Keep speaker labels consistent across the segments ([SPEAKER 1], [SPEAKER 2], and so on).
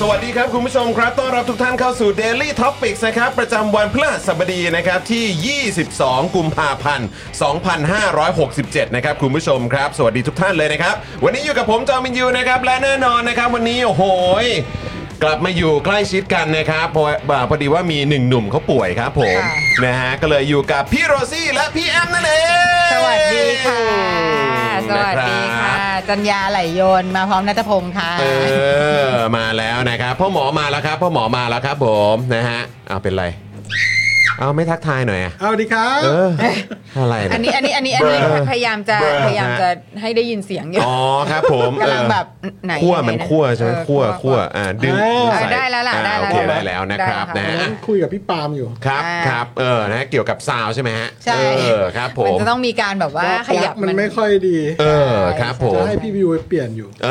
[SPEAKER 1] สวัสดีครับ คุณผู้ชมครับ ต้อนรับทุกท่านเข้าสู่ Daily Topics นะครับ ประจำวันพฤหัสบดีนะครับ ที่ 22 กุมภาพันธ์ 2567 นะครับ คุณผู้ชมครับ สวัสดีทุกท่านเลยนะครับ วันนี้อยู่กับผมจอมินยูนะครับ และแน่นอนนะครับ วันนี้ โอ้โหยกลับมาอยู่ใกล้ชิดกันนะครับเพราะว่าพอดีว่ามีหนึ่งหนุ่มเขาป่วยครับผม
[SPEAKER 2] ค่ะ
[SPEAKER 1] นะฮะก็เลยอยู่กับพี่โรซี่และพี่แอมนั่นเอง
[SPEAKER 3] สวัสดีค่ะ สวัสดีค่ะ จัญญาไหลโยนมาพร้อมนัทพงศ์ค่ะ
[SPEAKER 1] เออ มาแล้วนะครับพ่อหมอมาแล้วครับพ่อหมอมาแล้วครับผมนะฮะเอาเป็นไร เอาไม่ทักทายหน่อยอะ
[SPEAKER 4] เอาดีครับ
[SPEAKER 1] เอออะไร
[SPEAKER 3] อันนี้
[SPEAKER 1] เย
[SPEAKER 3] อันนี้อันนี้อันนี้
[SPEAKER 1] เบลอ
[SPEAKER 3] พยายามจะ
[SPEAKER 1] เบลอ
[SPEAKER 3] พยายาม
[SPEAKER 1] ฮะ
[SPEAKER 3] จะให้ได้ยินเสียงอยู่
[SPEAKER 1] อ๋อครับผม
[SPEAKER 3] กำลังแบบไหน
[SPEAKER 1] คั่ว
[SPEAKER 3] ยังไง
[SPEAKER 1] มันคั่วใช่ไหม
[SPEAKER 3] เออ
[SPEAKER 1] คั่วคั่วอ่าดึง
[SPEAKER 4] เออ
[SPEAKER 1] ใส่
[SPEAKER 3] ได้แล้วล่ะ
[SPEAKER 1] อ่า
[SPEAKER 3] ได้แล้ว
[SPEAKER 1] โอเค
[SPEAKER 3] ได้
[SPEAKER 1] ได้
[SPEAKER 3] แล้ว
[SPEAKER 1] แล้วนะครับ
[SPEAKER 3] ได้
[SPEAKER 1] นะ
[SPEAKER 3] แล้ว
[SPEAKER 1] ฮะ
[SPEAKER 4] คุยกับพี่ปาล์มอยู่
[SPEAKER 1] ครับ
[SPEAKER 3] อ่า
[SPEAKER 1] ครับเออนะเกี่ยวกับซาวใช่ไหมฮะ
[SPEAKER 3] ใช่
[SPEAKER 1] เออครับผ
[SPEAKER 3] มัน
[SPEAKER 1] ม
[SPEAKER 3] จะต้องมีการแบบว่าขยับ
[SPEAKER 4] มันไม่ค่อยดี
[SPEAKER 1] เออครับผม
[SPEAKER 4] จะให้พี่วิวไปเปลี่ยนอยู่
[SPEAKER 1] เอ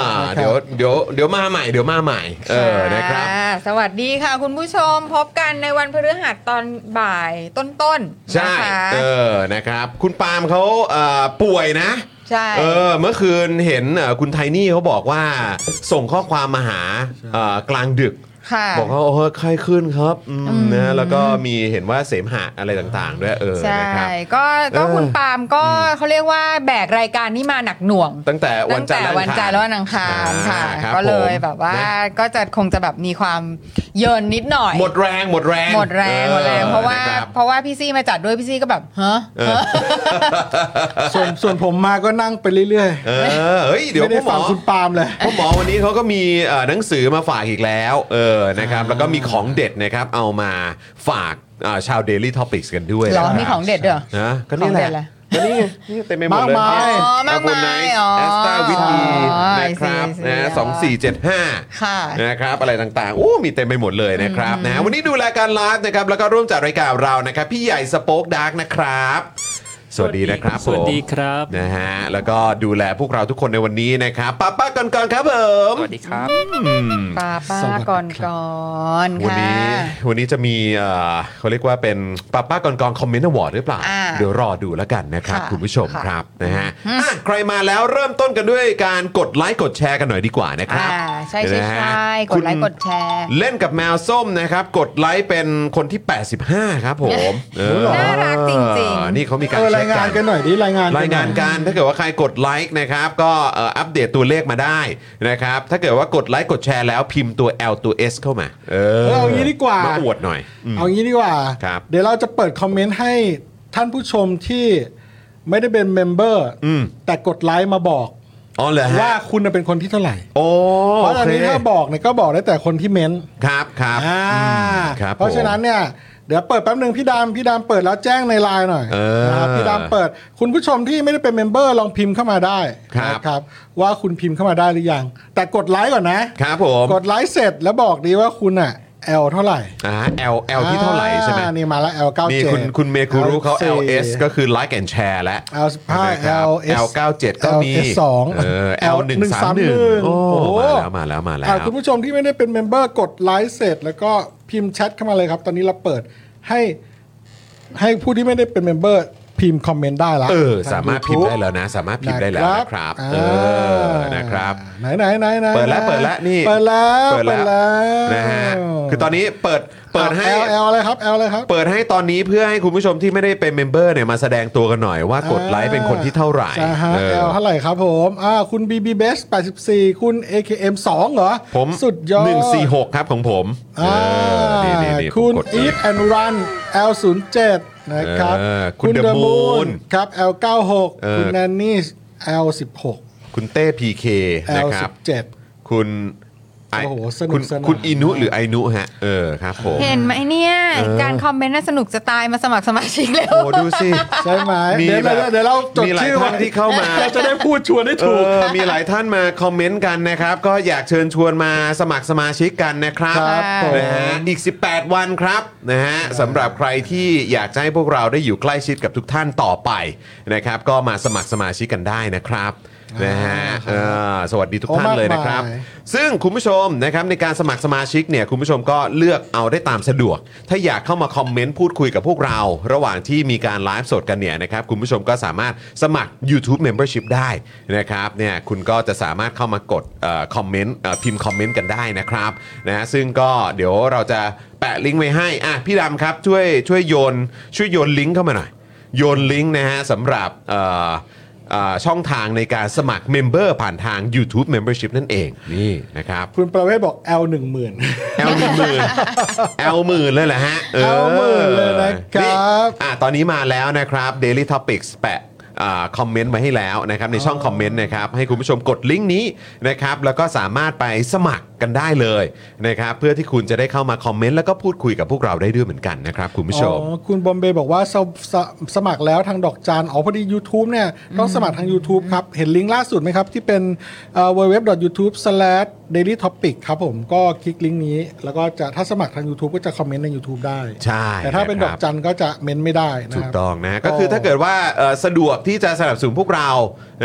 [SPEAKER 1] อเดี๋ยวเดี๋ยวเดี๋ยวมาใหม่เดี๋ยวมาใหม่ เออนะครับ
[SPEAKER 3] ค่ะสวัสดีค่ะ คุณผู้ชมพบกันในวันพฤหัสตอนบ่ายต้นๆ
[SPEAKER 1] ใช่
[SPEAKER 3] นะคะ
[SPEAKER 1] เออนะครับ คุณปาล์มเขาเอ่อป่วยนะ
[SPEAKER 3] ใช่
[SPEAKER 1] เออเมื่อคืนเห็นเอ่อคุณไทนี่เขาบอกว่าส่งข้อความมาหาเอ่อกลางดึก
[SPEAKER 3] ค่ะ
[SPEAKER 1] บอกว่าโอ้ยไข้ขึ้นครับอืมนะแล้วก็มีเห็นว่าเสมหะอะไรต่างๆ ด้วยเออ
[SPEAKER 3] ใช่
[SPEAKER 1] นะครับ
[SPEAKER 3] ก็ก็
[SPEAKER 1] เออ
[SPEAKER 3] คุณปาล์มก็เขาเรียกว่าแบกรายการนี้มาหนักหน่วง
[SPEAKER 1] ตั้งแต่วั
[SPEAKER 3] ตั้
[SPEAKER 1] น
[SPEAKER 3] ง
[SPEAKER 1] จัน
[SPEAKER 3] แต่
[SPEAKER 1] ทร์
[SPEAKER 3] วันจันทร์แล้ววันอังคารค่ะ
[SPEAKER 1] อ่รับ
[SPEAKER 3] ก็เลย
[SPEAKER 1] ผม
[SPEAKER 3] แบบว่า
[SPEAKER 1] นะ
[SPEAKER 3] ก็จะคงจะแบบมีความเยินนิดหน่อย
[SPEAKER 1] หมดแรงหมดแรง
[SPEAKER 3] หมดแรงหมดแรง
[SPEAKER 1] ออ
[SPEAKER 3] เพราะว่า
[SPEAKER 1] คน บ
[SPEAKER 3] เพราะว่าพี่ซี่มาจัดด้วยพี่ซี่ก็แบบฮะ
[SPEAKER 1] เออ
[SPEAKER 4] ส่วนส่วนผมมาก็นั่งไปเรื่อย
[SPEAKER 1] เออเฮ้ย
[SPEAKER 4] ๆ
[SPEAKER 1] เดี๋ยว
[SPEAKER 4] ไม่ได้
[SPEAKER 1] พ่อหม
[SPEAKER 4] ฟัง
[SPEAKER 1] อ
[SPEAKER 4] คุณปาล์มเลย
[SPEAKER 1] พ่อหมอวันนี้เขาก็มีเอ่อหนังสือมาฝากอีกแล้วเออนะครับแล้วก็มีของเด็ดนะครับเอามาฝากเอ่อชาว Daily Topics กันด้วย
[SPEAKER 3] เหร
[SPEAKER 1] นะ
[SPEAKER 3] อ
[SPEAKER 1] ครับ
[SPEAKER 3] มีของเด็ดด้วยเหรอ
[SPEAKER 1] นะก็นี่แห
[SPEAKER 3] ของเด็
[SPEAKER 1] ละ
[SPEAKER 3] ด
[SPEAKER 1] ก็
[SPEAKER 3] อะไร
[SPEAKER 1] นี่ไงนี่เต็มไปหมดเลย
[SPEAKER 4] มากมาย
[SPEAKER 3] อ๋อมากมายอ๋อ
[SPEAKER 1] แอสตาวิดี
[SPEAKER 3] อ๋อ
[SPEAKER 1] นะครับ
[SPEAKER 3] สี่สี่
[SPEAKER 1] นะ
[SPEAKER 3] อ๋อ
[SPEAKER 1] สองสี่เจ็ดห้า
[SPEAKER 3] ค่ะ
[SPEAKER 1] นะครับอะไรต่างๆโอ้มีเต็มไปหมดเลยนะครับนะวันนี้ดูรายการไลฟ์นะครับแล้วก็ร่วมจัดรายการเรานะครับ พี่ใหญ่สป็อคดาร์กนะครับ สวัสดีนะครับผม
[SPEAKER 5] สวัสดีครับ
[SPEAKER 1] นะฮะแล้วก็ดูแลพวกเราทุกคนในวันนี้นะครับป้าป้าก่อนก่อนๆครับผม
[SPEAKER 5] สวัสดีครับ
[SPEAKER 3] ปาป้าก่อนก่อนๆ
[SPEAKER 1] วัน
[SPEAKER 3] ค่ะ
[SPEAKER 1] นี้วันนี้จะมีเอ่อเขาเรียกว่าเป็นป้าป้าก่อนก่อนคอมเมนต์อวอร์ดหรือเปล่า
[SPEAKER 3] อ่า
[SPEAKER 1] เดี๋ยวรอดูแล้วกันนะครับ
[SPEAKER 3] ค่ะ
[SPEAKER 1] คุณผู้ชม
[SPEAKER 3] ค่ะ
[SPEAKER 1] ครับนะฮะอ่ะใครมาแล้วเริ่มต้นกันด้วยการกดไลค์กดแชร์กันหน่อยดีกว่านะครับ
[SPEAKER 3] อ่าใช่ใช่
[SPEAKER 1] นะฮะ
[SPEAKER 3] ใช่ก
[SPEAKER 1] คุ
[SPEAKER 3] ด
[SPEAKER 1] ณ
[SPEAKER 3] ไลค์กดแชร์
[SPEAKER 1] เล่นกับแมวส้มนะครับ กดไลค์เป็นคนที่ 85 ครับผมเออ
[SPEAKER 3] น่ารักจริง
[SPEAKER 1] นี่เขามีการ
[SPEAKER 4] เออ
[SPEAKER 1] เช็
[SPEAKER 4] รายงานกันหน่อยดิรายงาน
[SPEAKER 1] รายงาน
[SPEAKER 4] หอ
[SPEAKER 1] การถ้าเกิดว่าใครกดไลค์นะครับ ก็เอ่ออัปเดตตัวเลขมาได้นะครับ ถ้าเกิดว่ากดไลค์กดแชร์แล้วพิมพ์ตัว L ตัว S เข้ามา เออ
[SPEAKER 4] เออเอางี้ดีกว่า
[SPEAKER 1] อวดหน่อยอืม
[SPEAKER 4] เอางี้ดีกว่า
[SPEAKER 1] ครับ
[SPEAKER 4] เดี๋ยวเราจะเปิดคอมเมนต์ให้ท่านผู้ชมที่ไม่ได้เป็นเมมเบอร์
[SPEAKER 1] อืม
[SPEAKER 4] แต่กดไลค์มาบอก
[SPEAKER 1] อ๋อเหรอฮะ
[SPEAKER 4] ว่าคุณน่ะเป็นคนที่เท่าไหร่
[SPEAKER 1] โอ้
[SPEAKER 4] เพราะต
[SPEAKER 1] โอ
[SPEAKER 4] อน
[SPEAKER 1] เค
[SPEAKER 4] นี้ถ้าบอกเนี่ยก็บอกได้แต่คนที่เม้นต์
[SPEAKER 1] ครับครับ
[SPEAKER 4] อ่า
[SPEAKER 1] ครับ
[SPEAKER 4] เพราะฉะนั้นเนี่ย เดี๋ยวเปิดแป๊บหนึ่งพี่ดำพี่ดำเปิดแล้วแจ้งในไลน์หน่อย
[SPEAKER 1] เออ
[SPEAKER 4] นะครับพี่ดำเปิด คุณผู้ชมที่ไม่ได้เป็นเมมเบอร์ลองพิมพ์เข้ามาได้
[SPEAKER 1] ครับ
[SPEAKER 4] นะครับ ว่าคุณพิมพ์เข้ามาได้หรือยัง แต่กดไลค์ก่อนนะ
[SPEAKER 1] ครับผม
[SPEAKER 4] กดไลค์เสร็จแล้วบอกดีว่าคุณอ่ะ L เท่าไหร่
[SPEAKER 1] อ่า L L ที่เท่าไหร่ใช่ไหม
[SPEAKER 4] อ่านี่มาละ L 9 7
[SPEAKER 1] นี่คุณคุณเมคุรุเขา L S ก็คือ like and share และ
[SPEAKER 4] L 15 L S
[SPEAKER 1] L 97ก็มี
[SPEAKER 4] L S 2
[SPEAKER 1] เออ L 131
[SPEAKER 4] 131
[SPEAKER 1] โอ้
[SPEAKER 4] โอ้
[SPEAKER 1] มาแล้วมาแล้วมา
[SPEAKER 4] อ่ะ
[SPEAKER 1] แล้ว
[SPEAKER 4] คุณผู้ชมที่ไม่ได้เป็นเมมเบอร์กดไลค์เสร็จ แล้วก็พิมพ์แชทเข้ามาเลยครับ ตอนนี้เราเปิดให้ให้ผู้ที่ไม่ได้เป็นเมมเบอร์พิมพ์คอมเมนต์ได้ละ
[SPEAKER 1] เออ
[SPEAKER 4] ทง
[SPEAKER 1] สามารถพิม
[SPEAKER 4] YouTube
[SPEAKER 1] พ์ได้แล้วนะ สามารถพิมพ์ได้แล้วนะครับ เออ
[SPEAKER 4] า
[SPEAKER 1] นะครับ
[SPEAKER 4] ไหนไหนไหนไหน
[SPEAKER 1] เปิดแล้วเปิดแล้วนี่
[SPEAKER 4] เปิดแล้ว
[SPEAKER 1] เปิดแล้วนะฮะคือตอนนี้เปิดเปิดให้
[SPEAKER 4] แอลแอลอะไรครับแอลอะไรครับ
[SPEAKER 1] เปิดให้ตอนนี้เพื่อให้คุณผู้ชมที่ไม่ได้เป็นเมมเบอร์เนี่ยมาแสดงตัวกันหน่อยว่ากดไลค์เป็นคนที่เท่าไหร่
[SPEAKER 4] ใช่ฮะ
[SPEAKER 1] เออ
[SPEAKER 4] แอลเท่าไหร่ครับผมอ่าคุณ BB Best 84 คุณ AKM 2 เหรอ
[SPEAKER 1] ผม
[SPEAKER 4] สุดยอด
[SPEAKER 1] หนึ่งสี่หกครับของผมเอ
[SPEAKER 4] อ่า
[SPEAKER 1] อนี่นี่นี่
[SPEAKER 4] คุณ
[SPEAKER 1] ผมกด
[SPEAKER 4] Eat and Run L 0 7นะครับ
[SPEAKER 1] เออคุณ The
[SPEAKER 4] The
[SPEAKER 1] Moon
[SPEAKER 4] Moon ครับ L 9
[SPEAKER 1] เออ
[SPEAKER 4] 6คุณ Nanny L 1 6
[SPEAKER 1] คุณเต้พีเค
[SPEAKER 4] L
[SPEAKER 1] นะครับ
[SPEAKER 4] 1 7
[SPEAKER 1] คุณไอ
[SPEAKER 4] โอ้โหสนุก
[SPEAKER 1] คุณ
[SPEAKER 4] สนาน
[SPEAKER 1] คุณอินุหรือไอนุฮะ เออครับผม
[SPEAKER 3] เห็นไหมเนี่ย การคอมเมนต์น่าสนุกจะตายมาสมัครสมาชิกแล้ว
[SPEAKER 1] โอ้ดูสิ
[SPEAKER 4] ใช่ไหม
[SPEAKER 1] มี
[SPEAKER 4] เดี๋ยว
[SPEAKER 1] แบบ
[SPEAKER 4] เดี๋ยวเดี๋ยวเราจด
[SPEAKER 1] มีหลาย
[SPEAKER 4] ชื่อ
[SPEAKER 1] ท่านที่เข้ามา
[SPEAKER 4] เราจะได้พูดชวนได้
[SPEAKER 1] เอ
[SPEAKER 4] ถูก
[SPEAKER 1] อมีหลายท่านมาคอมเมนต์กันนะครับ ก็อยากเชิญชวนมาสมัครสมาชิกกันนะครับ
[SPEAKER 4] ครับผม
[SPEAKER 1] นะฮะอีก 18 วันครับนะฮะสำหรับใครที่อยากจะให้พวกเราได้อยู่ใกล้ชิดกับทุกท่านต่อไปนะครับ ก็มาสมัครสมาชิกกันได้นะครับนะฮะเออสวัสดีทุกท่านเลยนะครับ ซึ่งคุณผู้ชมนะครับในการสมัครสมาชิกเนี่ยคุณผู้ชมก็เลือกเอาได้ตามสะดวก ถ้าอยากเข้ามาคอมเมนต์พูดคุยกับพวกเรา ระหว่างที่มีการไลฟ์สดกันเนี่ยนะครับคุณผู้ชมก็สามารถสมัคร YouTube Membership ได้นะครับเนี่ยคุณก็จะสามารถเข้ามากดเอ่อคอมเมนต์เอ่อพิมพ์คอมเมนต์กันได้นะครับนะซึ่งก็เดี๋ยวเราจะแปะลิงก์ไว้ให้อ่ะพี่ดำครับช่วยช่วยโยนช่วยโยนลิงก์เข้ามาหน่อยโยนลิงก์นะฮะสำหรับเอ่อ อ่าช่องทางในการสมัครเมมเบอร์ผ่านทาง YouTube Membership นั่นเองนี่นะครับ
[SPEAKER 4] คุณประเวศบอก L
[SPEAKER 1] แอล
[SPEAKER 4] 1 0 0 0 0
[SPEAKER 1] หนึ่งหมื่น แอลหมื่นเลยเหรอฮะ
[SPEAKER 4] แอลหมื่นเลยนะครับ
[SPEAKER 1] นี่อ่ะตอนนี้มาแล้วนะครับ Daily Topics แปะอ่าคอมเมนต์มาให้แล้วนะครับในช่องคอมเมนต์นะครับให้คุณผู้ชมกดลิงก์นี้นะครับแล้วก็สามารถไปสมัครกันได้เลยนะครับเพื่อที่คุณจะได้เข้ามาคอมเมนต์แล้วก็พูดคุยกับพวกเราได้ด้วยเหมือนกันนะครับคุณผู้ชม
[SPEAKER 4] อ๋อคุณบอมเบย์บอกว่าสสสมัครแล้วทางดอกจานอ๋อพอดี YouTube เนี่ยต้องสมัครทาง YouTube ครับ เห็นลิงก์ล่าสุดไหมครับ ที่เป็น w w w y o u t u b e d a i l y t o p i c ครับผมก็คลิกลิงก์นี้ แล้วก็จะถ้าสมัครทาง YouTube ก็จะคอมเมนต์ใน YouTube ได้
[SPEAKER 1] ใช่
[SPEAKER 4] แต่ถ้าเป็น
[SPEAKER 1] นะค
[SPEAKER 4] ด
[SPEAKER 1] รับ
[SPEAKER 4] อกจันก็จะเมนไม่ได้นะ
[SPEAKER 1] ถู
[SPEAKER 4] ค
[SPEAKER 1] ก
[SPEAKER 4] รับ
[SPEAKER 1] ต้องนะก็คือถ้าเกิดว่าเอ่อสะดวกที่จะสนับสนุนพวกเรา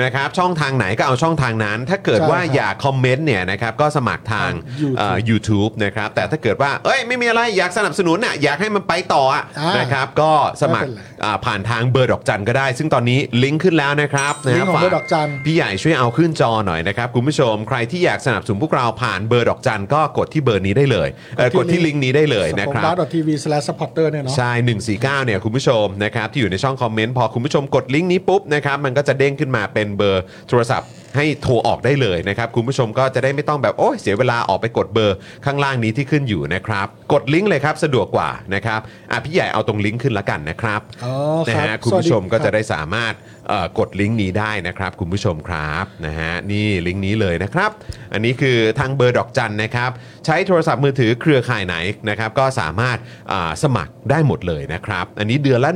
[SPEAKER 1] นะครับช่องทางไหนก็เอาช่องทางนั้น ถ้าเกิดว่า
[SPEAKER 4] ใช่ครับ
[SPEAKER 1] อยากคอมเมนต์เนี่ยนะครับก็สมัครทาง
[SPEAKER 4] YouTube
[SPEAKER 1] ยูทูบนะครับแต่ถ้าเกิดว่าเอ้ยไม่มีอะไรอยากสนับสนุนอ่ะอยากให้มันไปต่ออ่ะ
[SPEAKER 4] อ่าน
[SPEAKER 1] นะครับก็สมัคร
[SPEAKER 4] ไม่เป็นไร
[SPEAKER 1] อ่าผ่านทางเบอร์ดอกจันก็ได้ ซึ่งตอนนี้ลิงก์ขึ้นแล้วนะครับนะ
[SPEAKER 4] ลิงก์ของ
[SPEAKER 1] ฝา
[SPEAKER 4] เบอร์ดอกจัน
[SPEAKER 1] พี่ใหญ่ช่วยเอาขึ้นจอหน่อยนะครับคุณผู้ชมใครที่อยากสนับสนุนพวกเราผ่านเบอร์ดอกจันก็กดที่เบอร์นี้ได้เลยเอ่อกดที่ลิงก์นี้ได้เลยนะครับ
[SPEAKER 4] ทีวี supporter เนี่ยเนาะ
[SPEAKER 1] ใช่ 149 เนี่ยคุณผู้ชมนะครับที่อยู่ในช่องคอมเมนต์พอคุณผู้ชมกดลิงก์นี้ปุ๊บนะครับมันก็จะเด้งขึ้นมาเป็นเบอร์โทรศัพท์ให้โทรออกได้เลยนะครับคุณผู้ชมก็จะได้ไม่ต้องแบบโอ้ยเสียเวลาออกไปกดเบอร์ข้างล่างนี้ที่ขึ้นอยู่นะครับกดลิงก์เลยครับสะดวกกว่านะครับอ่ะพี่ใหญ่เอาตรงลิงก์ขึ้นละกันนะครับ
[SPEAKER 4] อ๋อ
[SPEAKER 1] นะครับฮะคุณผู้ชม
[SPEAKER 4] สวัสดีครับ
[SPEAKER 1] ก็จะได้สามารถเอ่อกดลิงก์นี้ได้นะครับคุณผู้ชมครับนะฮะนี่ลิงก์นี้เลยนะครับ อันนี้คือทางเบอร์ดอกจันนะครับใช้โทรศัพท์มือถือเครือข่ายไหนนะครับก็สามารถอ่าสมัครได้หมดเลยนะครับ อันนี้เดือนละ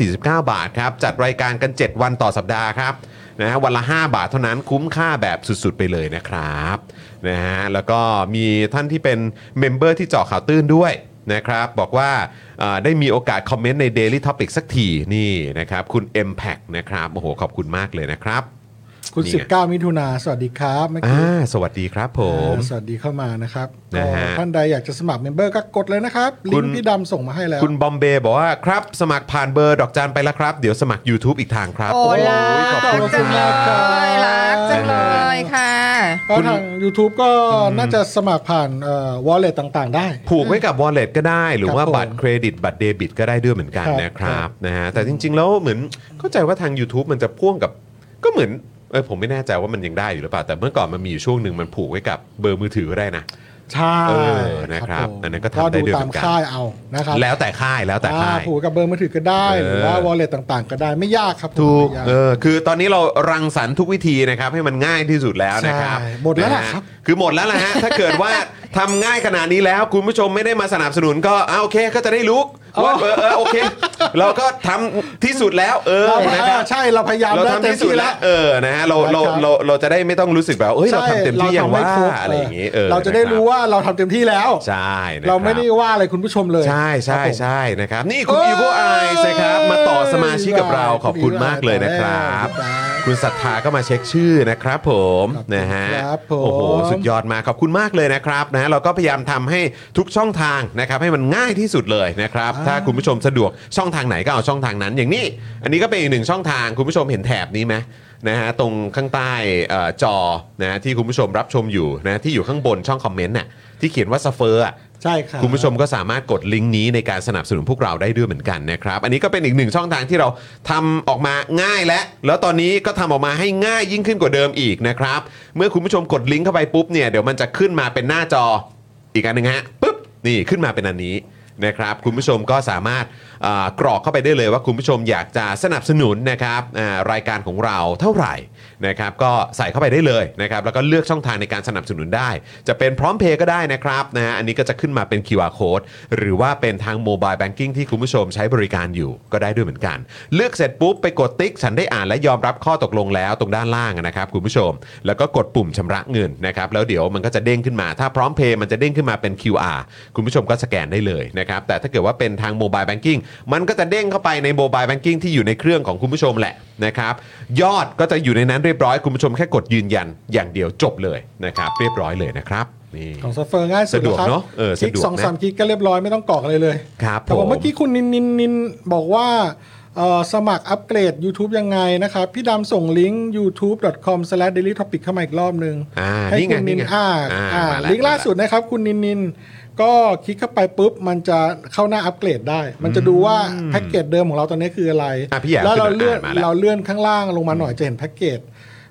[SPEAKER 1] 149 บาทครับจัดรายการกัน 7 วันต่อสัปดาห์ครับนะฮะวันละ 5 บาทเท่านั้นคุ้มค่าแบบสุดๆไปเลยนะครับนะฮะแล้วก็มีท่านที่เป็นเมมเบอร์ที่เจาะข่าวตื้นด้วย นะครับบอกว่าเอ่อได้มีโอกาสคอมเมนต์ใน Daily Topic สักทีนี่นะครับคุณ Impact นะครับโอ้โหขอบคุณมากเลยนะครับ
[SPEAKER 4] คุณ
[SPEAKER 1] นี่ไง
[SPEAKER 4] 19 มิถุนาสวัสดีครับเมื่อ
[SPEAKER 1] อ่า
[SPEAKER 4] กี้
[SPEAKER 1] สวัสดีครับผม
[SPEAKER 4] สวัสดีเข้ามานะครับ
[SPEAKER 1] นะฮะ
[SPEAKER 4] ก็ท่านใดอยากจะสมัครเมมเบอร์ก็กดเลยนะครับลิ
[SPEAKER 1] คุ
[SPEAKER 4] ง
[SPEAKER 1] ณ
[SPEAKER 4] ก์พี่ดำส่งมาให้แล้ว
[SPEAKER 1] คุณบอมเบย์บอกว่าครับ สมัครผ่านเบอร์ดอกจันไปแล้วครับ เดี๋ยวสมัคร YouTube อีกทางครับ
[SPEAKER 3] โอ้รั
[SPEAKER 4] โอ้ย
[SPEAKER 3] ก
[SPEAKER 4] ขอบคุณ
[SPEAKER 3] จังเล
[SPEAKER 4] มากครับ
[SPEAKER 3] ยรักจังเลยค่ะ
[SPEAKER 4] ก็ทาง YouTube ก็น่าจะสมัครผ่านเอ่อ wallet ต่างๆ ได้
[SPEAKER 1] ผูกไว้กับ wallet ก็ได้ หรือว่า
[SPEAKER 4] ครับผม
[SPEAKER 1] บัตรเครดิตบัตรเดบิตก็ได้ด้วยเหมือนกัน
[SPEAKER 4] ครับ
[SPEAKER 1] นะครับนะฮะแต่จริง ๆ แล้วเหมือนเข้าใจว่าทาง YouTube มันจะพ่วงกับก็เหมือนเออผมไม่แน่ใจว่ามันยังได้อยู่หรือเปล่า แต่เมื่อก่อนมันมีอยู่ช่วงหนึ่งมันผูกไว้กับเบอร์มือถือก็ได้นะ
[SPEAKER 4] ใช่
[SPEAKER 1] เออนะครับ
[SPEAKER 4] ผม
[SPEAKER 1] อันนั้นก็ทำได้ด้วย
[SPEAKER 4] ก็
[SPEAKER 1] เห
[SPEAKER 4] ตา
[SPEAKER 1] มื
[SPEAKER 4] ม
[SPEAKER 1] อนกัน
[SPEAKER 4] ค่ายเอานะครับ
[SPEAKER 1] แล้วแต่ค่ายแล้วแต่ค่าย
[SPEAKER 4] ผูกกับเบอร์มือถือก็ได้
[SPEAKER 1] เออ
[SPEAKER 4] หรือว่า wallet ต่างๆ ก็ได้ไม่ยากครับผม
[SPEAKER 1] ถูก
[SPEAKER 4] ไม่ยา
[SPEAKER 1] เออคือตอนนี้เรารังสรรค์ทุกวิธีนะครับให้มันง่ายที่สุดแล้วนะครับ
[SPEAKER 4] ใช่หมดแล้วล่ะ
[SPEAKER 1] นฮ
[SPEAKER 4] ครับ
[SPEAKER 1] คือหมดแล้วล่ะ ฮะ ถ้าเกิดว่าทำง่ายขนาดนี้แล้ว คุณผู้ชมไม่ได้มาสนับสนุนก็อ่าโอเคก็จะได้รู้ ว่าเออเออโอ เค เราก็ทำที่สุดแล้ว เออ
[SPEAKER 4] เราพย
[SPEAKER 1] นะครับ
[SPEAKER 4] ใช่เราพยายาม
[SPEAKER 1] เรา
[SPEAKER 4] ได้
[SPEAKER 1] ทำ
[SPEAKER 4] เต็ม
[SPEAKER 1] ที่สุด
[SPEAKER 4] ที่
[SPEAKER 1] แล้
[SPEAKER 4] แล้ว ว
[SPEAKER 1] เออนะฮะเราเรา
[SPEAKER 4] นะครับ
[SPEAKER 1] เราเราจะได้ไม่ต้องรู้สึกแบบเอ้ยเราทำเต็มที่อย่าง
[SPEAKER 4] ใช่
[SPEAKER 1] ว่า
[SPEAKER 4] เรทำให้คบ
[SPEAKER 1] อะไรอย่างงี้เออ
[SPEAKER 4] เราจะได้
[SPEAKER 1] นคบ
[SPEAKER 4] รู้ว่าเราทำเต็มที่แล้ว
[SPEAKER 1] ใช่นะคบ
[SPEAKER 4] เราไม่ได้ว่าอะไรคุณผู้ชมเลย
[SPEAKER 1] ใช่ใช่
[SPEAKER 4] ครับผม
[SPEAKER 1] ใช่นะครับ นี่คุณ
[SPEAKER 4] เอ้ย
[SPEAKER 1] อีโ e ไอซ์นะครับมาต่อสมาชิกกับเราขอบคุณมากเลยนะครับ
[SPEAKER 4] ได้ครับ
[SPEAKER 1] คุณศรัทธาก็มาเช็คชื่อนะครับ ผม
[SPEAKER 4] ขอบคุณ
[SPEAKER 1] นะฮะ
[SPEAKER 4] ครับผม
[SPEAKER 1] โอ้โหสุดยอดมากขอบคุณมากเลยนะครับนะเราก็พยายามทำให้ทุกช่องทางนะครับ ให้มันง่ายที่สุดเลยนะครับ
[SPEAKER 4] อ่า
[SPEAKER 1] ถ้าคุณผู้ชมสะดวกช่องทางไหนก็เอาช่องทางนั้น อย่างนี้ อันนี้ก็เป็นอีกหนึ่งช่องทางคุณผู้ชมเห็นแถบนี้ไหมนะฮะตรงข้างใต้เอ่อจอนะฮะที่คุณผู้ชมรับชมอยู่นะที่อยู่ข้างบนช่องคอมเมนต์น่ะที่เขียนว่าสเฟอร์อะ
[SPEAKER 4] ใช่ครับ
[SPEAKER 1] คุณผู้ชมก็สามารถกดลิงก์นี้ในการสนับสนุนพวกเราได้ด้วยเหมือนกันนะครับ อันนี้ก็เป็นอีกหนึ่งช่องทางที่เราทำออกมาง่ายและ แล้วตอนนี้ก็ทำออกมาให้ง่ายยิ่งขึ้นกว่าเดิมอีกนะครับ เมื่อคุณผู้ชมกดลิงก์เข้าไปปุ๊บเนี่ยเดี๋ยวมันจะขึ้นมาเป็นหน้าจออีกอันหนึ่งฮะปุ๊บนี่ขึ้นมาเป็นอันนี้นะครับคุณผู้ชมก็สามารถเอ่อกรอกเข้าไปได้เลยว่าคุณผู้ชมอยากจะสนับสนุนนะครับอ่ารายการของเราเท่าไหร่ นะครับก็ใส่เข้าไปได้เลยนะครับแล้วก็เลือกช่องทางในการสนับสนุนได้ จะเป็นพร้อมเพย์ก็ได้นะครับนะฮะอันนี้ก็จะขึ้นมาเป็น QR code หรือว่าเป็นทางโมบายแบงกิ้งที่คุณผู้ชมใช้บริการอยู่ก็ได้ด้วยเหมือนกัน เลือกเสร็จปุ๊บไปกดติ๊ก ฉันได้อ่านและยอมรับข้อตกลงแล้วตรงด้านล่างนะครับคุณผู้ชม แล้วก็กดปุ่มชำระเงินนะครับแล้วเดี๋ยวมันก็จะเด้งขึ้นมา ถ้าพร้อมเพย์มันจะเด้งขึ้นมาเป็น QR คุณผู้ชมก็สแกนได้เลยนะครับแต่ถ้าเกิดว่าเป็นทางโมบายแบงกิ้งมันก็จะเด้งเข้าไปในโมบายแบงกิ้งที่อยู่ในเครื่องของคุณผู้ชมแหละ นะครับยอดก็จะอยู่ในนั้นเรียบร้อยคุณผู้ชมแค่กดยืนยันอย่างเดียวจบเลยนะครับ เรียบร้อยเลยนะครับนี่
[SPEAKER 4] ของซัฟเฟอร์ง่ายสุด
[SPEAKER 1] สะดวก
[SPEAKER 4] ครับ
[SPEAKER 1] เนอะเออ
[SPEAKER 4] คลิ
[SPEAKER 1] สะ
[SPEAKER 4] ก
[SPEAKER 1] ดวกนะ
[SPEAKER 4] สองสามคลิกก็เรียบร้อยไม่ต้องกรอกอะไรเลย
[SPEAKER 1] ครับ
[SPEAKER 4] แต่ว่า
[SPEAKER 1] ผม
[SPEAKER 4] เมื่อกี้คุณนินนินนินบอกว่าเอ่อสมัครอัปเกรด YouTube ยังไงนะครับ พี่ดำส่งลิงก์ youtube.com/dailytopic เข้ามาอีกรอบนึง
[SPEAKER 1] อ่า
[SPEAKER 4] ให้
[SPEAKER 1] นี่ไง
[SPEAKER 4] คุณนิ
[SPEAKER 1] นี่
[SPEAKER 4] น
[SPEAKER 1] ไง
[SPEAKER 4] อ่าอ่า
[SPEAKER 1] มาแว
[SPEAKER 4] ลิงก์ล่าสุดนะครับ คุณนินนินก็คลิกเข้าไปปุ๊บ มันจะเข้าหน้าอัปเกรดได้ มันจะดูว่าแพ็กเกจเดิมของเราตอนนี้คืออะไร
[SPEAKER 1] อ่ะพี่อยาก
[SPEAKER 4] แล้ว
[SPEAKER 1] ขึ้
[SPEAKER 4] เรา
[SPEAKER 1] นมา
[SPEAKER 4] เลื่อน
[SPEAKER 1] อ่านมาแล้ว
[SPEAKER 4] เราเลื่อนข้างล่างลงมาหน่อยจะเห็นแพ็กเกจ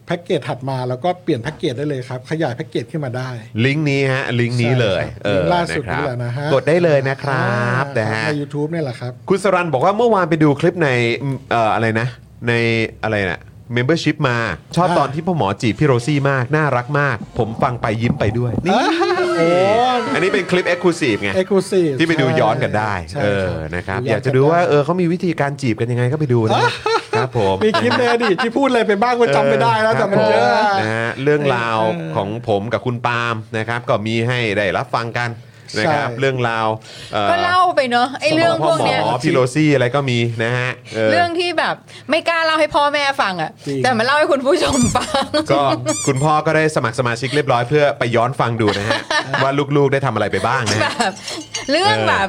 [SPEAKER 4] แพ็กเกจถัดมาแล้วก็เปลี่ยนแพ็กเกจได้เลยครับ ขยายแพ็กเกจขึ้นมาได้
[SPEAKER 1] ลิงก์นี้ฮะลิงก์นี้เลย
[SPEAKER 4] ใช่ครับ
[SPEAKER 1] เออ
[SPEAKER 4] ลิงก์ล่าสุด
[SPEAKER 1] ครับ
[SPEAKER 4] นี่แหละนะฮะ
[SPEAKER 1] กดได้เลยนะครับ
[SPEAKER 4] อ่า
[SPEAKER 1] นะฮะ
[SPEAKER 4] ใน YouTube เนี่ยแหละครับ
[SPEAKER 1] คุณสรันบอกว่าเมื่อวานไปดูคลิปในเอ่ออะไรนะ ในอะไรนะ membership มา ชอบ
[SPEAKER 4] อ่า
[SPEAKER 1] ตอนที่พ่อหมอจีบพี่โรซี่มาก น่ารักมาก ผมฟังไปยิ้มไปด้วยนี่
[SPEAKER 4] โอ้
[SPEAKER 1] อันนี้เป็นคลิป exclusive ไง
[SPEAKER 4] เอ็กซ์คลูซีฟ
[SPEAKER 1] ที่ไปดูย้อนกันได้เออนะครับอยากจะดูว่าเออเขามีวิธีการจีบกันยังไงก็ไปดูนะครับผม
[SPEAKER 4] มีคลิปในอดีตที่พูดอะไรไปบ้างก็จำไม่ได้แล้วแต่มันเยอะ
[SPEAKER 1] ครับผมนะฮะเรื่องราวของผมกับคุณปาล์มนะครับ ก็มีให้ได้รับฟังกันนะครับ
[SPEAKER 4] ใช่
[SPEAKER 1] เรื่องราวเอ่อ
[SPEAKER 3] ก็เล่าไปเนอะไอ้เรื่องพวกเนี้ย
[SPEAKER 1] หมอพิโรซี่อะไรก็มีนะฮะเออ
[SPEAKER 3] เรื่องที่แบบไม่กล้าเล่าให้พ่อแม่ฟังอะ
[SPEAKER 4] จริง
[SPEAKER 3] แต่มาเล่าให้คุณผู้ชมฟัง
[SPEAKER 1] ก็คุณพ่อก็ได้สมัครสมาชิกเรียบร้อยเพื่อไปย้อนฟังดู นะฮะ ว่าลูกๆได้ทำอะไรไปบ้างนะ
[SPEAKER 3] แบ
[SPEAKER 1] ฮะ
[SPEAKER 3] บเรื่อง
[SPEAKER 1] เออ
[SPEAKER 3] แบบ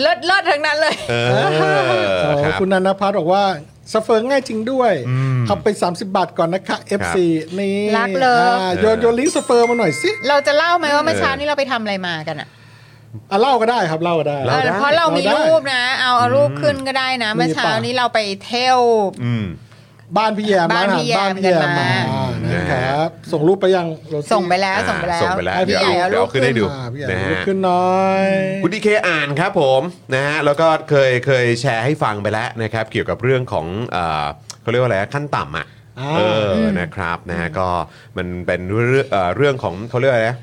[SPEAKER 3] เลิศเลิศๆทั้งนั้นเลย
[SPEAKER 1] เออ
[SPEAKER 4] โอ้
[SPEAKER 1] ครับ
[SPEAKER 4] คุณนันทพัฒน์บอกว่าสเฟิร์ง่ายจริงด้วยขับไป 30 บาทก่อนนะคะ FC นี่
[SPEAKER 3] รักเลิฟ
[SPEAKER 4] อ่าโยนโยนลิงก์สเฟิร์มาหน่อยสิ
[SPEAKER 3] เราจะเล่าไหมว่าเมื่อเช้า
[SPEAKER 1] เออ
[SPEAKER 3] นี้เราไปทำอะไรมากันอะ
[SPEAKER 4] อ่ะเล่าก็ได้ครับเล่าก็ได้
[SPEAKER 1] เล่า
[SPEAKER 3] เออเพราะเรามี
[SPEAKER 4] เราได้
[SPEAKER 3] รูปนะ เอาเอารูปขึ้นก็ได้นะ
[SPEAKER 4] มี
[SPEAKER 3] เมื่อเช้า
[SPEAKER 4] ป่ะ
[SPEAKER 3] นี้เราไปเที่ยว
[SPEAKER 1] อืม
[SPEAKER 4] บ้านพี่แยม
[SPEAKER 3] บ้านพี่แยม
[SPEAKER 4] ร้นอาหรบ้านพี่แยม
[SPEAKER 3] กันมา
[SPEAKER 4] มา
[SPEAKER 1] นะ
[SPEAKER 4] นะ
[SPEAKER 1] ฮะ
[SPEAKER 4] ครับ ส่งรูปไปยังโรซี่
[SPEAKER 3] ส่งไปแล้ว
[SPEAKER 1] อ่า
[SPEAKER 3] ส่งไปแล้ว
[SPEAKER 1] ส่งไปแล้วเดี๋ยว
[SPEAKER 3] พี่ใหญ่
[SPEAKER 1] เอา
[SPEAKER 3] เอา
[SPEAKER 1] เดี๋ยว
[SPEAKER 3] รู
[SPEAKER 1] เอา
[SPEAKER 3] ป
[SPEAKER 1] ขึ้นให้ดู
[SPEAKER 4] อ่าพี่แยม
[SPEAKER 1] นะ
[SPEAKER 4] ลุก
[SPEAKER 1] ฮะ
[SPEAKER 4] ขึ้นหน้อย
[SPEAKER 1] คุณดีเคอ่านครับผมนะฮะแล้วก็เคยเคยแชร์ให้ฟังไปแล้วนะครับ เกี่ยวกับเรื่องของเอ่อเขาเรียกว่าอะไรขั้นต่ำอ่ะ
[SPEAKER 4] อ่า
[SPEAKER 1] เออนะครับนะฮะก็มันเป็นเรื่องเอ่อเรื่องของเขาเรียกว่าอะไรนะ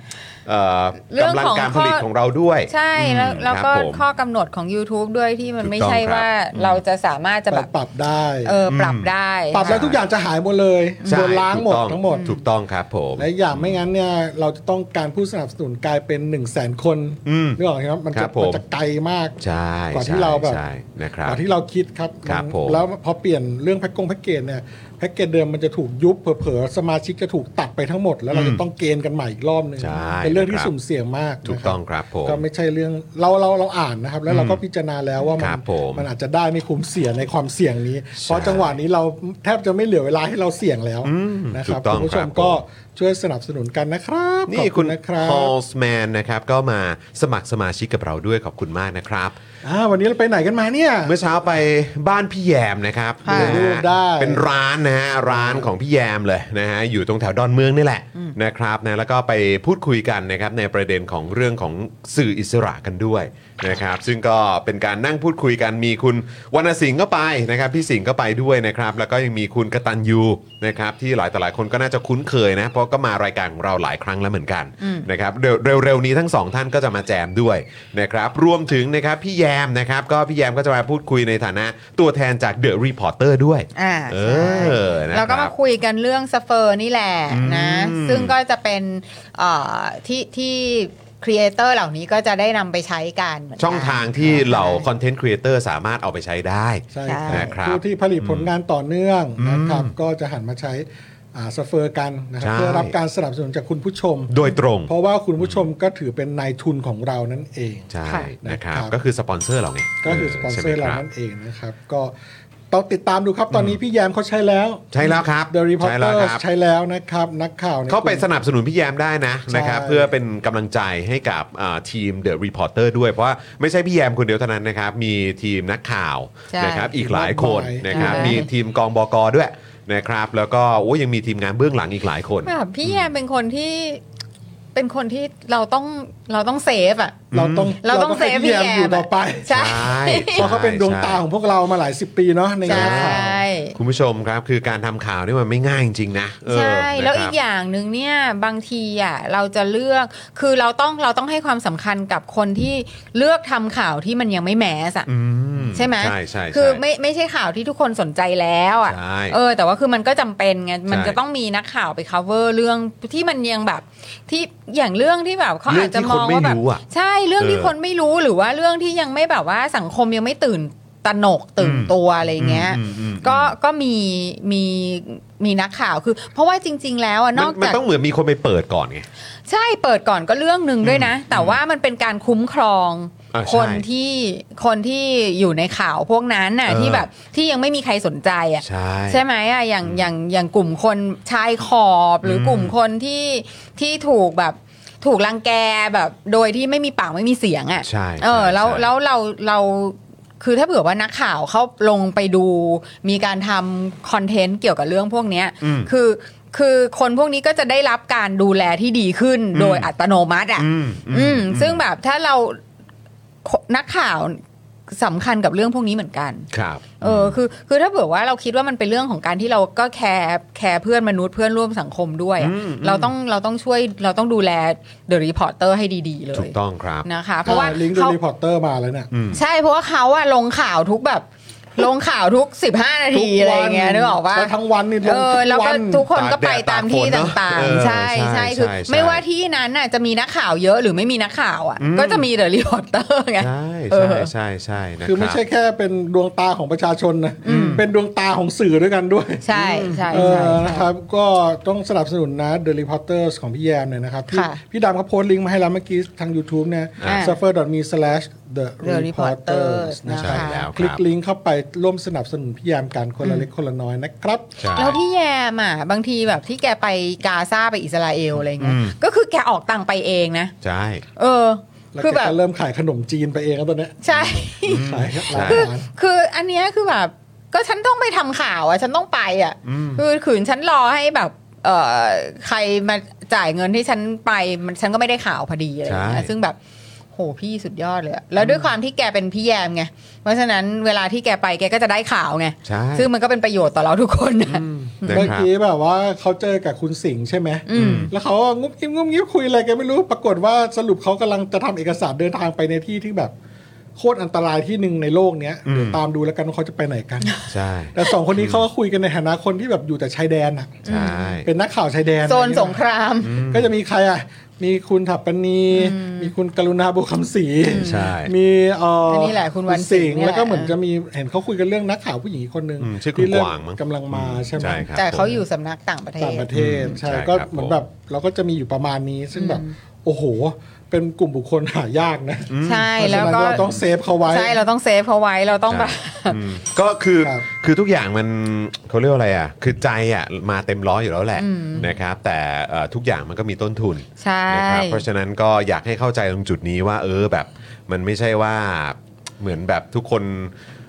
[SPEAKER 1] เอ่อ
[SPEAKER 3] เรื่อง
[SPEAKER 1] กำลัง
[SPEAKER 3] ของ
[SPEAKER 1] การ
[SPEAKER 3] ข้
[SPEAKER 1] ผ
[SPEAKER 3] อ
[SPEAKER 1] ลิตของเราด้วย
[SPEAKER 3] ใช่แล้ว
[SPEAKER 1] อืม
[SPEAKER 3] แล้ว
[SPEAKER 1] ครับ
[SPEAKER 3] ก็
[SPEAKER 1] ผม
[SPEAKER 3] ข้อกำหนดของ YouTube ด้วยที่มัน
[SPEAKER 1] ถูก
[SPEAKER 3] ไม่ใช่
[SPEAKER 1] ต้องครับ
[SPEAKER 3] ว่าเราจะสามารถจะ
[SPEAKER 4] ไป
[SPEAKER 3] แบบ
[SPEAKER 4] ปรับได้
[SPEAKER 3] เออปรับได้
[SPEAKER 4] ปรับแล้วทุกอย่างจะหายหมดเลย
[SPEAKER 1] ใช่
[SPEAKER 4] โดนล้างหมด
[SPEAKER 1] ถูกต้อ
[SPEAKER 4] ทั้งหมด
[SPEAKER 1] ถูกต้องครับผม
[SPEAKER 4] และอย่างไม่งั้นเนี่ยเราจะต้องการผู้สนับสนุนกลายเป็น 1 0 0 0 0แสนคน
[SPEAKER 1] อืม
[SPEAKER 4] นึกออกไหมครับมัน
[SPEAKER 1] ครั
[SPEAKER 4] จะ
[SPEAKER 1] บผม
[SPEAKER 4] มันจะไกลมาก
[SPEAKER 1] ใช่
[SPEAKER 4] กว่าที่
[SPEAKER 1] ใช่
[SPEAKER 4] เราแบบ
[SPEAKER 1] ใช่นะครับ
[SPEAKER 4] กว่าที่เราคิดครับ
[SPEAKER 1] ครับ
[SPEAKER 4] มัน
[SPEAKER 1] ผม
[SPEAKER 4] แล้วพอเปลี่ยนเรื่องแพ็กกงแพ็กเกจเนี่ยแพ็กเกจเดิมมันจะถูกยุบเผลอๆสมาชิกจะถูกตัดไปทั้งหมด แล้วเราจะต้องเกณฑ์กันใหม่อีกรอบหนึง
[SPEAKER 1] ใช่
[SPEAKER 4] เป็นเรื่องที่
[SPEAKER 1] ะคบ
[SPEAKER 4] สุ่มเสี่ยงมาก
[SPEAKER 1] ถูก
[SPEAKER 4] นะครับ
[SPEAKER 1] ต้องครับผม
[SPEAKER 4] ก็ไม่ใช่เรื่องเราเราเราอ่านนะครับ แล้วเราก็พิจารณาแล้วว่ามั
[SPEAKER 1] ครับผม
[SPEAKER 4] มันอาจจะได้ไม่คุ้มเสียในความเสี่ยงนี้
[SPEAKER 1] ใช่
[SPEAKER 4] เพราะจังหวะนี้เราแทบจะไม่เหลือเวลาให้เราเสี่ยงแล้วนะครั
[SPEAKER 1] ถู
[SPEAKER 4] บ
[SPEAKER 1] กต้อง
[SPEAKER 4] คุณผู้ช
[SPEAKER 1] ครั
[SPEAKER 4] ม
[SPEAKER 1] บ
[SPEAKER 4] ก็ช่วยสนับสนุนกันนะครับ
[SPEAKER 1] นี่
[SPEAKER 4] ขอบ
[SPEAKER 1] คุณ
[SPEAKER 4] นะครับ
[SPEAKER 1] ฮอลส์แมนนะครับก็มาสมัครสมาชิกกับเราด้วยขอบคุณมากนะครับ
[SPEAKER 4] อ่าวันนี้เราไปไหนกันมาเนี่ย
[SPEAKER 1] เมื่อเช้าไปบ้านพี่แยมนะครับ
[SPEAKER 4] ค่ะ
[SPEAKER 1] นะฮะ
[SPEAKER 4] รูปได้
[SPEAKER 1] เป็นร้านนะฮะร้านของพี่แยมเลยนะฮะอยู่ตรงแถวดอนเมืองนี่แหละนะครับนะแล้วก็ไปพูดคุยกันนะครับในประเด็นของเรื่องของสื่ออิสระกันด้วยนะครับ ซึ่งก็เป็นการนั่งพูดคุยกันมีคุณวรรณสิงห์ก็ไปนะครับพี่สิงห์ก็ไปด้วยนะครับ แล้วก็ยังมีคุณกตันยูนะครับที่หลายต่อหลายคนก็น่าจะคุ้นเคยนะเพราะ ก็มารายการของเราหลายครั้งแล้วเหมือนกันนะครับเดี๋ยวเร็วๆนี้ทั้งสองท่านก็จะมาแจมด้วยนะครับรวมถึงนะครับพี่แยมนะครับก็พี่แยมก็จะมาพูดคุยในฐานะตัวแทนจาก The Reporter ด้วย
[SPEAKER 3] อ่า
[SPEAKER 1] เอ
[SPEAKER 3] ใช่
[SPEAKER 1] อนะ
[SPEAKER 3] เรา
[SPEAKER 1] ค
[SPEAKER 3] ก็
[SPEAKER 1] รั
[SPEAKER 3] มา
[SPEAKER 1] บ
[SPEAKER 3] คุยกันเรื่องสเฟอร์นี่แหละนะ
[SPEAKER 1] อืม
[SPEAKER 3] ซึ่งก็จะเป็นเอ่อที่ที่ครีเอเตอร์เหล่านี้ก็จะได้นำไปใช้กันเหมืนกัน
[SPEAKER 1] ช่องทางที่เหล่าคอนเทนต์ครีเอเตอร์สามารถเอาไปใช้ได้
[SPEAKER 4] ใช่
[SPEAKER 3] ใช่
[SPEAKER 1] นะครับ
[SPEAKER 4] ผู้ที่ผลิตผลงานต่อเนื่องนะครับ
[SPEAKER 1] อืม
[SPEAKER 4] ก็จะหันมาใช้อ่าสเฟอร์กันนะครับ
[SPEAKER 1] ใช่
[SPEAKER 4] เพื่อรับการสนับสนุนจากคุณผู้ชม
[SPEAKER 1] โดยตรง
[SPEAKER 4] เพราะว่าคุณผู้ชมก็ถือเป็นนายทุนของเรานั่นเอง
[SPEAKER 1] ใช่
[SPEAKER 2] ค่ะ
[SPEAKER 1] นะครับ
[SPEAKER 4] นะครับ
[SPEAKER 1] ก็คือสปอนเซอร์เราไง
[SPEAKER 4] ก็คือสปอนเซอ
[SPEAKER 1] ใช่
[SPEAKER 4] ร์
[SPEAKER 1] ไหม
[SPEAKER 4] เรา
[SPEAKER 1] คบ
[SPEAKER 4] นั่นเองนะครับ ก็ต้องติดตามดูครับตอนนี้พี่แยมเขาใช้แล้ว
[SPEAKER 1] ใช่แล้วครับ
[SPEAKER 4] The
[SPEAKER 1] ใช่แล้ว
[SPEAKER 4] Reporter
[SPEAKER 1] ครับ
[SPEAKER 4] ใช้แล้วนะครับ นักข่าวนี่ย
[SPEAKER 1] เข้าไปสนับสนุนพี่แยมได้นะ
[SPEAKER 4] ใช่
[SPEAKER 1] นะครับ เพื่อเป็นกำลังใจให้กับอ่าทีม The Reporter ด้วย เพราะว่าไม่ใช่พี่แยมคนเดียวเท่านั้นนะครับ มีทีมนักข่าว
[SPEAKER 3] ใช่
[SPEAKER 1] นะครับอีกหลายคนนะครับ
[SPEAKER 3] ใช่
[SPEAKER 1] มีทีมกองบกด้วยนะครับ แล้วก็โอ้ยยังมีทีมงานเบื้องหลังอีกหลายคน
[SPEAKER 3] แบบพี่แยมเป็นคนที่เป็นคนที่เราต้องเราต้องเซฟอ่ะ
[SPEAKER 4] เราต้อง
[SPEAKER 3] เราต้องเซฟ
[SPEAKER 4] ให้
[SPEAKER 3] พี่
[SPEAKER 4] พี่แยม
[SPEAKER 3] แยม
[SPEAKER 4] อยู่ต่อไป
[SPEAKER 3] ใช่
[SPEAKER 4] เพราะเขาเป็นดวงตาของพวกเรามาหลายสิบปีเนาะใน
[SPEAKER 3] ใช
[SPEAKER 4] งานข่าว
[SPEAKER 3] ่
[SPEAKER 1] คุณผู้ชมครับคือการทำข่าวนี่มันไม่ง่ายจริงๆนะเออ
[SPEAKER 3] ใช่ แล้ว
[SPEAKER 1] นะครับ
[SPEAKER 3] อีกอย่างหนึ่งเนี่ยบางทีอ่ะเราจะเลือกคือเราต้องเราต้องให้ความสำคัญกับคนที่เลือกทำข่าวที่มันยังไม่แมสอ่ะ
[SPEAKER 1] อืม
[SPEAKER 3] ใช่ไหม
[SPEAKER 1] ใช่ใช่ใช่
[SPEAKER 3] คือไม่ไม่ใช่ข่าวที่ทุกคนสนใจแล้วอ่ะ
[SPEAKER 1] ใช่
[SPEAKER 3] เออ แต่ว่าคือมันก็จำเป็นไง มัน
[SPEAKER 1] ใช่
[SPEAKER 3] จะต้องมีนักข่าวไป cover เรื่องที่มันยังแบบที่อย่างเรื่องที่แบบเขา
[SPEAKER 1] เรื่
[SPEAKER 3] อา
[SPEAKER 1] อง
[SPEAKER 3] จ
[SPEAKER 1] ที่
[SPEAKER 3] จะมองว่า
[SPEAKER 1] คน
[SPEAKER 3] แบ
[SPEAKER 1] ไม่
[SPEAKER 3] บ
[SPEAKER 1] รู้อะ
[SPEAKER 3] ใช่เรื่องที่
[SPEAKER 1] เออ
[SPEAKER 3] คนไม่รู้หรือว่าเรื่องที่ยังไม่แบบว่าสังคมยังไม่ตื่นตระหนกตื่น
[SPEAKER 1] อืม
[SPEAKER 3] ตัวอะไรเงี้ย
[SPEAKER 1] อืมอืม
[SPEAKER 3] ก็ก็มีมีมีนักข่าวคือ เพราะว่าจริง ๆ แล้วอะน
[SPEAKER 1] มั
[SPEAKER 3] อก
[SPEAKER 1] มัน
[SPEAKER 3] จาก
[SPEAKER 1] ต้องเหมือนมีคนไปเปิดก่อนไง
[SPEAKER 3] ใช่เปิดก่อนก็เรื่องหนึ่งด้วยนะ แต่ว่ามันเป็นการคุ้มครอง
[SPEAKER 1] อ่าใช่
[SPEAKER 3] คนที่คนที่อยู่ในข่าวพวกนั้นน่ะ
[SPEAKER 1] เออ
[SPEAKER 3] ที่แบบที่ยังไม่มีใครสนใจอ่ะ
[SPEAKER 1] ใช่
[SPEAKER 3] ใช่ไหมอ่ะอย่างอย่างอย่างกลุ่มคนชายขอบ หรืออ
[SPEAKER 1] ม
[SPEAKER 3] กลุ่มคนที่ที่ถูกแบบถูกลังแกแบบโดยที่ไม่มีปากไม่มีเสียงอ่ะ
[SPEAKER 1] ใช่
[SPEAKER 3] เออ
[SPEAKER 1] ใช่
[SPEAKER 3] แล้ว
[SPEAKER 1] ใช่
[SPEAKER 3] แล้วเราเราคือถ้าเผื่อว่านักข่าวเขาลงไปดูมีการทำคอนเทนต์เกี่ยวกับเรื่องพวกเนี้ย
[SPEAKER 1] อืม
[SPEAKER 3] คือคือคนพวกนี้ก็จะได้รับการดูแลที่ดีขึ้น
[SPEAKER 1] อืม
[SPEAKER 3] โดยอัตโนมัติอ่ะ
[SPEAKER 1] อืมอืม
[SPEAKER 3] อืม
[SPEAKER 1] อืม
[SPEAKER 3] ซึ่งแบบถ้าเรานักข่าวสำคัญกับเรื่องพวกนี้เหมือนกัน
[SPEAKER 1] ครับ
[SPEAKER 3] เออคือคือถ้าเผื่อว่าเราคิดว่ามันเป็นเรื่องของการที่เราก็แคร์แคร์เพื่อนมนุษย์เพื่อนร่วมสังคมด้วยอะ
[SPEAKER 1] มม
[SPEAKER 3] เราต้องเราต้องช่วยเราต้องดูแลเดอะรีพอร์เตอร์ให้ดี ๆ เล
[SPEAKER 1] ถู
[SPEAKER 3] ย
[SPEAKER 1] กต้องครับ
[SPEAKER 3] นะคะ เพราะว่า
[SPEAKER 4] ลิงก์ดู
[SPEAKER 3] เขา
[SPEAKER 4] รีพอร์เตอร์มาแล้วเนี่ย
[SPEAKER 3] ใช่เพราะว่าเขาอะลงข่าวทุกแบบ ลงข่าวทุก 15 นาที
[SPEAKER 4] ทุกวัน
[SPEAKER 3] อะไรอย่างเงี้ยนึกออกว่า
[SPEAKER 4] แล้วทั้งวันนี่ลง
[SPEAKER 3] เออแล้วก็
[SPEAKER 4] ทุกวัน
[SPEAKER 3] ทุกคนก็ไป
[SPEAKER 1] ตากแดด
[SPEAKER 3] ตามที่
[SPEAKER 1] ตากฝนเนอะ
[SPEAKER 3] ต่าง
[SPEAKER 1] เออ
[SPEAKER 3] ๆ ใช่
[SPEAKER 1] ใช่
[SPEAKER 3] ใช่คือ
[SPEAKER 1] ใช่ใช่
[SPEAKER 3] ไม่ว่าที่นั้นน่ะจะมีนักข่าวเยอะหรือไม่มีนักข่าวอ่ะ
[SPEAKER 1] อืม
[SPEAKER 3] ก็จะมีเดอะรีพอร์เตอร์ไง
[SPEAKER 1] ใช่
[SPEAKER 3] เออ
[SPEAKER 1] ใช่ใช่ใช่นะ
[SPEAKER 4] คือไม่ใช่
[SPEAKER 1] รับ
[SPEAKER 4] แค่เป็นดวงตาของประชาชนนะ เป็นดวงตาของสื่อด้วยกันด้วย
[SPEAKER 3] ใช่ใช่
[SPEAKER 4] เอ
[SPEAKER 3] ใช่
[SPEAKER 4] อนะครับ ก็ต้องสนับสนุนนะ The Reporters ของพี่แยมเนี่ยนะครับ พี่
[SPEAKER 3] ค่ะ
[SPEAKER 4] พี่ดำเขาโพสต์ลิงก์มาให้แล้วเมื่อกี้ทาง YouTube เนี่ย
[SPEAKER 3] อ่า
[SPEAKER 4] suffer.me/the
[SPEAKER 3] The
[SPEAKER 4] reporters
[SPEAKER 3] Reporters
[SPEAKER 4] นะค
[SPEAKER 1] ใช่
[SPEAKER 4] รับ
[SPEAKER 3] นะคะ
[SPEAKER 1] แล้ว
[SPEAKER 4] คลิก
[SPEAKER 1] ลิง
[SPEAKER 4] ลิงก์เข้าไปร่วมสนับสนุนพี่แยมกันคนละเล็กคนละน้อยนะครับ
[SPEAKER 3] แล้วพี่แยมอ่ะบางทีแบบที่แกไปกาซาไปอิสราเอลอะไรเงี้ย
[SPEAKER 1] อืม
[SPEAKER 3] ก็คือแกออกตังค์ไปเองนะ
[SPEAKER 1] ใช่
[SPEAKER 3] เออ
[SPEAKER 4] แล้ว
[SPEAKER 3] คือ
[SPEAKER 4] แก
[SPEAKER 3] แบบ
[SPEAKER 4] ก็เริ่มขายขนมจีนไปเองแล้วตอนเนี้ย
[SPEAKER 3] ใช่
[SPEAKER 4] ขายร้าน
[SPEAKER 1] ใช่
[SPEAKER 3] คือ
[SPEAKER 4] อาหาร
[SPEAKER 3] คืออันเนี้ยคือแบบก็ฉันต้องไปทำข่าวอ่ะฉันต้องไปอ่ะคือขืนฉันรอให้แบบเอ่อใครมาจ่ายเงินที่ฉันไปมันฉันก็ไม่ได้ข่าวพอดีอะไรอย่างเงี้ย
[SPEAKER 1] ใช่
[SPEAKER 3] ซึ่งแบบโหพี่สุดยอดเลยอะแล้วด้วยความที่แกเป็นพี่แยมไงเพราะฉะนั้นเวลาที่แกไปแกก็จะได้ข่าวไง
[SPEAKER 1] ใช่
[SPEAKER 3] ซึ่งมันก็เป็นประโยชน์ต่อเราทุกคนนะ
[SPEAKER 1] นะ
[SPEAKER 4] เมื่อ
[SPEAKER 1] ครับ
[SPEAKER 4] กี้แบบว่าเขาเจอกับคุณสิงห์ใช่ไหม
[SPEAKER 3] อืม
[SPEAKER 4] แล้วเขาก็งุบงิบงุบงิบคุยอะไรกันไม่รู้ ปรากฏว่าสรุปเขากำลังจะทำเอกสารเดินทางไปในที่ที่แบบโคตรอันตรายที่หนึ่งในโลกเนี้ย
[SPEAKER 1] อืม
[SPEAKER 4] เดี๋ยวตามดูแล้วกันว่าเขาจะไปไหนกัน
[SPEAKER 1] ใช่
[SPEAKER 4] แต่สองคนนี้เขาก็คุยกันในฐานะคนที่แบบอยู่แต่ชายแดนอ่ะ
[SPEAKER 1] ใช่
[SPEAKER 4] เป็นนักข่าวชายแดน
[SPEAKER 3] โซนสงคราม
[SPEAKER 4] ก็จะมีใครอ่ะ มีคุณถัปปณี มีคุณกรุณาบุญคำศรี
[SPEAKER 1] ใช่
[SPEAKER 4] มีเอ่ออน
[SPEAKER 3] นี้แหละคุณวัน
[SPEAKER 4] สิง
[SPEAKER 3] สิงห์
[SPEAKER 4] ห์แล้วก็
[SPEAKER 3] เนี่ยแหละ
[SPEAKER 4] เหมือนจะมีเห็นเขาคุยกันเรื่องนักข่าวผู้หญิงอีกคนนึง
[SPEAKER 1] อืมชื่อคุณ
[SPEAKER 4] ที่เริ่
[SPEAKER 1] กวางมั้ง
[SPEAKER 4] กำลังมาใช่ไหม
[SPEAKER 1] ใช่ครับ
[SPEAKER 3] แต่เขา
[SPEAKER 1] ผม
[SPEAKER 3] อยู่สำนักต่างประเท
[SPEAKER 4] ต่าง
[SPEAKER 3] ศ
[SPEAKER 4] ประเทศใช่
[SPEAKER 1] ใช่
[SPEAKER 4] ก็
[SPEAKER 1] ครับ
[SPEAKER 4] เหมือ
[SPEAKER 1] ผ
[SPEAKER 4] น
[SPEAKER 1] ม
[SPEAKER 4] แบบเราก็จะมีอยู่ประมาณนี้ซึ่งแบบ โอ้โห เป็นกลุ่มบุคคลหายากนะ
[SPEAKER 3] ใช่
[SPEAKER 4] เพราะฉะ
[SPEAKER 3] แล้ว
[SPEAKER 4] นั้น
[SPEAKER 3] ก็
[SPEAKER 4] เราต้องเซฟเขาไว้
[SPEAKER 3] ใช่เราต้องเซฟเขาไว้เราต้องแบบ
[SPEAKER 1] อืมก็คือ
[SPEAKER 4] ครับ
[SPEAKER 1] คือทุกอย่างมันเขาเรียกว่าอะไรอ่ะ คือใจอ่ะมาเต็มร้อยอยู่แล้วแหละนะครับ แต่เอ่อทุกอย่างมันก็มีต้นทุน
[SPEAKER 3] ใช่
[SPEAKER 1] นะครับเพราะฉะนั้นก็อยากให้เข้าใจตรงจุดนี้ว่า เออแบบมันไม่ใช่ว่าเหมือนแบบทุกคน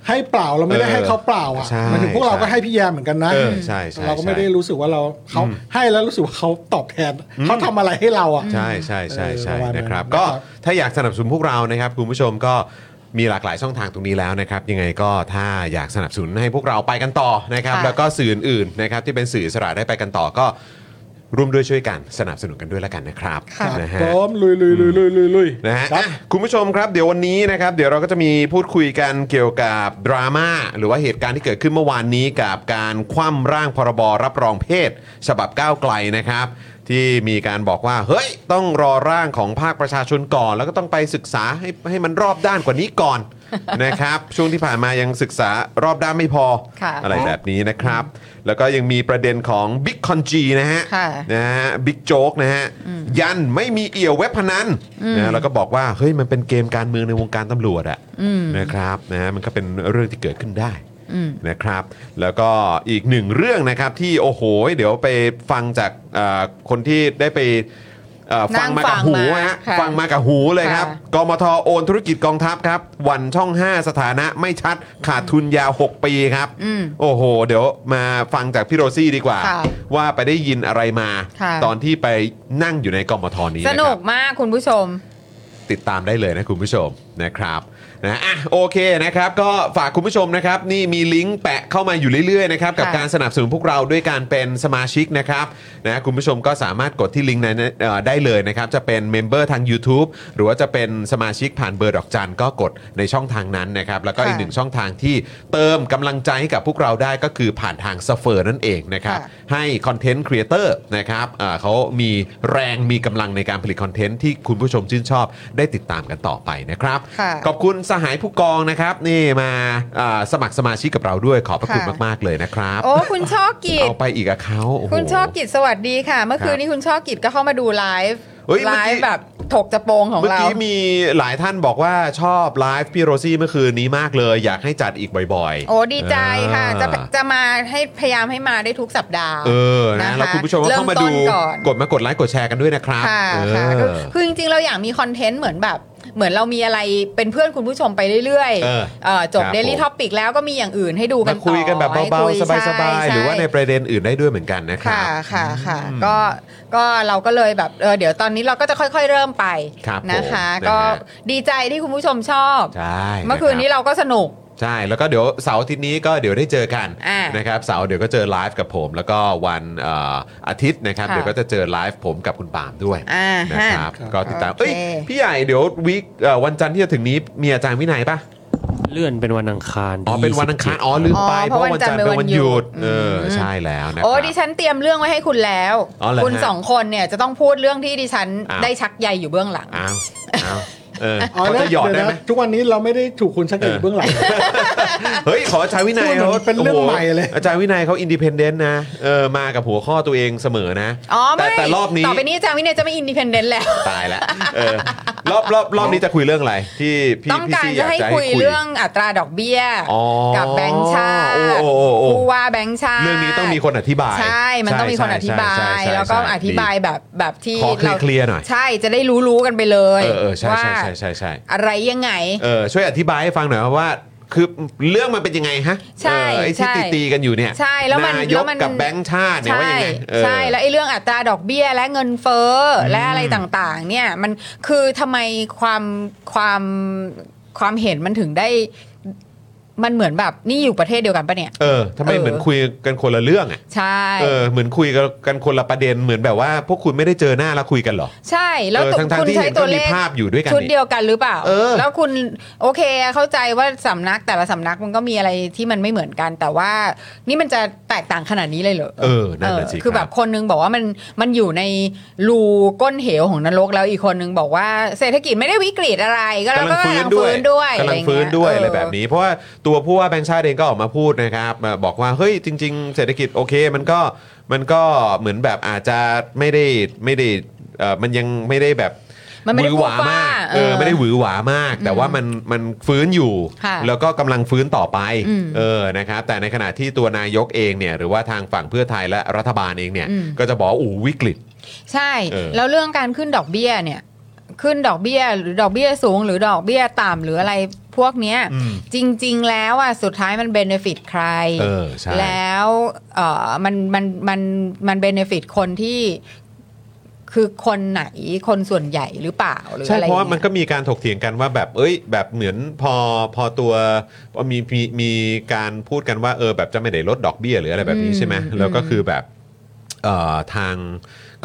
[SPEAKER 4] ให้เปล่าเราไม่ได้
[SPEAKER 1] เออ
[SPEAKER 4] ให้เขาเปล่าอ่ะ
[SPEAKER 1] ใช่
[SPEAKER 4] หมายถึงพวกเราก็ให้พี่แยมเหมือนกันนะ
[SPEAKER 1] เออใช่ใช่
[SPEAKER 4] เราก็ไม่
[SPEAKER 1] ใช่
[SPEAKER 4] ได้รู้สึกว่าเราเขาให้แล้วรู้สึกว่าเขาตอบแทนเขาทำอะไรให้เราอ่ะ
[SPEAKER 1] ใช่ใช่ใช่ใช่
[SPEAKER 4] เออประมาณนั้น
[SPEAKER 1] นะครับ
[SPEAKER 4] นะครับ
[SPEAKER 1] ก็ถ้าอยากสนับสนุนพวกเรานะครับ คุณผู้ชมก็มีหลากหลายช่องทางตรงนี้แล้วนะครับ ยังไงก็ถ้าอยากสนับสนุนให้พวกเราไปกันต่อนะครับ
[SPEAKER 3] ค่ะ
[SPEAKER 1] แล้วก็สื่ออื่นๆนะครับที่เป็นสื่ออิสระได้ไปกันต่อก็ ร่วมด้วยช่วยกันสนับสนุนกันด้วยละกันนะครับ
[SPEAKER 3] ค่ะ
[SPEAKER 1] นะ
[SPEAKER 4] พ
[SPEAKER 1] ฮะ
[SPEAKER 4] ร้อมลุยลุยลุยลุยลุยลุย
[SPEAKER 1] นะฮะ
[SPEAKER 4] ครั
[SPEAKER 1] อ่ะคุณผู้ชมครับเดี๋ยววันนี้นะครับเดี๋ยวเราก็จะมีพูดคุยกันเกี่ยวกับดราม่าหรือว่าเหตุการณ์ที่เกิดขึ้นเมื่อวานนี้กับการคว่ำร่างพรบรับรองเพศ ฉบับก้าวไกลนะครับ ที่มีการบอกว่าเฮ้ยต้องรอร่างของภาคประชาชนก่อน แล้วก็ต้องไปศึกษาให้ให้มันรอบด้านกว่านี้ก่อน นะครับ ช่วงที่ผ่านมายังศึกษารอบด้านไม่พอ
[SPEAKER 3] ค่ะ
[SPEAKER 1] อะไรแบบนี้นะครับ แล้วก็ยังมีประเด็นของบิ๊กคอนจีนะฮะ
[SPEAKER 3] ค่ะ
[SPEAKER 1] นะฮะบิ๊กโจ๊กนะฮะ ยันไม่มีเอี่ยวเว็บพนันนะฮะแล้วก็บอกว่า เฮ้ย มันเป็นเกมการเมืองในวงการตำรวจอะนะครับนะฮะมันก็เป็นเรื่องที่เกิดขึ้นได้นะครับ แล้วก็อีกหนึ่งเรื่องนะครับที่โอ้โห เดี๋ยวไปฟังจากเอ่อคนที่ได้ไปเอ่อฟังมากับหูฮะ
[SPEAKER 3] นั่ง
[SPEAKER 1] ฟั
[SPEAKER 3] ฟังมาค่ะ
[SPEAKER 1] งมากับหูเลยครับ
[SPEAKER 3] ค่ะ
[SPEAKER 1] กมทโอนธุรกิจกองทัพครับ วันช่อง 5 สถานะไม่ชัดขาดทุนยาว 6 ปีครับ
[SPEAKER 3] อืม
[SPEAKER 1] โอ้โห เดี๋ยวมาฟังจากพี่โรซี่ดีกว่า
[SPEAKER 3] ค่ะ
[SPEAKER 1] ว่าไปได้ยินอะไรมา
[SPEAKER 3] ค่ะ
[SPEAKER 1] ตอนที่ไปนั่งอยู่ในกมทนี้นะ
[SPEAKER 3] ส
[SPEAKER 1] ค
[SPEAKER 3] นุ
[SPEAKER 1] รั
[SPEAKER 3] ก
[SPEAKER 1] บ
[SPEAKER 3] มากคุณผู้ชม
[SPEAKER 1] ติดตามได้เลยนะคุณผู้ชมนะครับนะอ่ะโอเคนะครับ ก็ฝากคุณผู้ชมนะครับ นี่มีลิงก์แปะเข้ามาอยู่เรื่อยๆนะครับกับ
[SPEAKER 3] ค่ะ
[SPEAKER 1] การสนับสนุนพวกเราด้วยการเป็นสมาชิกนะครับนะคุณผู้ชมก็สามารถกดที่ลิงก์นั้นเอ่อได้เลยนะครับ จะเป็นเมมเบอร์ทาง YouTube หรือว่าจะเป็นสมาชิกผ่านเบอร์ดอกจันก็กดในช่องทางนั้นนะครับ แล้วก็อีกหนึ่ง
[SPEAKER 3] ค่ะ
[SPEAKER 1] ช่องทางที่เติมกำลังใจให้กับพวกเราได้ก็คือผ่านทางสเฟอร์นั่นเองนะครับ
[SPEAKER 3] ค่ะ
[SPEAKER 1] ให้คอนเทนต์ครีเอเตอร์นะครับอ่าเขามีแรงมีกำลังในการผลิตคอนเทนต์ที่คุณผู้ชมชื่นชอบได้ติดตามกันต่อไปนะครับ
[SPEAKER 3] ค่ะ
[SPEAKER 1] ขอบคุณสหายผู้กองนะครับ นี่มาอ่าสมัครสมาชิกกับเราด้วยขอบพระคุณ
[SPEAKER 3] ค่ะ
[SPEAKER 1] มาก ๆ เลยนะครับ
[SPEAKER 3] โอ้คุณชอบกิจ
[SPEAKER 1] เอาไปอีกอะเขาโอ้โห
[SPEAKER 3] คุณชอบกิจสวัสดีค่ะ เมื่อคืนนี้คุณชอบกิจก็เข้ามาดูไลฟ์
[SPEAKER 1] เฮ้ยเมื่
[SPEAKER 3] ไล
[SPEAKER 1] อกี้
[SPEAKER 3] ฟ์แบบถกจะโปงของ
[SPEAKER 1] เมื่อ
[SPEAKER 3] เรา
[SPEAKER 1] กี้มีหลายท่านบอกว่าชอบไลฟ์พี่โรซี่เมื่อคืนนี้มากเลย อยากให้จัดอีกบ่อยๆ
[SPEAKER 3] โอ้ดีใจค่ะ จะ
[SPEAKER 1] อ่า
[SPEAKER 3] จะมาให้พยายามให้มาได้ทุกสัปดาห์
[SPEAKER 1] เออ นะแล้ว
[SPEAKER 3] ะะ
[SPEAKER 1] คุณผู้ชมก็เข้ามาดู
[SPEAKER 3] ริ่ต้นก่อน
[SPEAKER 1] กดมากดไลค์กดแชร์กันด้วยนะครับ
[SPEAKER 3] ค่ะ
[SPEAKER 1] เออ
[SPEAKER 3] ค่ะคือคือจริงๆ เราอยากมีคอนเทนต์เหมือนแบบ เหมือนเรามีอะไรเป็นเพื่อนคุณผู้ชมไปเรื่อย
[SPEAKER 1] เออ
[SPEAKER 3] เอ่อจบ
[SPEAKER 1] ครับ
[SPEAKER 3] Daily Topic แล้วก็มีอย่างอื่นให้ดูกั
[SPEAKER 1] มาน
[SPEAKER 3] ต่อ
[SPEAKER 1] คุยกันแบบเบา
[SPEAKER 3] ให้คุย
[SPEAKER 1] ๆ สบาย
[SPEAKER 3] ใช่
[SPEAKER 1] ๆ หรือว่าใน
[SPEAKER 3] ใช่
[SPEAKER 1] ประเด็นอื่นได้ด้วยเหมือนกันนะครับ
[SPEAKER 3] ค่ะค่ะค่ะก็ก็เราก็เลยแบบเออเดี๋ยวตอนนี้เราก็จะค่อยๆ เริ่มไป
[SPEAKER 1] ครับ
[SPEAKER 3] นะคะ
[SPEAKER 1] ผม
[SPEAKER 3] ก็
[SPEAKER 1] นะฮะ
[SPEAKER 3] ดีใจที่คุณผู้ชมชอบ
[SPEAKER 1] ใช่
[SPEAKER 3] เมื่อคืนนี้
[SPEAKER 1] ะรับ
[SPEAKER 3] เราก็สนุก
[SPEAKER 1] ใช่แล้วก็เดี๋ยวเสาร์อาทิตย์นี้ก็เดี๋ยวได้เจอกัน
[SPEAKER 3] อ่าน
[SPEAKER 1] นะครับเสาร์เดี๋ยวก็เจอไลฟ์กับผม แล้วก็วันเอ่ออาทิตย์นะครับ
[SPEAKER 3] ค่ะ
[SPEAKER 1] เดี๋ยวก็จะเจอไลฟ์ผมกับคุณปาล์มด้วย
[SPEAKER 3] อ่า
[SPEAKER 1] นะ
[SPEAKER 3] ฮะ
[SPEAKER 1] ครับก็ติดตาม
[SPEAKER 3] โอเค
[SPEAKER 1] เอ้ยพี่ใหญ่เดี๋ยววีคเอ่อวันจันทร์ที่จะถึงนี้มีอาจารย์วินัยปะ
[SPEAKER 5] เลื่อนเป็นวันอังคาร
[SPEAKER 1] อ๋อเป็นวันอังคารอ๋อลืมไป
[SPEAKER 3] อ๋อ
[SPEAKER 1] เพราะวันจันทร์เป็นวันหยุด
[SPEAKER 3] อืม
[SPEAKER 1] เออใช่แล้วนะครับ
[SPEAKER 3] โอ้ดิฉันเตรียมเรื่องไว้ให้คุณแล้ว
[SPEAKER 1] อ๋อเหรอฮะ
[SPEAKER 3] คุณสองคนเนี่ยจะต้องพูดเรื่องที่ดิฉัน
[SPEAKER 1] อ้าว
[SPEAKER 3] ได้ชักใยอยู่เบื้องหลัง
[SPEAKER 1] อ้าวอ้าวเออ
[SPEAKER 4] เอา
[SPEAKER 1] เขา
[SPEAKER 4] แล้ว
[SPEAKER 1] จะหยอดได้
[SPEAKER 4] เดี๋ยว
[SPEAKER 1] ไหม
[SPEAKER 4] นะทุกวันนี้เราไม่ได้ถูกคุณชักเกตเบื้องหลัง
[SPEAKER 1] เฮ้ย ขออาจารย์วินัย
[SPEAKER 4] พูดเห
[SPEAKER 1] เขา
[SPEAKER 4] มือนเป็นเรื่อง
[SPEAKER 1] โโ
[SPEAKER 4] ใหม่เลย
[SPEAKER 1] อาจารย์วินัยเขาอินดิเพนเดนต์นะเออมากับหัวข้อตัวเองเสมอนะ
[SPEAKER 3] อ๋อ
[SPEAKER 1] แต่
[SPEAKER 3] ไม่
[SPEAKER 1] แต่รอบนี้
[SPEAKER 3] ต่อไปนี้อาจารย์วินัยจะไม่อินดิเพนเดนต์แล้ว
[SPEAKER 1] ตายแล้วเออรอบรอบรอบนี้จะคุยเรื่องอะไร ที่พี่
[SPEAKER 3] ต้อง
[SPEAKER 1] พี่
[SPEAKER 3] การ
[SPEAKER 1] ซี่อ
[SPEAKER 3] จะ
[SPEAKER 1] ยาก
[SPEAKER 3] ให้
[SPEAKER 1] จะให้
[SPEAKER 3] คุ
[SPEAKER 1] คุ
[SPEAKER 3] ย
[SPEAKER 1] ย
[SPEAKER 3] เรื่องอัตราดอกเบี้ย
[SPEAKER 1] อ๋อ
[SPEAKER 3] กับแบงค์ชาติ
[SPEAKER 1] โอ้โอ้โอ้โอ้
[SPEAKER 3] ผู้ว่าแบงค์ชาติ
[SPEAKER 1] เรื่องนี้ต้องมีคนอธิบาย
[SPEAKER 3] ใช่ มันต้องมีคนอธิบา
[SPEAKER 1] ใช่
[SPEAKER 3] ย
[SPEAKER 1] ใช่ใช่
[SPEAKER 3] แล้วก็
[SPEAKER 1] ใช่
[SPEAKER 3] อธิบาย
[SPEAKER 1] ดี
[SPEAKER 3] แบบแบบที่
[SPEAKER 1] ขอเคลียร์เคลียร์หน่อย
[SPEAKER 3] ใช่จะได้รู้ๆกันไปเลย
[SPEAKER 1] เออเออใช่
[SPEAKER 3] ว่า
[SPEAKER 1] ใช่ใช่ใช่ใช่
[SPEAKER 3] อะไรยังไง
[SPEAKER 1] เออช่วยอธิบายให้ฟังหน่อยว่าคือเรื่องมันเป็นยังไงฮะ
[SPEAKER 3] ใช่
[SPEAKER 1] เออไอ้ที่
[SPEAKER 3] ใช่
[SPEAKER 1] ตีตีกันอยู่เนี่ย
[SPEAKER 3] ใช่แล้วมัน
[SPEAKER 1] นาย
[SPEAKER 3] แล้
[SPEAKER 1] ก
[SPEAKER 3] วมัน
[SPEAKER 1] กับแบงค์ชาติเนี่ยว่า
[SPEAKER 3] ใช่
[SPEAKER 1] ยังไงเออ
[SPEAKER 3] ใช่แล้วไอ้เรื่องอัตราดอกเบี้ยและเงินเฟ้ออและอะไรต่างๆ เนี่ยมันคือทำไมความความความเห็นมันถึงได้ มันเหมือนแบบนี่อยู่ประเทศเดียวกันปะเนี่ย
[SPEAKER 1] เออทำไม
[SPEAKER 3] เออ
[SPEAKER 1] เหมือนคุยกันคนละเรื่องอ่ะ
[SPEAKER 3] ใช่
[SPEAKER 1] เออเหมือนคุยกันคนละประเด็นเหมือนแบบว่า พวกคุณไม่ได้เจอหน้าแล้วคุยกันเหรอ
[SPEAKER 3] ใช่ แล้ว
[SPEAKER 1] เออ
[SPEAKER 3] ตุ
[SPEAKER 1] ทั้งๆ
[SPEAKER 3] คุณ
[SPEAKER 1] ที่
[SPEAKER 3] ใช้
[SPEAKER 1] เห็นก็
[SPEAKER 3] ตัวเล
[SPEAKER 1] มี
[SPEAKER 3] ข
[SPEAKER 1] ภาพอยู่ด้วยกัน
[SPEAKER 3] ชุด
[SPEAKER 1] นี่
[SPEAKER 3] เดียวกันหรือเปล่า
[SPEAKER 1] เออ
[SPEAKER 3] แล้วคุณโอเคเข้าใจว่าสำนักแต่ละสำนักมันก็มีอะไรที่มันไม่เหมือนกัน แต่ว่านี่มันจะแตกต่างขนาดนี้เลยเหรอ
[SPEAKER 1] เออนั่นน่ะ
[SPEAKER 3] เออ
[SPEAKER 1] สิ
[SPEAKER 3] คือแบบคนนึงบอกว่ามันมันอยู่ในรูก้นเหวของนรกแล้วอีกคนนึงบอกว่าเศรษฐกิจไม่ได้วิกฤตอะไรก็
[SPEAKER 1] กำ
[SPEAKER 3] เรา
[SPEAKER 1] ลั
[SPEAKER 3] ก็
[SPEAKER 1] งฟื้
[SPEAKER 3] กำ
[SPEAKER 1] น
[SPEAKER 3] ลัง
[SPEAKER 1] ด้วย
[SPEAKER 3] ฟื้น
[SPEAKER 1] กำ
[SPEAKER 3] ด้วย
[SPEAKER 1] ลังฟื้นด้วยอะไรแบบ
[SPEAKER 3] เ
[SPEAKER 1] นี้ เพราะว่าตัวผู้ว่าแบงค์ชาติเองก็ออกมาพูดนะครับมาบอกว่าเฮ้ยจริง ๆ เศรษฐกิจโอเค มันก็มันก็เหมือนแบบอาจจะไม่ได้ไม่ได้เออมันยังไม่ได้แบบ
[SPEAKER 3] มันไม่ได้
[SPEAKER 1] หวือหวา
[SPEAKER 3] ฟูฟ่าม
[SPEAKER 1] าก
[SPEAKER 3] เออ
[SPEAKER 1] เออไม่ได้หวือหวามาก แต่ว่ามันมันฟื้นอยู่
[SPEAKER 3] ค่ะ
[SPEAKER 1] แล้วก็กำลังฟื้นต่อไป
[SPEAKER 3] อืม
[SPEAKER 1] เออนะครับแต่ในขณะที่ตัวนายกเองเนี่ยหรือว่าทางฝั่งเพื่อไทยและรัฐบาลเองเนี่ย
[SPEAKER 3] อืม
[SPEAKER 1] ก็จะบอกว่าอู้วิกฤต
[SPEAKER 3] ใช่
[SPEAKER 1] เออ
[SPEAKER 3] แล้วเรื่องการขึ้นดอกเบี้ยเนี่ย ขึ้นดอกเบี้ยหรือดอกเบี้ยสูง หรือดอกเบี้ยต่ำหรืออะไรพวกเนี้ย จริง ๆ แล้วอ่ะสุดท้ายมันเบนฟิตใคร
[SPEAKER 1] เออใช่
[SPEAKER 3] แล้วเออมันมันมันมันเบนฟิตคนที่คือคนไหนคนส่วนใหญ่หรือเปล่าหรือ
[SPEAKER 1] ใช่
[SPEAKER 3] อะไร
[SPEAKER 1] เพราะว่ามัน
[SPEAKER 3] เงี้ย
[SPEAKER 1] ก็มีการถกเถียงกันว่าแบบเอ้ย แบบเหมือนพอพอตัวพอมีมีมีการพูดกันว่าเออแบบจะไม่ได้ลดดอกเบี้ยหรืออะไรแบบนี้
[SPEAKER 3] อืม
[SPEAKER 1] ใช่ไหม
[SPEAKER 3] อืม
[SPEAKER 1] แล้วก็คือแบบ เอ่อทาง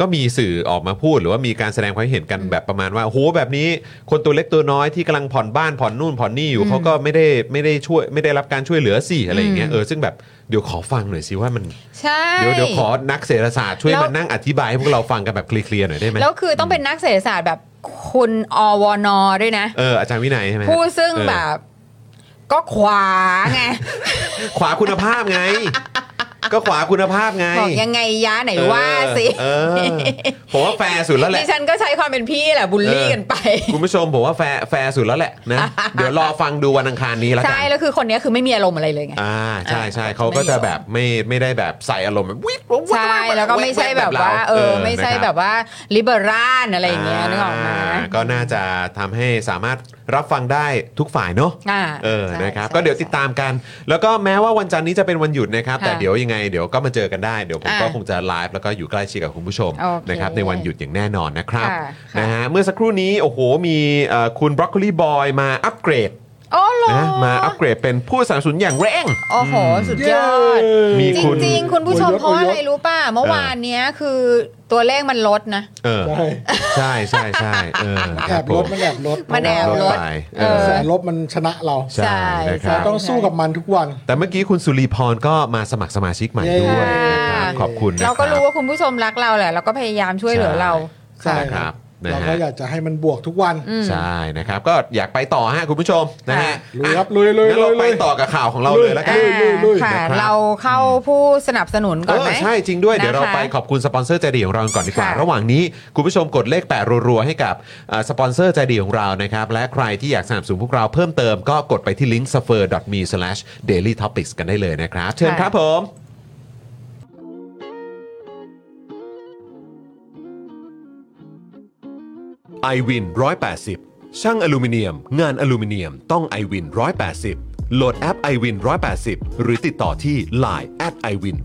[SPEAKER 1] ก็มีสื่อออกมาพูดหรือว่ามีการแสดงความเห็นกันแบบประมาณว่าโอ้โหแบบนี้คนตัวเล็กตัวน้อยที่กำลังผ่อนบ้านผ่อนนู่นผ่อนนี่อยู่เขาก็ไม่ได้ไม่ได้ช่วยไม่ได้รับการช่วยเหลือสิอะไรอย่างเงี้ยเออซึ่งแบบเดี๋ยวขอฟังหน่อยสิว่ามัน
[SPEAKER 3] ใช่
[SPEAKER 1] เดี๋ยวเดี๋ยวขอนักเศรษฐศาสตร์ช่วย
[SPEAKER 3] แล้ว
[SPEAKER 1] มานั่งอธิบายให้พวกเราฟังกันแบบเคลียร์ๆหน่อยได้ไหม
[SPEAKER 3] แล้วคือต้องเป็นนักเศรษฐศาสตร์แบบคุณอวนอด้วยนะ
[SPEAKER 1] เอออาจารย์วินัยใช่ไหมฮะ
[SPEAKER 3] ผู้ซึ่ง
[SPEAKER 1] เออ
[SPEAKER 3] แบบก็ขวาไง
[SPEAKER 1] ขวาคุณภาพไง ก็ขวาคุณภาพไง
[SPEAKER 3] บอกยังไงยะไหนว่าสิ
[SPEAKER 1] เออเออผมว่าแฟร์สุดแล้วแห
[SPEAKER 3] ดิ
[SPEAKER 1] ละ
[SPEAKER 3] ฉันก็ใช้ความเป็นพี่แหละบูลลี่กันไป
[SPEAKER 1] คุณผู้ชมผมว่าแฟร์แฟร์สุดแล้วแหละนะ เดี๋ยวรอฟังดูวันอังคารนี้แล้วกั
[SPEAKER 3] ใช่แล้วคือคนเนี้ยคือไม่มีอารมณ์อะไรเลยไง
[SPEAKER 1] อ่าใช่ใช่เขาก็จะแบบไม่ไม่ได้แบบใส่อารมณ์แบบวิบวับวับ
[SPEAKER 3] ใช่แล้วก็ไม่ใช่แบบว่า เออ ไม่ใช่แบบว่าลิเบอรัลอะไรอย่างเงี้ยนึกออกไหม
[SPEAKER 1] าก็น่าจะทำให้สามารถรับฟังได้ทุกฝ่ายเนาะ
[SPEAKER 3] อ่า
[SPEAKER 1] เออ
[SPEAKER 3] ใช่
[SPEAKER 1] นะครับ
[SPEAKER 3] ใช่
[SPEAKER 1] ก็เดี๋ยวติดตามกัน แล้วก็แม้ว่าวันจันทร์นี้จะเป็นวันหยุดนะครับ
[SPEAKER 3] ค่ะ
[SPEAKER 1] แต่เดี๋ยวยังไงเดี๋ยวก็มาเจอกันได้เดี๋ยวผม
[SPEAKER 3] อ่า
[SPEAKER 1] ก็คงจะไลฟ์แล้วก็อยู่ใกล้ชิดกับคุณผู้ชม
[SPEAKER 3] โอเค
[SPEAKER 1] นะครับในวันหยุดอย่างแน่นอนนะครับ
[SPEAKER 3] ค่ะค่ะ
[SPEAKER 1] นะฮะเมื่อสักครู่นี้โอ้โหมีเอ่อคุณบรอกโคลีบอยมาอัปเกรด
[SPEAKER 3] โอ้โหรอ
[SPEAKER 1] นะมาอัปเกรดเป็นผู้สนับสนุนอย่างเร่ง
[SPEAKER 3] โอ้โห สุดยอด
[SPEAKER 1] มี
[SPEAKER 3] จ
[SPEAKER 1] คุณ
[SPEAKER 3] ริง ๆ คุณผู้ชม
[SPEAKER 4] อวยยศ
[SPEAKER 3] เพราะอะไรรู้ป่ะ เมื่อวานเนี้ยคือตัวเลขมันลดนะ
[SPEAKER 1] เอ อ
[SPEAKER 4] ใช่
[SPEAKER 1] ใช่ใช่ใช่เออค
[SPEAKER 4] แอ
[SPEAKER 1] รับบ ผ
[SPEAKER 4] ลด
[SPEAKER 1] ม
[SPEAKER 4] มันแอบลด
[SPEAKER 3] มันแอบลด
[SPEAKER 1] ไป
[SPEAKER 3] เออ
[SPEAKER 4] แสนลบมันชนะเรา
[SPEAKER 1] ใช่นะครับ
[SPEAKER 4] ต้องสู้กับมันทุกวัน
[SPEAKER 1] แต่เมื่อกี้คุณสุรีพรก็มาสมัครสมาชิกใหม่ด้วยนะครับ
[SPEAKER 3] เย้
[SPEAKER 1] ขอบคุณนะค
[SPEAKER 3] เรา
[SPEAKER 1] บ
[SPEAKER 3] ก็รู้ว่าคุณผู้ชมรักเราแหละ เราก็พยายามช่วยเหลือเรา
[SPEAKER 1] ใช่ครับนะ
[SPEAKER 4] เรา
[SPEAKER 1] ฮะ
[SPEAKER 4] ก็อยากจะให้มันบวกทุกวัน
[SPEAKER 1] ใช่นะครับ ก็อยากไปต่อฮะคุณผู้ชมนะฮะ
[SPEAKER 4] ลุยครับ
[SPEAKER 1] อ่ะ
[SPEAKER 4] ลุยลุย
[SPEAKER 1] งั้นเรา
[SPEAKER 4] ลุย
[SPEAKER 1] ไป
[SPEAKER 4] ลุย
[SPEAKER 1] ต่อกับข่าวของเราเลยแล้วกัน
[SPEAKER 3] อ่า
[SPEAKER 4] ลุยๆ
[SPEAKER 3] ค่ะ
[SPEAKER 1] นะครับ
[SPEAKER 3] เราเข้าผู้สนับสนุนก่
[SPEAKER 1] เอ
[SPEAKER 3] อน
[SPEAKER 1] อ
[SPEAKER 3] ไหม
[SPEAKER 1] ใช่จริงด้วยเดี๋ยวเราไปขอบคุณสปอนเซอร์ใจดีของเราก่อนดีกว่า
[SPEAKER 3] ค่ะ
[SPEAKER 1] ระหว่างนี้คุณผู้ชมกดเลขแปดรัวๆให้กับเอ่อสปอนเซอร์ใจดีของเรานะครับ และใครที่อยากสนับสนุนพวกเราเพิ่มเติมก็กดไปที่ลิงก์ s u f e r m e d a i l y t o p i c s กันได้เลยนะครับ เชิญ
[SPEAKER 3] ค่ะ
[SPEAKER 1] ครับผม
[SPEAKER 6] i w วิน180 ช่างอลูมิเนียม งานอลูมิเนียมต้อง i w วิน180 โหลดแอป i w วิน180 หรือติดต่อที่ Line at i w วิน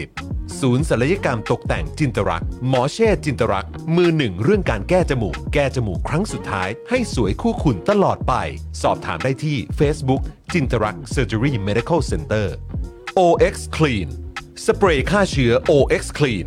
[SPEAKER 6] 180 ศูนย์ศัลยกรรมตกแต่งจินตรัก หมอเช่จินตรัก มือหนึ่งเรื่องการแก้จมูก แก้จมูกครั้งสุดท้าย ให้สวยคู่คุณตลอดไป สอบถามได้ที่ Facebook จินตรัก Surgery Medical Center OX Clean สเปรย์ฆ่าเชื้อ OX Clean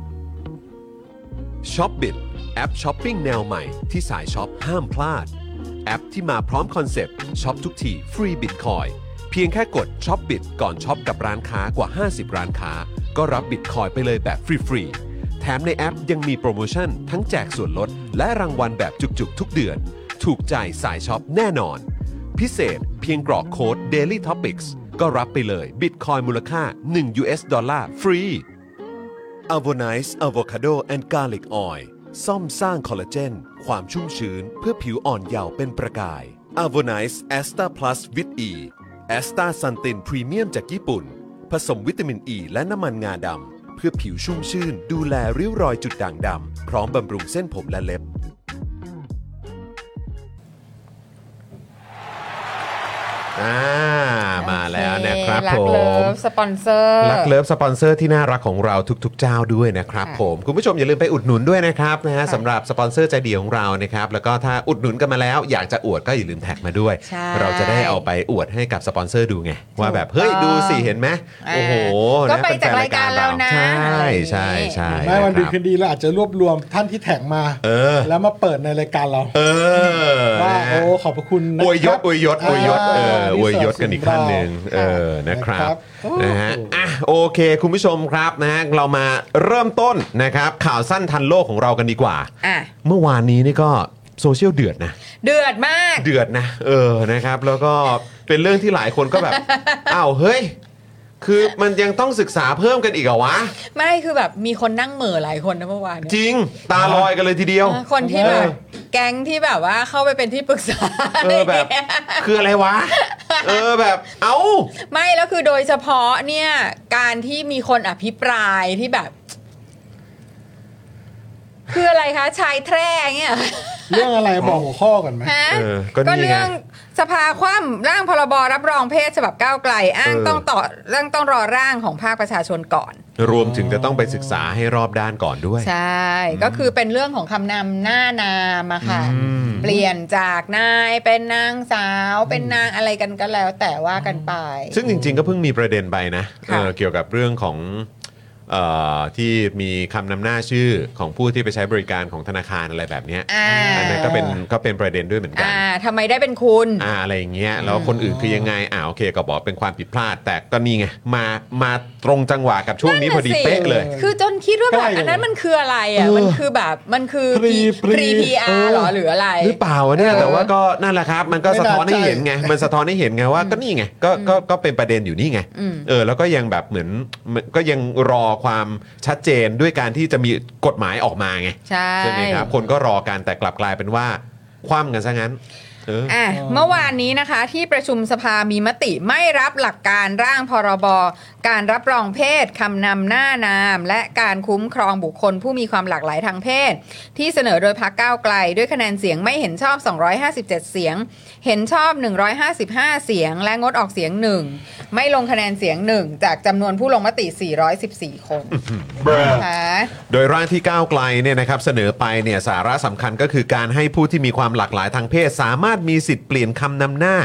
[SPEAKER 6] s h o p b i t แอปช้อปปิ้งแนวใหม่ที่สายช็อปห้ามพลาด แอปที่มาพร้อมคอนเซปต์ช็อปทุกที่ฟรีบิตคอยเพียงแค่กด s h o p b i t ก่อนช็อปกับร้านค้ากว่า 50 ร้านค้า ก็รับบิตคอยไปเลยแบบฟรี ๆ แถมในแอปยังมีโปรโมชั่น ทั้งแจกส่วนลด และรางวัลแบบจุก ๆ ทุกเดือน ถูกใจสายช็อปแน่นอน พิเศษเพียงกรอกโค้ด daily topics ก็รับไปเลยบิตคอยมูลค่า 1 US ดอลลาร์ฟรี a v o n i c e Avocado and Garlic Oil ซ่อมสร้างคอลลาเจน ความชุ่มชื้นเพื่อผิวอ่อนเยาว์เป็นประกาย a v o n i c e a s t a Plus with E a s t a s u n t i n Premium จากญี่ปุ่น ผสมวิตามินอ e ีและน้ำมันงาดำ เพื่อผิวชุ่มชื่น ดูแลริ้วรอยจุดด่างดำ พร้อมบำรุงเส้นผมและเล็บ
[SPEAKER 1] อ่ามาแล้วนะครับ
[SPEAKER 3] โอ
[SPEAKER 1] ผ
[SPEAKER 3] เรักเลิ
[SPEAKER 1] ม
[SPEAKER 3] ฟสปอนเซอร์
[SPEAKER 1] รักเลิฟสปอนเซอร์ที่น่ารักของเราทุกๆ เจ้าด้วยนะครับ
[SPEAKER 3] ค่ะ
[SPEAKER 1] ผมคุณผู้ชมอย่าลืมไปอุดหนุนด้วยนะครับนะฮะ
[SPEAKER 3] ค่ะ
[SPEAKER 1] สำหรับสปอนเซอร์ใจดีของเรานะครับแล้วก็ถ้าอุดหนุนกันมาแล้ว อยากจะอวดก็อย่าลืมแท็กมาด้วย
[SPEAKER 3] ใช่
[SPEAKER 1] เราจะได้เอาไปอวดให้กับสปอนเซอร์ดูไง ว่าแบบเฮ้ย
[SPEAKER 3] ต้อง
[SPEAKER 1] ดูสิเห็นไหมโอ้โห
[SPEAKER 3] อ่าก็ไป
[SPEAKER 1] นะเนแฟน
[SPEAKER 3] จากรายการเรานะ
[SPEAKER 1] ใช่
[SPEAKER 3] อะไรอย่างงี้
[SPEAKER 1] ใช่ใช่
[SPEAKER 4] ไม่วันดี
[SPEAKER 1] ะค
[SPEAKER 4] คื
[SPEAKER 1] รับ
[SPEAKER 4] นดีเราอาจจะรวบรวมท่านที่แท็กมา
[SPEAKER 1] เออ
[SPEAKER 4] แล้วมาเปิดในรายการเรา
[SPEAKER 1] เออ
[SPEAKER 4] ว่า
[SPEAKER 1] นะ
[SPEAKER 4] โอ้ขอบพระคุณนะ
[SPEAKER 1] อวยยศ
[SPEAKER 4] ครับ
[SPEAKER 1] อวยยศอวยยศ
[SPEAKER 4] า
[SPEAKER 1] เอออวยยศ
[SPEAKER 4] ที่
[SPEAKER 1] กันอีกขั้นหนึ่ง
[SPEAKER 4] สบส
[SPEAKER 1] เออนะค
[SPEAKER 4] เา
[SPEAKER 1] รับ
[SPEAKER 4] โอ้
[SPEAKER 1] นะฮะ อ่ะ โอเค คุณผู้ชมครับนะฮะ เรามาเริ่มต้นนะครับ ข่าวสั้นทันโลกของเรากันดีกว่า
[SPEAKER 3] อ่ะ
[SPEAKER 1] เมื่อวานนี้นี่ก็โซเชียลเดือดนะ
[SPEAKER 3] เดือดมาก
[SPEAKER 1] เดือดนะ เออ นะครับ แล้วก็เป็นเรื่องที่หลายคนก็แบบ อ้าว เฮ้ย คือมันยังต้องศึกษาเพิ่มกันอีกเหรอวะ
[SPEAKER 3] ไม่คือแบบมีคนนั่งเหม่อหลายคนนะเมื่อวานเนี่ย
[SPEAKER 1] จริง ตาลอยกันเลยทีเดียว
[SPEAKER 3] อ่ะคนที่
[SPEAKER 4] เอ
[SPEAKER 3] แบ
[SPEAKER 4] อ
[SPEAKER 3] บแก๊งที่แบบว่าเข้าไปเป็นที่ปรึกษา
[SPEAKER 1] เออ แบบ คืออะไรวะ เออ แบบ เอ้า
[SPEAKER 3] ไม่แล้วคือโดยเฉพาะเนี่ยการที่มีคนอภิปรายที่แบบ คืออะไรคะชายแทร่เงี้ย
[SPEAKER 4] เรื่องอะไรบอกหัวข้อก่อนไหม
[SPEAKER 3] ฮะ
[SPEAKER 1] เออก็นี่ไง
[SPEAKER 3] ก็เรื่องสภาคว่ำร่างพรบรับรองเพศฉบับก้าวไกล อ้าง
[SPEAKER 1] เออ
[SPEAKER 3] ต้องต่อร่างต้องรอร่างของภาคประชาชนก่อน
[SPEAKER 1] รวมถึงจะต้องไปศึกษาให้รอบด้านก่อนด้วย
[SPEAKER 3] ใช่ ก็คือเป็นเรื่องของคำนำหน้านามอะค่ะ
[SPEAKER 1] อืม
[SPEAKER 3] เปลี่ยนจากนายเป็นนางสาว เป็นนางอะไรกันก็แล้ว แต่ว่ากันไป
[SPEAKER 1] ซึ่งจริงๆ ก็เพิ่งมีประเด็นไปนะ
[SPEAKER 3] ค่ะ
[SPEAKER 1] เออเกี่ยวกับเรื่องของเออที่มีคำนำหน้าชื่อของผู้ที่ไปใช้บริการของธนาคารอะไรแบบเนี้ย
[SPEAKER 3] อ่า
[SPEAKER 1] นนั้นก็เป็นก็เป็นประเด็นด้วยเหมือนกัน
[SPEAKER 3] อ่าทำไมได้เป็นคุณ
[SPEAKER 1] อ่าอะไรอย่างเงี้ยแล้วคนอื่นคือยังไงอ่าโอเคก็บอกเป็นความผิดพลาด แต่ก็นี่ไงมามาตรงจังหวะกับช่วงนี้พอดี
[SPEAKER 3] นั่นน่ะสิ
[SPEAKER 1] เป๊ะเลย
[SPEAKER 3] คือจนคิดว่าแบ
[SPEAKER 4] ใก
[SPEAKER 3] บ
[SPEAKER 4] ล้เลย
[SPEAKER 3] อันนั้นมันคืออะไรอ่ะ
[SPEAKER 4] เออ
[SPEAKER 3] มันคือแบบมันคือ
[SPEAKER 4] พรีพรี
[SPEAKER 3] พีอาร์หรอหรืออะไร
[SPEAKER 1] หรือเปล่าวะเนี่ยแต่ว่าก็นั่นแหละครับ มันก็
[SPEAKER 4] ไม่
[SPEAKER 1] สะท้อน
[SPEAKER 4] น่า
[SPEAKER 1] ให้
[SPEAKER 4] ใจ
[SPEAKER 1] เห็นไงมันสะท้อนให้เห็นไงว่าก็นี่ไงก็ก็ก็เป็นประเด็นอยู่นี่ไง
[SPEAKER 3] อืม
[SPEAKER 1] เออแล้วก็ยังแบบเหมือนก็ยังรอความชัดเจนด้วยการที่จะมีกฎหมายออกมาไง
[SPEAKER 3] ใช่
[SPEAKER 1] ใช่ไหมครับคนก็รอกันแต่กลับกลายเป็นว่าคว่ำกันซะงั้นเออ
[SPEAKER 3] อ่ะเมื่อวานนี้นะคะที่ประชุมสภามีมติไม่รับหลักการร่างพรบ การรับรองเพศคำนำหน้านาม และการคุ้มครองบุคคลผู้มีความหลากหลายทางเพศ ที่เสนอโดยพรรคก้าวไกล ด้วยคะแนนเสียงไม่เห็นชอบ 257 เสียง เห็นชอบ 155 เสียง และงดออกเสียงหนึ่งไม่ลงคะแนนเสียงหนึ่งจากจำนวนผู้ลงมติ 414 คนนะคะ
[SPEAKER 1] โดยร่างที่ก้าวไกลเนี่ยนะครับเสนอไปเนี่ยสาระสำคัญก็คือการให้ผู้ที่มีความหลากหลายทางเพศ สามารถมีสิทธิ์เปลี่ยนคำนำหน้า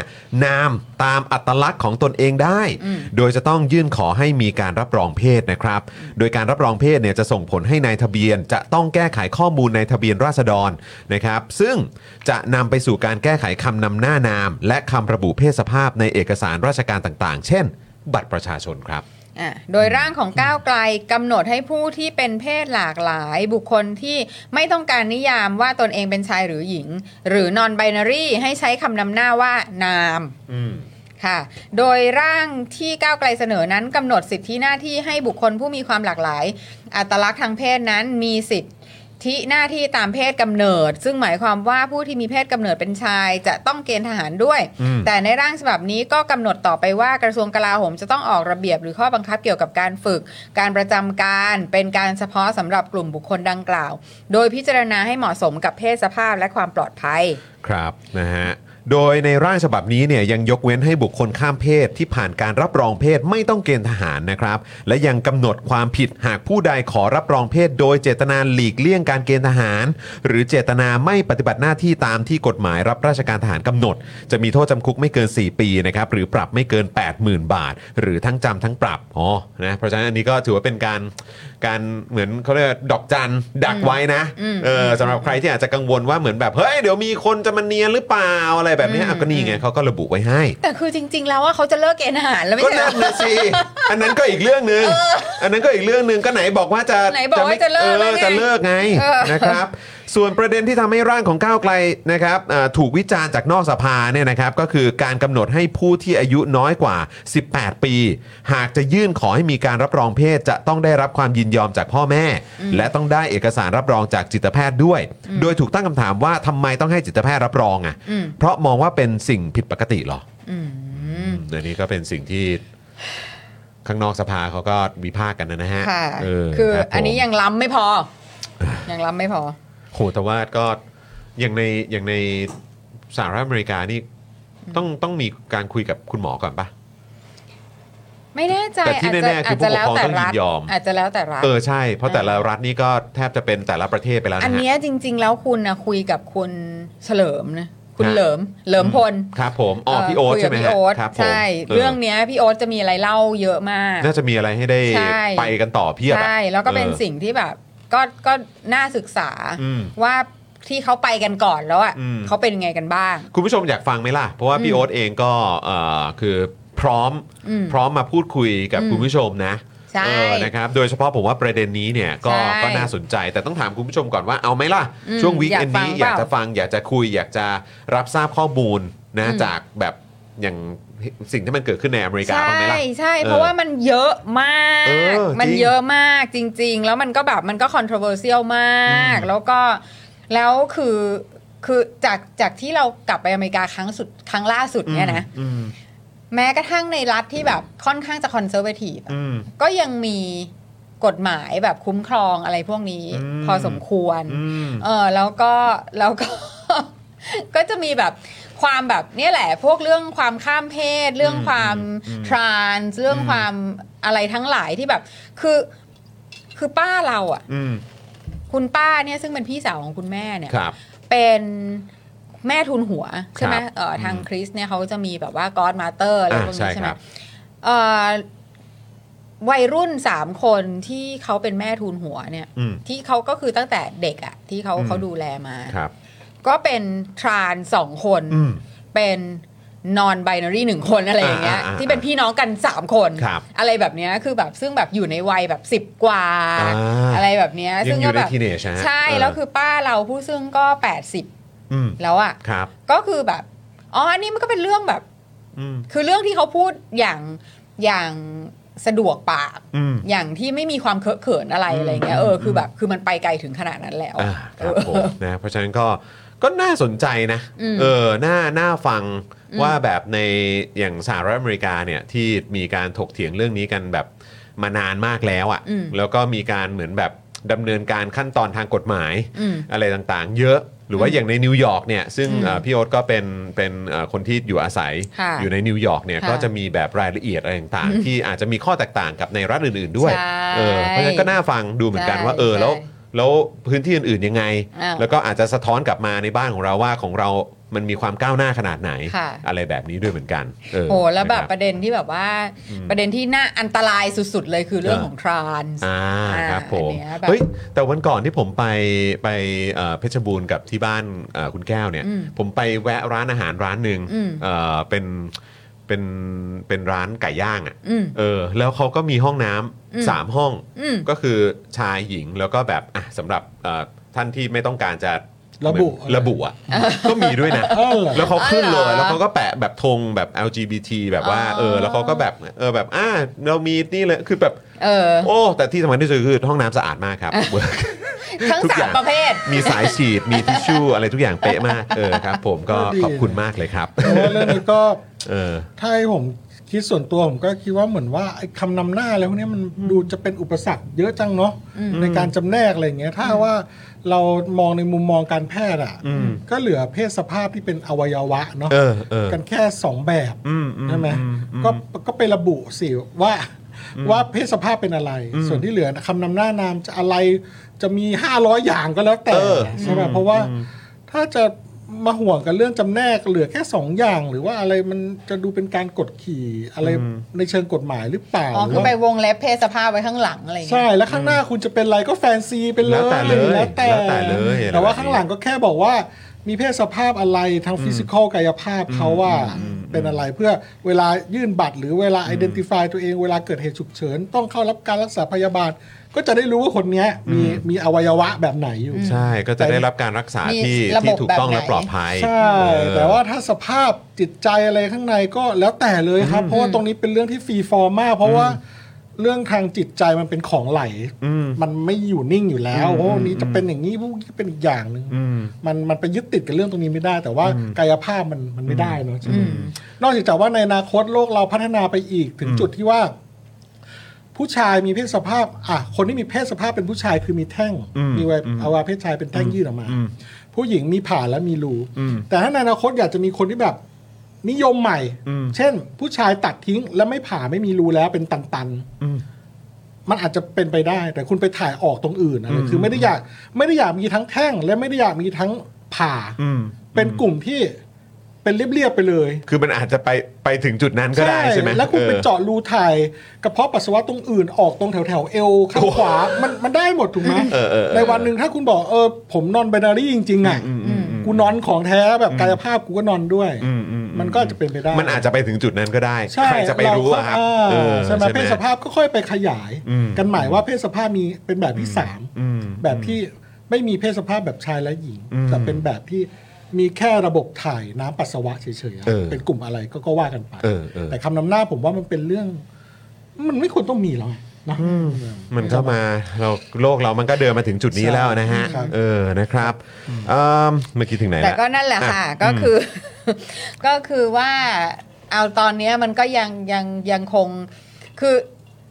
[SPEAKER 1] นามตามอัตลักษณ์ของตนเองได้
[SPEAKER 3] อืม
[SPEAKER 1] โดยจะต้องยื่นขอให้มีการรับรองเพศนะครับ โดยการรับรองเพศเนี่ยจะส่งผลให้นายทะเบียน จะต้องแก้ไขข้อมูลในทะเบียนราษฎรนะครับ ซึ่งจะนำไปสู่การแก้ไขคำนำหน้านาม และคำระบุเพศสภาพในเอกสารราชการต่างๆ เช่น บัตรประชาชนครับ
[SPEAKER 3] อ่ะโดยร่างของก้าวไกลกำหนดให้ผู้ที่เป็นเพศหลากหลาย บุคคลที่ไม่ต้องการนิยามว่าตนเองเป็นชายหรือหญิง หรือนอนไบนารีให้ใช้คำนำหน้าว่านามค่ะ โดยร่างที่ก้าวไกลเสนอนั้นกำหนดสิทธิหน้าที่ให้บุคคลผู้มีความหลากหลาย อัตลักษณ์ทางเพศนั้นมีสิทธิ ที่หน้าที่ตามเพศกำเนิด ซึ่งหมายความว่าผู้ที่มีเพศกำเนิดเป็นชาย จะต้องเกณฑ์ทหารด้วย
[SPEAKER 1] อืม
[SPEAKER 3] แต่ในร่างฉบับนี้ก็กำหนดต่อไปว่ากระทรวงกลาโหมจะต้องออกระเบียบหรือข้อบังคับเกี่ยวกับการฝึก การประจำการเป็นการเฉพาะสำหรับกลุ่มบุคคลดังกล่าว โดยพิจารณาให้เหมาะสมกับเพศสภาพและความปลอดภัย
[SPEAKER 1] ครับนะฮะโดยในร่างฉบับนี้เนี่ยยังยกเว้นให้บุคคลข้ามเพศที่ผ่านการรับรองเพศไม่ต้องเกณฑ์ทหารนะครับ และยังกำหนดความผิดหากผู้ใดขอรับรองเพศ โดยเจตนาหลีกเลี่ยงการเกณฑ์ทหาร หรือเจตนาไม่ปฏิบัติหน้าที่ตามที่กฎหมายรับราชการทหารกำหนด จะมีโทษจำคุกไม่เกิน 4 ปีนะครับหรือปรับไม่เกิน 80,000 บาท หรือทั้งจำทั้งปรับอ๋อนะเพราะฉะนั้นอันนี้ก็ถือว่าเป็นการการเหมือนเขาเรียกว่าดอกจันดักไว้นะ
[SPEAKER 3] อืม
[SPEAKER 1] เออ เออสำหรับใครที่อาจจะกังวลว่าเหมือนแบบเฮ้ยเดี๋ยวมีคนจะมาเนียนหรือเปล่าอะไรแบบเนี้ยอ่ะก็นี่ไงเขาก็ระบุไว้ให้
[SPEAKER 3] แต่คือจริง ๆ แล้วว่าเขาจะเลิกเกณฑ์ทหารแล้วไม่
[SPEAKER 1] ก็
[SPEAKER 3] ใช่เหร
[SPEAKER 1] นั่น
[SPEAKER 3] อ
[SPEAKER 1] นะสิ อันนั้นก็อีกเรื่องหนึ่งอันนั้นก็อีกเรื่องหนึ่งก็ไหนบอกว่าจะ
[SPEAKER 3] ไหนบอกว่าจะเลิก
[SPEAKER 1] เอ
[SPEAKER 3] แล้ว
[SPEAKER 1] อ
[SPEAKER 3] ไง
[SPEAKER 1] จะเลิกไง
[SPEAKER 3] เออ
[SPEAKER 1] นะครับ ส่วนประเด็นที่ทำให้ร่างของก้าวไกลนะครับอ่าถูกวิจารณ์จากนอกสภาเนี่ยนะครับ ก็คือการกำหนดให้ผู้ที่อายุน้อยกว่า 18 ปี หากจะยื่นขอให้มีการรับรองเพศจะต้องได้รับความยินยอมจากพ่อแม่ และต้องได้เอกสารรับรองจากจิตแพทย์ด้วย โดยถูกตั้งคำถามว่าทำไมต้องให้จิตแพทย์รับรองอ่ะ
[SPEAKER 3] อืม
[SPEAKER 1] เพราะมองว่าเป็นสิ่งผิดปกติเหรอ
[SPEAKER 3] อืม
[SPEAKER 1] อันนี้ก็เป็นสิ่งที่ข้างนอกสภาเขาก็วิพากษ์กันนะฮะ
[SPEAKER 3] ค่ะ
[SPEAKER 1] เ
[SPEAKER 3] คือ
[SPEAKER 1] รับผม
[SPEAKER 3] อันนี้ยังล้ำไม่พอ ยังล้ำไม่พอ
[SPEAKER 1] โหแต่ว่าก็อย่างในอย่างในสหรัฐอเมริกานี่ต้องต้องมีการคุยกับคุณหมอก่อนปะ
[SPEAKER 3] ไม่แน่ใจ
[SPEAKER 1] แต่ที่
[SPEAKER 3] อาจจะ
[SPEAKER 1] แน่ๆคือผู้ปกครองต้องยินยอม
[SPEAKER 3] อาจจะแล้วแต่รัฐ
[SPEAKER 1] เออใช่ เพราะ
[SPEAKER 3] อ่า
[SPEAKER 1] แต่ละรัฐนี่ก็แทบจะเป็นแต่ละประเทศไปแล้ว
[SPEAKER 3] อัน
[SPEAKER 1] นะ
[SPEAKER 3] เนี้
[SPEAKER 1] ฮะ
[SPEAKER 3] ยจริง ๆ แล้วคุณนะคุยกับคุณเฉลิมนะคุณ
[SPEAKER 1] ฮะ
[SPEAKER 3] เหลิมเหลิมพล
[SPEAKER 1] ครับผมอ๋อพี่โอ๊ต
[SPEAKER 3] คุย
[SPEAKER 1] ใช่
[SPEAKER 3] กับ
[SPEAKER 1] ไหม
[SPEAKER 3] พี่
[SPEAKER 1] ฮะ
[SPEAKER 3] โอ๊ต
[SPEAKER 1] ครับผม
[SPEAKER 3] ใช่
[SPEAKER 1] ออ
[SPEAKER 3] เรื่องเนี้ยพี่โอ๊ตจะมีอะไรเล่าเยอะมาก
[SPEAKER 1] น่าจะมีอะไรให้ได้
[SPEAKER 3] ใช่
[SPEAKER 1] ไปกันต่อเพียบอะ
[SPEAKER 3] ใช่ แล้วก็เป็น
[SPEAKER 1] ออ
[SPEAKER 3] สิ่งที่แบบก็ก็น่าศึกษา
[SPEAKER 1] อืม
[SPEAKER 3] ว่าที่เขาไปกันก่อนแล้วอ่ะ
[SPEAKER 1] อืม
[SPEAKER 3] เขาเป็นยังไงกันบ้าง
[SPEAKER 1] คุณผู้ชมอยากฟังไหมล่ะ เพราะว่าพี่
[SPEAKER 3] อืม
[SPEAKER 1] โอ๊ตเองก็เอ่อคือพร้อม
[SPEAKER 3] อืม
[SPEAKER 1] พร้อมมาพูดคุยกับ
[SPEAKER 3] อืม
[SPEAKER 1] คุณผู้ชมนะ
[SPEAKER 3] ใช่
[SPEAKER 1] เออนะครับโดยเฉพาะผมว่าประเด็นนี้เนี่ยก็
[SPEAKER 3] ใช่
[SPEAKER 1] ก็น่าสนใจแต่ต้องถามคุณผู้ชมก่อนว่าเอาไหมล่ะ
[SPEAKER 3] อืม
[SPEAKER 1] ช่วงวีคเอน
[SPEAKER 3] อยากฟัง
[SPEAKER 1] นี้อยาก
[SPEAKER 3] เปล่า
[SPEAKER 1] จะฟังอยากจะคุย อยากจะรับทราบข้อมูลนะ
[SPEAKER 3] อืม
[SPEAKER 1] จากแบบอย่างสิ่งที่มันเกิดขึ้นในอเมริกา
[SPEAKER 3] ใช่
[SPEAKER 1] บ้างไหมล่ะ
[SPEAKER 3] ใช่
[SPEAKER 1] เออ
[SPEAKER 3] เพราะว่ามันเยอะมาก
[SPEAKER 1] เออ
[SPEAKER 3] มัน
[SPEAKER 1] จริง
[SPEAKER 3] เยอะมากจริง ๆ แล้วมันก็แบบมันก็ controversial มาก
[SPEAKER 1] อืม
[SPEAKER 3] แล้วก็แล้วคือคือจากจากที่เรากลับไปอเมริกาครั้งสุดครั้งล่าสุดเนี่ยนะ
[SPEAKER 1] อืม
[SPEAKER 3] แม้กระทั่งในรัฐที่แบบค่อนข้างจะคอนเซอร์เวทีฟ
[SPEAKER 1] อืม
[SPEAKER 3] ก็ยังมี กฎหมายแบบคุ้มครองอะไรพวกนี้
[SPEAKER 1] อืม
[SPEAKER 3] พอสมควร
[SPEAKER 1] อืม
[SPEAKER 3] เออแล้วก็ แล้วก็ ก็จะมีแบบความแบบเนี่ยแหละ พวกเรื่องความข้ามเพศ เรื่องความ
[SPEAKER 1] อืม
[SPEAKER 3] trans เรื่องความอะไรทั้งหลายที่แบบ คือคือป้าเราอ่ะ
[SPEAKER 1] อืม
[SPEAKER 3] คุณป้าเนี่ยซึ่งเป็นพี่สาวของคุณแม่เนี่ย
[SPEAKER 1] ครับ
[SPEAKER 3] เป็นแม่ทุนหัว ใช่ไหม
[SPEAKER 1] ครับ
[SPEAKER 3] เอ่ออ
[SPEAKER 1] ม
[SPEAKER 3] ทางคริสเนี่ยเขาจะมีแบบว่าก็อดมาเตอร์อะไร
[SPEAKER 1] อ่า
[SPEAKER 3] พวก
[SPEAKER 1] ใช่
[SPEAKER 3] นี้ใช่ไหม
[SPEAKER 1] ครับ
[SPEAKER 3] เอ่อวัยรุ่นสามคนที่เขาเป็นแม่ทุนหัวเนี่ย
[SPEAKER 1] อืม
[SPEAKER 3] ที่เขาก็คือตั้งแต่เด็กอะที่เขา
[SPEAKER 1] อืม
[SPEAKER 3] เขาดูแลมา
[SPEAKER 1] ครับ
[SPEAKER 3] ก็เป็นทรานสองคน
[SPEAKER 1] อืม
[SPEAKER 3] เป็นนอนไบนารีหนึ่งคนอะไรอย่างเงี้ย
[SPEAKER 1] อ่าอ่าอ่า
[SPEAKER 3] ที่เป็นพี่น้องกัน 3 คน
[SPEAKER 1] ครับ
[SPEAKER 3] อะไรแบบเนี้ยคือแบบซึ่งแบบอยู่ในวัยแบบ 10 กว่า
[SPEAKER 1] อ่า
[SPEAKER 3] อะไรแบบเนี้ย
[SPEAKER 1] ยั
[SPEAKER 3] ซึ่
[SPEAKER 1] ง
[SPEAKER 3] ง
[SPEAKER 1] อยู่
[SPEAKER 3] ก็
[SPEAKER 1] ใน
[SPEAKER 3] แบบ
[SPEAKER 1] ทีเนชฮะ
[SPEAKER 3] ใช่
[SPEAKER 1] เ
[SPEAKER 3] แล้วคือป้าเราผู้ซึ่งก็
[SPEAKER 1] อืม
[SPEAKER 3] 80 แล้วอะ่ะ
[SPEAKER 1] ครับ
[SPEAKER 3] ก็คือแบบอ๋ออันนี้มันก็เป็นเรื่องแบบ
[SPEAKER 1] อืม
[SPEAKER 3] คือเรื่องที่เขาพูดอย่างอย่างสะดวกปาก
[SPEAKER 1] อืม
[SPEAKER 3] อย่างที่ไม่มีความเคอะเขินอะไรอะไรเงี้ยเออคือแบบคือมันไปไกลถึงขนาดนั้นแล้ว
[SPEAKER 1] อ่าค
[SPEAKER 3] เอ
[SPEAKER 1] รับ
[SPEAKER 3] อ
[SPEAKER 1] ผมนะเพราะฉะนั้นก็ก็น่าสนใจนะ
[SPEAKER 3] อืม
[SPEAKER 1] เออน่าน่าฟังว่าแบบในอย่างสหรัฐอเมริกาเนี่ยที่มีการถกเถียงเรื่องนี้กันแบบมานานมากแล้ว
[SPEAKER 3] อืม
[SPEAKER 1] อะ่ะแล้วก็มีการเหมือนแบบดำเนินการขั้นตอนทางกฎหมาย
[SPEAKER 3] อืม
[SPEAKER 1] อะไรต่างๆ เยอะหรือว่าอย่างในนิวยอร์กเนี่ยซึ่ง
[SPEAKER 3] อืม
[SPEAKER 1] เอ่อพี่โอ๊ตก็เป็นเป็นเอ่อคนที่อยู่อาศัย
[SPEAKER 3] ค่ะ
[SPEAKER 1] อยู่ในนิวยอร์กเนี่ย
[SPEAKER 3] ค่ะ
[SPEAKER 1] ก็จะมีแบบรายละเอียดอะไรต่างๆ ที่อาจจะมีข้อแตกต่างกับในรัฐอื่นๆด้วย
[SPEAKER 3] ใช่
[SPEAKER 1] เออเพราะฉะนั้นก็น่าฟังดูเหมือนกันว่าเออแล้ว แล้วพื้นที่อื่น ๆ ยังไง
[SPEAKER 3] อ้าว
[SPEAKER 1] แล้วก็อาจจะสะท้อนกลับมาในบ้านของเราว่าของเรามันมีความก้าวหน้าขนาดไหน
[SPEAKER 3] ค่ะ
[SPEAKER 1] อะไรแบบนี้ด้วยเหมือนกันเ
[SPEAKER 3] โหแล้วแบบ
[SPEAKER 1] นะค
[SPEAKER 3] ป
[SPEAKER 1] รับ
[SPEAKER 3] ระเด็นที่แบบว่า
[SPEAKER 1] อืม
[SPEAKER 3] ประเด็นที่น่าอันตรายสุดๆเลยคือเรื่อง
[SPEAKER 1] เออ
[SPEAKER 3] ของทรานส์
[SPEAKER 1] อ่า
[SPEAKER 3] อ่า
[SPEAKER 1] ครับผม
[SPEAKER 3] อันเนี้ยแบบ
[SPEAKER 1] เฮ้ยแต่วันก่อนที่ผมไปไปเอ่อเพชรบูรณ์กับที่บ้านเอ่อคุณแก้วเนี่ย
[SPEAKER 3] อืม
[SPEAKER 1] ผมไปแวะร้านอาหารร้านหนึ่ง
[SPEAKER 3] อืม
[SPEAKER 1] เอ่อเป็นเป็นเป็นร้านไก่ย่างอ่ะ
[SPEAKER 3] อืม
[SPEAKER 1] เออแล้วเขาก็มีห้องน้
[SPEAKER 3] อืม
[SPEAKER 1] ำสามห้อง
[SPEAKER 3] อืม
[SPEAKER 1] ก็คือชายหญิงแล้วก็แบบอ่ะสำหรับเอ่อท่านที่ไม่ต้องการจะ
[SPEAKER 4] ระบุ
[SPEAKER 1] เหมือนระบุอ่ะก็มีด้วยนะ
[SPEAKER 4] เออเหรอ
[SPEAKER 1] แล้วเขาขึ้นเลย
[SPEAKER 3] อ๋อเหรอ
[SPEAKER 1] แล้วเขาก็แปะแบบธงแบบ LGBT แบบว่า
[SPEAKER 3] อ๋อ
[SPEAKER 1] เออแล้วเขาก็แบบเออแบบอ่าเรามีนี่เลยคือแบบ
[SPEAKER 3] เออ
[SPEAKER 1] โอ้ แต่ที่สำคัญที่สุดคือห้องน้ำสะอาดมากครับ work
[SPEAKER 3] ทั้ง
[SPEAKER 1] ทุก
[SPEAKER 3] สา
[SPEAKER 1] อย่า
[SPEAKER 3] ม
[SPEAKER 1] ง
[SPEAKER 3] ประเภท
[SPEAKER 1] มีสายฉีดมีทิชชู่อะไรทุกอย่างเป๊ะมากเออครับ ผมก็
[SPEAKER 4] ก็ดี
[SPEAKER 1] ขอบคุณมากเลยครับ
[SPEAKER 4] แต่ว่าเรื่องนี้ก็
[SPEAKER 1] เออ
[SPEAKER 4] ถ้าให้ผมคิดส่วนตัวผมก็คิดว่าเหมือนว่าไอ้คำนำหน้าอะไรพวกนี้มันดูจะเป็นอุปสรรคเยอะจังเนาะในการจำแนกอะไรอย่างเงี้ย ถ้าว่าเรามองในมุมมองการแพทย์อ่ะก็เหลือเพศสภาพที่เป็นอวัยวะเนาะ
[SPEAKER 1] เออเออ
[SPEAKER 4] กันแค่สองแบบ
[SPEAKER 1] อืมอื
[SPEAKER 4] ใช่ไหม
[SPEAKER 1] อือื
[SPEAKER 4] ก็ก็ไประบุสิว่าว่าเพศสภาพเป็นอะไร ส่วนที่เหลือคำนำหน้านามจะอะไรจะมี 500 อย่างก็แล้วแต่
[SPEAKER 1] เออ
[SPEAKER 4] ใช่ไหมเพราะว่า ถ้าจะมาห่วงกันเรื่องจำแนกเหลือแค่สองอย่าง หรือว่าอะไรมันจะดูเป็นการกดขี่อะไรในเชิงกฎหมายหรือเปล่า
[SPEAKER 3] อ๋อ
[SPEAKER 4] หรื
[SPEAKER 3] คือ
[SPEAKER 4] อ
[SPEAKER 3] ไป
[SPEAKER 4] ว่าว
[SPEAKER 3] งเล็บเพศสภาพไว้ข้างหลังอะไรอย่าง
[SPEAKER 4] ใช่
[SPEAKER 3] เงี้ย
[SPEAKER 4] แล้วข้างหน้าคุณจะเป็นอะไรก็แฟนซีไปเลย
[SPEAKER 1] แล้วแต่เลย
[SPEAKER 4] แล้วแต่
[SPEAKER 1] แล้วแต่เลยอะไร
[SPEAKER 4] แต่ว่า
[SPEAKER 1] แบบนี้
[SPEAKER 4] ข้างหลังก็แค่บอกว่า มีเพศสภาพอะไรทางฟิสิกอลกายภาพเขาว่าเป็นอะไรเพื่อเวลายื่นบัตร หรือเวลา identify ตัวเองเวลาเกิดเหตุฉุกเฉิน ต้องเข้ารับการรักษาพยาบาล ก็จะได้รู้ว่าคนเนี้ยมีมีอวัยวะแบบไหนอยู่
[SPEAKER 1] ใช่ก็จะได้รับการรักษาที่
[SPEAKER 3] ระบบ
[SPEAKER 1] ที่ถูกต้อง
[SPEAKER 3] แบบไหน
[SPEAKER 1] และปลอดภัย
[SPEAKER 4] ใช่
[SPEAKER 1] เออ
[SPEAKER 4] แต่ว่าถ้าสภาพจิตใจอะไรข้างในก็แล้วแต่เลยครับ เพราะว่าตรงนี้เป็นเรื่องที่ฟรีฟอร์มมาก เพราะว่าเรื่องทางจิตใจมันเป็นของไหล มันไม่อยู่นิ่งอยู่แล้วเพราะวันนี้จะเป็นอย่างนี้พวกนี้เป็นอีกอย่างหนึ่งมันมันไปยึดติดกับเรื่องตรงนี้ไม่ได้ แต่ว่ากายภาพมันมันไม่ได้เนอะใช่ไหมนอกจากว่าในอนาคตโลกเราพัฒนาไปอีกถึงจุดที่ว่า ผู้ชายมีเพศสภาพ อ่ะ คนที่มีเพศสภาพเป็นผู้ชายคือมีแท่ง มีไวอวัยวะเพศชายเป็นแท่งยื่นออกมา ผู้หญิงมีผ่าและมีรู แต่ถ้าในอนาคตอยากจะมีคนที่แบบ นิยมใหม่ เช่น ผู้ชายตัดทิ้งแล้วไม่ผ่าไม่มีรูแล้วเป็นตันๆ มันอาจจะเป็นไปได้ แต่คุณไปถ่ายออกตรงอื่นอะไรคือไม่ได้อยากไม่ได้อยากมีทั้งแท่ง และไม่ได้อยากมีทั้งผ่า เป็นกลุ่มที่เป็นเรียบๆไปเลย
[SPEAKER 1] คือมันอาจจะไปไปถึงจุดนั้นก็ได้ใช่ไหม
[SPEAKER 4] แล้วคุณไป
[SPEAKER 1] ออ
[SPEAKER 4] เจาะรูถ่ายกระเพาะปัสสาวะตรงอื่นออกตรงแถวแถวๆเอวข้างขวามันมันได้หมดถูกไหม
[SPEAKER 1] เออเออเออ
[SPEAKER 4] ในวันหนึ่งถ้าคุณบอกเออผมนอนไบนารี่จริงๆอ่ะกูนอนของแท้แบบกายภาพกูก็นอนด้วย มันก็อาจจะเป็นไปได้
[SPEAKER 1] มันอาจจะไปถึงจุดนั้นก็ได้
[SPEAKER 4] ใช่
[SPEAKER 1] ใครจะไปรู้อะครับ
[SPEAKER 4] เา
[SPEAKER 1] เอ
[SPEAKER 4] ก็
[SPEAKER 1] อ
[SPEAKER 4] ใช่ไหมเพศสภาพก็ค่อยไปขยาย
[SPEAKER 1] อืม
[SPEAKER 4] กันหมายว่าเพศสภาพมีเป็นแบบที่สาม
[SPEAKER 1] อืม
[SPEAKER 4] แบบที่ไม่มีเพศสภาพแบบชายและหญิง
[SPEAKER 1] อืม
[SPEAKER 4] แต่เป็นแบบที่มีแค่ระบบถ่ายน้ำปัสสาวะเฉยๆอะ
[SPEAKER 1] เออ
[SPEAKER 4] เป็นกลุ่มอะไรก็ก็ว่ากันไป
[SPEAKER 1] เออเออ
[SPEAKER 4] แต่คำนำหน้าผมว่ามันเป็นเรื่อง มันไม่ควรต้องมีแล้วไงนะ
[SPEAKER 1] มันก็มาเราโลกเรามันก็เดินมาถึงจุดนี้แล้วนะฮะ
[SPEAKER 4] ครับ
[SPEAKER 1] เออนะครับเอิ่มเมื่อกี้ถึงไหน
[SPEAKER 3] แต่
[SPEAKER 1] ละ
[SPEAKER 3] ก็นั่นแหละค่ะ
[SPEAKER 1] อ่ะ
[SPEAKER 3] ก็คือ ก็คือว่าเอาตอนเนี้ยมันก็ยังยังยังคง คือ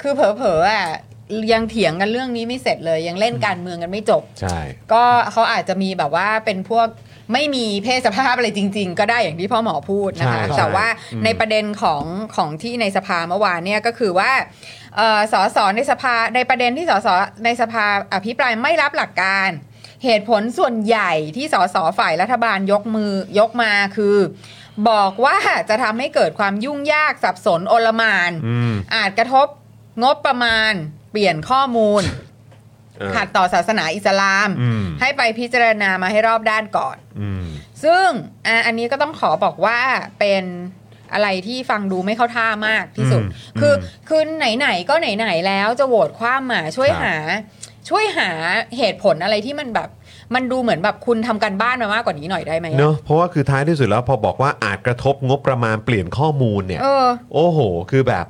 [SPEAKER 3] คือเผลอๆอ่ะ ยังเถียงกันเรื่องนี้ไม่เสร็จเลย ยังเล่นการเมืองกันไม่จบ
[SPEAKER 1] ใช่
[SPEAKER 3] ก็เขาอาจจะมีแบบว่าเป็นพวกไม่มีเพศสภาพอะไรจริง ๆ ก็ได้อย่างที่พ่อหมอพูดนะคะ
[SPEAKER 1] ใช่
[SPEAKER 3] แต่ว่า
[SPEAKER 1] อืม
[SPEAKER 3] ในประเด็นของของที่ในสภาเมื่อวานเนี่ยก็คือว่าเอ่อสสในสภาในประเด็นที่สสในสภาอภิปรายไม่รับหลักการ เหตุผลส่วนใหญ่ที่สสฝ่ายรัฐบาลยกมือยกมาคือ บอกว่าจะทำให้เกิดความยุ่งยากสับสนโอลหมาน
[SPEAKER 1] อืม
[SPEAKER 3] อาจกระทบงบประมาณ เปลี่ยนข้อมูล
[SPEAKER 1] เออ
[SPEAKER 3] ขัดต่อศาสนาอิสลาม
[SPEAKER 1] อืม
[SPEAKER 3] ให้ไปพิจารณามาให้รอบด้านก่อน
[SPEAKER 1] อืม
[SPEAKER 3] ซึ่งอ่ะอันนี้ก็ต้องขอบอกว่าเป็นอะไรที่ฟังดูไม่เข้าท่ามากที่สุด
[SPEAKER 1] อืม
[SPEAKER 3] คืออ
[SPEAKER 1] ม
[SPEAKER 3] คือไหนๆก็ไหนๆแล้วจะโหวตคว่ำมาช่วย
[SPEAKER 1] ครับ
[SPEAKER 3] หา ช่วยหาเหตุผลอะไรที่มันแบบ มันดูเหมือนแบบคุณทำกันบ้านมามากกว่านี้หน่อยได้ไหมอะ
[SPEAKER 1] เนอะเพราะว่าคือท้ายที่สุดแล้วพอบอกว่าอาจกระทบงบประมาณเปลี่ยนข้อมูลเนี่ย
[SPEAKER 3] เออ
[SPEAKER 1] โอ้โห คือแบบ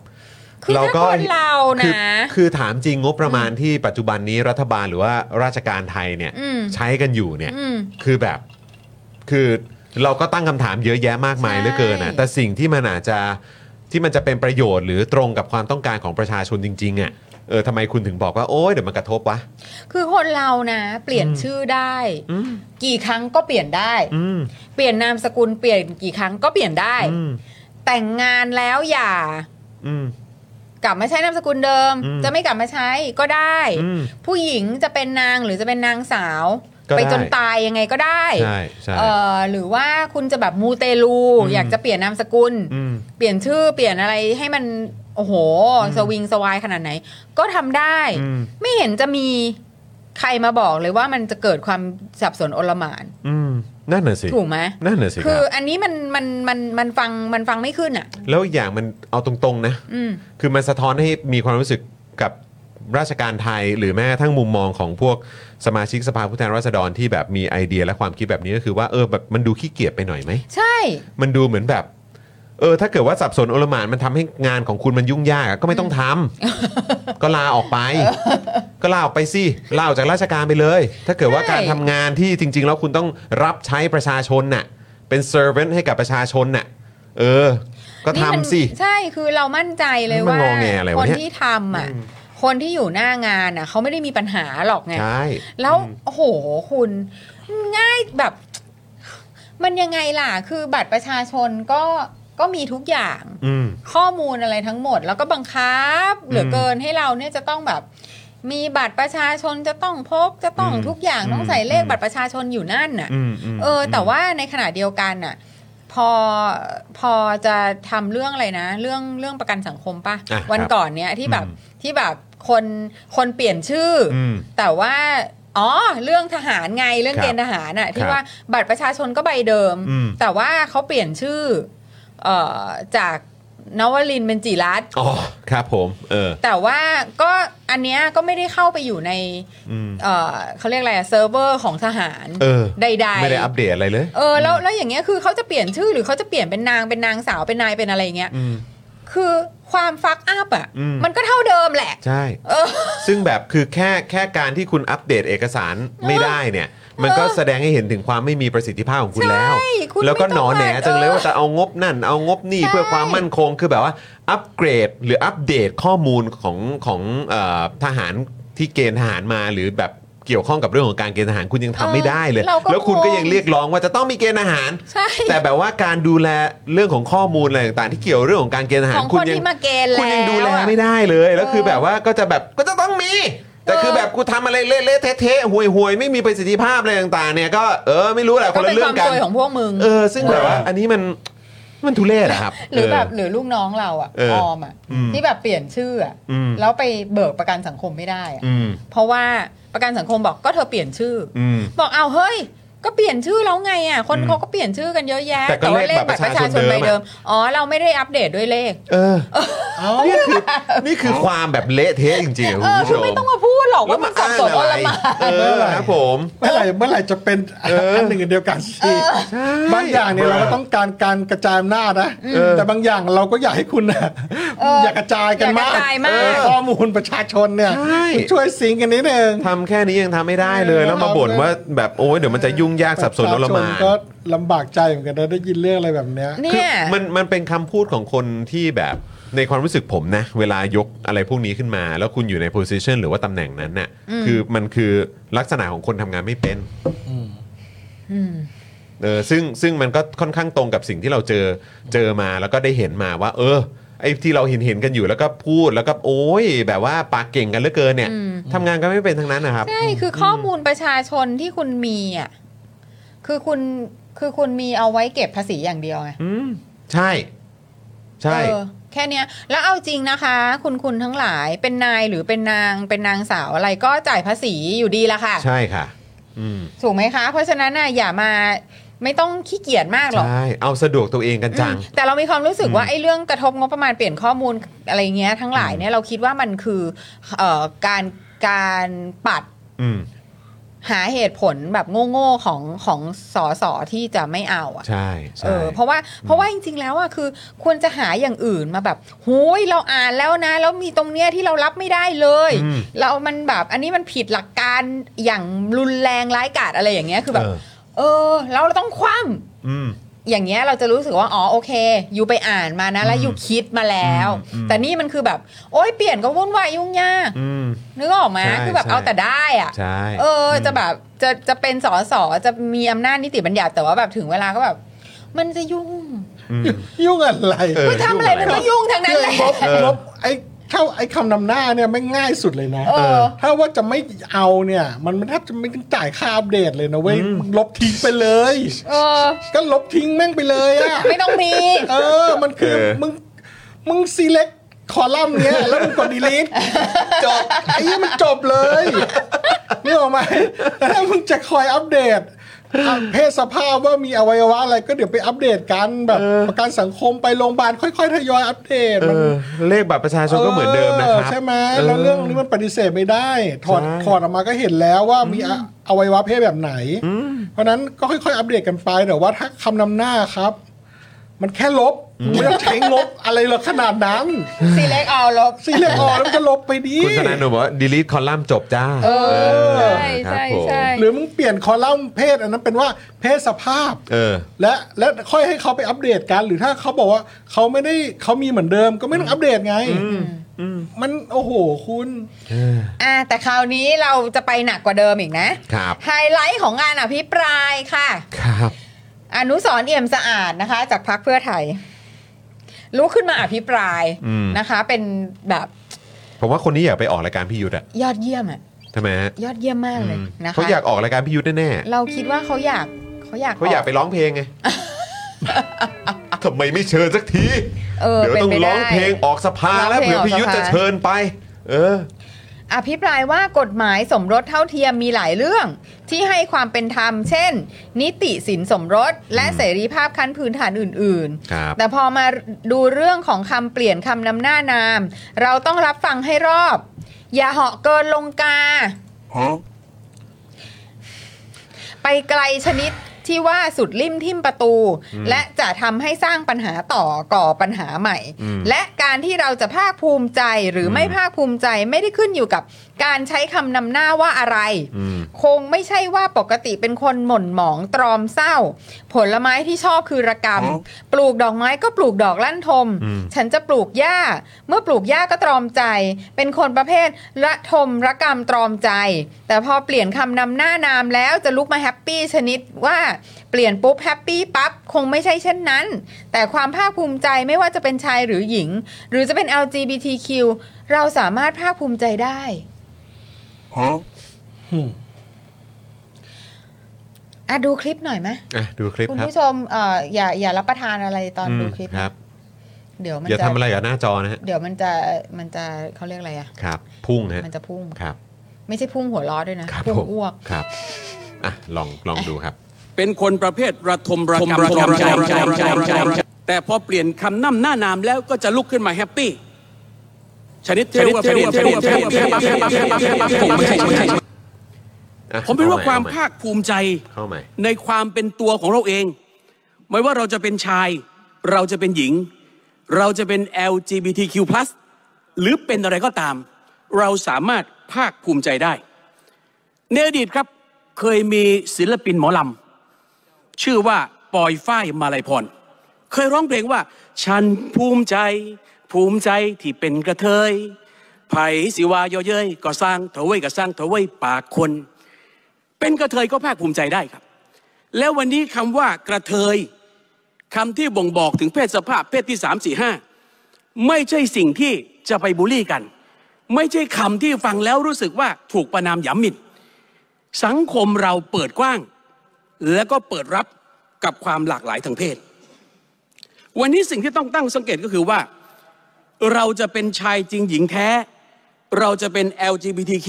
[SPEAKER 3] คือถ้าคนเรานะ
[SPEAKER 1] คือคือถามจริงงบประมาณที่ปัจจุบันนี้รัฐบาลหรือว่าราชการไทยเนี่ย
[SPEAKER 3] อืม
[SPEAKER 1] ใช้กันอยู่เนี่ย
[SPEAKER 3] อืม
[SPEAKER 1] คือแบบคือเราก็ตั้งคำถามเยอะแยะมากมาย
[SPEAKER 3] ใช่
[SPEAKER 1] เหลือเกินอ่ะแต่สิ่งที่มันอาจจะที่มันจะเป็นประโยชน์หรือตรงกับความต้องการของประชาชนจริง ๆอ่ะเออทำไมคุณถึงบอกว่าโอ๊ยเดี๋ยวมันกระทบวะ
[SPEAKER 3] คือคนเรานะ เปลี่ยนชื่อได้
[SPEAKER 1] อืม
[SPEAKER 3] กี่ครั้งก็เปลี่ยนได้
[SPEAKER 1] อืม
[SPEAKER 3] เปลี่ยนนามสกุลเปลี่ยนกี่ครั้งก็เปลี่ยนได้
[SPEAKER 1] อืม
[SPEAKER 3] แต่งงานแล้วอย่า
[SPEAKER 1] อืม
[SPEAKER 3] กลับมาใช้นามสกุลเดิม
[SPEAKER 1] อืม
[SPEAKER 3] จะไม่กลับมาใช้ก็ได้
[SPEAKER 1] อืม
[SPEAKER 3] ผู้หญิงจะเป็นนางหรือจะเป็นนางสาว
[SPEAKER 1] ก็ได้
[SPEAKER 3] ไปจนตายยังไงก็ได้
[SPEAKER 1] ใช่ใช่
[SPEAKER 3] เอ่อหรือว่าคุณจะแบบมูเตลู
[SPEAKER 1] อืม
[SPEAKER 3] อยากจะเปลี่ยนนามสกุล
[SPEAKER 1] อืม
[SPEAKER 3] เปลี่ยนชื่อเปลี่ยนอะไรให้มันโอ้โห สวิงสวายขนาดไหน ก็ทำได้
[SPEAKER 1] อืม
[SPEAKER 3] ไม่เห็นจะมีใครมาบอกเลยว่ามันจะเกิดความสับสนโอลหมาน
[SPEAKER 1] อืมนั่นน่ะสิ
[SPEAKER 3] ถูกไหม
[SPEAKER 1] นั่นน่ะสิค
[SPEAKER 3] คื
[SPEAKER 1] รั
[SPEAKER 3] อบ อันนี้มันมันมันมันฟังมันฟังไม่ขึ้นอ่ะ
[SPEAKER 1] แล้วอีกอย่างมันเอาตรงๆนะ
[SPEAKER 3] อืม
[SPEAKER 1] คือมันสะท้อนให้มีความรู้สึกกับราชการไทย หรือแม้กระทั่งมุมมองของพวกสมาชิกสภาผู้แทนราษฎรที่แบบมีไอเดียและความคิดแบบนี้ก็คือว่าเออแบบมันดูขี้เกียจไปหน่อยไหม
[SPEAKER 3] ใช่
[SPEAKER 1] มันดูเหมือนแบบ เออ ถ้าเกิดว่าสับสนโอลหมานมันทำให้งานของคุณมันยุ่งยากอะก็ไม่ต้องทำ ก็ลาออกไป ก็ลาออกไปสิลาออกจากราชการไปเลย ถ้าเกิดว่า
[SPEAKER 3] ใช่
[SPEAKER 1] การทำงานที่จริง ๆ แล้วคุณต้องรับใช้ประชาชนน่ะ เป็น servant ให้กับประชาชนน่ะ เออ ก็
[SPEAKER 3] นี่
[SPEAKER 1] ทำ
[SPEAKER 3] มัน
[SPEAKER 1] สิ
[SPEAKER 3] ใช่คือเรามั่นใจเลย
[SPEAKER 1] มัน
[SPEAKER 3] ว่าง
[SPEAKER 1] อแงอะไรวะ
[SPEAKER 3] คน
[SPEAKER 1] เนี่ย
[SPEAKER 3] ที่ทำอ่ะคนที่อยู่หน้างานอ่ะเขาไม่ได้มีปัญหาหรอกไง
[SPEAKER 1] ใช่
[SPEAKER 3] แล้วโอ้โหคุณง่ายแบบ มันยังไงล่ะ คือบัตรประชาชนก็ก็มีทุกอย่าง
[SPEAKER 1] อืม
[SPEAKER 3] ข้อมูลอะไรทั้งหมด แล้วก็บังคับ เหลือเกินให้เราเนี่ยจะต้องแบบ มีบัตรประชาชนจะต้องพกจะต้อง
[SPEAKER 1] อืม
[SPEAKER 3] ทุกอย่าง
[SPEAKER 1] อืม
[SPEAKER 3] ต้องใส่เลข
[SPEAKER 1] อืม
[SPEAKER 3] บัตรประชาชนอยู่นั่นน่ะ
[SPEAKER 1] อืมม
[SPEAKER 3] เออ แต่ว่าในขณะเดียวกันน่ะ พอพอจะทำเรื่องอะไรนะ เรื่องเรื่องประกันสังคมป่ะ
[SPEAKER 1] ะ
[SPEAKER 3] วัน
[SPEAKER 1] ครับ
[SPEAKER 3] ก่อนเนี้ยที่แบบ
[SPEAKER 1] อืม
[SPEAKER 3] ที่แบบคนคนเปลี่ยนชื่ออ
[SPEAKER 1] อืม
[SPEAKER 3] แต่ว่า อ๋อ เรื่องทหารไงเรื่อง
[SPEAKER 1] ครับ
[SPEAKER 3] เกณฑ์ทหารน่ะ
[SPEAKER 1] ค
[SPEAKER 3] ที่
[SPEAKER 1] รับ
[SPEAKER 3] ว่าบัตรประชาชนก็ใบเดิม
[SPEAKER 1] อืม
[SPEAKER 3] แต่ว่าเขาเปลี่ยนชื่อเออจากนวลินทร์เป็นจิรัตน์
[SPEAKER 1] อ๋อ ครับผม เออ
[SPEAKER 3] แต่ว่าก็อันเนี้ยก็ไม่ได้เข้าไปอยู่ใน
[SPEAKER 1] อืม
[SPEAKER 3] เอ่อเขาเรียกอะไรอะเซิร์ฟเวอร์ของทหาร
[SPEAKER 1] เออ
[SPEAKER 3] ใดๆ
[SPEAKER 1] ไม่ได้อัปเดตอะไรเลย
[SPEAKER 3] เออแล้วแล้วอย่างเงี้ยคือเขาจะเปลี่ยนชื่อหรือเขาจะเปลี่ยนเป็นนางเป็นนางสาวเป็นนายเป็นอะไรเงี้ย
[SPEAKER 1] อืม
[SPEAKER 3] คือความฟักอัพอ่ะ
[SPEAKER 1] อืม
[SPEAKER 3] มันก็เท่าเดิมแหละ
[SPEAKER 1] ใช่
[SPEAKER 3] เออ
[SPEAKER 1] ซึ่งแบบคือแค่แค่การที่คุณอัปเดตเอกสารไม่ได้เนี่ย มันก็แสดงให้เห็นถึงความไม่มีประสิทธิภาพของคุณแล้ว
[SPEAKER 3] ใช่คุณ
[SPEAKER 1] แล้วก็
[SPEAKER 3] ไม่
[SPEAKER 1] หน
[SPEAKER 3] ต้
[SPEAKER 1] อ
[SPEAKER 3] อง
[SPEAKER 1] แหน
[SPEAKER 3] การ
[SPEAKER 1] จังเลย
[SPEAKER 3] เออ
[SPEAKER 1] ว่าจะเอางบนั่น เอางบนี่
[SPEAKER 3] ใช่
[SPEAKER 1] เพื่อความมั่นคงคือแบบว่า อัปเกรดหรืออัปเดตข้อมูลของของเอ่อทหารที่เกณฑ์ทหารมาหรือแบบเกี่ยวข้องกับเรื่องของการเกณฑ์ทหารคุณยังทำไม่ได้เลย
[SPEAKER 3] เออเราก็
[SPEAKER 1] แล้วคุณก็
[SPEAKER 3] งง
[SPEAKER 1] ยังเรียกร้องว่าจะต้องมีเกณฑ์อาหาร
[SPEAKER 3] ใช่
[SPEAKER 1] แต่แบบว่าการดูแลเรื่องของข้อมูลอะไรต่างๆที่เกี่ยวเรื่องของการเกณฑ์ทหา
[SPEAKER 3] ข
[SPEAKER 1] ร
[SPEAKER 3] อง
[SPEAKER 1] คุ
[SPEAKER 3] ค
[SPEAKER 1] ณ
[SPEAKER 3] น
[SPEAKER 1] ยัง
[SPEAKER 3] ที่มาเกณฑ์
[SPEAKER 1] คุณ
[SPEAKER 3] แล้ว
[SPEAKER 1] ยังดูแล
[SPEAKER 3] อะ
[SPEAKER 1] ไม่ได้เลย แล้วคือแบบว่าก็จะแบบก็จะต้องมี แต่คือแบบกูทำอะไรเละๆเทะๆห่วยๆ ไม่มีประสิทธิภาพอะไรต่างๆ เนี่ยก็เออไม่รู้แหละค
[SPEAKER 3] ก็
[SPEAKER 1] นละ
[SPEAKER 3] เป็น
[SPEAKER 1] เรื่
[SPEAKER 3] ค
[SPEAKER 1] อ
[SPEAKER 3] วาง ม
[SPEAKER 1] กัน
[SPEAKER 3] ซวยของพวกมึง
[SPEAKER 1] เออ ซึ่งแบบว่าอันนี้มันมันทุเรศอะครับ
[SPEAKER 3] หรือแบบ
[SPEAKER 1] เห
[SPEAKER 3] รือลูกน้องเราอะ
[SPEAKER 1] เออ
[SPEAKER 3] ออมอะ
[SPEAKER 1] อืม
[SPEAKER 3] ที่แบบเปลี่ยนชื่ออะ
[SPEAKER 1] อืม
[SPEAKER 3] แล้วไปเบิกประกันสังคมไม่ได้อะ
[SPEAKER 1] อืม
[SPEAKER 3] เพราะว่าประกันสังคมบอกก็เธอเปลี่ยนชื่ออ
[SPEAKER 1] อืม
[SPEAKER 3] บอกเอาเฮ้ย ก็เปลี่ยนชื่อแล้วไงอะคน
[SPEAKER 1] อืม
[SPEAKER 3] เขาก็เปลี่ยนชื่อกันเยอะแยะ
[SPEAKER 1] แต่ก็
[SPEAKER 3] ว่า
[SPEAKER 1] เลขบัตรประชาชน
[SPEAKER 3] ใบ
[SPEAKER 1] เดิ
[SPEAKER 3] เดิ
[SPEAKER 1] ม
[SPEAKER 3] ม
[SPEAKER 1] อะ
[SPEAKER 3] อ๋อ เราไม่ได้อัปเดตด้วยเลข
[SPEAKER 1] เออ
[SPEAKER 4] เอ้า
[SPEAKER 1] นี่คือนี่คือความแบบเละเทะจริงๆอะ
[SPEAKER 3] เอ
[SPEAKER 1] คุณผู้ช
[SPEAKER 3] อคือ
[SPEAKER 1] ม
[SPEAKER 3] ไม่ต้องมาพูดหรอกว่ามันสับสน
[SPEAKER 1] แล้ว
[SPEAKER 3] โอ
[SPEAKER 1] มา
[SPEAKER 3] ล
[SPEAKER 1] อ้างเออ
[SPEAKER 3] หมาน
[SPEAKER 1] ครับผม
[SPEAKER 4] เมื่อไหร่เมื่อไหร่จะเป็นอันหนึ่งอันเดียวกันสิบางอย่างเนี่ยเราก็ต้องการการกระจายอำนาจนะแต่บางอย่างเราก็อยากให้คุณนะอยากกระจายกันมาก
[SPEAKER 3] อย่ระจายมาก
[SPEAKER 4] ข้อมูลประชาชนเนี่ยช่วยซิงกันนิดนึง
[SPEAKER 1] ทำแค่นี้ยังทำไม่ได้เลย แล้วมาบ่นว่าแบบโอ้ยเดี๋ยวมันจะยุ่งยากสับสนแล้วละหมาน
[SPEAKER 4] ก็ลำบากใจเหมือนกันนะได้ยินเรื่องอะไรแบบเนี้ย
[SPEAKER 3] เนี่ย
[SPEAKER 1] คือมันมันเป็นคำพูดของคนที่แบบ ในความรู้สึกผมนะ เวลายกอะไรพวกนี้ขึ้นมา แล้วคุณอยู่ในโพ i ิชันหรือว่าตำแหน่งนั้นน่ะคือมันคือลักษณะของคนทำงานไม่เป็นเออซึ่งซึ่งมันก็ค่อนข้างตรงกับสิ่งที่เราเจอเจอมาแล้วก็ได้เห็นมาว่า เออไอ้ที่เราเห็นเห็นกันอยู่แล้วก็พูดแล้วก็โอ้ย แบบว่าปากเก่งกันเหลือเกินเนี่ยทำงานกันไม่เป็นทั้งนั้นนะครับ
[SPEAKER 3] ใช่คือข้อมูลประชาชนที่คุณมีอ่ะคือคุณคือคุณมีเอาไว้เก็บภาษีอย่างเดียวไง
[SPEAKER 1] อืมใช่ ใช่
[SPEAKER 3] เออแค่เนี้ย แล้วเอาจริงนะคะ คุณคุณทั้งหลายเป็นนายหรือเป็นนางเป็นนางสาวอะไรก็จ่ายภาษีอยู่ดีละค่ะ
[SPEAKER 1] ใช่ค่ะ อืม
[SPEAKER 3] ถูกไหมคะ เพราะฉะนั้นน่ะอย่ามาไม่ต้องขี้เกียจมากหรอก
[SPEAKER 1] ใช่ เอาสะดวกตัวเองกันจัง
[SPEAKER 3] อืมแต่เรามีความรู้สึกว่าไอ้เรื่องกระทบงบประมาณเปลี่ยนข้อมูลอะไรเงี้ยทั้งหลายเนี่ยเราคิดว่ามันคือเอ่อการการปัด
[SPEAKER 1] อืม
[SPEAKER 3] หาเหตุผลแบบโง่ๆของของสอสอที่จะไม่เอาอ่ะ
[SPEAKER 1] ใช่
[SPEAKER 3] เอ
[SPEAKER 1] ใช่
[SPEAKER 3] อเพราะว่าเพราะว่าจริงๆแล้วอ่ะคือควรจะหาอย่างอื่นมาแบบหูยเราอ่านแล้วนะ แล้วมีตรงเนี้ยที่เรารับไม่ได้เลย
[SPEAKER 1] อืม
[SPEAKER 3] เรามันแบบอันนี้มันผิดหลักการอย่างรุนแรงร้ายกาจอะไรอย่างเงี้ยคือแบบ
[SPEAKER 1] เออ
[SPEAKER 3] เออแล้วเราต้องคว่ำ
[SPEAKER 1] อืม
[SPEAKER 3] อย่างเงี้ยเราจะรู้สึกว่าอ๋อโอเค อยู่ไปอ่านมานะ แล้วอยู่คิดมาแล้ว
[SPEAKER 1] อืมอืม
[SPEAKER 3] แต่นี่มันคือแบบ โอ๊ยเปลี่ยนก็วุ่นวายยุ่งยาก
[SPEAKER 1] อืม
[SPEAKER 3] นึกออกไหม
[SPEAKER 1] ใช่
[SPEAKER 3] คือแบบ
[SPEAKER 1] ใช่
[SPEAKER 3] เอาแต่ได้อ่ะ
[SPEAKER 1] ใช่
[SPEAKER 3] เออจะแบบจะจะเป็นสอสอจะมีอำนาจนิติบัญญัติแต่ว่าแบบถึงเวลาก็แบบ มันจะยุ่ง
[SPEAKER 1] อืม
[SPEAKER 4] ยุ่งอะไร
[SPEAKER 1] เออ
[SPEAKER 3] ทำอะไรมันก็ยุ่งทั้งนั้นแหละ
[SPEAKER 4] ลบลบไอ้เข้าไอ้คำนำหน้าเนี่ยไม่ง่ายสุดเลยนะ
[SPEAKER 3] เออ
[SPEAKER 4] ถ้าว่าจะไม่เอาเนี่ย มันแทบจะไม่ต้องจ่ายค่าอัปเดตเลยนะเว้ยลบทิ้งไปเลย
[SPEAKER 3] เออ
[SPEAKER 4] ก็ลบทิ้งแม่งไปเลยอะ
[SPEAKER 3] ไม่ต้องมี
[SPEAKER 4] เออ มันคือ
[SPEAKER 1] เออ
[SPEAKER 4] มึง มึงซีเล็กคอลัมน์เนี้ย แล้วมึงกดดีลิทจบ ไอ้ยี่มันจบเลยนี่ออกไหมแต่ถ้ามึงจะคอยอัปเดตอ่ะเพศสภาพว่ามีอวัยวะอะไรก็เดี๋ยวไปอัปเดตกันแบบประกันสังคมไปโรงพยาบาลค่อยๆทยอยอัปเดต
[SPEAKER 1] เอ
[SPEAKER 4] มัน
[SPEAKER 1] อเลขบัตรประชาชนก็เหมือนเดิมนะครับ
[SPEAKER 4] ใช่ไหมแล้วเรื่องนี้มันปฏิเสธไม่ได้ ถอด
[SPEAKER 1] ใช่
[SPEAKER 4] ถอดออกมาก็เห็นแล้วว่ามีอะอวัยวะเพศแบบไหน เพราะฉะนั้นก็ค่อยๆ อัปเดตกันไปแต่ว่าถ้าคำนำหน้าครับ มันแค่ลบไม่ต้องใช้งบอะไรหรอกขนาดนั้น
[SPEAKER 3] ซีเล็กเอาลบ
[SPEAKER 4] ซีเรียสออแล้วมันก็ลบไปดี
[SPEAKER 1] คุณธนาหนูบอกว่า delete column จบจ้า
[SPEAKER 3] เออ
[SPEAKER 1] เออครับ
[SPEAKER 3] ใช่
[SPEAKER 1] ผม
[SPEAKER 3] ใช่
[SPEAKER 4] หรือมึงเปลี่ยนคอลัมน์เพศอันนั้นเป็นว่าเพศสภาพ
[SPEAKER 1] เออ
[SPEAKER 4] และและค่อยให้เขาไปอัปเดตกัน หรือถ้าเขาบอกว่าเขาไม่ได้เขามีเหมือนเดิมก็ไม่ต้องอัปเดตไงมันโอ้โหคุณ
[SPEAKER 3] อ่ะแต่คราวนี้เราจะไปหนักกว่าเดิมอีกนะครับ ไฮไลท์ของงานอภิปรายค่ะ
[SPEAKER 1] ครับ
[SPEAKER 3] อนุสรณ์เอี่ยมสะอาดนะคะ จากพรรคเพื่อไทยลุกขึ้นมาอภิปราย
[SPEAKER 1] อืม
[SPEAKER 3] นะคะ เป็นแบบ
[SPEAKER 1] ผมว่าคนนี้อยากไปออกรายการพี่ยุทธอะ
[SPEAKER 3] ยอดเยี่ยมอะ
[SPEAKER 1] ทำไมฮะ
[SPEAKER 3] ยอดเยี่ยมมากเลย
[SPEAKER 1] อืม
[SPEAKER 3] นะคะ
[SPEAKER 1] เขาอยากออกรายการพี่ยุทธแน่
[SPEAKER 3] เราคิดว่าเขาอยากเขาอยาก
[SPEAKER 1] ๆเขาอยากไปร้องเพล งไงทำไมไม่เชิญสักที
[SPEAKER 3] เออ
[SPEAKER 1] เดี๋ยว
[SPEAKER 3] ป็น
[SPEAKER 1] ต้อง
[SPEAKER 3] ไป
[SPEAKER 1] ร้อง
[SPEAKER 3] ได้
[SPEAKER 1] เพลงออกสภาแล้วเผื่อพี่ยุทธจะเชิญไป เออ
[SPEAKER 3] อภิปรายว่ากฎหมายสมรสเท่าเทียมมีหลายเรื่อง ที่ให้ความเป็นธรรม เช่น นิติสินสมรส และเสรีภาพขั้นพื้นฐานอื่น
[SPEAKER 1] ครับ
[SPEAKER 3] ๆ แต่พอมาดูเรื่องของคำเปลี่ยนคำนำหน้านาม เราต้องรับฟังให้รอบ อย่าเหาะเกินลงกา ไปไกลชนิดที่ว่าสุดลิ่มทิ่มประตู และจะทำให้สร้างปัญหาต่อก่อปัญหาใหม่ และการที่เราจะภาคภูมิใจหรือไม่ภาคภูมิใจไม่ได้ขึ้นอยู่กับการใช้คำนำหน้าว่าอะไร คงไม่ใช่ว่าปกติเป็นคนหม่นหมองตรอมเศร้า ผลไม้ที่ชอบคือระกำปลูกดอกไม้ก็ปลูกดอกลั่นทม ฉันจะปลูกหญ้า เมื่อปลูกหญ้าก็ตรอมใจ เป็นคนประเภทระทมระกำตรอมใจ แต่พอเปลี่ยนคำนำหน้านามแล้วจะลุกมาแฮปปี้ชนิดว่าเปลี่ยนปุ๊บแฮปปี้ปั๊บคงไม่ใช่เช่นนั้น แต่ความภาคภูมิใจไม่ว่าจะเป็นชายหรือหญิง หรือจะเป็น LGBTQ เราสามารถภาคภูมิใจได้ อ่ะดูคลิปหน่อยไหม
[SPEAKER 1] อ่ะดูคลิป
[SPEAKER 3] คุณ
[SPEAKER 1] ครับ
[SPEAKER 3] ผู้ชมเอ่ออย่าอย่ารับประทานอะไรตอน
[SPEAKER 1] อื
[SPEAKER 3] ดู
[SPEAKER 1] ม
[SPEAKER 3] คลิปนะครับ เดี๋ยวมัน
[SPEAKER 1] อย่า
[SPEAKER 3] จะ
[SPEAKER 1] ทำอะไรกับหน้าจอนะฮะ
[SPEAKER 3] เดี๋ยวมันจะมันจะเขาเรียกอะไรอ่ะ
[SPEAKER 1] ครับ พุ่งฮะ
[SPEAKER 3] มันจะพุ่ง
[SPEAKER 1] ครับ
[SPEAKER 3] ไม่ใช่พุ่งหัวล้อด้วยนะครับ พุ่
[SPEAKER 1] ผ
[SPEAKER 3] ง
[SPEAKER 1] ม
[SPEAKER 3] อ้วก
[SPEAKER 1] ครับอ่ะลองลองดูครับ
[SPEAKER 7] เป็นคนประเภทระทมระกำระกำแต่พอเปลี่ยนคำน้ำหน้านามแล้วก็จะลุกขึ้นมาแฮปปี้ ชนิดชนิดชนิดชนิดชนิดผมไม่ใช่ไม่ใช่
[SPEAKER 1] อ่ะ
[SPEAKER 7] ผมเป็นว่าความ
[SPEAKER 1] เอให
[SPEAKER 7] ภาคภูมิใจ
[SPEAKER 1] เข้าใหม่
[SPEAKER 7] ในความเป็นตัวของเราเอง ไม่ว่าเราจะเป็นชาย เราจะเป็นหญิง เราจะเป็น LGBTQ+ หรือเป็นอะไรก็ตาม เราสามารถภาคภูมิใจได้ ในอดีตครับเคยมีศิลปินหมอลำ ชื่อว่าปอยฝ้ายมาลัยพร เคยร้องเพลงว่า ฉันภูมิใจ ภ ภูมิใจที่เป็นกระเทยไผ่สิวายอเย้ยก็สร้างเถอะเว้ยก็สร้างเถอะเว้ยปากคน เป็นกระเทยก็ภาคภูมิใจได้ครับ แล้ววันนี้คำว่ากระเทยคำที่บ่งบอกถึงเพศสภาพเพศที่สามสี่ห้าไม่ใช่สิ่งที่จะไปบูลลี่กัน ไม่ใช่คำที่ฟังแล้วรู้สึกว่าถูกประนามหยามหมิ่นสังคมเราเปิดกว้าง แล้วก็เปิดรับกับความหลากหลายทางเพศ วันนี้สิ่งที่ต้องตั้งสังเกตก็คือว่า เราจะเป็นชายจริงหญิงแท้ เราจะเป็น LGBTQ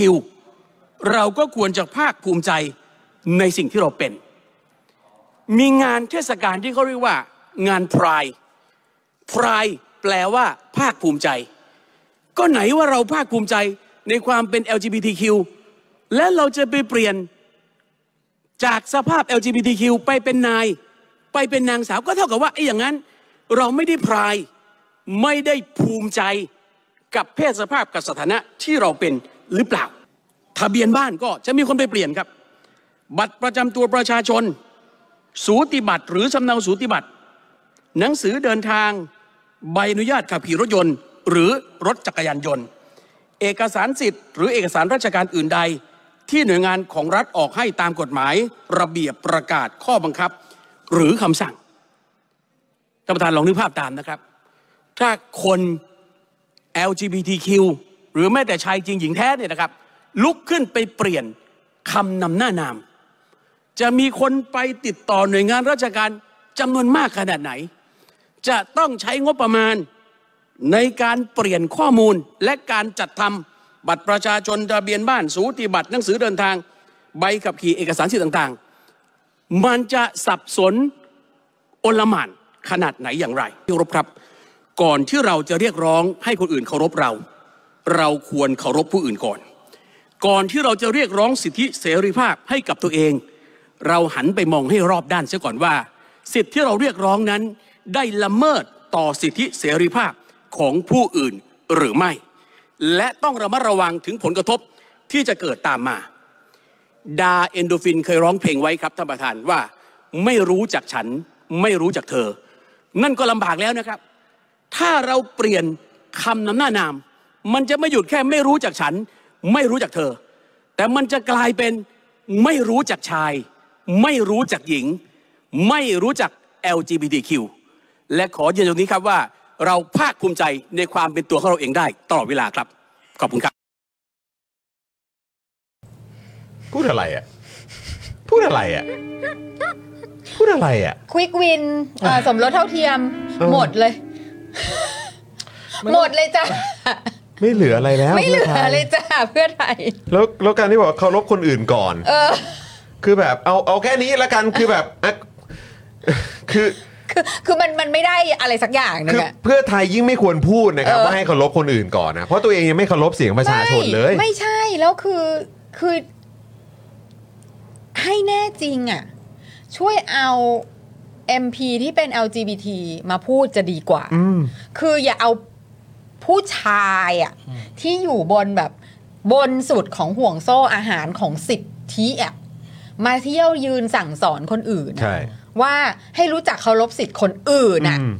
[SPEAKER 7] เราก็ควรจะภาคภูมิใจในสิ่งที่เราเป็น มีงานเทศกาลที่เขาเรียกว่า งานพรายพรายแปลว่า ภาคภูมิใจ ก็ไหนว่าเราภาคภูมิใจในความเป็น LGBTQ และเราจะไปเปลี่ยนจากสภาพ LGBTQ ไปเป็นนาย ไปเป็นนางสาวก็เท่ากับว่าไอ้อย่างนั้น เราไม่ได้พราย ไม่ได้ภูมิใจกับเพศสภาพกับสถานะที่เราเป็นหรือเปล่า ทะเบียนบ้านก็จะมีคนไปเปลี่ยนครับ บัตรประจำตัวประชาชน สูติบัตรหรือสำเนาสูติบัตร หนังสือเดินทาง ใบอนุญาตขับขี่รถยนต์ หรือรถจักรยานยนต์ เอกสารสิทธิ์หรือเอกสารราชการอื่นใด ที่หน่วยงานของรัฐออกให้ตามกฎหมาย ระเบียบประกาศข้อบังคับ หรือคำสั่งท่านประธานลองนึกภาพตามนะครับ ถ้าคน LGBTQ หรือแม้แต่ชายจริงหญิงแท้เนี่ยนะครับ ลุกขึ้นไปเปลี่ยนคำนำหน้านาม จะมีคนไปติดต่อหน่วยงานราชการจำนวนมากขนาดไหน จะต้องใช้งบประมาณ ในการเปลี่ยนข้อมูลและการจัดทำบัตรประชาชนทะเบียนบ้าน สูติบัตรหนังสือเดินทาง ใบขับขี่เอกสารสิทธิ์ต่างๆ มันจะสับสนอลหม่านขนาดไหนอย่างไรที่เคารบครับ ก่อนที่เราจะเรียกร้องให้คนอื่นเคารพเรา เราควรเคารพผู้อื่นก่อน ก่อนที่เราจะเรียกร้องสิทธิเสรีภาพให้กับตัวเอง เราหันไปมองให้รอบด้านเสียก่อนว่า สิทธิที่เราเรียกร้องนั้น ได้ละเมิดต่อสิทธิเสรีภาพของผู้อื่นหรือไม่ และต้องระมัดระวังถึงผลกระทบที่จะเกิดตามมา ดาเอนโดฟินเคยร้องเพลงไว้ครับท่านประธานว่าไม่รู้จักฉันไม่รู้จักเธอ นั่นก็ลำบากแล้วนะครับ ถ้าเราเปลี่ยนคำนำหน้านาม มันจะไม่หยุดแค่ไม่รู้จักฉัน ไม่รู้จักเธอ แต่มันจะกลายเป็นไม่รู้จักชาย ไม่รู้จักหญิง ไม่รู้จัก LGBTQ และขอยืนตรงนี้ครับว่า เราภาคภูมิใจในความเป็นตัวของเราเองได้ตลอดเวลาครับ ขอบคุณครับ
[SPEAKER 1] พูดอะไรอ่ะ พูดอะไรอ่ะ พูดอะไรอ่ะ
[SPEAKER 3] ควิกวินสมรสเท่าเทียม หมดเลย หมดเลยจ้ะ
[SPEAKER 1] ไม่เหลืออะไรแล้ว
[SPEAKER 3] ไม่เหลือ
[SPEAKER 1] พื่ทย
[SPEAKER 3] เลยจ้ะเพื่อไทย
[SPEAKER 1] แล้วแล้วการที่บอกว่าเคารพคนอื่นก่อน
[SPEAKER 3] เออ
[SPEAKER 1] คือแบบเอาเอาแค่นี้ละกันคือแบบอ่ะคือ
[SPEAKER 3] คือคือมันมันไม่ได้อะไรสักอย่างนึ
[SPEAKER 1] คือ
[SPEAKER 3] งอะ
[SPEAKER 1] เพื่อไทยยิ่งไม่ควรพูดนะครับ
[SPEAKER 3] เออ
[SPEAKER 1] ว่าให้เคารพคนอื่นก่อนนะ เพราะตัวเองยังไม่เคารพเสียงประชาชนเลย
[SPEAKER 3] ไม่ไม่ใช่แล้วคือคือ ให้แน่จริงอ่ะ ช่วยเอา MP ที่เป็น LGBT มาพูดจะดีกว่า คืออย่าเอาผู้ชายอ่ะ ที่อยู่บนแบบบนสุดของห่วงโซ่อาหารของสิทธิอ่ะ มาเที่ยวยืนสั่งสอนคนอื่นอะ
[SPEAKER 1] ใช่
[SPEAKER 3] ว่าให้รู้จักเคารพสิทธิ์คนอื่นอ่ะ
[SPEAKER 1] อืม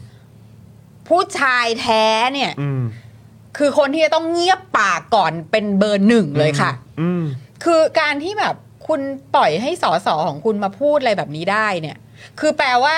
[SPEAKER 3] ผู้ชายแท้เนี่ย
[SPEAKER 1] อืม
[SPEAKER 3] คือคนที่จะต้องเงียบปากก่อนเป็นเบอร์หนึ่งเลยค่ะ
[SPEAKER 1] อืม
[SPEAKER 3] คือการที่แบบคุณปล่อยให้สอสอของคุณมาพูดอะไรแบบนี้ได้เนี่ย คือแปลว่า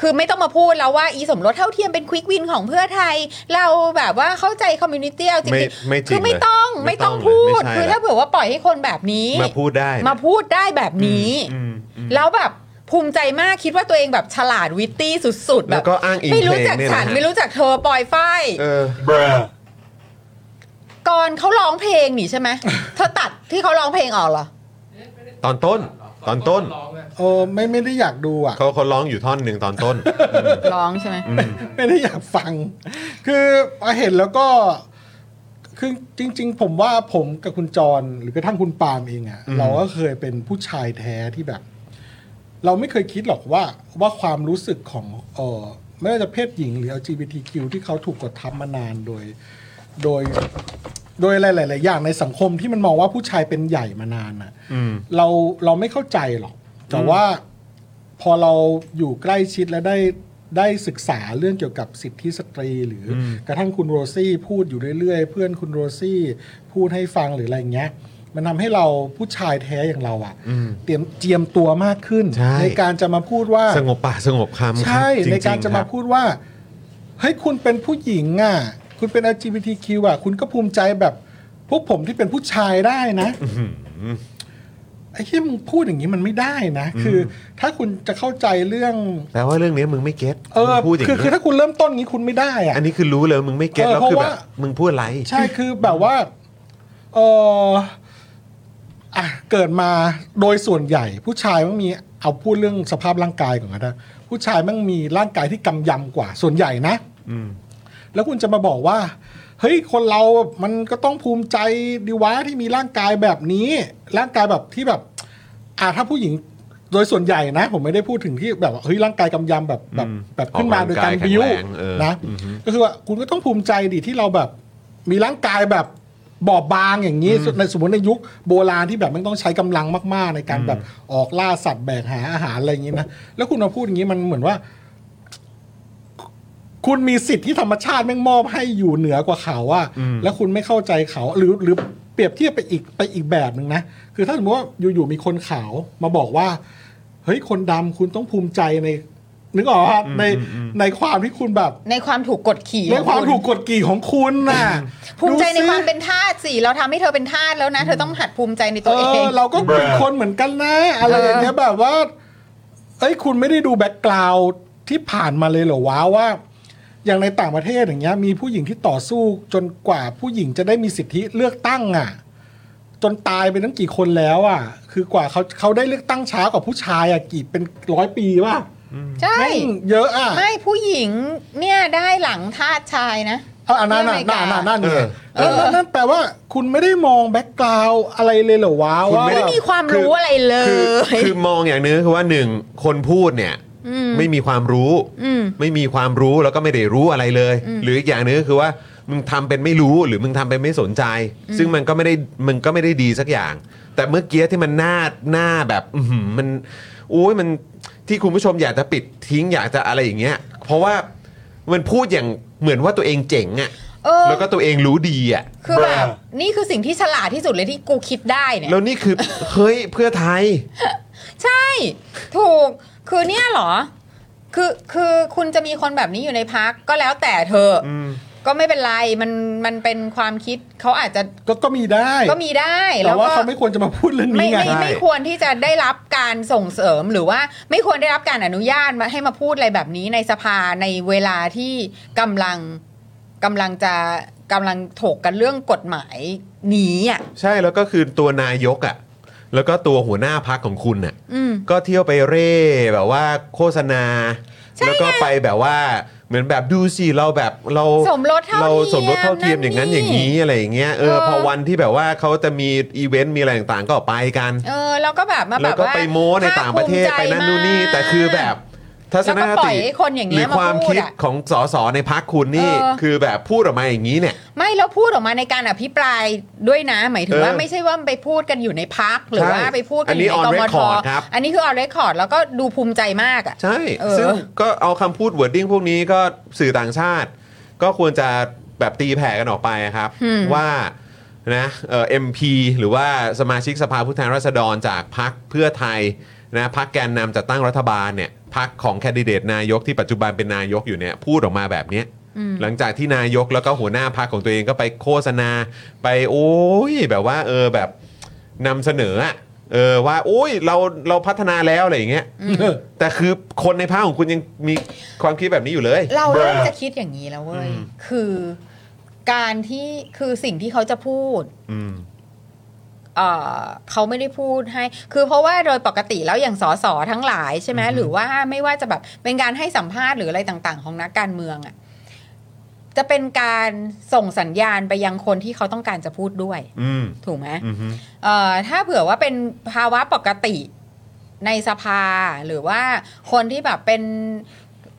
[SPEAKER 3] คือไม่ต้องมาพูดแล้วว่าอีสมรสเท่าเทียมเป็นควิกวินของเพื่อไทย เราแบบว่าเข้าใจคอมมูนิตี้เอาจริ
[SPEAKER 1] ไม่
[SPEAKER 3] ง
[SPEAKER 1] ไม่จ
[SPEAKER 3] ๆ
[SPEAKER 1] ริง
[SPEAKER 3] คือไม่
[SPEAKER 1] เลย
[SPEAKER 3] ต้องไม่ต้อง
[SPEAKER 1] เลย
[SPEAKER 3] พู
[SPEAKER 1] ไม่
[SPEAKER 3] ด
[SPEAKER 1] ใช่
[SPEAKER 3] คือถ้าเผื่อว่าปล่อยให้คนแบบนี้
[SPEAKER 1] มาพูดได้
[SPEAKER 3] มาพูดได้แบบนี้
[SPEAKER 1] อืมอืม
[SPEAKER 3] แล้วแบบภูมิใจมากคิดว่าตัวเองแบบฉลาดวิตตี้สุดๆ แบ
[SPEAKER 1] แล้
[SPEAKER 3] บ
[SPEAKER 1] วก็อ้างอิง
[SPEAKER 3] ไม่รู้จัก
[SPEAKER 1] เพลงเนี่ยนะ
[SPEAKER 3] ฉัน
[SPEAKER 1] ฮะ
[SPEAKER 3] ไม่รู้จักเธอปล่อยไฟ
[SPEAKER 1] เออ
[SPEAKER 3] ก่อนเขาร้องเพลงนี่ใช่ไหม เธอตัดที่เขาร้องเพลงออกเหรอ
[SPEAKER 1] ตอนต้น ตอนต้น
[SPEAKER 4] เออไม่ไม่ได้อยากดูอ่ะ
[SPEAKER 1] เขาเขาร้องอยู่ท่อนหนึ่งตอนต้น
[SPEAKER 3] ร้องใช่ไหม
[SPEAKER 4] ไม่ได้อยากฟัง คือพอเห็นแล้วก็ คือจริง ๆ ผมว่าผมกับคุณจรหรือกระทั่งคุณปาล์มเองอะเราก็เคยเป็นผู้ชายแท้ที่แบบ เราไม่เคยคิดหรอกว่าว่าความรู้สึกของเออไม่ว่าจะเพศหญิงหรือ LGBTQ ที่เขาถูกกดทับมานานโดย โดย โดยอะไรหลาย ๆ อย่างในสังคมที่มันมองว่าผู้ชายเป็นใหญ่มานานอะเราเราไม่เข้าใจหรอก แต่ว่า พอเราอยู่ใกล้ชิดและได้ ได้ศึกษาเรื่องเกี่ยวกับสิทธิสตรี หรือกระทั่งคุณโรซี่พูดอยู่เรื่อยๆ เพื่อนคุณโรซี่พูดให้ฟังหรืออะไรอย่างเงี้ย มันทำให้เราผู้ชายแท้อย่างเราอะเตรียมเจียมตัวมากขึ้น
[SPEAKER 1] ใช่
[SPEAKER 4] การจะมาพูดว่า
[SPEAKER 1] สงบปากสงบคำครับ
[SPEAKER 4] ใช่
[SPEAKER 1] งๆ
[SPEAKER 4] ในการจะมา
[SPEAKER 1] คบ
[SPEAKER 4] พูดว่าเฮ้ยคุณเป็นผู้หญิงอ่ะ คุณเป็น LGBTQ อ่ะ คุณก็ภูมิใจแบบ พวกผมที่เป็นผู้ชายได้นะไอ้ที่มึงพูดอย่างนี้มันไม่ได้นะ คือ ถ้าคุณจะเข้าใจเรื่อง
[SPEAKER 1] แปลว่าเรื่องนี้มึงไม่เก็ต
[SPEAKER 4] เออ
[SPEAKER 1] มึงพูดอย่าง
[SPEAKER 4] คือคือ
[SPEAKER 1] นี้
[SPEAKER 4] ถ้าคุณเริ่มต้นอย่างนี้คุณไม่ได้อ่ะ
[SPEAKER 1] อันนี้คือรู้เลยว่ามึงไม่เก็ต
[SPEAKER 4] เออ
[SPEAKER 1] แล้วคือ
[SPEAKER 4] เพ
[SPEAKER 1] แบ
[SPEAKER 4] ราะ
[SPEAKER 1] บ
[SPEAKER 4] ว่า
[SPEAKER 1] มึงพูดอะไร
[SPEAKER 4] ใช่คือแบบว่าเอออ่ะเกิดมาโดยส่วนใหญ่ ผู้ชายมันมีเอาพูดเรื่องสภาพร่างกายก่อนก็ได้ผู้ชายมันมีร่างกายที่กำยำกว่า ส่วนใหญ่นะแล้วคุณจะมาบอกว่า เฮ้ยคนเรามันก็ต้องภูมิใจดีวะที่มีร่างกายแบบนี้ ร่างกายแบบที่แบบ อ่ะถ้าผู้หญิงโดยส่วนใหญ่นะ ผมไม่ได้พูดถึงที่แบบว่าเฮ้ยร่างกายกำยำแบบแบบแบบขึ้นมาโดยการบิว
[SPEAKER 1] ออกกำลังกายแข็งแรงเออ
[SPEAKER 4] นะ ก็คือว่าคุณก็ต้องภูมิใจดิที่เราแบบ มีร่างกายแบบบอบบางอย่างนี้ในสมมติในยุคโบราณที่แบบมันต้องใช้กำลังมาก ๆ ในการแบบออกล่าสัตว์แบกหาอาหารอะไรอย่างนี้นะแล้วคุณมาพูดอย่างนี้มันเหมือนว่า คุณมีสิทธิ์ที่ธรรมชาติแม่งมอบให้อยู่เหนือกว่าเขาอะแล้วคุณไม่เข้าใจเขาหรือหรือเปรียบเทียบไปอีกไปอีกแบบหนึ่งนะ คือถ้าสมมติว่าอยู่ๆมีคนขาวมาบอกว่า เฮ้ยคนดำคุณต้องภูมิใจในนึกออกว่าในในความที่คุณแบบ
[SPEAKER 3] ในความถูกกดขี่
[SPEAKER 4] เรื่องความ
[SPEAKER 3] ของณ
[SPEAKER 4] ถูกกดกี่ของคุณน่ะ
[SPEAKER 3] ภูมิใจในความเป็น
[SPEAKER 4] ดู
[SPEAKER 3] ทาสสิเราทำให้เธอเป็นทาสแล้วนะ เธอต้องหัดภูมิใจใน
[SPEAKER 4] สิ
[SPEAKER 3] ตัวเอ
[SPEAKER 4] เอง อเราก็เป็นคนเหมือนกันนะ อะไรอย่างเงี้ยแบบว่า เอ้ยคุณไม่ได้ดูแบ็กกราวด์ที่ผ่านมาเลยเหรอวะว่า อย่างในต่างประเทศอย่างเงี้ย มีผู้หญิงที่ต่อสู้จนกว่าผู้หญิงจะได้มีสิทธิเลือกตั้งอ่ะ จนตายไปตั้งกี่คนแล้วอ่ะ คือกว่าเขาเขาได้เลือกตั้งช้ากว่าผู้ชายอ่ะกี่เป็นร้อยปีป่ะ
[SPEAKER 3] ใช่
[SPEAKER 4] แม่งเยอะอ่ะ
[SPEAKER 3] ไม่ผู้หญิงเนี่ยได้หลังทาสชายนะ
[SPEAKER 4] เอาอันนั้นน่ะ
[SPEAKER 3] ที่อเม
[SPEAKER 4] น่าก
[SPEAKER 3] ริา
[SPEAKER 4] นั่นนั่น
[SPEAKER 1] เอ
[SPEAKER 4] ไง
[SPEAKER 1] อ
[SPEAKER 4] เออนั่นแปลว่าคุณไม่ได้มองแบ็กกราวอะไรเลยเหรอวะ
[SPEAKER 1] คุณ
[SPEAKER 4] ว่า
[SPEAKER 1] ไม่ได้
[SPEAKER 3] มีความรู้
[SPEAKER 1] อ
[SPEAKER 3] อะไรเลย
[SPEAKER 1] คือคือมองอย่างนึงคือว่าหนึ่งคนพูดเนี่ยไม่มีความรู้ไม่มีความรู้แล้วก็ไม่ได้รู้อะไรเลย หรืออีกอย่างนึงก็คือว่ามึงทำเป็นไม่รู้หรือมึงทำเป็นไม่สนใจ ซึ่งมันก็ไม่ได้มันก็ไม่ได้ดีสักอย่าง แต่เมื่อกี้ที่มันหน้าหน้าแบบอื้อหือมันโอ้ยมันที่คุณผู้ชมอยากจะปิดทิ้งอยากจะอะไรอย่างเงี้ย เพราะว่ามันพูดอย่างเหมือนว่าตัวเองเจ๋งอะ
[SPEAKER 3] เออ
[SPEAKER 1] แล้วก็ตัวเองรู้ดีอะ
[SPEAKER 3] คือแบบนี่คือสิ่งที่ฉลาดที่สุดเลยที่กูคิดได้เนี่ย
[SPEAKER 1] แล้วนี่คือ เฮ้ยเพื่อไทย
[SPEAKER 3] ใช่ ถูกคือเนี่ยเหรอ คือคือคุณจะมีคนแบบนี้อยู่ในพักก็แล้วแต่เธออก็ไม่เป็นไรมันมันเป็นความคิดเขาอาจจะ
[SPEAKER 4] ก็ก็มีได้
[SPEAKER 3] ก็มีได้
[SPEAKER 4] แต่
[SPEAKER 3] แล้ว
[SPEAKER 4] ว่า
[SPEAKER 3] ก็
[SPEAKER 4] เขาไม่ควรจะมาพูดเรื่อง
[SPEAKER 3] ไม่
[SPEAKER 4] นี้ไง
[SPEAKER 3] ไม่ไม่ควรที่จะได้รับการส่งเสริมหรือว่าไม่ควรได้รับการอนุญาตมาให้มาพูดอะไรแบบนี้ในสภาในเวลาที่กำลังกำลังจะกำลังถกกันเรื่องกฎหมายนี้อ่ะ
[SPEAKER 1] ใช่แล้วก็คือตัวนายกอะ่ะ แล้วก็ตัวหัวหน้าพักของคุณน่ะ
[SPEAKER 3] อืม
[SPEAKER 1] ก็เที่ยวไปเร่แบบว่าโฆษณา
[SPEAKER 3] ใช่
[SPEAKER 1] แล้วก็ไปแบบว่าเหมือนแบบดูสิเราแบบเรา
[SPEAKER 3] สมรสเท่าเทียม
[SPEAKER 1] สมรสเท่าเทียมอย่างนั้นอน
[SPEAKER 3] นั่
[SPEAKER 1] ย่าง
[SPEAKER 3] นี่
[SPEAKER 1] นี้อะไรอย่างเงี้ยเออ
[SPEAKER 3] เออ
[SPEAKER 1] พอวันที่แบบว่าเขาจะมีอีเวนต์มีอะไรต่างๆก็ไปกัน
[SPEAKER 3] เออแล้วก็แบบมา
[SPEAKER 1] แล้ว
[SPEAKER 3] แบบ
[SPEAKER 1] ก็
[SPEAKER 3] ว่า
[SPEAKER 1] ไปโม้ในต่างประเทศ
[SPEAKER 3] ภค
[SPEAKER 1] ไปนั่น
[SPEAKER 3] ภู
[SPEAKER 1] นู่น
[SPEAKER 3] มิใจ
[SPEAKER 1] นี่ แต่คือแบบ ทัศนค
[SPEAKER 3] แล้วก็ปล่
[SPEAKER 1] ติ
[SPEAKER 3] อยไอ้คนอย่างเงี้
[SPEAKER 1] หรื
[SPEAKER 3] ย
[SPEAKER 1] อความ
[SPEAKER 3] มาพูด
[SPEAKER 1] คิด
[SPEAKER 3] อะ
[SPEAKER 1] ของสสในพักคุณนี่
[SPEAKER 3] เออ
[SPEAKER 1] คือแบบพูดออกมาอย่างนี้เนี่ย
[SPEAKER 3] ไม่แล้วพูดออกมาในการอภิปรายด้วยนะ หมายถึง
[SPEAKER 1] เออ
[SPEAKER 3] ว่าไม่ใช่ว่าไปพูดกันอยู่ในพักหรือ
[SPEAKER 1] ใช่
[SPEAKER 3] ว่าไปพูดกั
[SPEAKER 1] อั
[SPEAKER 3] น
[SPEAKER 1] น
[SPEAKER 3] อ
[SPEAKER 1] นี้
[SPEAKER 3] ยู่ใน
[SPEAKER 1] on
[SPEAKER 3] กมท
[SPEAKER 1] record ครับ
[SPEAKER 3] อันนี้คือ on record แล้วก็ดูภูมิใจมากอ่ะ
[SPEAKER 1] ใช่
[SPEAKER 3] เออ
[SPEAKER 1] ซึ่งก็เอาคำพูด wording พวกนี้ก็สื่อต่างชาติ ก็ควรจะแบบตีแผ่กันออกไปครับ ว่านะเอ่อ็มพีหรือว่าสมาชิกสภาผู้แทนราษฎรจากพักเพื่อไทยนะพักแกนนำจัดตั้งรัฐบาลเนี่ยพักของแคนดิเดตนายกที่ปัจจุบันเป็นนายกอยู่เนี่ยพูดออกมาแบบเนี้ยหลังจากที่นายกแล้วก็หัวหน้าพักของตัวเองก็ไปโฆษณาไปโอ้ยแบบว่าเออแบบ นำเสนออะเออว่าโอ้ยเราเราพัฒนาแล้วอะไรอย่างเงี้ยแต่คือคนในภาคของคุณยังมีความคิดแบบนี้อยู่เลย
[SPEAKER 3] เราเริ่มจะคิดอย่างนี้แล้วเว้ย คือการที่คือสิ่งที่เขาจะพูดเอ่อเขาไม่ได้พูดให้ คือเพราะว่าโดยปกติแล้วอย่างสสทั้งหลายใช่ไหมหรือว่าไม่ว่าจะแบบเป็นการให้สัมภาษณ์หรืออะไรต่าง ๆ ของนักการเมืองอะจะเป็นการส่งสัญญาณไปยังคนที่เขาต้องการจะพูดด้วย
[SPEAKER 1] อืม
[SPEAKER 3] ถูกไหม
[SPEAKER 1] อืมฮึ
[SPEAKER 3] เอ่อถ้าเผื่อว่าเป็นภาวะปกติในสภาหรือว่าคนที่แบบเป็น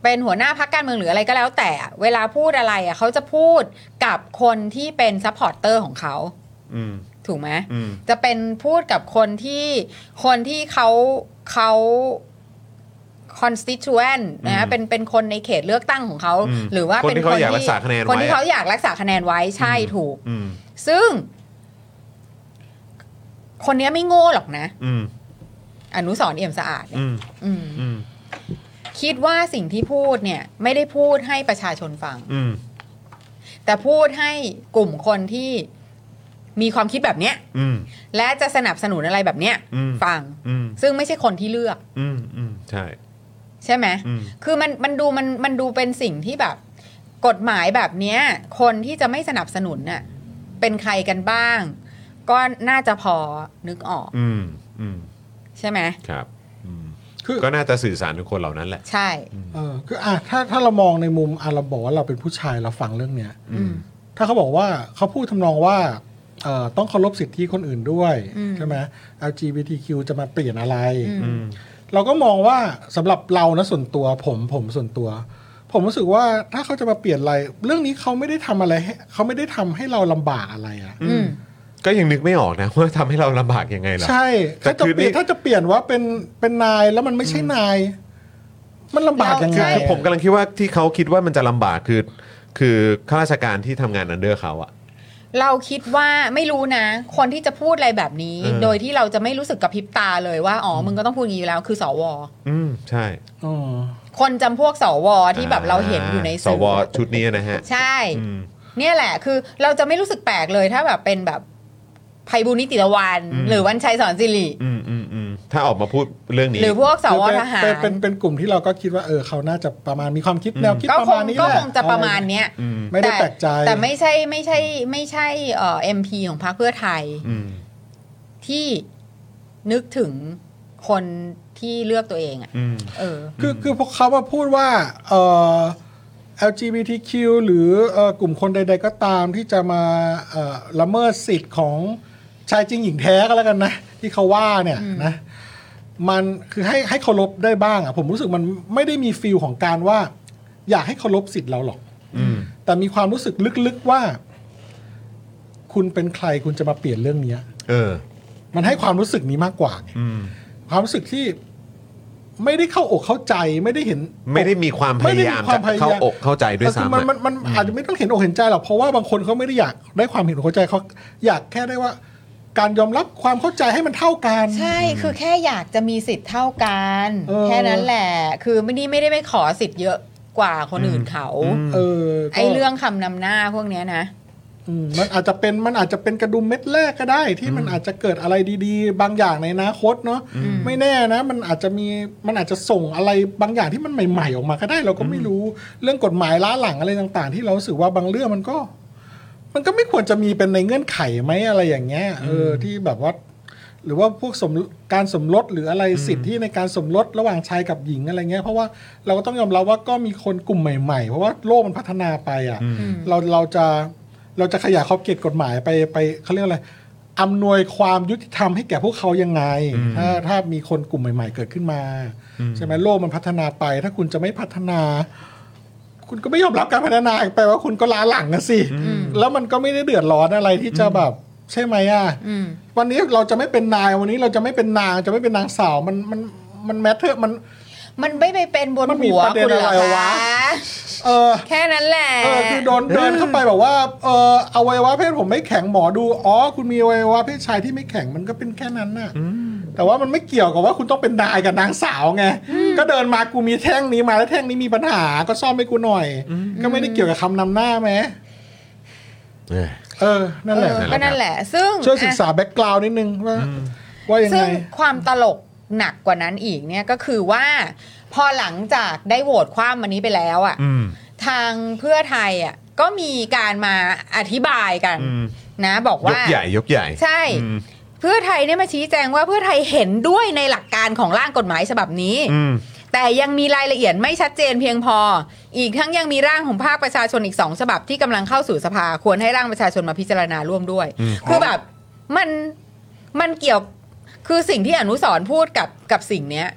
[SPEAKER 3] เป็นหัวหน้าพักการเมืองหรืออะไรก็แล้วแต่อะเวลาพูดอะไรอ่ะเขาจะพูดกับคนที่เป็นซัพพอร์ตเตอร์ของเขา
[SPEAKER 1] อืม
[SPEAKER 3] ถูกไหม
[SPEAKER 1] อืม
[SPEAKER 3] จะเป็นพูดกับคนที่คนที่เขาเขา constituent นะเป็นเป็นคนในเขตเลือกตั้งของเขา
[SPEAKER 1] อืม
[SPEAKER 3] หรือว่า
[SPEAKER 1] คนที่เขาอยากรักษาคะแนนไว้
[SPEAKER 3] คนที่
[SPEAKER 1] อะ
[SPEAKER 3] เขาอยากรักษาคะแนนไว้ใช่ถูก
[SPEAKER 1] อืม
[SPEAKER 3] ซึ่ง คนเนี้ยไม่โง่หรอกนะ
[SPEAKER 1] อืม
[SPEAKER 3] อนุสรณ์เอี่ยมสะอาดเนี่ย
[SPEAKER 1] อืม
[SPEAKER 3] อืม
[SPEAKER 1] อืม
[SPEAKER 3] คิดว่าสิ่งที่พูดเนี่ย ไม่ได้พูดให้ประชาชนฟัง
[SPEAKER 1] อืม
[SPEAKER 3] แต่พูดให้กลุ่มคนที่มีความคิดแบบเนี้ย
[SPEAKER 1] อืม
[SPEAKER 3] และจะสนับสนุนอะไรแบบเนี้ย
[SPEAKER 1] อืม
[SPEAKER 3] ฟัง
[SPEAKER 1] อืม
[SPEAKER 3] ซึ่งไม่ใช่คนที่เลือก
[SPEAKER 1] อืมอืมใช่
[SPEAKER 3] ใช่ไหม
[SPEAKER 1] อืม
[SPEAKER 3] คือมันมันดูมันมันดูเป็นสิ่งที่แบบ กฎหมายแบบเนี้ย คนที่จะไม่สนับสนุนน่ะเป็นใครกันบ้าง ก็น่าจะพอนึกออก
[SPEAKER 1] อืมอืม
[SPEAKER 3] ใช่ไหม
[SPEAKER 1] ครับอืม
[SPEAKER 4] คือ
[SPEAKER 1] ก็น่าจะสื่อสารทุกคนเหล่านั้นแหละ
[SPEAKER 3] ใช่
[SPEAKER 4] เออคืออ่ะถ้าถ้าเรามองในมุมอ่ะเราบอกว่าเราเป็นผู้ชายเราฟังเรื่องเนี้ย
[SPEAKER 3] อืม
[SPEAKER 4] ถ้าเขาบอกว่าเขาพูดทำนองว่าเอ่อต้องเคารพสิทธิคนอื่นด้วย
[SPEAKER 3] อืม
[SPEAKER 4] ใช่ไหม LGBTQ จะมาเปลี่ยนอะไร
[SPEAKER 3] อืม
[SPEAKER 1] อืม
[SPEAKER 4] เราก็มองว่าสำหรับเรานะส่วนตัวผมผมส่วนตัว ผมรู้สึกว่าถ้าเขาจะมาเปลี่ยนอะไร เรื่องนี้เขาไม่ได้ทำอะไรให้เขาไม่ได้ทำให้เราลำบากอะไรอะ
[SPEAKER 3] อืม
[SPEAKER 1] ก็ยังนึกไม่ออกนะ ว่าทำให้เราลำบากยังไงเหรอ
[SPEAKER 4] ใช่
[SPEAKER 1] แต่
[SPEAKER 4] ถ้าจะ
[SPEAKER 1] คือ
[SPEAKER 4] เปลี่ยน
[SPEAKER 1] นี่
[SPEAKER 4] ถ้าจะเปลี่ยนว่าเป็นเป็นนายแล้วมันไม่ใช่นาย มันลำบากยัง
[SPEAKER 3] ใช่
[SPEAKER 4] ไง
[SPEAKER 1] คือผมกำลังคิดว่าที่เขาคิดว่ามันจะลำบากคือ คือข้าราชการที่ทำงานอันเดอร์เขาอะ
[SPEAKER 3] เราคิดว่าไม่รู้นะ คนที่จะพูดอะไรแบบนี้
[SPEAKER 1] เออ
[SPEAKER 3] โดยที่เราจะไม่รู้สึกกับพริบตาเลยว่าอ๋อมึงก็ต้องพูดอย่างนี้อยู่แล้วคือสว
[SPEAKER 1] อืมใช่
[SPEAKER 4] อ๋อ
[SPEAKER 3] คนจำพวกสวที่แบบเราเห็นอยู่ใน
[SPEAKER 1] ส
[SPEAKER 3] สื่อ
[SPEAKER 1] วชุดนี้นะฮะ
[SPEAKER 3] ใช่
[SPEAKER 1] อืม
[SPEAKER 3] เนี่ยแหละคือเราจะไม่รู้สึกแปลกเลยถ้าแบบเป็นแบบภัยบุญนิติตะวัน
[SPEAKER 1] อืม
[SPEAKER 3] หรือวันชัยสอนสิริ
[SPEAKER 1] อืมอืมอืมถ้าออกมาพูดเรื่องนี้
[SPEAKER 3] หรือพวกสว
[SPEAKER 4] คือเป็น
[SPEAKER 3] ทหาร
[SPEAKER 4] เป็นเป็นเป็นกลุ่มที่เราก็คิดว่าเออเขาน่าจะประมาณมีความคิด
[SPEAKER 1] อืม
[SPEAKER 4] แนวคิด
[SPEAKER 3] ก็
[SPEAKER 4] ประ
[SPEAKER 3] ค
[SPEAKER 4] มาณ
[SPEAKER 3] ง
[SPEAKER 4] นี้
[SPEAKER 3] ก็
[SPEAKER 4] แหละ
[SPEAKER 3] คงจะประมาณเนี้ย
[SPEAKER 1] อืม
[SPEAKER 4] ไม่ได้แปลกใจ
[SPEAKER 3] แต่ไม่ใช่ไม่ใช่ไม่ใช่เอ่อ็มพีของพรรคเพื่อไทย
[SPEAKER 1] อืม
[SPEAKER 3] ที่นึกถึงคนที่เลือกตัวเองอะ
[SPEAKER 1] อืม
[SPEAKER 3] เออ
[SPEAKER 4] คือคือพวกเขามาพูดว่าเอ่อ LGBTQ หรือเอ่อกลุ่มคนใด ๆ ก็ตามที่จะมาเอ่อละเมิดสิทธิ์ของชายจริงหญิงแท้ก็แล้วกันนะ ที่เขาว่าเนี่ยนะมันคือให้ให้เคารพได้บ้างอะผมรู้สึกมันไม่ได้มีฟิลของการว่า อยากให้เคารพสิทธิ์เราหรอก
[SPEAKER 1] อืม
[SPEAKER 4] แต่มีความรู้สึกลึกๆว่า คุณเป็นใครคุณจะมาเปลี่ยนเรื่องเนี้ย
[SPEAKER 1] เออ
[SPEAKER 4] มันให้ความรู้สึกนี้มากกว่าไง
[SPEAKER 1] อืม
[SPEAKER 4] ความรู้สึกที่ไม่ได้เข้าอกเข้าใจไม่ได้เห็น
[SPEAKER 1] ไม่ได้มีความพยายามจะเข้าอกเข้าใจด้วย
[SPEAKER 4] คือ
[SPEAKER 1] ซ้ำ
[SPEAKER 4] มัน
[SPEAKER 1] อะ
[SPEAKER 4] มันมันอาจจะไม่ต้องเห็นอกเห็นใจหรอกเพราะว่าบางคนเขาไม่ได้อยากได้ความเห็นอกเข้าใจเขาอยากแค่ได้ว่า การยอมรับความเข้าใจให้มันเท่ากัน
[SPEAKER 3] ใช่คือแค่อยากจะมีสิทธิ์เท่ากัน
[SPEAKER 4] เออ
[SPEAKER 3] แค่นั้นแหละ คือไม่นี่ไม่ได้ไปขอสิทธิ์เยอะกว่าคนอื่นเขา
[SPEAKER 4] เออก็
[SPEAKER 3] ไอ้เรื่องคำนำหน้าพวกเนี้ยนะ
[SPEAKER 4] อืมมันอาจจะเป็นมันอาจจะเป็นกระดุมเม็ดแรกก็ได้ ที่มันอาจจะเกิดอะไรดีๆ บางอย่างในอนาคตเนาะ
[SPEAKER 3] อืม
[SPEAKER 4] ไม่แน่นะ มันอาจจะมีมันอาจจะส่งอะไรบางอย่างที่มันใหม่ ๆ ออกมาก็ได้ เราก็ไม่รู้เรื่องกฎหมายล้าหลังอะไรต่าง ๆ ที่เรารู้สึกว่าบางเรื่องมันก็ มันก็ไม่ควรจะมีเป็นในเงื่อนไขไหมอะไรอย่างเงี้ยเออที่แบบว่า หรือว่าพวกสมการสมรสหรืออะไรสิทธิในการสมรสระหว่างชายกับหญิงอะไรเงี้ยเพราะว่าเราก็ต้องยอมรับว่าก็มีคนกลุ่มใหม่ๆ เพราะว่าโลกมันพัฒนาไปอ่ะ
[SPEAKER 3] อืม
[SPEAKER 4] เราเราจะเราจะขยายขอบเขตกฎหมายไปไปเขาเรียกอะไรอำนวยความยุติธรรมให้แก่พวกเขายังไง ถ้าถ้ามีคนกลุ่มใหม่ ๆ เกิดขึ้นมา ใช่ไหมโลกมันพัฒนาไป ถ้าคุณจะไม่พัฒนา คุณก็ไม่ยอมรับการพัฒนาแปลว่าคุณก็ล้าหลังนะสิแล้วมันก็ไม่ได้เดือดร้อนอะไรที่จะแบบ ใช่ไหมอ่ะ
[SPEAKER 3] อืม
[SPEAKER 4] วันนี้เราจะไม่เป็นนายวันนี้เราจะไม่เป็นนางจะไม่เป็นนางสาวมันมันมันแมทเทอร์มัน
[SPEAKER 3] มันไม่ไปเป็นบน
[SPEAKER 4] มันมี
[SPEAKER 3] หัว
[SPEAKER 4] ประเด็น
[SPEAKER 3] คุณเหรอ
[SPEAKER 4] อะไรวะ
[SPEAKER 3] คะ
[SPEAKER 4] เออ
[SPEAKER 3] แค่นั้นแหละ
[SPEAKER 4] เออคือโดนเดินเข้าไปแบบว่าเอออวัยวะเพศผมไม่แข็งหมอดูอ๋อคุณมีอวัยวะเพศชายที่ไม่แข็งมันก็เป็นแค่นั้นน่ะแต่ว่ามันไม่เกี่ยวกับว่าคุณต้องเป็นนายกับนางสาวไงก็เดินมากูมีแท่งนี้มาแล้วแท่งนี้มีปัญหาก็ซ่อมให้กูหน่อย ก็ไม่ได้เกี่ยวกับคำนำหน้าไหมเออนั่นแหละ
[SPEAKER 3] เออก็นั่นแหละ ซึ่ง
[SPEAKER 4] ช่วยศึก
[SPEAKER 3] อ่ะ
[SPEAKER 4] ษาแบ็กกราวน์นิดนึงว่าว่ายัง
[SPEAKER 3] ซึ่
[SPEAKER 4] ไง
[SPEAKER 3] งความตลกหนักกว่านั้นอีกเนี่ยก็คือว่า พอหลังจากได้โหวตคว่ำวันนี้ไปแล้วอ่ะ
[SPEAKER 1] อืม
[SPEAKER 3] ทางเพื่อไทยอ่ะก็มีการมาอธิบายกัน
[SPEAKER 1] อืม
[SPEAKER 3] นะบอก
[SPEAKER 1] ย
[SPEAKER 3] ว่าย
[SPEAKER 1] กใหญ่ยกใหญ่
[SPEAKER 3] ใช่
[SPEAKER 1] อืม
[SPEAKER 3] เพื่อไทยเนี่ยมาชี้แจงว่าเพื่อไทยเห็นด้วยในหลักการของร่างกฎหมายฉบับนี้
[SPEAKER 1] อืม
[SPEAKER 3] แต่ยังมีรายละเอียดไม่ชัดเจนเพียงพอ อีกทั้งยังมีร่างของภาคประชาชนอีกสองฉบับที่กำลังเข้าสู่สภา ควรให้ร่างประชาชนมาพิจารณาร่วมด้วย คือแบบมันมันเกี่ยวคือสิ่งที่อนุสรณ์พูดกับกับสิ่งเนี้ย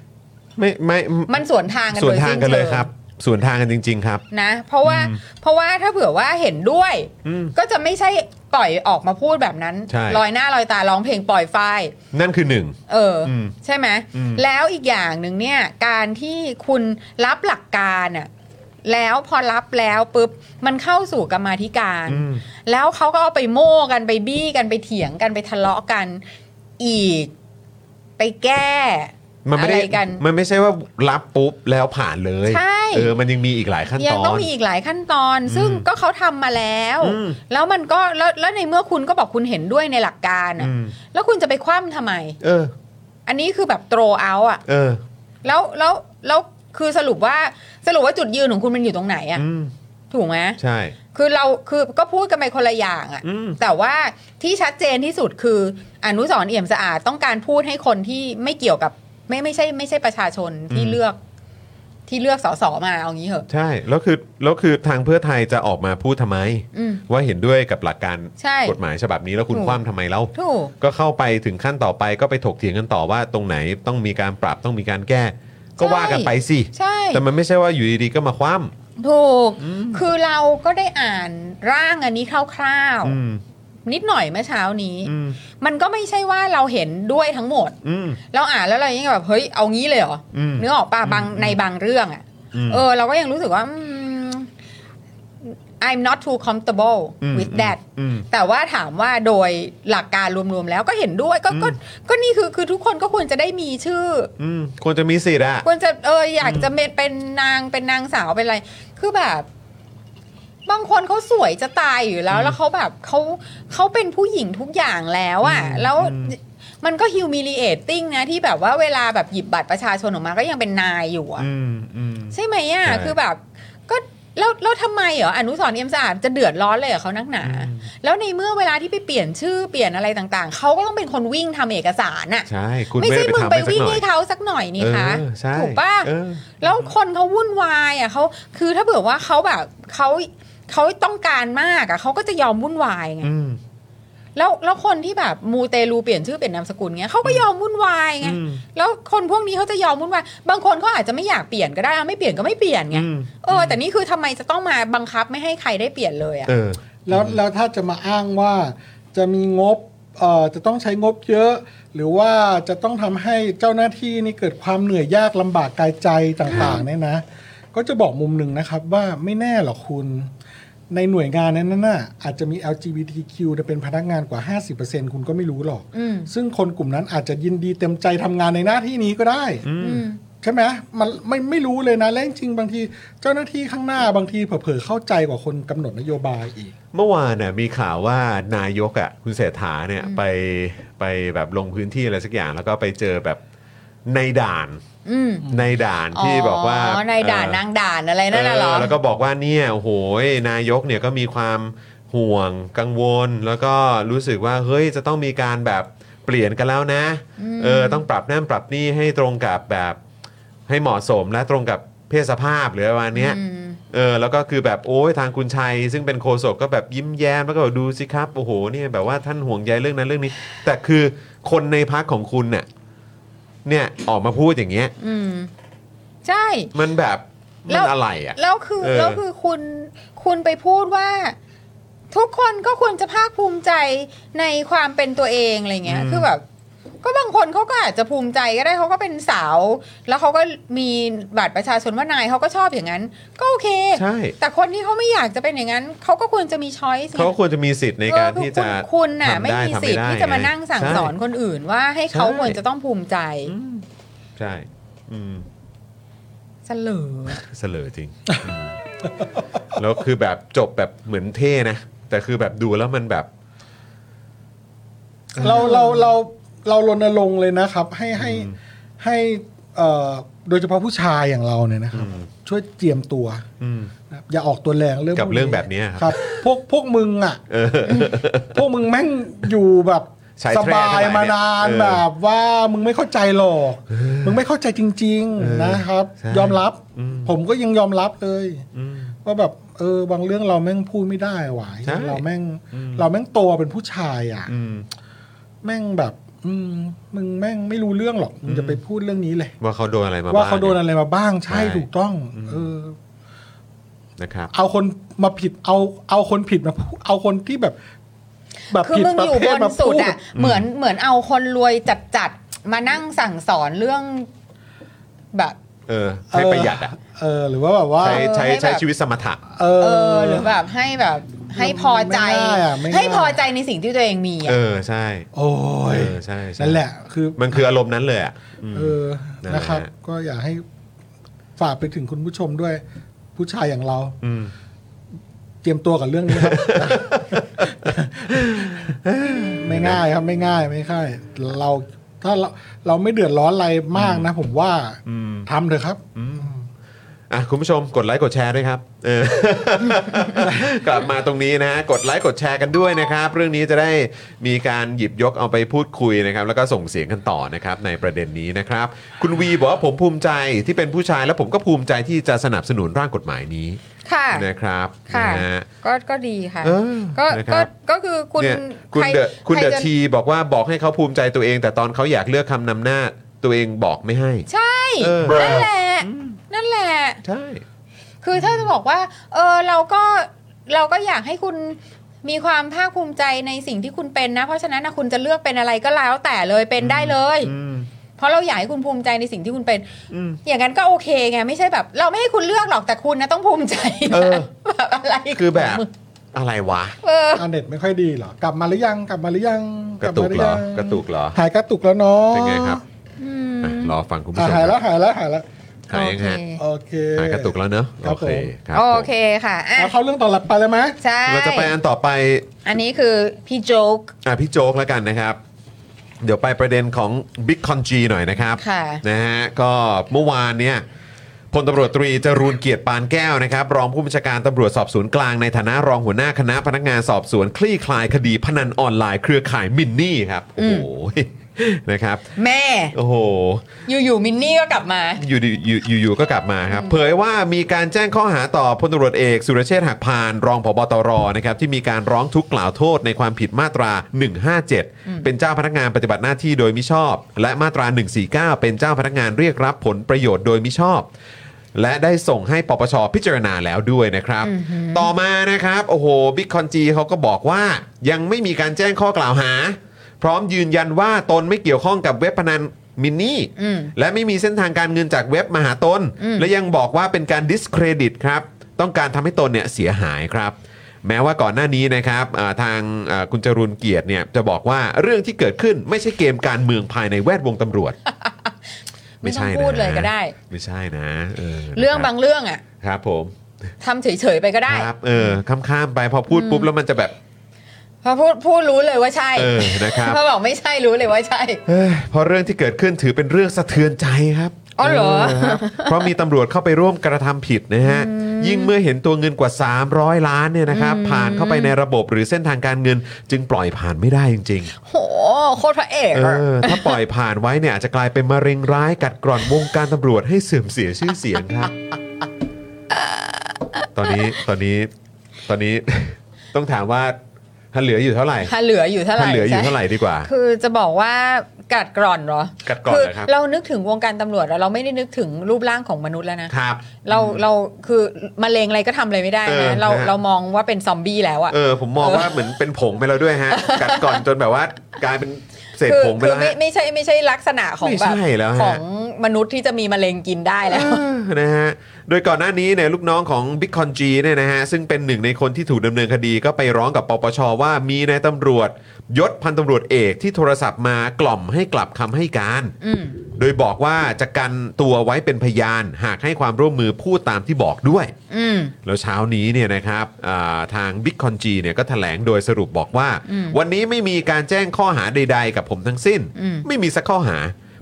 [SPEAKER 1] ไม่ไม่
[SPEAKER 3] มันสวนทางกัน
[SPEAKER 1] ส่วน
[SPEAKER 3] โดย
[SPEAKER 1] ทาง
[SPEAKER 3] สิ้น
[SPEAKER 1] กันเลย
[SPEAKER 3] เชิง
[SPEAKER 1] ครับ ส่วนทางกันจริง ๆ ครับ
[SPEAKER 3] นะ เพราะว่าเพราะว่าถ้าเผื่อว่าเห็นด้วย
[SPEAKER 1] อืม
[SPEAKER 3] ก็จะไม่ใช่ ปล่อยออกมาพูดแบบนั้น
[SPEAKER 1] ใช่
[SPEAKER 3] ลอยหน้าลอยตาร้องเพลงปล่อยไฟล์
[SPEAKER 1] นั่นคือหนึ่ง
[SPEAKER 3] เอออ
[SPEAKER 1] ม
[SPEAKER 3] ใช่ไหม
[SPEAKER 1] อืม
[SPEAKER 3] แล้วอีกอย่างหนึ่งเนี่ยการที่คุณรับหลักการอะแล้วพอรับแล้วปุ๊บมันเข้าสู่กรรมาธิการ
[SPEAKER 1] อืม
[SPEAKER 3] แล้วเขาก็เอาไปโม่กันไปบี้กันไปเถียงกันไปทะเลาะกันอีกไปแก้
[SPEAKER 1] มันไม่ได้
[SPEAKER 3] อะไรกัน
[SPEAKER 1] มันไม่ใช่ว่ารับปุ๊บแล้วผ่านเลย
[SPEAKER 3] ใช่
[SPEAKER 1] เออมันยังมีอีกหลายขั้น
[SPEAKER 3] ยั
[SPEAKER 1] ต
[SPEAKER 3] ง
[SPEAKER 1] อ
[SPEAKER 3] ต้อง
[SPEAKER 1] น
[SPEAKER 3] มีอีกหลายขั้นตอน ซึ่งก็เขาทำมาแล้ว
[SPEAKER 1] อืม
[SPEAKER 3] แล้วมันก็แล้วแล้วในเมื่อคุณก็บอกคุณเห็นด้วยในหลักการอะ
[SPEAKER 1] อืม
[SPEAKER 3] แล้วคุณจะไปคว่ำทำไม
[SPEAKER 1] เออ
[SPEAKER 3] อันนี้คือแบบ throw out อะ
[SPEAKER 1] เออ
[SPEAKER 3] แล้วแล้วแล้วคือสรุปว่าสรุปว่าจุดยืนของคุณมันอยู่ตรงไหนอะ
[SPEAKER 1] อืม
[SPEAKER 3] ถูกไหม
[SPEAKER 1] ใช่
[SPEAKER 3] คือเราคือก็พูดกันไปคนละอย่างอะ
[SPEAKER 1] อืม
[SPEAKER 3] แต่ว่าที่ชัดเจนที่สุดคืออนุสรณ์เอี่ยมสะอาดต้องการพูดให้คนที่ไม่เกี่ยวกับไม่ไม่ใช่ไม่ใช่ประชาชนที่เลือกที่เลือกสสมาเอางี้เหอะ
[SPEAKER 1] ใช่แล้วคือแล้วคือทางเพื่อไทยจะออกมาพูดทำไม
[SPEAKER 3] อืม
[SPEAKER 1] ว่าเห็นด้วยกับหลักการ
[SPEAKER 3] ใช่
[SPEAKER 1] กฎหมายฉบับนี้แล้วคุณ
[SPEAKER 3] ถูก
[SPEAKER 1] คว่ำทำไมแล้ว
[SPEAKER 3] ถูก
[SPEAKER 1] ก็เข้าไปถึงขั้นต่อไปก็ไปถกเถียงกันต่อว่าตรงไหนต้องมีการปรับต้องมีการแก้ ก็
[SPEAKER 3] ใช่
[SPEAKER 1] ว่ากันไปสิ
[SPEAKER 3] ใช่
[SPEAKER 1] แต่มันไม่ใช่ว่าอยู่ดีๆก็มาคว่
[SPEAKER 3] ถูก คือเราก็ได้อ่านร่างอันนี้คร่าว
[SPEAKER 1] ำอืม
[SPEAKER 3] ๆนิดหน่อยเมื่อเช้านี้
[SPEAKER 1] อืม
[SPEAKER 3] มันก็ไม่ใช่ว่าเราเห็นด้วยทั้งหมด
[SPEAKER 1] อืม
[SPEAKER 3] เราอ่านแล้วเรายังแบบเฮ้ยเอางี้เลยเหรอ
[SPEAKER 1] อืม
[SPEAKER 3] เนื้อออกป่ะบางในบางเรื่องอ่ะ
[SPEAKER 1] อืม
[SPEAKER 3] เออ เราก็ยังรู้สึกว่าอืม I'm not too comfortable
[SPEAKER 1] อืม
[SPEAKER 3] with that
[SPEAKER 1] อืม
[SPEAKER 3] แต่ว่าถามว่าโดยหลักการรวมๆแล้วก็เห็นด้วยก็ก็ก็นี่คือคือทุกคนก็ควรจะได้มีชื่อ
[SPEAKER 1] อืมควรจะมีสิทธิ์อะ
[SPEAKER 3] ควรจะเอออยากจะเป็นเป็นนางเป็นนางสาวเป็นอะไร คือแบบ บางคนเขาสวยจะตายอยู่แล้ว แล้วเขาแบบเขาเขาเป็นผู้หญิงทุกอย่างแล้วอะแล้วมันก็ humiliating นะ ที่แบบว่าเวลาแบบหยิบบัตรประชาชนออกมาก็ยังเป็นนายอยู่อะ
[SPEAKER 1] อืมอืม
[SPEAKER 3] ใช่ไหมอะ
[SPEAKER 1] ใช่
[SPEAKER 3] คือแบบ ก็แล้วแล้วทำไมเหรออนุสรณ์เอี่ยมสะอาดจะเดือดร้อนเลยเหรอเขานักหนา แล้วในเมื่อเวลาที่ไปเปลี่ยนชื่อเปลี่ยนอะไรต่างๆเขาก็ต้องเป็นคนวิ่งทำเอกสารอะ
[SPEAKER 1] ใช่ คุณ
[SPEAKER 3] ไม่
[SPEAKER 1] ไม่
[SPEAKER 3] ใช่
[SPEAKER 1] ได้ไป
[SPEAKER 3] มึง
[SPEAKER 1] ทำ
[SPEAKER 3] ไป
[SPEAKER 1] ให้สัก
[SPEAKER 3] วิ่ง
[SPEAKER 1] หน่อย
[SPEAKER 3] ให้เขาสักหน่อยนี่คะ
[SPEAKER 1] เออใช่
[SPEAKER 3] ถูกป่ะ
[SPEAKER 1] เออ
[SPEAKER 3] แล้วคนเขาวุ่นวายอ่ะเขาคือถ้าเผื่อว่าเขาแบบเขาเขาต้องการมากอ่ะเขาก็จะยอมวุ่นวายไง
[SPEAKER 1] อืม
[SPEAKER 3] แล้วแล้วคนที่แบบมูเตลูเปลี่ยนชื่อเปลี่ยนนามสกุลเงี้ยเขาก็ยอมวุ่นวายไง
[SPEAKER 1] อืม
[SPEAKER 3] แล้วคนพวกนี้เขาจะยอมวุ่นวายบางคนเขาอาจจะไม่อยากเปลี่ยนก็ได้อ่ะไม่เปลี่ยนก็ไม่เปลี่ยนไง
[SPEAKER 1] อืม
[SPEAKER 3] เออแต่นี่คือทำไมจะต้องมาบังคับไม่ให้ใครได้เปลี่ยนเลยอ่ะ
[SPEAKER 1] เออ
[SPEAKER 4] แล้วแล้วถ้าจะมาอ้างว่าจะมีงบเอ่อจะต้องใช้งบเยอะ หรือว่าจะต้องทำให้เจ้าหน้าที่นี่เกิดความเหนื่อยยากลำบากกายใจต่างๆเนี่ยนะ ก็จะบอกมุมหนึ่งนะครับว่าไม่แน่หรอกคุณ ในหน่วยงานนั้นน่ะอาจจะมี LGBTQ เป็นพนักงานกว่า 50%คุณก็ไม่รู้หรอก
[SPEAKER 3] อืม
[SPEAKER 4] ซึ่งคนกลุ่มนั้นอาจจะยินดีเต็มใจทำงานในหน้าที่นี้ก็ได้
[SPEAKER 3] อืม
[SPEAKER 4] ใช่ไหมมันไม่ไม่รู้เลยนะและจริงๆบางทีเจ้าหน้าที่ข้างหน้าบางทีเผลอๆเข้าใจกว่าคนกำหนดนโยบายอีก
[SPEAKER 1] เมื่อวานน่ะมีข่าวว่านายกอ่ะคุณเศรษฐาเนี่ยไปไปแบบลงพื้นที่อะไรสักอย่าง แล้วก็ไปเจอแบบในด่าน
[SPEAKER 3] อืม
[SPEAKER 1] ในด่านที่บอกว่า
[SPEAKER 3] อ๋อในด่าน
[SPEAKER 1] เอ่อ
[SPEAKER 3] นางด่านอะไรนั่นน่ะเหรอ
[SPEAKER 1] เออแล้วก็บอกว่าเนี่ยโอ้โหยนายกเนี่ยก็มีความห่วงกังวล แล้วก็รู้สึกว่าเฮ้ยจะต้องมีการแบบเปลี่ยนกันแล้วนะเออต้องปรับนั่นปรับนี่ให้ตรงกับแบบให้เหมาะสมและตรงกับเพศสภาพหรือประมาณเนี้ย
[SPEAKER 3] อืม
[SPEAKER 1] เออแล้วก็คือแบบโอ้ยทางคุณชัย ซึ่งเป็นโฆษกก็แบบยิ้มแย้มแล้วก็แบบดูสิครับโอ้โหเนี่ยแบบว่าท่านห่วงใยเรื่องนั้นเรื่องนี้ แต่คือคนในพักของคุณเนี่ยเนี่ยออกมาพูดอย่างเงี้ย
[SPEAKER 3] อืมใช่
[SPEAKER 1] มันแบบ
[SPEAKER 3] แล้
[SPEAKER 1] มัน
[SPEAKER 3] ว
[SPEAKER 1] อะไรอ่ะ
[SPEAKER 3] แล้วคือ
[SPEAKER 1] เออ
[SPEAKER 3] แล้วคือคุณคุณไปพูดว่า ทุกคนก็ควรจะภาคภูมิใจในความเป็นตัวเองอะไรเงี้ย คือแบบ ก็บางคนเขาก็อาจจะภูมิใจก็ได้เขาก็เป็นสาว แล้วเขาก็มีบัตรประชาชนว่านายเขาก็ชอบอย่างนั้น ก็โอเค
[SPEAKER 1] ใช่
[SPEAKER 3] แต่คนที่เขาไม่อยากจะเป็นอย่างนั้นเขาก็ควรจะมีช้อยส์
[SPEAKER 1] เขาก็ควรจะมีสิทธิ์ในการที่จะ
[SPEAKER 3] คุณน่ะ ไม่
[SPEAKER 1] ทำด้
[SPEAKER 3] มี
[SPEAKER 1] ทำ
[SPEAKER 3] สิทธิ์
[SPEAKER 1] ด้
[SPEAKER 3] ที่จะมานั่งสั่ง
[SPEAKER 1] ไ
[SPEAKER 3] สอนคนอื่น ว่าให้เขา
[SPEAKER 1] ใช่
[SPEAKER 3] ควรจะต้องภูมิใจ
[SPEAKER 1] ใช่อืม
[SPEAKER 3] เสลอ
[SPEAKER 1] เสลอจริงอืมแล้วคือแบบจบแบบเหมือนเท่นะ แต่คือแบบดูแล้วมันแบบ
[SPEAKER 4] เราเราเราเรารณรงค์เลยนะครับ ให้ให้ให้เอ่อโดยเฉพาะผู้ชายอย่างเราเนี่ยนะครับ ช่วยเจียมตัว
[SPEAKER 1] อืม
[SPEAKER 4] นะครับอย่าออกตัวแรงเรื่อง
[SPEAKER 1] กับ
[SPEAKER 4] พว
[SPEAKER 1] เรื่องแบบเนี้ยครับ
[SPEAKER 4] ครับพวกพวกมึงอ่ะ
[SPEAKER 1] เออ
[SPEAKER 4] พวกมึงแม่งอยู่แบบ
[SPEAKER 1] ใช้แทร่
[SPEAKER 4] สบายมานาน
[SPEAKER 1] เออ
[SPEAKER 4] แบบว่ามึงไม่เข้าใจหรอกมึงไม่เข้าใจจริง ๆนะครับ
[SPEAKER 1] ใช่
[SPEAKER 4] ยอมรับ
[SPEAKER 1] อืม
[SPEAKER 4] ผมก็ยังยอมรับเลย
[SPEAKER 1] อืม
[SPEAKER 4] ว่าแบบเออบางเรื่องเราแม่งพูดไม่ได้หวาย
[SPEAKER 1] ใช่
[SPEAKER 4] เราแม่งเราแม่งโตเป็นผู้ชายอ่ะ
[SPEAKER 1] อืม
[SPEAKER 4] แม่งแบบ อืมมึงแม่งไม่รู้เรื่องหรอกมึงจะไปพูดเรื่องนี้เลย
[SPEAKER 1] ว่าเขาโดนอะไรมา
[SPEAKER 4] ว่า
[SPEAKER 1] บ้าง
[SPEAKER 4] เขาโดนอะไรมาบ้างใช่ถูกต้อง เออ
[SPEAKER 1] นะครับ
[SPEAKER 4] เอาคนมาผิดเอาเอาคนผิดมาพูดเอาคนที่แบบ แบบ
[SPEAKER 3] คือ
[SPEAKER 4] ผิด
[SPEAKER 3] มึง
[SPEAKER 4] ประ
[SPEAKER 3] อยู่
[SPEAKER 4] เภ
[SPEAKER 3] บ
[SPEAKER 4] ท
[SPEAKER 3] น
[SPEAKER 4] มา
[SPEAKER 3] สุ
[SPEAKER 4] พู
[SPEAKER 3] ด
[SPEAKER 4] ด
[SPEAKER 3] อ่ะเหมือนเหมือนเอาคนรวยจัดจัดๆมานั่งสั่งสอนเรื่องแบบ
[SPEAKER 1] เออให้ประหยัดอ่ะ
[SPEAKER 4] เออหรือว่าแบบว่า
[SPEAKER 1] ใช้ใช้
[SPEAKER 3] ให้แบบ
[SPEAKER 1] ใช้ชีวิตสมถะ
[SPEAKER 4] เอ
[SPEAKER 3] เอ
[SPEAKER 4] อ
[SPEAKER 3] อหรือแบบให้แบบให้พอใจ
[SPEAKER 4] ไม่ได้อะไม่ได้
[SPEAKER 3] ให้พอใจในสิ่งที่ตัวเองมี
[SPEAKER 1] เอ
[SPEAKER 3] อ่ะ
[SPEAKER 1] อใช่
[SPEAKER 4] โอ้
[SPEAKER 1] เอย อใช่ใช่
[SPEAKER 4] นั่นแหละคือ
[SPEAKER 1] มันคืออารมณ์นั้นเลยอ่ะอืม
[SPEAKER 4] เออ
[SPEAKER 1] นั่นแหละ
[SPEAKER 4] นะครับ ก็อยากให้ฝากไปถึงคุณผู้ชมด้วย ผู้ชายอย่างเราเตรียมตัวกับเรื่องนี้ครับ ไม่ง่ายครับไม่ง่ายไม่ง่ายเราถ้าเราเราไม่เดือดร้อนอะไรมากนะ ผมว่าทำเถอะครับ
[SPEAKER 1] อ่ะคุณผู้ชมกดไลค์กดแชร์ด้วยครับเออ กลับมาตรงนี้นะฮะกดไลค์กดแชร์กันด้วยนะครับ เรื่องนี้จะได้มีการหยิบยกเอาไปพูดคุยนะครับ แล้วก็ส่งเสียงกันต่อนะครับในประเด็นนี้นะครับ คุณวีบอกว่าผมภูมิใจที่เป็นผู้ชายและผมก็ภูมิใจที่จะสนับสนุนร่างกฎหมายนี้
[SPEAKER 3] ค่ะ
[SPEAKER 1] นะครับ
[SPEAKER 3] ค่ะ
[SPEAKER 1] นฮ
[SPEAKER 3] ก็ก็ดีค่ะ
[SPEAKER 1] เออ
[SPEAKER 3] ก็
[SPEAKER 1] นะครั
[SPEAKER 3] ก็
[SPEAKER 1] บ
[SPEAKER 3] ก็คือคุณ
[SPEAKER 1] เนี่ยคุณ
[SPEAKER 3] ใร
[SPEAKER 1] เดอะคุณ
[SPEAKER 3] ใร
[SPEAKER 1] เดอะ
[SPEAKER 3] จะ
[SPEAKER 1] ทีบอกว่าบอกให้เขาภูมิใจตัวเอง แต่ตอนเขาอยากเลือกคำนำหน้าตัวเองบอกไม่ให้
[SPEAKER 3] ใช่
[SPEAKER 1] เออ
[SPEAKER 3] นั่นแหละนั่นแหละ
[SPEAKER 1] ใช่
[SPEAKER 3] คือถ้าจะบอกว่า เออเราก็เราก็อยากให้คุณมีความภาคภูมิใจในสิ่งที่คุณเป็นนะ เพราะฉะนั้นนะคุณจะเลือกเป็นอะไรก็แล้วแต่เลยเป็นได้เลย เพราะเราอยากให้คุณภูมิใจในสิ่งที่คุณเป็น อย่างนั้นก็โอเคไงไม่ใช่แบบ เราไม่ให้คุณเลือกหรอกแต่คุณนะต้องภูมิใจ
[SPEAKER 1] เออ
[SPEAKER 3] นะ แบบอะไร
[SPEAKER 1] คือแบบอะไรวะ
[SPEAKER 3] เออ
[SPEAKER 4] อันเน็ตไม่ค่อยดีเหรอ กลับมาหรือยังกลับมาหรือยัง
[SPEAKER 1] กระตุกเหรอ
[SPEAKER 4] ลับมายัง
[SPEAKER 1] กระตุกเหรอ
[SPEAKER 4] หายกระตุกแล้วเนาะ
[SPEAKER 1] เป็นไงครับอ่ะรอฟังคุณผู้
[SPEAKER 4] อ่ะ
[SPEAKER 1] ชม
[SPEAKER 4] หายแล้วหายแล้วหายแล้ว
[SPEAKER 1] หายยังฮะ
[SPEAKER 3] โอเค
[SPEAKER 4] โอเค
[SPEAKER 1] หายกระตุกแล้วเนอะ
[SPEAKER 4] ครั
[SPEAKER 1] โอบ เค
[SPEAKER 4] ผม
[SPEAKER 1] ครับ
[SPEAKER 3] โอ
[SPEAKER 1] ผม
[SPEAKER 3] เคค่ะอ่ะ
[SPEAKER 4] เอาเข้าเรื่องต่อหลับไปเลยไหม
[SPEAKER 3] ใช่
[SPEAKER 1] เราจะไปอันต่อไป
[SPEAKER 3] อันนี้คือพี่โจ๊ก
[SPEAKER 1] อ่ะพี่โจ๊กแล้วกันนะครับ เดี๋ยวไปประเด็นของ Big c o n G หน่อยนะครับ
[SPEAKER 3] ค่ะ
[SPEAKER 1] นะฮะก็เมื่อวานเนี่ยพลตำรวจตรีจรูนเกียรติปานแก้วนะครับรองผู้บัญชาการตำรวจสอบสวนกลางในฐานะรองหัวหน้าคณะพนักงานสอบสวนคลี่คลายคดีพนันออนไลน์เครือข่ายมินนี่ครับโอ้โห นะครับ
[SPEAKER 3] แม่
[SPEAKER 1] โอ้โห
[SPEAKER 3] อยู่ๆมินนี่ก็กลับมา
[SPEAKER 1] อยู่ดีอยู่อยู่อยู่ก็กลับมาครับ เผยว่ามีการแจ้งข้อหาต่อพลตำรวจเอก สุรเชษฐ์หักพาน รองผบตรนะครับที่มีการร้องทุกข์กล่าวโทษในความผิดมาตรา 157 เป็นเจ้าพนักงานปฏิบัติหน้าที่โดยมิชอบ และมาตรา 149 เป็นเจ้าพนักงานเรียกรับผลประโยชน์โดยมิชอบ และได้ส่งให้ปปชพิจารณาแล้วด้วยนะครับ ต่อมานะครับโอ้โหบิ๊กคอนจีเขาก็บอกว่ายังไม่มีการแจ้งข้อกล่าวหา พร้อมยืนยันว่าตนไม่เกี่ยวข้องกับเว็บพนันมินนี่
[SPEAKER 3] อืม
[SPEAKER 1] และไม่มีเส้นทางการเงินจากเว็บมหาตน และยังบอกว่าเป็นการดิสเครดิตครับ ต้องการทำให้ตนเนี่ยเสียหายครับ แม้ว่าก่อนหน้านี้นะครับอ่าทางอ่าคุณจรุนเกียรติเนี่ยจะบอกว่าเรื่องที่เกิดขึ้นไม่ใช่เกมการเมืองภายในแวดวงตำรวจ
[SPEAKER 3] ไม่ต้อง
[SPEAKER 1] ใช่นะ
[SPEAKER 3] พูดเลยก็ได้
[SPEAKER 1] ไม่ใช่นะเออ
[SPEAKER 3] เรื่อง
[SPEAKER 1] นะค
[SPEAKER 3] บางเรื่องอ่ะ
[SPEAKER 1] ครับผม
[SPEAKER 3] ทำเฉยๆไปก็ได้
[SPEAKER 1] ครับเออข้ามๆไปพอพูดปุ๊บแล้วมันจะแบบ
[SPEAKER 3] พอพูดพูดรู้เลยว่าใช่
[SPEAKER 1] เออนะครับ
[SPEAKER 3] พอบอกไม่ใช่รู้เลยว่าใช่
[SPEAKER 1] เอ้ยเพราะเรื่องที่เกิดขึ้นถือเป็นเรื่องสะเทือนใจครับ
[SPEAKER 3] อ๋อเหรอ
[SPEAKER 1] ครับ เพราะมีตำรวจเข้าไปร่วมกระทำผิดนะฮะ ยิ่งเมื่อเห็นตัวเงินกว่า 300 ล้านเนี่ยนะครับ ผ่านเข้าไปในระบบหรือเส้นทางการเงิน จึงปล่อยผ่านไม่ได้จริง ๆ
[SPEAKER 3] โหโคตรพระเอก
[SPEAKER 1] เอ
[SPEAKER 3] อะ
[SPEAKER 1] อถ้าปล่อยผ่านไว้เนี่ยอาจจะกลายเป็นมะเร็งร้ายกัดกร่อนวงการตำรวจให้เสื่อมเสียชื่อเสียงครับ ตอนนี้ตอนนี้ตอนนี้ ต้องถามว่าถ้าเหลืออยู่เท่าไหร่
[SPEAKER 3] ถ้าเหลืออยู่เท่าไหร่
[SPEAKER 1] ถ้าเหลืออยู่เท่าไหร่
[SPEAKER 3] ใช่
[SPEAKER 1] ดีกว่า
[SPEAKER 3] คือจะบอกว่ากัดกร่อนเหรอ
[SPEAKER 1] กัดกร่อน
[SPEAKER 3] คือ
[SPEAKER 1] นะครับ
[SPEAKER 3] เรานึกถึงวงการตำรวจแล้วเราไม่ได้นึกถึงรูปร่างของมนุษย์แล้วนะ
[SPEAKER 1] ครับ
[SPEAKER 3] เราเราคือมะเร็งอะไรก็ทำอะไรไม่ได้
[SPEAKER 1] เออ
[SPEAKER 3] นะเรา
[SPEAKER 1] นะฮะ
[SPEAKER 3] เรามองว่าเป็นซอมบี้แล้วอะ
[SPEAKER 1] เออผมมองว่าเหมือนเป็นผงไปแล้วด้วยฮะ กัดกร่อนจนแบบว่ากลายเป็นเศษ
[SPEAKER 3] คื
[SPEAKER 1] ผงไป
[SPEAKER 3] คื
[SPEAKER 1] แล้ว
[SPEAKER 3] ไม่
[SPEAKER 1] ฮะ
[SPEAKER 3] ไม่ใช่ไม่ใช่ลักษณะของ
[SPEAKER 1] ไม่
[SPEAKER 3] แบบ
[SPEAKER 1] ใช่แล้วฮะ
[SPEAKER 3] ของมนุษย์ที่จะมีมะเร็งกินได้แล้ว
[SPEAKER 1] เออนะฮะ โดยก่อนหน้านี้เนี่ยลูกน้องของ b i g c o n G เนี่ยนะฮะ ซึ่งเป็นหนึ่งในคนที่ถูกดำเนินคดีก็ไปร้องกับปปชว่ามีนายตำรวจ ยศพันตำรวจเอกที่โทรศัพท์มากล่อมให้กลับคำให้การ
[SPEAKER 3] อืม
[SPEAKER 1] โดยบอกว่าจะกันตัวไว้เป็นพยานหากให้ความร่วมมือพูดตามที่บอกด้วย
[SPEAKER 3] อืม
[SPEAKER 1] แล้วเช้านี้เนี่ยนะครับอ่าทาง b i g c o n G เนี่ยก็แถลงโดยสรุปบอกว่า
[SPEAKER 3] อืม
[SPEAKER 1] วันนี้ไม่มีการแจ้งข้อหาใด ๆ กับผมทั้งสิ้น
[SPEAKER 3] อืม
[SPEAKER 1] ไม่มีสักข้อหา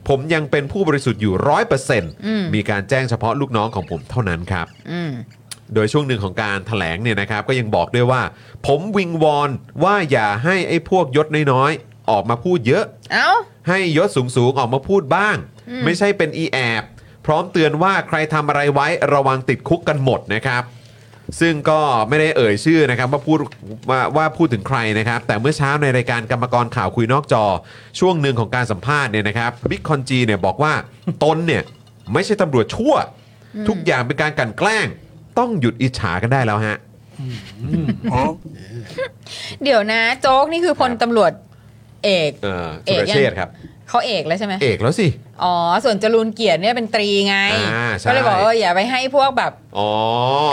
[SPEAKER 1] ผมยังเป็นผู้บริสุทธิ์อยู่ร้อยเปอร์เซ็นต์
[SPEAKER 3] อืม
[SPEAKER 1] มีการแจ้งเฉพาะลูกน้องของผมเท่านั้นครับ
[SPEAKER 3] อืม
[SPEAKER 1] โดยช่วงหนึ่งของการถแถลงเนี่ยนะครับก็ยังบอกด้วยว่า ผมวิงวอนว่าอย่าให้ไอ้พวกยศน้อยๆออกมาพูดเยอะ
[SPEAKER 3] เอ้า
[SPEAKER 1] ให้ยศสูงๆออกมาพูดบ้าง
[SPEAKER 3] อืม
[SPEAKER 1] ไม่ใช่เป็นอีแอบพร้อมเตือนว่าใครทำอะไรไว้ระวังติดคุกกันหมดนะครับ ซึ่งก็ไม่ได้เอ่ยชื่อนะครับว่าพูดว่าว่าพูดถึงใครนะครับ แต่เมื่อเช้าในรายการกรรมกรข่าวคุยนอกจอ ช่วงหนึ่งของการสัมภาษณ์เนี่ยนะครับบิ๊กคอนจีเนี่ยบอกว่า ตนเนี่ยไม่ใช่ตำรวจชั่ว ทุกอย่างเป็นการกลันแกล้ง ต้องหยุดอิจฉากันได้แล้วฮะ
[SPEAKER 3] เดี๋ยวนะ โจ๊กนี่คือพลตำรวจเอก
[SPEAKER 1] เออสุรเชษฐ์ครับ
[SPEAKER 3] เขาเอกแล้วใช่ไหม
[SPEAKER 1] เอกแล้วสิ
[SPEAKER 3] อ๋อ ส่วนจรูนเกียรติเนี่ยเป็นตรีไง
[SPEAKER 1] อ่าใช่
[SPEAKER 3] ก็เลยบอกเอออย่าไปให้พวกแบบ
[SPEAKER 1] อ๋อ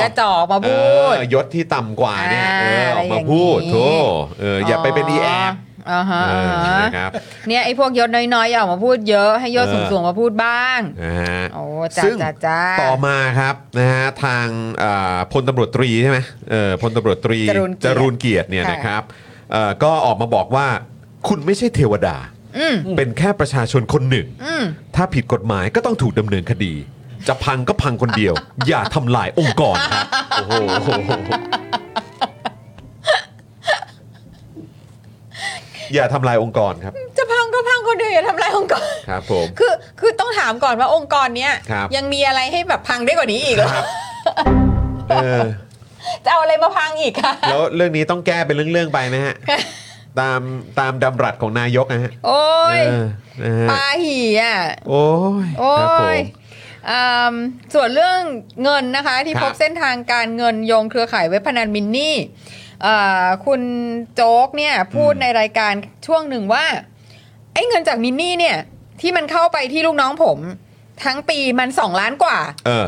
[SPEAKER 1] ก
[SPEAKER 3] ระจอกมา
[SPEAKER 1] เอ
[SPEAKER 3] พูด
[SPEAKER 1] อยศที่ต่ำกว่าเนี่ยเอออ
[SPEAKER 3] อ่า
[SPEAKER 1] อกมาพูด
[SPEAKER 3] อะไรอย่างนี้
[SPEAKER 1] โธ่เอออย่าไปเป็นดีแอบ
[SPEAKER 3] อ่าฮะ
[SPEAKER 1] เอ
[SPEAKER 3] อ่า
[SPEAKER 1] อ
[SPEAKER 3] ฮะ
[SPEAKER 1] นะครับ
[SPEAKER 3] เนี่ยไอ้พวกยศน้อยๆอย่าออกมาพูดเยอะให้ยศ
[SPEAKER 1] เออ
[SPEAKER 3] สูงๆมาพูดบ้าง
[SPEAKER 1] นะฮะ
[SPEAKER 3] โอ้จ้า
[SPEAKER 1] ซึ่ง
[SPEAKER 3] จ้าจ้า
[SPEAKER 1] ต่อมาครับนะฮะทางเอ่อพลตำรวจตรีใช่ไหมเออพลตำรวจตรี
[SPEAKER 3] จรูญเกียรติ
[SPEAKER 1] รูนเกียรติเนี่ย
[SPEAKER 3] ค่ะ
[SPEAKER 1] นะครับเอ่อก็ออกมาบอกว่าคุณไม่ใช่เทวดา
[SPEAKER 3] อืม
[SPEAKER 1] เป็นแค่ประชาชนคนหนึ่ง
[SPEAKER 3] อืม
[SPEAKER 1] ถ้าผิดกฎหมายก็ต้องถูกดำเนินคดี จะพังก็พังคนเดียว อย่าทำลายองค์กรครับโอ้โหอย่าทำลายองค์กรครับ
[SPEAKER 3] จะพังก็พังคนเดียวอย่าทำลายองค์กร
[SPEAKER 1] ครับผม
[SPEAKER 3] คือคือต้องถามก่อนว่าองค์กรเนี้ย
[SPEAKER 1] ครับ
[SPEAKER 3] ยังมีอะไรให้แบบพังได้กว่านี้อีกเหรอ
[SPEAKER 1] เออ
[SPEAKER 3] จะเอาอะไรมาพังอีกคะ
[SPEAKER 1] แล้วเรื่องนี้ต้องแก้เป็นเรื่องๆไปนะฮะ ตามตามดำรัสของนายกนะฮะ
[SPEAKER 3] โอ้ย
[SPEAKER 1] เออนะฮะ
[SPEAKER 3] ปาหี่อ่ะ
[SPEAKER 1] โอ้ย
[SPEAKER 3] โอ้
[SPEAKER 1] ครับผม
[SPEAKER 3] ยอืมส่วนเรื่องเงินนะคะ ที่
[SPEAKER 1] ครับ
[SPEAKER 3] พบเส้นทางการเงินโยงเครือข่ายเว็บพนันมินนี่เอ่อคุณโจ๊กเนี่ยพูดในรายการช่วงหนึ่งว่า ไอ้เงินจากมินนี่เนี่ย ที่มันเข้าไปที่ลูกน้องผม ทั้งปีมันสองล้านกว่า
[SPEAKER 1] เออ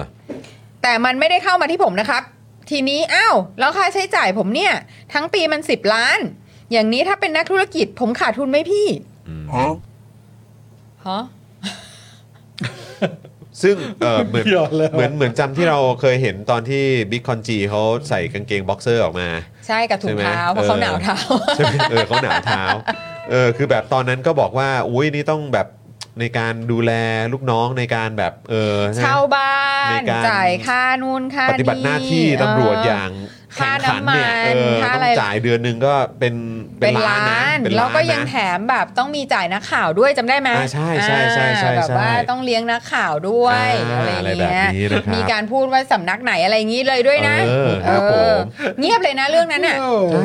[SPEAKER 3] แต่มันไม่ได้เข้ามาที่ผมนะครับ ทีนี้อ้าวแล้วค่าใช้จ่ายผมเนี่ย ทั้งปีมันสิบล้าน อย่างนี้ถ้าเป็นนักธุรกิจผมขาดทุนไหมพี่ฮะ
[SPEAKER 1] ซึ่งเอ่อเหมือน
[SPEAKER 4] เกี่ยวแล้ว
[SPEAKER 1] เหมือนเหมือนจำที่เราเคยเห็นตอนที่บิ๊กคอนจีเขาใส่กางเกงบ็อกเซอร์ออกมา
[SPEAKER 3] ใช่กับถุงเท้า
[SPEAKER 1] ใช่ไหม
[SPEAKER 3] เพราะเขาหนาว
[SPEAKER 1] ออ
[SPEAKER 3] เท้า
[SPEAKER 1] ใช่ไหมเออเขาหนาวเท้าเออคือแบบตอนนั้นก็บอกว่า อุ้ยนี่ต้องแบบในการดูแลลูกน้องในการแบบเออใช่ไหม
[SPEAKER 3] เช่าบ้า
[SPEAKER 1] ใน
[SPEAKER 3] น
[SPEAKER 1] การ
[SPEAKER 3] จ่ายค่านู่นค่า
[SPEAKER 1] ปฏิบัติหน้าที่ตำรวจอย่างแข่งขันเนี่ยเออ
[SPEAKER 3] ค่า
[SPEAKER 1] ต้อ
[SPEAKER 3] อะไรง
[SPEAKER 1] จ่ายเดือนหนึ่งก็เป็นเป็
[SPEAKER 3] เป็น น
[SPEAKER 1] ล้า
[SPEAKER 3] ล้าน
[SPEAKER 1] นะ
[SPEAKER 3] น
[SPEAKER 1] เป็น
[SPEAKER 3] แล้วก็
[SPEAKER 1] ล้าน
[SPEAKER 3] ยัง
[SPEAKER 1] นะ
[SPEAKER 3] แถมแบบต้องมีจ่ายนักข่าวด้วยจำได้ไหม
[SPEAKER 1] อ่าใช่ใช่ใช่ใช่
[SPEAKER 3] อ่าแบบว่า
[SPEAKER 1] ใช่
[SPEAKER 3] ต้องเลี้ยงนักข่าวด้วย
[SPEAKER 1] อ่า
[SPEAKER 3] อะไรเงี้ย
[SPEAKER 1] อะไรแบบนี้นะครับ
[SPEAKER 3] มีการพูดว่าสำนักไหนอะไรอย่างงี้เลยด้วยนะ
[SPEAKER 1] เออครับผม
[SPEAKER 3] เออเงียบเลยนะเรื่องนั้นอ่ะ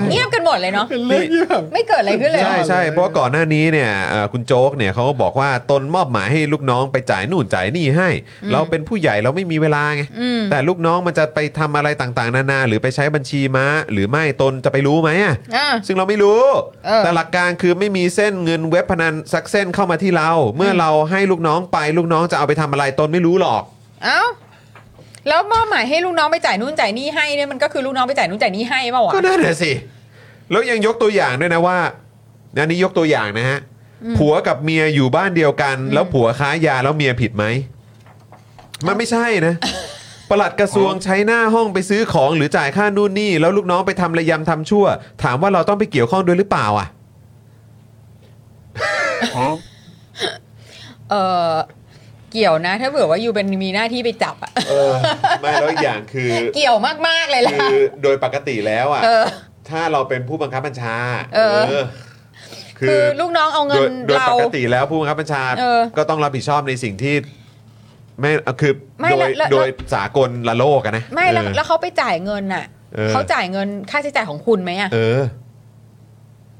[SPEAKER 3] เงียบกันหมดเลยเนาะ
[SPEAKER 4] เป็นเรื่องที่แบบ
[SPEAKER 3] ไม่เกิดอะไรขึ้นเลย
[SPEAKER 1] ใช่ใช่เพราะว่าก่อนหน้านี้เนี่ยเอ่อคุณโจ๊กเนี่ยเขาก็บอกว่าตนมอบหมายให้ลูกน้องไปจ่ายนู่นจ่ายนี่ให้ เราเป็นผู้ใหญ่เราไม่มีเวลาไง
[SPEAKER 3] อืม
[SPEAKER 1] แต่ลูกน้องมันจะไปทำอะไรต่างๆ นานา หรือไปใช้บัญชีม้า หรือไม่ตนจะไปรู้ไหมอะ
[SPEAKER 3] อ่า
[SPEAKER 1] ซึ่งเราไม่รู้
[SPEAKER 3] เออ
[SPEAKER 1] แต่หลักการคือไม่มีเส้นเงินเว็บพนันสักเส้นเข้ามาที่เรา เมื่อเราให้ลูกน้องไปลูกน้องจะเอาไปทำอะไรตนไม่รู้หรอก
[SPEAKER 3] เอ้าแล้วมอบหมายให้ลูกน้องไปจ่ายนู่นจ่ายนี่ให้เนี่ยมันก็คือลูกน้องไปจ่ายนู่นจ่ายนี่ให้เปล่าวะ
[SPEAKER 1] ก็นั่นแหละสิ แล้วยังยกตัวอย่างด้วยนะว่าอันนี้ยกตัวอย่างนะฮะ ผัวกับเมียอยู่บ้านเดียวกัน แล้วผัวค้ายาแล้วเมียผิดไหม มันไม่ใช่ นะ ประหลัดกระทรวงใช้หน้าห้องไปซื้อของหรือจ่ายค่านู่นนี่ แล้วลูกน้องไปทำระยำทำชั่ว ถามว่าเราต้องไปเกี่ยวข้องด้วยหรือเปล่าอ่ะ
[SPEAKER 3] เออเกี่ยวนะ ถ้าเผื่อว่าอยู่เป็นมีหน้าที่ไปจับอะ
[SPEAKER 1] เออ ไม่แล้วอีกอย่าง คือ
[SPEAKER 3] เกี่ยวมากๆเลยล่ะ
[SPEAKER 1] คือโดยปกติแล้วอ่ะ
[SPEAKER 3] เออ
[SPEAKER 1] ถ้าเราเป็นผู้บังคับบัญชา
[SPEAKER 3] เออ
[SPEAKER 1] เออคื
[SPEAKER 3] คือ
[SPEAKER 1] อ
[SPEAKER 3] ลูกน้องเอาเงิ
[SPEAKER 1] โด
[SPEAKER 3] น
[SPEAKER 1] ยโดย
[SPEAKER 3] เรา
[SPEAKER 1] ปกติแล้วผู้บังคับบัญชา
[SPEAKER 3] เออ
[SPEAKER 1] ก็ต้องรับผิดชอบในสิ่งที่ไม่เอ่อคือ
[SPEAKER 3] ไม่
[SPEAKER 1] โด
[SPEAKER 3] แล้ว
[SPEAKER 1] ย
[SPEAKER 3] แล้ว
[SPEAKER 1] โดยสากลละโลกอะนะ
[SPEAKER 3] ไม่แล้ว
[SPEAKER 1] เออ
[SPEAKER 3] แล้วเขาไปจ่ายเงินน่ะ
[SPEAKER 1] เออ
[SPEAKER 3] เขาจ่ายเงินค่าใช้จ่ายของคุณไหมอะ
[SPEAKER 1] เออ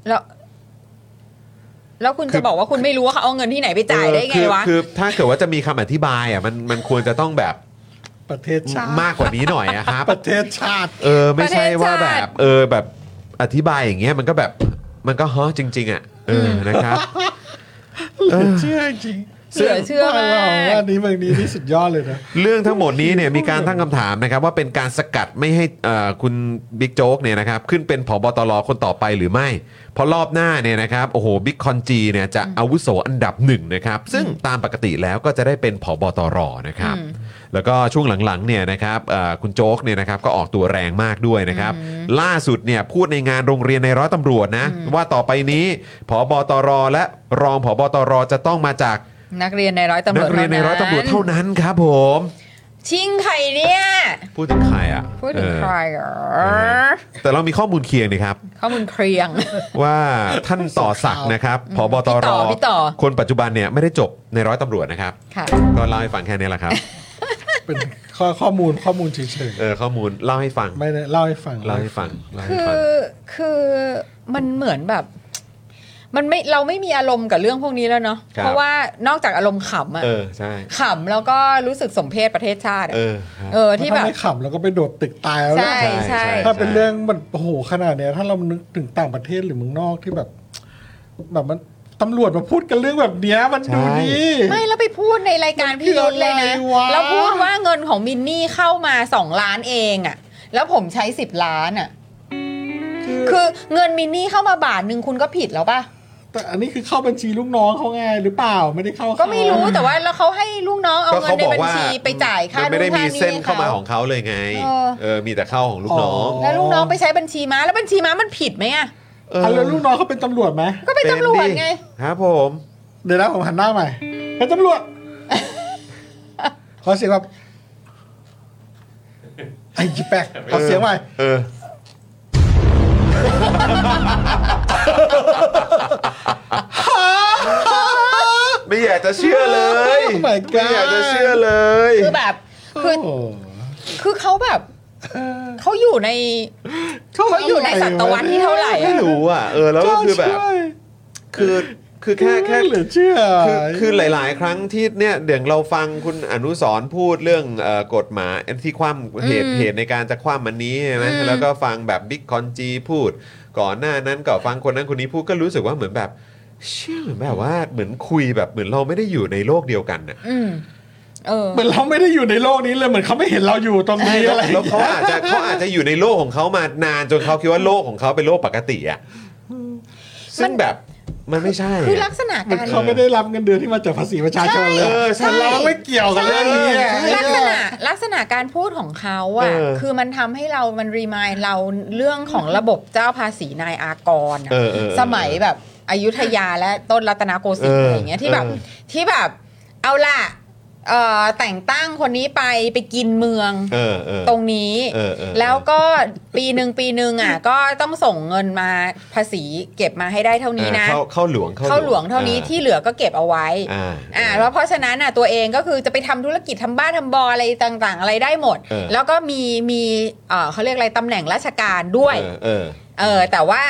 [SPEAKER 3] แล้ว แล้วคุณ
[SPEAKER 1] คื
[SPEAKER 3] จะ
[SPEAKER 1] อ
[SPEAKER 3] บอกว่าคุณไม่รู้ว่าเขาเอาเงินที่ไหนไปจ่ายได้ไง
[SPEAKER 1] เออคือ
[SPEAKER 3] วะ
[SPEAKER 1] คือถ้าเกิดว่าจะมีคำอธิบายอ่ะมันมันควรจะต้องแบบ
[SPEAKER 4] ประเทศชาติ
[SPEAKER 1] มากกว่านี้หน่อยนะครับ
[SPEAKER 4] ประเทศชาติ
[SPEAKER 1] เออ ไม่ใช่ว่าแบ
[SPEAKER 3] ประ
[SPEAKER 1] บ
[SPEAKER 3] เทศชาติ
[SPEAKER 1] เออแบบอธิบายอย่างเงี้ยมันก็แบบมันก็ฮะจริง ๆ อ่ะเออนะครับ
[SPEAKER 4] เหลือเชื่อจริง
[SPEAKER 3] เหลือเชื่อ
[SPEAKER 4] บ้
[SPEAKER 3] มา
[SPEAKER 4] เรา
[SPEAKER 3] นก
[SPEAKER 4] ว่านี้เมืองนี้นี่สุดยอดเลยนะ
[SPEAKER 1] เรื่องทั้งหมดนี้เนี่ยมีการตั้งคำถามนะครับว่าเป็นการสกัดไม่ให้เอ่อคุณบิ๊กโจ๊กเนี่ยนะครับขึ้นเป็นผบตรคนต่อไปหรือไม่ เพราะรอบหน้าเนี่ยนะครับโอ้โหบิ๊กคอนจีเนี่ยจะอาวุโสอันดับหนึ่งนะครับซึ่งตามปกติแล้วก็จะได้เป็นผบตรนะครับแล้วก็ช่วงหลังๆเนี่ยนะครับเอ่อคุณโจ๊กเนี่ยนะครับก็ออกตัวแรงมากด้วยนะครับล่าสุดเนี่ยพูดในงานโรงเรียนในร้อยตำรวจนะว่าต่อไปนี้ผบตรและรองผบตรจะต้องมาจาก
[SPEAKER 3] นักเรียนในร้อยตำร
[SPEAKER 1] นั
[SPEAKER 3] วจ
[SPEAKER 1] กเรียนในร้อยตำรวจเท่านั้นครับผม
[SPEAKER 3] ชิงใครเนี่ย
[SPEAKER 1] พูดถึงใครอ่ะ
[SPEAKER 3] พูดถึงใครเหรอ
[SPEAKER 1] เออแต่เรามีข้อมูลเคียงนะครับ
[SPEAKER 3] ข้อมูลเครียง
[SPEAKER 1] ว่าท่านต่อศักดิ์นะครับพบตร
[SPEAKER 3] พี่ต่อพี่ต่อ
[SPEAKER 1] คนปัจจุบันเนี่ยไม่ได้จบในร้อยตำรวจนะครับ
[SPEAKER 3] ค่ะ
[SPEAKER 1] ก็เล่าให้ฟังแค่นี้แหละ ครับ
[SPEAKER 4] เป็นข้อข้อมูลข้อมูลเฉย
[SPEAKER 1] เออข้อมูลเล่าให้ฟัง
[SPEAKER 4] ๆ ไม่ได้เล่าให้ฟัง
[SPEAKER 1] เล่าให้ฟังเล่าให้
[SPEAKER 3] คื
[SPEAKER 1] ฟั
[SPEAKER 3] อง คือมันเหมือนแบบ มันไม่เราไม่มีอารมณ์กับเรื่องพวกนี้แล้วเนาะ
[SPEAKER 1] ครับ
[SPEAKER 3] เพราะว่านอกจากอารมณ์ขำอะ
[SPEAKER 1] เออใช่
[SPEAKER 3] ขำแล้วก็รู้สึกสมเพชประเทศชาติอะ
[SPEAKER 1] เออครับ
[SPEAKER 3] เออที่แบ
[SPEAKER 4] ถ้า
[SPEAKER 3] บ
[SPEAKER 4] ไม่ขำแล้วก็ไปโดดตึกตายแล้วนะ
[SPEAKER 3] ใช่ใช่
[SPEAKER 4] ถ้าเป็นเรื่องมันโอ้โหขนาดเนี้ยถ้าเรานึกถึงต่างประเทศหรือเมืองนอกที่แบบ แบบมันตำรวจมาพูดกันเรื่องแบบเนี้ยมันดูดี
[SPEAKER 3] ไม่แล้วไปพูดในรายการพี่ยศเลยนะ
[SPEAKER 4] มันคืออะไรวะ
[SPEAKER 3] แล้วพูดว่าเงินของมินนี่เข้ามา 2 ล้านเองอะแล้วผมใช้ 10 ล้านอะคือเงินมินนี่เข้ามาบาทหนึ่งคุณก็ผิดแล้วป่ะ
[SPEAKER 4] แต่อันนี้คือเข้าบัญชีลูกน้องเขาไงหรือเปล่าไม่ได้เข้า
[SPEAKER 3] ก็ไม่รู้แต่ว่าแล้วเขาให้ลูกน้องเอา
[SPEAKER 1] ก็
[SPEAKER 3] เงิ
[SPEAKER 1] เขา
[SPEAKER 3] นใน
[SPEAKER 1] บอก
[SPEAKER 3] บัญ
[SPEAKER 1] ว่า
[SPEAKER 3] ชีไปจ่ายค่า
[SPEAKER 1] มันไม่ได้มีเส้นเข้ามาขอ
[SPEAKER 3] ของ ง
[SPEAKER 1] เขาเลยไง
[SPEAKER 3] เออ
[SPEAKER 1] เออมีแต่เข้าของลูกน้อง
[SPEAKER 3] แล้วลูกน้องไปใช้บัญชีม้าแล้วบัญชีม้ามันผิดไหมอะ
[SPEAKER 1] เออ
[SPEAKER 4] อ่ะแล้วลูกน้องเขาเป็นตำรวจไหม
[SPEAKER 3] ก็เป็นตำรวจไง
[SPEAKER 1] ครับผม
[SPEAKER 4] เดี๋ยวนะผมหันหน้าใหม่เป็นตำรวจขอเสียงแบบไอ้จิแปกขอเสียงใหม่
[SPEAKER 1] เออ ไม่อยากจะเชื่อเลย
[SPEAKER 4] Oh my god
[SPEAKER 1] ไม่อยากจะเชื่อเลย
[SPEAKER 3] คือแบบคือ
[SPEAKER 4] โอ้
[SPEAKER 3] คือเขาแบบเขาอยู่ในเขาอยู่ในศตวรรษที่เท่าไหร่
[SPEAKER 1] ไม่
[SPEAKER 3] อะ
[SPEAKER 1] รู้อ่ะเออแล้วก็คือแบบคือคือแค่แค่
[SPEAKER 4] เหลือเชื่อ
[SPEAKER 1] คือคือหลาย ๆ ครั้งที่เนี่ยเดี๋ยวเราฟังคุณอนุสรณ์พูดเรื่องเอ่อกฎหมายที่ความเหตุเหตุในการจะความมันนี้ใช่ไหม
[SPEAKER 3] อืม
[SPEAKER 1] แล้วก็ฟังแบบบิ๊กคอนจีพูด ก่อนหน้านั้นก็ฟังคนนั้นคนนี้พูดก็รู้สึกว่าเหมือนแบบ เชื่อเหมือนแบบว่าเหมือนคุยแบบเหมือนเราไม่ได้อยู่ในโลกเดียวกันน่ะ
[SPEAKER 3] อืมเออ
[SPEAKER 4] เหมือนเราไม่ได้อยู่ในโลกนี้เลยเหมือนเขาไม่เห็นเราอยู่ตรงนี้อะไร
[SPEAKER 1] แล้วเขาอาจจะเขาอาจจะอยู่ในโลกของเขามานานจนเขาคิดว่าโลกของเขาเป็นโลกปกติอ่ะซึ่งแบบมันไม่ใช่
[SPEAKER 3] คือลั
[SPEAKER 1] อะ
[SPEAKER 3] กษณะ
[SPEAKER 4] เหมือน
[SPEAKER 3] การ
[SPEAKER 4] เขาไม่ได้รับเงินเดือนที่มาจากภาษีประชาชนเล
[SPEAKER 1] ใช่
[SPEAKER 4] ย
[SPEAKER 1] เออใช่
[SPEAKER 4] เราไม่เกี่ยวกับเรื่องนี้อะ
[SPEAKER 3] ลักษณะลักษณะการพูดของเขาอะ
[SPEAKER 1] เออ
[SPEAKER 3] คือมันทำให้เรามันรีมายเราเรื่องของระบบเจ้าภาษีนายอากรอะ
[SPEAKER 1] เออเออเออ
[SPEAKER 3] สมัยแบบอยุธยาและต้นรัตนโกสินทร์
[SPEAKER 1] เอออ
[SPEAKER 3] อะไรอย่างเงี้ยที่แบบ
[SPEAKER 1] เออ
[SPEAKER 3] ที่แบบเอาล่ะเอ่อแต่งตั้งคนนี้ไปไปกินเมือง
[SPEAKER 1] เออเออ
[SPEAKER 3] ตรงนี้
[SPEAKER 1] เออเออ
[SPEAKER 3] แล้วก็ปีหนึ่งปีหนึ่งอ่ะ ก็ต้องส่งเงินมาภาษีเก็บมาให้ได้เท่านี้นะ
[SPEAKER 1] เข้าเข้าหลวง
[SPEAKER 3] เข้าหลวงเท่านี้ที่เหลือก็เก็บเอาไว้
[SPEAKER 1] อ่า
[SPEAKER 3] อ่าแล้วเพราะฉะนั้นอ่ะตัวเองก็คือจะไปทำธุรกิจทำบ้านทำบออะไรต่างๆ อะไรได้หมด
[SPEAKER 1] เออ
[SPEAKER 3] แล้วก็มีมีเอ่อเขาเรียกอะไรตำแหน่งราชการด้วย
[SPEAKER 1] เออเออ
[SPEAKER 3] เออแต่ว่า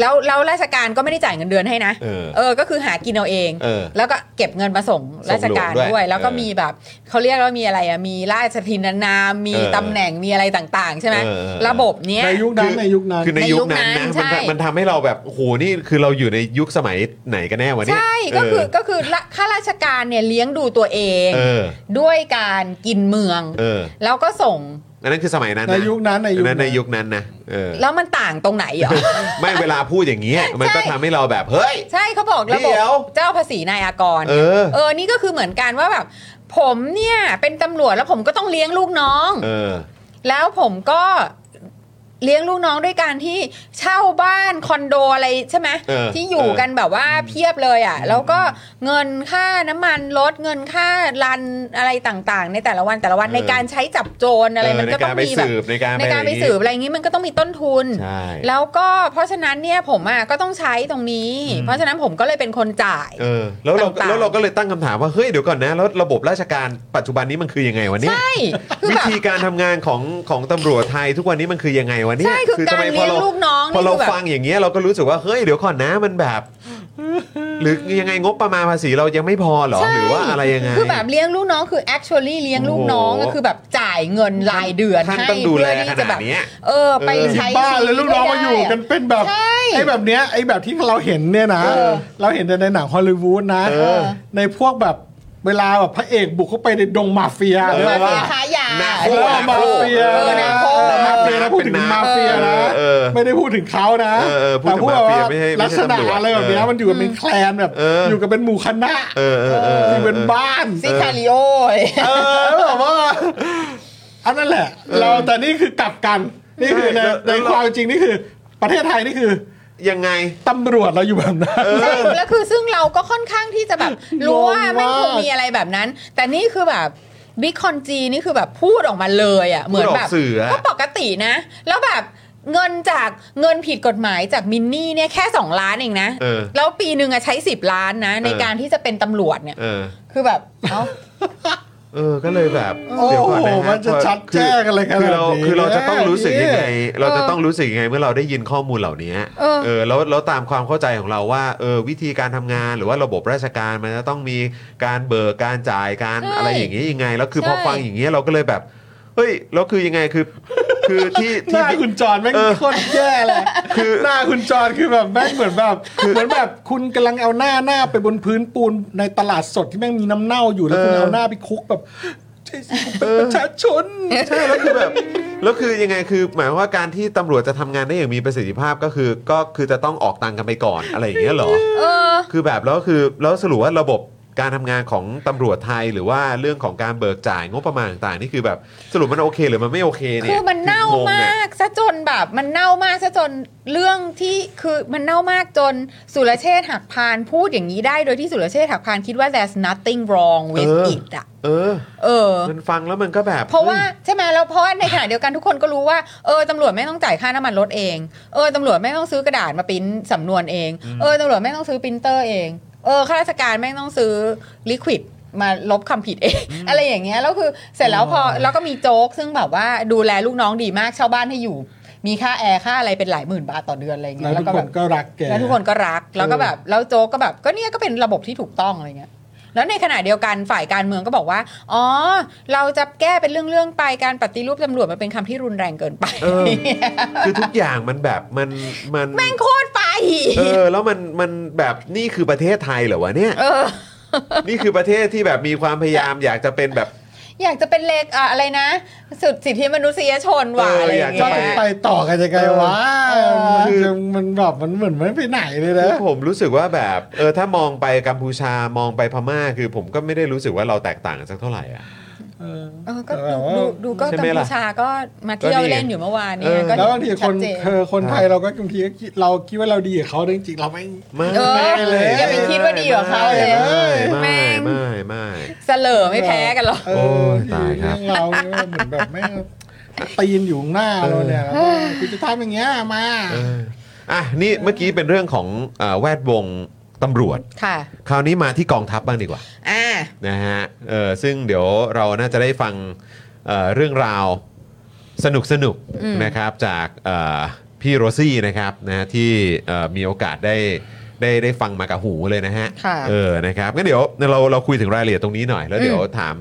[SPEAKER 3] แล้วแล้วราชการก็ไม่ได้จ่ายเงินเดือนให้นะ
[SPEAKER 1] เออ
[SPEAKER 3] ก็คือหากินเอาเอง
[SPEAKER 1] เออ
[SPEAKER 3] แล้วก็เก็บเงินมาส่งราชการ
[SPEAKER 1] ส่งหลวงด้
[SPEAKER 3] ด้
[SPEAKER 1] ว
[SPEAKER 3] วยย แล้วก็
[SPEAKER 1] เออ
[SPEAKER 3] มีแบบเขาเรียกว่ามีอะไรอ่ะมีราชทินนามมี
[SPEAKER 1] เออ
[SPEAKER 3] ตำแหน่งมีอะไรต่างๆ ใช่ไหม
[SPEAKER 1] เออเออ
[SPEAKER 3] ระบบเนี้ย
[SPEAKER 4] ในยุคนั้นในยุคนั้น
[SPEAKER 1] คือในยุคนั้น
[SPEAKER 3] ในยุคนั้
[SPEAKER 1] นะ
[SPEAKER 3] น
[SPEAKER 1] มัน
[SPEAKER 3] ใช่
[SPEAKER 1] ทำมันทำให้เราแบบโอ้โหนี่คือเราอยู่ในยุคสมัยไหนกันแน่วะเนี่ย
[SPEAKER 3] ใช่ก็คือ
[SPEAKER 1] เ
[SPEAKER 3] ก็คือละข้าราชการเนี่ยเลี้ยงดูตัวเอง
[SPEAKER 1] เออ
[SPEAKER 3] ด้วยการกินเมือง
[SPEAKER 1] เออ
[SPEAKER 3] แล้วก็ส่ง
[SPEAKER 1] อันนั้นคือสมัยนั้นะ
[SPEAKER 4] ในยุคนั้นในยุคนั้น
[SPEAKER 1] อัในยุคนั้นนะเออ
[SPEAKER 3] แล้วมันต่างตรงไหนเหรอ
[SPEAKER 1] ไม่เวลาพูดอย่างเงี้ยมันก็
[SPEAKER 3] ใช่
[SPEAKER 1] ทำให้เราแบบเฮ้ย
[SPEAKER 3] ใช่เขาบอกระบ
[SPEAKER 1] เดี๋
[SPEAKER 3] บ
[SPEAKER 1] ยว
[SPEAKER 3] เจ้าภาษีนายอากร
[SPEAKER 1] เออ
[SPEAKER 3] เออ นี่ก็คือเหมือนกันว่าแบบ ผมเนี่ยเป็นตำรวจแล้วผมก็ต้องเลี้ยงลูกน้อง
[SPEAKER 1] เออ
[SPEAKER 3] แล้วผมก็เลี้ยงลูกน้องด้วยการที่เช่าบ้านคอนโดอะไรใช่ไหม
[SPEAKER 1] เออ
[SPEAKER 3] ที่อยู่กันแบบว่าเพียบเลยอ่ะ แล้วก็เงินค่าน้ำมันรถเงินค่ารันอะไรต่างๆ ในแต่ละวันแต่ละวัน
[SPEAKER 1] เออ
[SPEAKER 3] ในการใช้จับโจรอะไรมัน
[SPEAKER 1] เใน
[SPEAKER 3] ก็ต้
[SPEAKER 1] กา
[SPEAKER 3] อ
[SPEAKER 1] รง ไป
[SPEAKER 3] มีแบบ
[SPEAKER 1] สืบในการ
[SPEAKER 3] ในการไป
[SPEAKER 1] อะ
[SPEAKER 3] สื
[SPEAKER 1] อย่
[SPEAKER 3] บ
[SPEAKER 1] ง
[SPEAKER 3] อะไรอย่างนี้มันก็ต้องมีต้นทุน
[SPEAKER 1] งี้ใช่
[SPEAKER 3] แล้วก็เพราะฉะนั้นเนี่ยผมอ่ะก็ต้องใช้ตรงนี้ เพราะฉะนั้นผมก็เลยเป็นคนจ่าย
[SPEAKER 1] เออ แล้วเรา
[SPEAKER 3] ต่างๆ
[SPEAKER 1] แล้วเราก็เลยตั้งคำถามว่าเฮ้ยเดี๋ยวก่อนนะแล้วระบบราชการปัจจุบันนี้มันคือยังไงวะเนี่ย
[SPEAKER 3] ใช่ คือ
[SPEAKER 1] วิ
[SPEAKER 3] แบบ
[SPEAKER 1] ธีการทำงานของของตำรวจไทยทุกวันนี้มันคือยังไงวะเนี่ย
[SPEAKER 3] ใช่คือ
[SPEAKER 1] ทำไม
[SPEAKER 3] การเลี้
[SPEAKER 1] พอย
[SPEAKER 3] ง
[SPEAKER 1] เรา
[SPEAKER 3] ลูกน้องนี่
[SPEAKER 1] พอเรา
[SPEAKER 3] คือแบบ
[SPEAKER 1] ฟังอย่างเงี้ยเราก็รู้สึกว่าเฮ้ยเดี๋ยวก่อนนะมันแบบ หรือยังไงงบประมาณภาษีเรายังไม่พอเหรอ
[SPEAKER 3] ใช่
[SPEAKER 1] หรือว่าอะไรยังไง
[SPEAKER 3] คือแบบเลี้ยงลูกน้องคือ actually เลี้ยงลูกน้อง
[SPEAKER 1] โอ้โห
[SPEAKER 3] ก็คือแบบจ่ายเงินรายเดือน
[SPEAKER 1] ท่าน
[SPEAKER 3] ให้
[SPEAKER 1] ต้องดูแล
[SPEAKER 3] เพื่อ
[SPEAKER 1] ข
[SPEAKER 3] ที่จะ
[SPEAKER 1] นา
[SPEAKER 3] แบ
[SPEAKER 1] ด
[SPEAKER 3] บ
[SPEAKER 1] เนี้ย
[SPEAKER 3] เออไปใช้
[SPEAKER 4] บ้านแล้วลูกน้องมาอยู่
[SPEAKER 3] ชีวิต
[SPEAKER 4] กัน
[SPEAKER 3] ได้ะ
[SPEAKER 4] เป็นแบบ
[SPEAKER 3] ใช่
[SPEAKER 4] ไอ้แบบเนี้ยไอ้แบบที่เราเห็นเนี่ยนะ
[SPEAKER 3] เออ
[SPEAKER 4] เราเห็นแต่ในหนังฮอลลีวูดนะ
[SPEAKER 1] เออ
[SPEAKER 4] ในพวกแบบเวลาแบบพระเอกบุกเข้าไปในดงมาเฟีย
[SPEAKER 3] ดงมาเฟีย
[SPEAKER 4] ออ
[SPEAKER 3] ค้ายา
[SPEAKER 1] นา
[SPEAKER 4] เอ
[SPEAKER 1] โค
[SPEAKER 4] อ
[SPEAKER 1] นา
[SPEAKER 4] มา
[SPEAKER 1] โค
[SPEAKER 4] เฟีย
[SPEAKER 3] เออนาโค
[SPEAKER 4] มาเฟียนะพูดถึงมาเฟียนะ
[SPEAKER 1] เออ
[SPEAKER 4] ไม่ได้พูดถึงเขานะ
[SPEAKER 1] เออเออพูดถึง
[SPEAKER 4] แต่
[SPEAKER 1] มาเฟีย
[SPEAKER 4] ว่
[SPEAKER 1] ไม่ใช่ไม่ใช่
[SPEAKER 4] ลักษณะ
[SPEAKER 1] ตำรวจ
[SPEAKER 4] อะไรแบบเนี้ย
[SPEAKER 1] เออ
[SPEAKER 4] มันอยู่กันเป็นแคลนแบบ
[SPEAKER 1] เอออ
[SPEAKER 4] ยู่กันเป็นหมู่คณะ
[SPEAKER 1] เออเออเออ
[SPEAKER 4] อยู่เป็นบ้าน
[SPEAKER 3] ซิคาริโอ
[SPEAKER 4] เออแล้วแบบว่าอันนั้นแหละ เราแต่นี่คือกลับกันนี่คือ
[SPEAKER 1] ใช่
[SPEAKER 4] ใน
[SPEAKER 1] แล้วแล้
[SPEAKER 4] ใน
[SPEAKER 1] ว
[SPEAKER 4] ความจริงนี่คือ ประเทศไทยนี่คือ
[SPEAKER 1] ยังไง
[SPEAKER 4] ตำรวจเราอยู่แบบนั้น
[SPEAKER 3] ใช่แล้วคือซึ่งเราก็ค่อนข้างที่จะแบบ รู้ว่าไม่
[SPEAKER 4] งงมาก
[SPEAKER 3] คงมีอะไรแบบนั้น แต่นี่คือแบบบิ๊กคอนจีนี่คือแบบพูดออกมาเลยอ่ะเหมือน
[SPEAKER 1] พูดออก
[SPEAKER 3] แบบ
[SPEAKER 1] สื่ออะ
[SPEAKER 3] ก็ปกตินะ แล้วแบบเงินจากเงินผิดกฎหมายจากมินนี่เนี่ยแค่ 2 ล้านเองนะ
[SPEAKER 1] เออ
[SPEAKER 3] แล้วปีหนึ่งอะใช้ 10 ล้านนะ ใน
[SPEAKER 1] เออ
[SPEAKER 3] การที่จะเป็นตำรวจเนี่ย
[SPEAKER 1] เออ
[SPEAKER 3] คือแบบ เอ้า
[SPEAKER 1] เออก็เลยแบบ
[SPEAKER 4] โอ้
[SPEAKER 1] เดี๋ยวก่อนนะฮะ
[SPEAKER 4] มันจะชัดแจ้งอะไรขนาด
[SPEAKER 1] คื
[SPEAKER 4] นี้
[SPEAKER 1] อเราคือเราจะต้องรู้สึกยังไง เราจะต้องรู้สึกยังไงเมื่อเราได้ยินข้อมูลเหล่านี้
[SPEAKER 3] เออ
[SPEAKER 1] เออแล้วแล้วตามความเข้าใจของเราว่าเออวิธีการทำงานหรือว่าระบบราชการมันจะต้องมีการเบิกการจ่ายการ
[SPEAKER 3] ใช่
[SPEAKER 1] อะไรอย่างนี้ยังไง แล้วคือพอ
[SPEAKER 3] ใช่
[SPEAKER 1] ฟังอย่างนี้ยเราก็เลยแบบเฮ้ยแล้วคือยังไงคือคือที่
[SPEAKER 4] ห
[SPEAKER 1] ที่
[SPEAKER 4] น้าคุณจอนแม่ง
[SPEAKER 1] เออ
[SPEAKER 4] โคตรแย่เลย
[SPEAKER 1] คือ
[SPEAKER 4] หน้าคุณจอนคือแบบแม่งเหมือนแบบ เหมือนแบบคุณกำลังเอาหน้าหน้าไปบนพื้นปูนในตลาดสดที่แม่งมีน้ำเน่าอยู่แล้วคุณ
[SPEAKER 1] เออ
[SPEAKER 4] เอาหน้าไปคลุกแบบผมเป็นประชาชน
[SPEAKER 1] ใช่แล้วคือแบบแล้วคือยังไงคือ หมายความว่าการที่ตำรวจจะทำงานได้อย่างมีประสิทธิภาพก็คือก็คือจะต้องออกตังค์กันไปก่อนอะไรอย่างเงี้ยเหรอ
[SPEAKER 3] เออ
[SPEAKER 1] คือแบบแล้วคือแล้วสรุปว่าระบบการทำงานของตำรวจไทยหรือว่าเรื่องของการเบิกจ่ายงบประมาณต่างๆนี่คือแบบสรุปมันโอเคหรือมันไม่โอเคเนี่ย
[SPEAKER 3] คือมันเน่า
[SPEAKER 1] คืองง
[SPEAKER 3] มา
[SPEAKER 1] อะ
[SPEAKER 3] กซะจนแบบมันเน่ามากซะจนเรื่องที่คือมันเน่ามากจนสุรเชษฐ์หักพานพูดอย่างนี้ได้โดยที่สุรเชษฐ์หักพานคิดว่า there's nothing wrong with
[SPEAKER 1] เออ
[SPEAKER 3] it อ่ะ
[SPEAKER 1] เออ
[SPEAKER 3] เออ
[SPEAKER 1] มันฟังแล้วมันก็แบบ
[SPEAKER 3] เพราะว่าใช่ไหมแล้วเพราะว่าในขณะเดียวกันทุกคนก็รู้ว่าเออตำรวจไม่ต้องจ่ายค่าน้ำมันรถเองเออตำรวจไม่ต้องซื้อกระดาษมาปริ้นสำนวนเองเออตำรวจไม่ต้องซื้อปรินเตอร์เองเออข้าราชการไม่ต้องซื้อลิควิดมาลบคำผิดเอง อะไรอย่างเงี้ยแล้วคือเสร็จแล้วพอแล้วก็มีโจ๊ก ซึ่งแบบว่าดูแลลูกน้องดีมากเช่าบ้านให้อยู่ มีค่าแอร์ค่าอะไรเป็นหลายหมื่นบาทต่อเดือนอะไรเงี้
[SPEAKER 4] แล้ว
[SPEAKER 3] ย
[SPEAKER 4] ทุกค
[SPEAKER 3] ก็แบ
[SPEAKER 4] น
[SPEAKER 3] บ
[SPEAKER 4] ก็รักแก
[SPEAKER 3] แล้วทุกคนก็รักแล้วก็แบบแล้วโจ๊กก็แบบก็เนี่ยก็เป็นระบบที่ถูกต้องอะไรเงี้ยแล้วในขณะเดียวกันฝ่ายการเมืองก็บอกว่า อ๋อ เราจะแก้เป็นเรื่องๆไปการปฏิรูปตำรวจมันเป็นคำที่รุนแรงเกินไป
[SPEAKER 1] เออคือทุกอย่างมันแบบมันมัน
[SPEAKER 3] แม่งโคตรไป
[SPEAKER 1] เออแล้วมันมันแบบนี่คือประเทศไทยเหรอวะเนี่ย
[SPEAKER 3] เออ
[SPEAKER 1] นี่คือประเทศที่แบบมีความพยายามอยากจะเป็นแบบ
[SPEAKER 3] อยากจะเป็นเลขอะอะไรนะ สุดสิทธิมนุษยชนว่ะ
[SPEAKER 1] เอออ
[SPEAKER 3] อะไรอย่าง
[SPEAKER 1] ยา
[SPEAKER 3] เงี้
[SPEAKER 1] กจะ
[SPEAKER 3] ย
[SPEAKER 4] ไปต่อกันยังไงวะมันยังมันแบบมันเหมือนไม่ไปไหนเลยนะ
[SPEAKER 1] คือผมรู้สึกว่าแบบเออถ้ามองไปกัมพูชามองไปพม่า คือผมก็ไม่ได้รู้สึกว่าเราแตกต่างกันสักเท่าไหร่อ่ะ
[SPEAKER 3] เออก็
[SPEAKER 4] แต่ว่า
[SPEAKER 3] ดูดูก็
[SPEAKER 1] ใช่
[SPEAKER 3] กัม
[SPEAKER 1] ไหม
[SPEAKER 3] พู
[SPEAKER 1] ล่ะ
[SPEAKER 3] ชาก็มาเที่ยว
[SPEAKER 1] ก็นี่ไง
[SPEAKER 3] เล่นอยู่เมื่อวาน
[SPEAKER 1] เอ
[SPEAKER 3] เนี่ย
[SPEAKER 1] อ
[SPEAKER 3] ก็
[SPEAKER 4] แล้วบางทีคน
[SPEAKER 3] ชัดเจน
[SPEAKER 4] เออคนไทยเราก็บางทีก็คิดเราคิดว่าเราดีกับเขาแต่จริงๆเราไม่
[SPEAKER 1] ไม่
[SPEAKER 3] เออ
[SPEAKER 1] เลย
[SPEAKER 3] อย่าไปคิดว่าดีกว่าเขาเลย
[SPEAKER 1] ไม่
[SPEAKER 3] แม่
[SPEAKER 1] ไม่
[SPEAKER 3] ง
[SPEAKER 1] ไม่ไม่
[SPEAKER 3] เสลอไม่แพ้กันหรอก
[SPEAKER 4] เออเราเนี่ยเหมือนแบบไม่ตีนอยู่หน้าเราเนี่ยกูจะทำอย่างเงี้ยมา
[SPEAKER 1] เอออ่ะนี่เมื่อกี้เป็นเรื่องของเอ่อแวดวงตำรวจ
[SPEAKER 3] ค่ะ
[SPEAKER 1] คราวนี้มาที่กองทัพบ้างดีกว่า
[SPEAKER 3] อ่า
[SPEAKER 1] นะฮะเออซึ่งเดี๋ยวเราน่าจะได้ฟังเอ่อเรื่องราวสนุกสนุกๆ
[SPEAKER 3] อืม
[SPEAKER 1] นะครับจากเอ่อพี่โรซี่นะครับนะฮะที่เอ่อมีโอกาสได้ได้ได้ฟังมากับหูเลยนะฮะ
[SPEAKER 3] ค่ะ
[SPEAKER 1] เออ นะครับงั้นเดี๋ยวเราเราคุยถึงรายละเอียดตรงนี้หน่อย แล้วเดี๋ยวถาม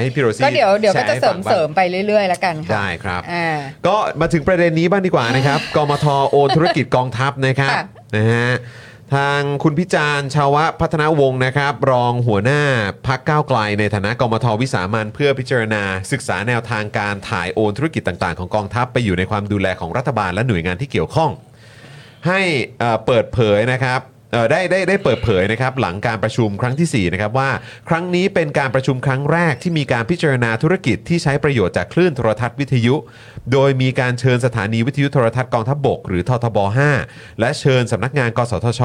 [SPEAKER 1] ให้พี่โรซี่
[SPEAKER 3] ก็เดี๋ยวเดี๋ยวก็จะ
[SPEAKER 1] แช
[SPEAKER 3] เสริ
[SPEAKER 1] ให้ฟั
[SPEAKER 3] ม
[SPEAKER 1] ง
[SPEAKER 3] เสริมๆไปเรื่อยๆ แล้วกัน
[SPEAKER 1] บ้าง
[SPEAKER 3] ค่ะ
[SPEAKER 1] ได้ครับ
[SPEAKER 3] อ่า
[SPEAKER 1] ก็มาถึงประเด็นนี้บ้างดีกว่านะครับ กมทโอนธุรกิจกองทัพนะครับ
[SPEAKER 3] ค่ะ
[SPEAKER 1] นะฮะ ทางคุณพิจารณ์ชาวะพัฒนาวงศ์นะครับ รองหัวหน้าพักก้าวไกล ในฐานะกมทวิสามันเพื่อพิจารณา ศึกษาแนวทางการถ่ายโอนธุรกิจต่าง ๆ ของกองทัพไปอยู่ในความดูแลของรัฐบาลและหน่วยงานที่เกี่ยวข้อง ให้เอ่อเปิดเผยนะครับเอ่อได้ได้ได้เปิดเผยนะครับหลังการประชุมครั้งที่ 4 นะครับว่า ครั้งนี้เป็นการประชุมครั้งแรกที่มีการพิจารณาธุรกิจที่ใช้ประโยชน์จากคลื่นโทรทัศน์วิทยุ โดยมีการเชิญสถานีวิทยุโทรทัศน์กองทัพบบก หรือททบ 5 และเชิญสำนักงานกสทช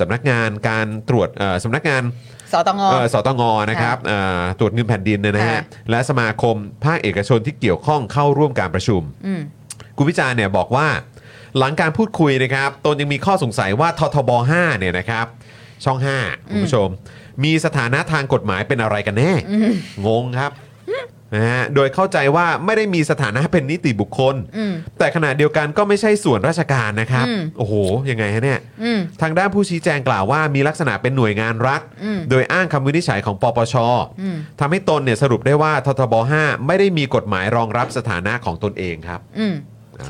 [SPEAKER 1] สำนักงานการตรวจเอ่อสำนักงาน
[SPEAKER 3] สตง
[SPEAKER 1] เอ่อสตงนะครับเอ่อตรวจเงินแผ่นดินเนี่ยนะฮะ
[SPEAKER 3] ค่ะ
[SPEAKER 1] และสมาคมภาคเอกชนที่เกี่ยวข้องเข้าร่วมการประชุม คุณพิจารณ์เนี่ยบอกว่า หลังการพูดคุยนะครับตนยังมีข้อสงสัยว่าททบ 5 เนี่ยนะครับ ช่อง 5 คุณผู้ชม มีสถานะทางกฎหมายเป็นอะไรกันแน่ งงครับนะฮะโดยเข้าใจว่าไม่ได้มีสถานะเป็นนิติบุคคล แต่ขณะเดียวกันก็ไม่ใช่ส่วนราชการนะครับ โอ้โหยังไงฮะเนี่ย
[SPEAKER 3] อืม
[SPEAKER 1] ทางด้านผู้ชี้แจงกล่าวว่ามีลักษณะเป็นหน่วยงานรัฐ
[SPEAKER 3] อืม
[SPEAKER 1] โดยอ้างคำวินิจฉัยของปปช
[SPEAKER 3] อืม
[SPEAKER 1] ทำให้ตนเนี่ยสรุปได้ว่าททบ 5 ไม่ได้มีกฎหมายรองรับสถานะของตนเองครับ
[SPEAKER 3] อืม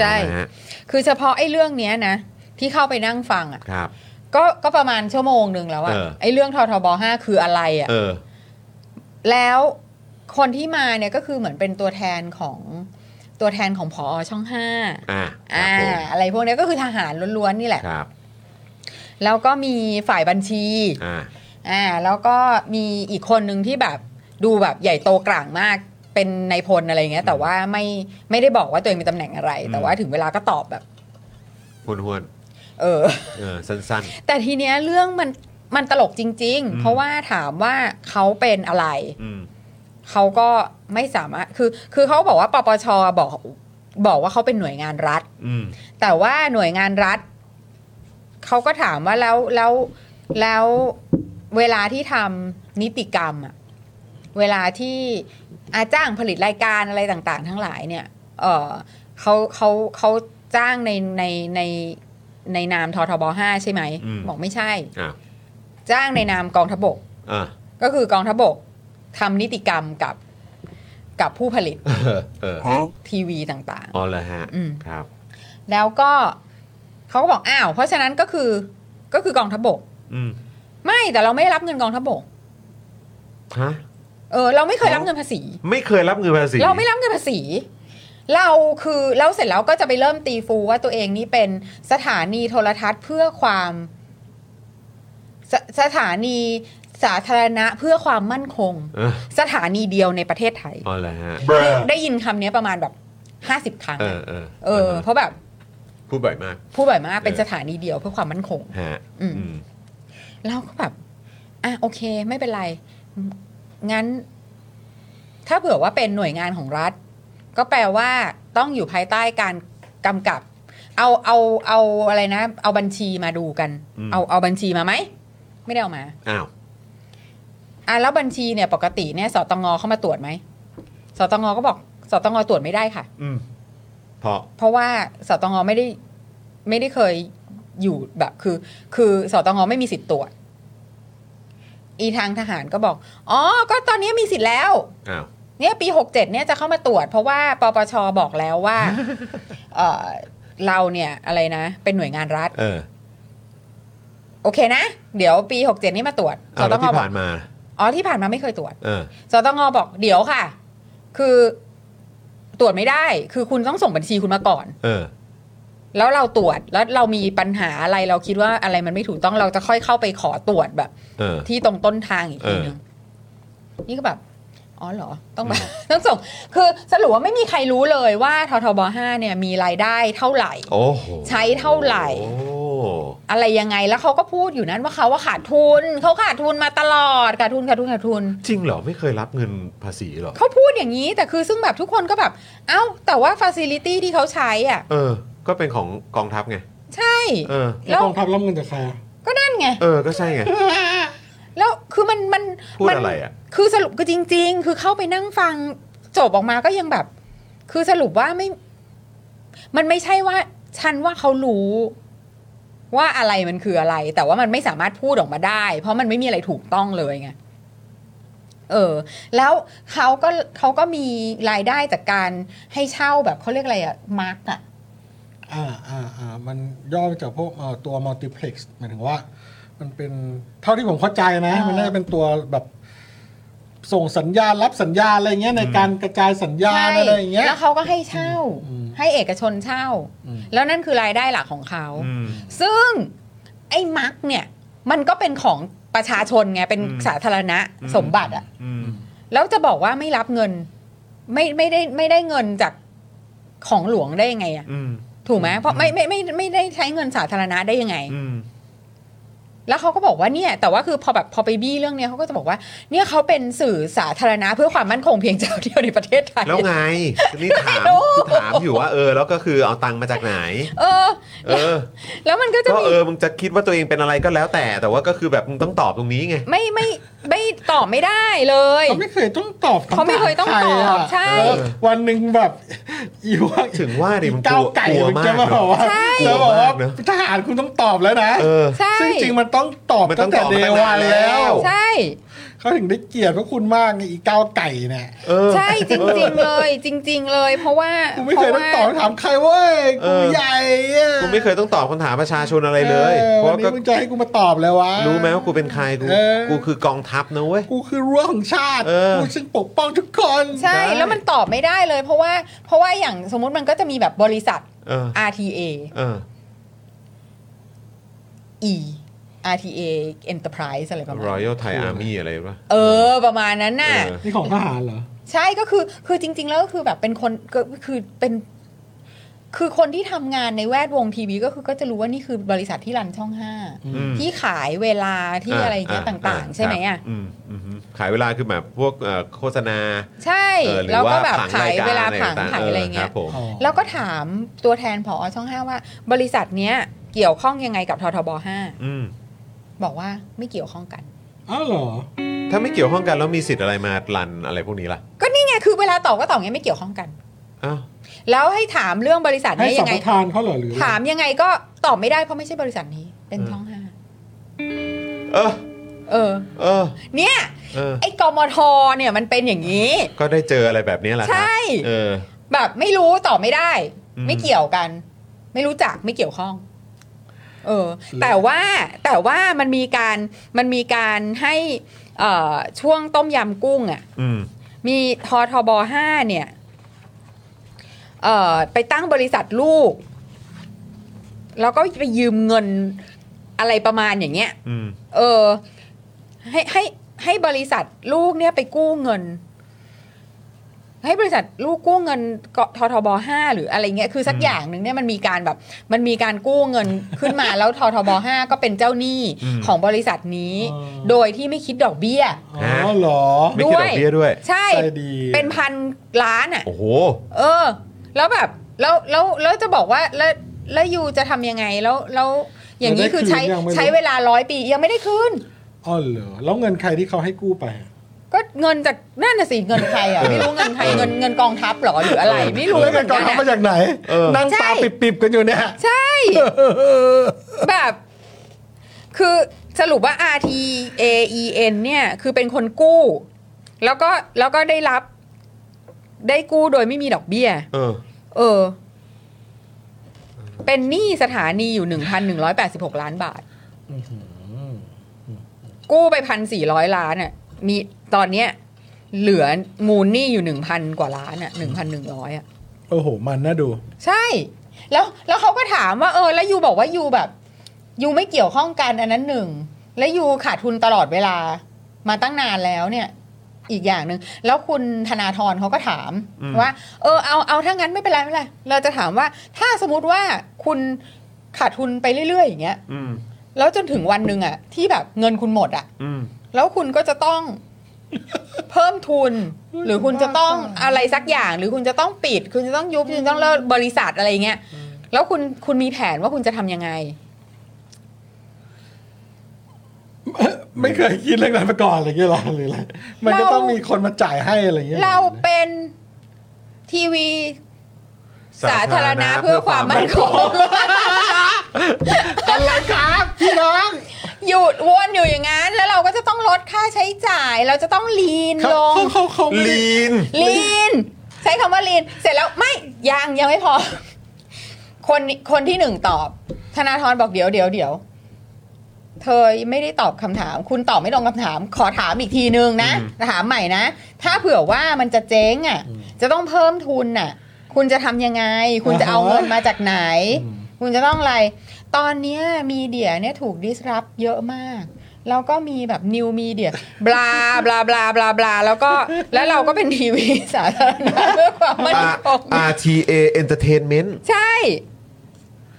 [SPEAKER 3] ใช่
[SPEAKER 1] นะฮะ
[SPEAKER 3] คือเฉพาะไอ้เรื่องเนี้ยนะ ที่เข้าไปนั่งฟังอ่ะ
[SPEAKER 1] ครับ
[SPEAKER 3] ก็ก็ประมาณชั่วโมงหนึ่งแล้วอ่ะ
[SPEAKER 1] เออ
[SPEAKER 3] ไอ้เรื่องททบห้าคืออะไรอ่ะ
[SPEAKER 1] เออ
[SPEAKER 3] แล้วคนที่มาเนี่ยก็คือเหมือนเป็นตัวแทนของตัวแทนของพอช่องห้า
[SPEAKER 1] อ่า
[SPEAKER 3] อ่า อะไรพวกเนี้ยก็คือทหารล้วนๆนี่แหละ
[SPEAKER 1] ครับ
[SPEAKER 3] แล้วก็มีฝ่ายบัญชี
[SPEAKER 1] อ่า
[SPEAKER 3] อ่าแล้วก็มีอีกคนหนึ่งที่แบบดูแบบใหญ่โตกลางมากเป็นนายพลอะไรอย่างเงี้ย แต่ว่าไม่ไม่ได้บอกว่าตัวเองมีตำแหน่งอะไร แต่ว่าถึงเวลาก็ตอบแบบ
[SPEAKER 1] หุนหวน
[SPEAKER 3] เออ
[SPEAKER 1] ๆเออสั้น
[SPEAKER 3] แต่ทีเนี้ยเรื่องมันมันตลกจริง
[SPEAKER 1] อืม
[SPEAKER 3] ๆ เพราะว่าถามว่าเขาเป็นอะไร
[SPEAKER 1] ๆอืม
[SPEAKER 3] เขาก็ไม่สามารถคือคือเขาบอกว่าปปชบอกบอกว่าเขาเป็นหน่วยงานรัฐ
[SPEAKER 1] อืม
[SPEAKER 3] แต่ว่าหน่วยงานรัฐเขาก็ถามว่าแล้วแล้วแล้วเวลาที่ทำนิติกรรมอะ เวลาที่อาจ้างผลิตรายการอะไรต่างๆ ทั้งหลายเนี่ยเออเขาเขาเขาจ้างในในในในนามททบห้าใช่ไหม
[SPEAKER 6] อืม
[SPEAKER 3] บอกไม่ใช่
[SPEAKER 6] อ่ะ
[SPEAKER 3] จ้างในนามกองทพบก
[SPEAKER 6] อ่ะ
[SPEAKER 3] ก็คือกองทพบกทำนิติกรรมกับกับผู้ผลิต
[SPEAKER 6] เออเออ
[SPEAKER 3] ทีวีต่าง
[SPEAKER 6] อ๋อเหรอฮะ
[SPEAKER 3] อืม
[SPEAKER 6] ครับ
[SPEAKER 3] ๆ แล้วก็เขาก็บอกอ้าว เพราะฉะนั้นก็คือก็คือกองทพบก
[SPEAKER 6] อืม
[SPEAKER 3] ไม่แต่เราไม่ได้รับเงินกองทพบก
[SPEAKER 6] ฮะ
[SPEAKER 3] เออเราไม่เคยรับเงินภาษี
[SPEAKER 6] ไม่เคยรับเงินภาษี
[SPEAKER 3] เราไม่รับเงินภาษี เราคือแล้วเสร็จแล้วก็จะไปเริ่มตีฟูว่าตัวเองนี่เป็นสถานีโทรทัศน์เพื่อความสสถานีสาธารณะเพื่อความมั่นคง
[SPEAKER 6] เออ
[SPEAKER 3] สถานีเดียวในประเทศไทย
[SPEAKER 6] อ๋อเหรอฮะ
[SPEAKER 3] ได้ยินคำนี้ประมาณแบบห้าสิบ50 ครั้ง
[SPEAKER 6] เอ
[SPEAKER 3] อะ
[SPEAKER 6] อเออ
[SPEAKER 3] เออ เพราะแบบ
[SPEAKER 6] พูดบ่อยมาก
[SPEAKER 3] ผู้บ่อยมากเป็น
[SPEAKER 6] เออ
[SPEAKER 3] สถานีเดียวเพื่อความมั่นคง
[SPEAKER 6] ฮะ
[SPEAKER 3] อืม เราก็แบบ อ่ะโอเค ไม่เป็นไร งั้น ถ้าเผื่อว่าเป็นหน่วยงานของรัฐ ก็แปลว่าต้องอยู่ภายใต้การกำกับ เอาเอาเอาอะไรนะ เอาบัญชีมาดูกัน เอาเอาบัญชีมาไหม ไม่ได้เอามา
[SPEAKER 6] อ้าว
[SPEAKER 3] อ่ะแล้วบัญชีเนี่ย ปกติเนี่ยสตงเข้ามาตรวจไหมสตงก็บอกสตงตรวจไม่ได้ค่ะ
[SPEAKER 6] อืมเพอ
[SPEAKER 3] เพราะว่าสตงไม่ได้ไม่ได้เคยอยู่แบบคือ คือสตงไม่มีสิทธิ์ตรวจ อีทางทหารก็บอก อ๋อ ก็ตอนนี้มีสิทธิ์แล้ว
[SPEAKER 6] อ้าว
[SPEAKER 3] เนี่ยปี 67เนี่ยจะเข้ามาตรวจ เพราะว่าปปชบอกแล้วว่า เอ่อเราเนี่ยอะไรนะ เป็นหน่วยงานรัฐ
[SPEAKER 6] เออ
[SPEAKER 3] โอเคนะ เดี๋ยวปี 67 นี้มาตรวจส
[SPEAKER 6] เอา
[SPEAKER 3] ต
[SPEAKER 6] แล้ว
[SPEAKER 3] ง
[SPEAKER 6] ที่
[SPEAKER 3] บอก
[SPEAKER 6] ผ่านมา
[SPEAKER 3] อ๋อที่ผ่านมาไม่เคยตรวจ
[SPEAKER 6] เออ
[SPEAKER 3] สตงบอกเดี๋ยวค่ะ คือตรวจไม่ได้ คือคุณต้องส่งบัญชีคุณมาก่อน
[SPEAKER 6] เออ
[SPEAKER 3] แล้วเราตรวจแล้วเรามีปัญหาอะไรเราคิดว่าอะไรมันไม่ถูกต้องเราจะค่อยเข้าไปขอตรวจแบบ
[SPEAKER 6] เออ
[SPEAKER 3] ที่ตรงต้นทางอีกทีหนึงนี่ก็แบบ อ๋อเหรอ ต้องแบบ ต้องส่ง คือสรุปว่าไม่มีใครรู้เลยว่าททบห้าเนี่ยมีรายได้เท่าไหร่
[SPEAKER 6] โอ้โห
[SPEAKER 3] ใช้เท่าไหร่
[SPEAKER 6] โอ้
[SPEAKER 3] อะไรยังไงแล้วเขาก็พูดอยู่นั้นว่าเขาว่าขาดทุนเขาขาดทุนมาตลอดขาดทุนขาดทุนขาดทุน
[SPEAKER 6] จริงเหรอ ไม่เคยรับเงินภาษีเหรอ
[SPEAKER 3] เขาพูดอย่างนี้ แต่คือซึ่งแบบทุกคนก็แบบ เอ้า แต่ว่าฟาซิลิตี้ที่เขาใช้อ่ะ
[SPEAKER 6] เออ ก็เป็นของกองทัพไง
[SPEAKER 3] ใช่
[SPEAKER 6] เออ
[SPEAKER 4] แล้วกองทัพรับเงินจากใครอะ
[SPEAKER 3] ก็นั่นไง
[SPEAKER 6] เออ ก็ใช่ไง
[SPEAKER 3] แล้วคือมันมัน
[SPEAKER 6] พูด
[SPEAKER 3] มัน
[SPEAKER 6] อะไรอะ
[SPEAKER 3] คือสรุปก็จริง ๆ คือเข้าไปนั่งฟังจบออกมาก็ยังแบบ คือสรุปว่าไม่ มันไม่ใช่ว่า ฉันว่าเขารู้ว่าอะไรมันคืออะไร แต่ว่ามันไม่สามารถพูดออกมาได้ เพราะมันไม่มีอะไรถูกต้องเลยไงเออ แล้วเขาก็เขาก็มีรายได้จากการให้เช่าแบบเขาเรียกอะไรอะมาร์กอะ
[SPEAKER 4] อ่าอ่าอ่ามันย่อมาจากพวกเอ่อตัวมัลติเพล็กซ์หมายถึงว่า มันเป็นเท่าที่ผมเข้าใจนะ
[SPEAKER 3] อ่ามั
[SPEAKER 4] มันน่าจะเป็นตัวแบบส่งสัญญาณรับสัญญาณอะไรเงี้ยในการกระจายสัญญา
[SPEAKER 3] า
[SPEAKER 4] ณอะไรอย่างเงี้ย
[SPEAKER 3] แล้วเขาก็ให้เช่า
[SPEAKER 4] อืม
[SPEAKER 3] ให้เอกชนเช่า แล้วนั่นคือรายได้หลักของเขา
[SPEAKER 6] อืม
[SPEAKER 3] ซึ่งไอ้มักเนี่ย มันก็เป็นของประชาชนไง เป็น
[SPEAKER 6] อืม
[SPEAKER 3] สาธารณะสมบัติอะ
[SPEAKER 6] อืม
[SPEAKER 3] แล้วจะบอกว่าไม่รับเงิน ไม่ไม่ได้ไม่ได้เงินจากของหลวงได้ยังไงอะ
[SPEAKER 6] อืม
[SPEAKER 3] ถูกไหมเพราะไม่ไม่ไม่ไม่ได้ใช้เงินสาธารณะได้ยังไง
[SPEAKER 6] อืม
[SPEAKER 3] แล้วเขาก็บอกว่าเนี่ย แต่ว่าคือพอแบบพอไปบี้เรื่องเนี้ยเขาก็จะบอกว่า เนี่ยเขาเป็นสื่อสาธารณะเพื่อความมั่นคงเพียงเจ้าเดียวในประเทศไทย
[SPEAKER 6] แล้วไง นี่ถาม
[SPEAKER 3] ไม่รู้
[SPEAKER 6] คือถามอยู่ว่าเออ แล้วก็คือเอาตังค์มาจากไหน
[SPEAKER 3] เออ
[SPEAKER 6] เออ
[SPEAKER 3] แล้วมันก็จะ
[SPEAKER 6] ก็
[SPEAKER 3] มี
[SPEAKER 6] เออ มึงจะคิดว่าตัวเองเป็นอะไรก็แล้วแต่ แต่ว่าก็คือแบบมึงต้องตอบตรงนี้ไง
[SPEAKER 3] ไม่ไม่ไม่ตอบไม่ได้เลย
[SPEAKER 4] เขาไม่เคยต้องตอบ
[SPEAKER 3] เขาไม่เคยต้องตอบ
[SPEAKER 4] ใรอะ
[SPEAKER 3] ใช่
[SPEAKER 4] เออวันหนึ่งแบบ อีวา
[SPEAKER 6] ถึงว่า ดิมันก
[SPEAKER 4] ก้า
[SPEAKER 6] ลั
[SPEAKER 4] ว
[SPEAKER 6] ว
[SPEAKER 4] ไก่
[SPEAKER 6] กลัว
[SPEAKER 4] มัน
[SPEAKER 6] มา
[SPEAKER 4] จะ
[SPEAKER 6] ก
[SPEAKER 4] มา
[SPEAKER 6] เน
[SPEAKER 4] บอ
[SPEAKER 6] อะ
[SPEAKER 4] กว่า
[SPEAKER 3] ใช่
[SPEAKER 4] จะบอกว่า
[SPEAKER 6] เนอะ
[SPEAKER 4] ทหารคุณต้องตอบแล้วนะ
[SPEAKER 6] เออ
[SPEAKER 3] ใช่
[SPEAKER 4] ซึ่งจริงมันต้องตอบ
[SPEAKER 6] มันต้
[SPEAKER 4] ตั้
[SPEAKER 6] อง
[SPEAKER 4] งแต่
[SPEAKER 6] ตอบ
[SPEAKER 4] เด
[SPEAKER 6] ตั้งนาน
[SPEAKER 4] วัน
[SPEAKER 6] แล้ว
[SPEAKER 4] แล้ว
[SPEAKER 3] ใช่
[SPEAKER 4] เขาถึงได้เกลียดพวกคุณมากไงอีก้าวไก่เนี่ย
[SPEAKER 6] เออ
[SPEAKER 3] ใช่จริง ๆ เลย จริง ๆ เลย เพราะว่า
[SPEAKER 4] กูไม่เคย
[SPEAKER 3] พ
[SPEAKER 4] ต้อง
[SPEAKER 3] ราะว่า
[SPEAKER 4] ตอบถามใครเว้ยกูใหญ่อะ
[SPEAKER 6] กูไม่เคยต้องตอบคำถามประชาชนอะไรเลย
[SPEAKER 4] ออ
[SPEAKER 6] เพราะ
[SPEAKER 4] วันนี้
[SPEAKER 6] ก็
[SPEAKER 4] มึงจะให้กูมาตอบเลยวะ
[SPEAKER 6] รู้ไหมว่ากูเป็นใครกู
[SPEAKER 4] เออ
[SPEAKER 6] กูคือกองทัพนะเว้ย
[SPEAKER 4] กูคือรั้วของชาติ
[SPEAKER 6] เออ
[SPEAKER 4] กูฉันปกป้องทุกคน
[SPEAKER 3] ใช่แล้วมันตอบไม่ได้เลย เพราะว่าเพราะว่าอย่างสมมุติมันก็จะมีแบบบริษัท
[SPEAKER 6] เออ
[SPEAKER 3] RTA
[SPEAKER 6] เออ
[SPEAKER 3] E RTA Enterprise อะไรประมาณนั้น
[SPEAKER 6] Royal Thai Army อะไรป่ะ
[SPEAKER 3] เออ ประมาณนั้นน่ะ
[SPEAKER 6] เออ
[SPEAKER 4] นี่ของทหารเหรอ
[SPEAKER 3] ใช่ก็คือคือจริง ๆ แล้วก็คือแบบเป็นคนก็คือเป็น คือคนที่ทำงานในแวดวงทีวีก็คือก็จะรู้ว่านี่คือบริษัทที่รันช่องห้าที่ขายเวลาที่อะไรอย่างเงี้ยต่าง ๆ ใช่ไหมอ่ะ
[SPEAKER 6] อืมอืมขายเวลาคือแบบพวกเอ่อโฆษณา
[SPEAKER 3] ใช่
[SPEAKER 6] เอ่อหรือ
[SPEAKER 3] แล้วก็แบบ
[SPEAKER 6] ผัง
[SPEAKER 3] ขาย
[SPEAKER 6] รกร
[SPEAKER 3] เวลา
[SPEAKER 6] อะ
[SPEAKER 3] ผัง
[SPEAKER 6] ต่ๆ
[SPEAKER 3] ขายอะไรเงี้
[SPEAKER 6] ค
[SPEAKER 3] ย
[SPEAKER 6] บผม
[SPEAKER 3] แล้วก็ถามตัวแทนผอช่องห้าว่า บริษัทเนี้ยเกี่ยวข้องยังไงกับททบห้า
[SPEAKER 6] อืม
[SPEAKER 3] บอกว่าไม่เกี่ยวข้องกัน
[SPEAKER 4] อ้าวเหรอ
[SPEAKER 1] ถ้าไม่เกี่ยวข้องกันแล้วมีสิทธิ์อะไรมาลันอะไรพวกนี้ล่ะ
[SPEAKER 3] ก็นี่ไงคือเวลาตอบก็ตอบไงไม่เกี่ยวข้องกัน
[SPEAKER 1] อ้าว
[SPEAKER 3] แล้วให้ถามเรื่องบริษัท
[SPEAKER 4] ให้
[SPEAKER 3] นี้
[SPEAKER 4] สั
[SPEAKER 3] ยั
[SPEAKER 4] ม
[SPEAKER 3] งไง
[SPEAKER 4] ปทานเขาเหรอหรือ
[SPEAKER 3] ถามยังไงก็ตอบไม่ได้เพราะไม่ใช่บริษัทนี้ เป็นช่องห้า
[SPEAKER 1] เออ
[SPEAKER 3] เออ
[SPEAKER 1] เออ
[SPEAKER 3] เนี่ย
[SPEAKER 1] เออ
[SPEAKER 3] ไอ้กมทเนี่ยมันเป็นอย่างนี้
[SPEAKER 1] ก็ได้เจออะไรแบบนี้แหละครับ
[SPEAKER 3] ใช่
[SPEAKER 1] เออ
[SPEAKER 3] แบบไม่รู้ตอบไม่ได้
[SPEAKER 1] อืม
[SPEAKER 3] ไม่เกี่ยวกัน ไม่รู้จักไม่เกี่ยวข้อง เออ แต่ว่าแต่ว่ามันมีการมันมีการให้เอ่อช่วงต้มยำกุ้งอ่ะ
[SPEAKER 1] อืม
[SPEAKER 3] มีทอทบห้าเนี่ยเอ่อไปตั้งบริษัทลูก แล้วก็ไปยืมเงินอะไรประมาณอย่างเงี้ย
[SPEAKER 1] อืม
[SPEAKER 3] เออ ให้ให้ให้บริษัทลูกเนี่ยไปกู้เงิน ให้บริษัทลูกกู้เงินกททบห้าหรืออะไรเงี้ยคือสักอย่างหนึ่งเนี่ยมันมีการแบบ มันมีการกู้เงินขึ้ นมา แล้วททบห้าก็เป็นเจ้าหนี้
[SPEAKER 1] อืม
[SPEAKER 3] ของบริษัทนี้ โดยที่ไม่คิดดอกเบี้ย
[SPEAKER 4] อ๋อเหรอ
[SPEAKER 1] ไม่คิด
[SPEAKER 3] ด้วย
[SPEAKER 1] ดอกเบี้ยด้วย
[SPEAKER 3] ใช่
[SPEAKER 4] ใจดี
[SPEAKER 3] เป็นพันล้านอ่ะ
[SPEAKER 1] โอ้โห
[SPEAKER 3] เออ แล้วแบบแล้วแล้วแล้วจะบอกว่าแล้วแล้วยูจะทำยังไงแล้วแล้วอย่างนี้คือใช้
[SPEAKER 4] จะได้คืนยังไม่รู้
[SPEAKER 3] ใช้เวลาร้อยปียังไม่ได้คืน
[SPEAKER 4] อ๋อเหรอแล้วเงินใครที่เขาให้กู้ไป
[SPEAKER 3] ก็เงินจากนั่นน่ะสิเงินใครอ่ะ ไม่รู้เงินใครเงินเงินกองทัพเหรอหรืออะไร ไม่รู้
[SPEAKER 4] แล้ว
[SPEAKER 3] เหมื
[SPEAKER 4] เงิก
[SPEAKER 3] อน น
[SPEAKER 4] อ
[SPEAKER 3] กั
[SPEAKER 4] ง
[SPEAKER 3] น
[SPEAKER 4] ทัพ
[SPEAKER 3] อะ
[SPEAKER 4] มาจากไหน
[SPEAKER 1] เออ
[SPEAKER 4] นั่งตา
[SPEAKER 3] ใช่
[SPEAKER 4] ปิบๆกันอยู่เนี่ย
[SPEAKER 3] ใช่ แบบ คือสรุปว่า R T A E N เนี่ย คือเป็นคนกู้ แล้วก็แล้วก็ได้รับได้กู้โดยไม่มีดอกเบี้ย
[SPEAKER 1] เออ
[SPEAKER 3] เออ เป็นหนี้สถานีอยู่ 1,186 ล้านบาท กู้ไป 1,400 ล้านอ่ะ มีตอนเนี้ย เหลือมูลหนี้อยู่ 1,000 กว่าล้านอ่ะ 1,100 อ่ะ
[SPEAKER 4] โอ้โห มันน่าดู
[SPEAKER 3] ใช่ แล้วแล้วเขาก็ถามว่า เออ แล้วยูบอกว่ายูแบบยูไม่เกี่ยวข้องกันอันนั้นหนึ่ง และยูขาดทุนตลอดเวลามาตั้งนานแล้วเนี่ย อีกอย่างหนึ่งแล้วคุณธนาธรเขาก็ถามว่า เออเอาเอาถ้างั้นไม่เป็นไรไม่เป็นไรเราจะถามว่า ถ้าสมมติว่าคุณขาดทุนไปเรื่อยๆอย่างเงี้ย
[SPEAKER 1] อืม
[SPEAKER 3] แล้วจนถึงวันหนึ่งอะที่แบบเงินคุณหมดอะ
[SPEAKER 1] อืม
[SPEAKER 3] แล้วคุณก็จะต้อง เพิ่มทุน หรือคุณจะต้องอะไรสักอย่าง หรือคุณจะต้องปิด คุณจะต้องยุบคุณจะต้องเลิกบริษัทอะไรเงี้ยแล้วคุณคุณมีแผนว่าคุณจะทำยังไง
[SPEAKER 4] ไม่เคยคิดเรื่องนั้นมาก่อนอะไรอย่างเงี้ยหรอหรืออะไร มันก็ต้องมีคนมาจ่ายให้อะไรอย่างเงี้ยหอ
[SPEAKER 3] เราเป็นทีวี สาธารณะเพื่อความมั่นคงอะไรครับพี่น้องหยุดวนอยู่อย่างนั้น แล้วเราก็จะต้องลดค่าใช้จ่าย เราจะต้องลีน
[SPEAKER 4] เขา
[SPEAKER 3] ลง
[SPEAKER 4] เขาเขาเขาไม่ได้
[SPEAKER 1] ลีน
[SPEAKER 3] ลีน ใช้คำว่าลีน เสร็จแล้วไม่ยังยังไม่พอ คนคนที่หนึ่งตอบ ธนาธรบอกเดี๋ยวเดี๋ยวเดี๋ยวเธอไม่ได้ตอบคำถาม คุณตอบไม่ตรงคำถาม ขอถามอีกทีนึงนะถามใหม่นะ ถ้าเผื่อว่ามันจะเจ๊งอ่ะ จะต้องเพิ่มทุนอ่ะ คุณจะทำยังไง คุณจะเอาเงินมาจากไหน คุณจะต้องอะไร ตอนเนี้ยมีเดียเนี่ยถูกดิสรับเยอะมาก แล้วก็มีแบบนิวมีเดียบลาบลาบลาบลาบลาแล้วก็แล้วเราก็เป็นทีวีสาธารณะเพื่อความมั่น
[SPEAKER 1] R-
[SPEAKER 3] คง
[SPEAKER 1] RTA Entertainment
[SPEAKER 3] ใช่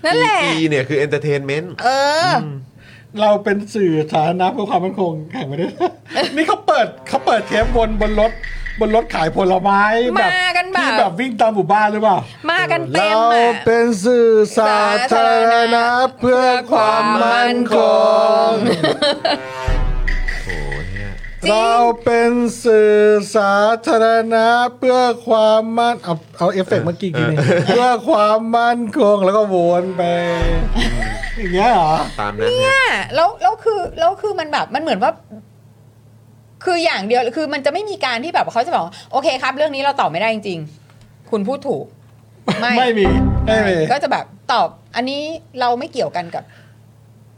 [SPEAKER 3] นั่นแหละ
[SPEAKER 1] E เนี่ยคือ Entertainment
[SPEAKER 3] เอออ
[SPEAKER 4] เราเป็นสื่อสาธารณะเพื่อความมั่นคงแข่งไปด้วย นี่เขาเปิดเขาเปิดเทปวนบนรถบนรถขายผลไม้แบบ
[SPEAKER 3] มากันแบบ
[SPEAKER 4] ที่แบบวิ่งตามหมู่บ้านหรือเปล่า
[SPEAKER 3] มากันเต็ม
[SPEAKER 8] เรา
[SPEAKER 3] อ่ะ
[SPEAKER 8] เป็นสื่อสาธารณะเพื่อความมั่นคง
[SPEAKER 3] จริง
[SPEAKER 8] เราเป็นสื่อสาธารณะเพื่อความมั่นเอาเอาเอฟเฟกต์เมื่อกี้อีกินงเพื่อความมั่นคงแล้วก็วนไป
[SPEAKER 4] อย่างเงี้ยเหรอ
[SPEAKER 1] ตามนั้นฮะ
[SPEAKER 3] อ่ะแล้วแล้วคือแล้วคือมันแบบมันเหมือนว่า คืออย่างเดียวคือมันจะไม่มีการที่แบบเขาจะบอกว่าโอเคครับ เรื่องนี้เราตอบไม่ได้จริงๆ คุณพูดถูก ไม่
[SPEAKER 4] ไม่มีไม่มี
[SPEAKER 3] ก็จะแบบตอบ อันนี้เราไม่เกี่ยวกันกับ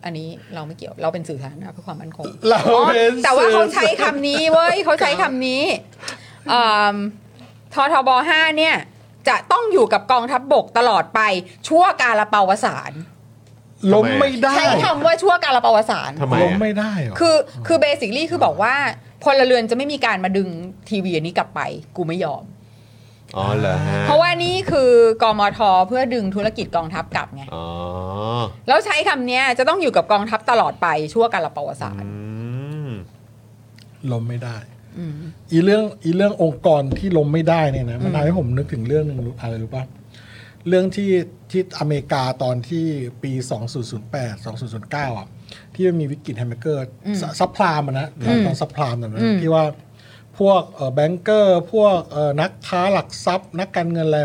[SPEAKER 3] อันนี้เราไม่เกี่ยวเราเป็นสื่อสาธารณะเพื่อความมั่นคง
[SPEAKER 4] เรา
[SPEAKER 3] อ๋อ
[SPEAKER 4] เป็น
[SPEAKER 3] แต่ว่าเขาใช้
[SPEAKER 4] สื่อ
[SPEAKER 3] คำนี้เว้ยเขาใช้คำนี้เอิ่มททบห้าเนี่ย จะต้องอยู่กับกองทัพบบกตลอดไปชั่วกาลปาวสาร
[SPEAKER 4] ล้มไม่ได้
[SPEAKER 3] ใช้คำว่าชั่วกาลปาวสาร
[SPEAKER 1] ทำไม
[SPEAKER 4] ล้ม
[SPEAKER 1] อะ
[SPEAKER 4] ไม่ได้เหรอ
[SPEAKER 3] คือคือเบสิคลี่คือบอกว่าพลเรือนจะไม่มีการมาดึงทีวีอันนี้กลับไป กูไม่ยอม
[SPEAKER 1] อ๋อเหรอฮะ
[SPEAKER 3] เพราะว่านี่คือกมทเพื่อดึงธุรกิจกองทัพกลับไง
[SPEAKER 1] อ๋อ
[SPEAKER 3] แล้วใช้คำเนี้ยจะต้องอยู่กับกองทัพตลอดไปชั่วกาลปวสาร
[SPEAKER 1] อืม
[SPEAKER 4] ล้มไม่ได้ อีเรื่องอีเรื่ององค์กรที่ล้มไม่ได้เนี่ยนะมันทำให้ผมนึกถึงเรื่องหนึ่งรู้อะไรรู้ป่ะ เรื่องที่ที่อเมริกาตอนที่ปี 2008 2009อ่ะที่มันมีวิกฤตแฮมเบอร์เกอร์ซัซัพพลายมันนะตอนซัพพลายมันนะที่ว่าพวกแบงเกอร์ พวกเอ่อนักค้าหลักทรัพย์ นักการเงินอะไร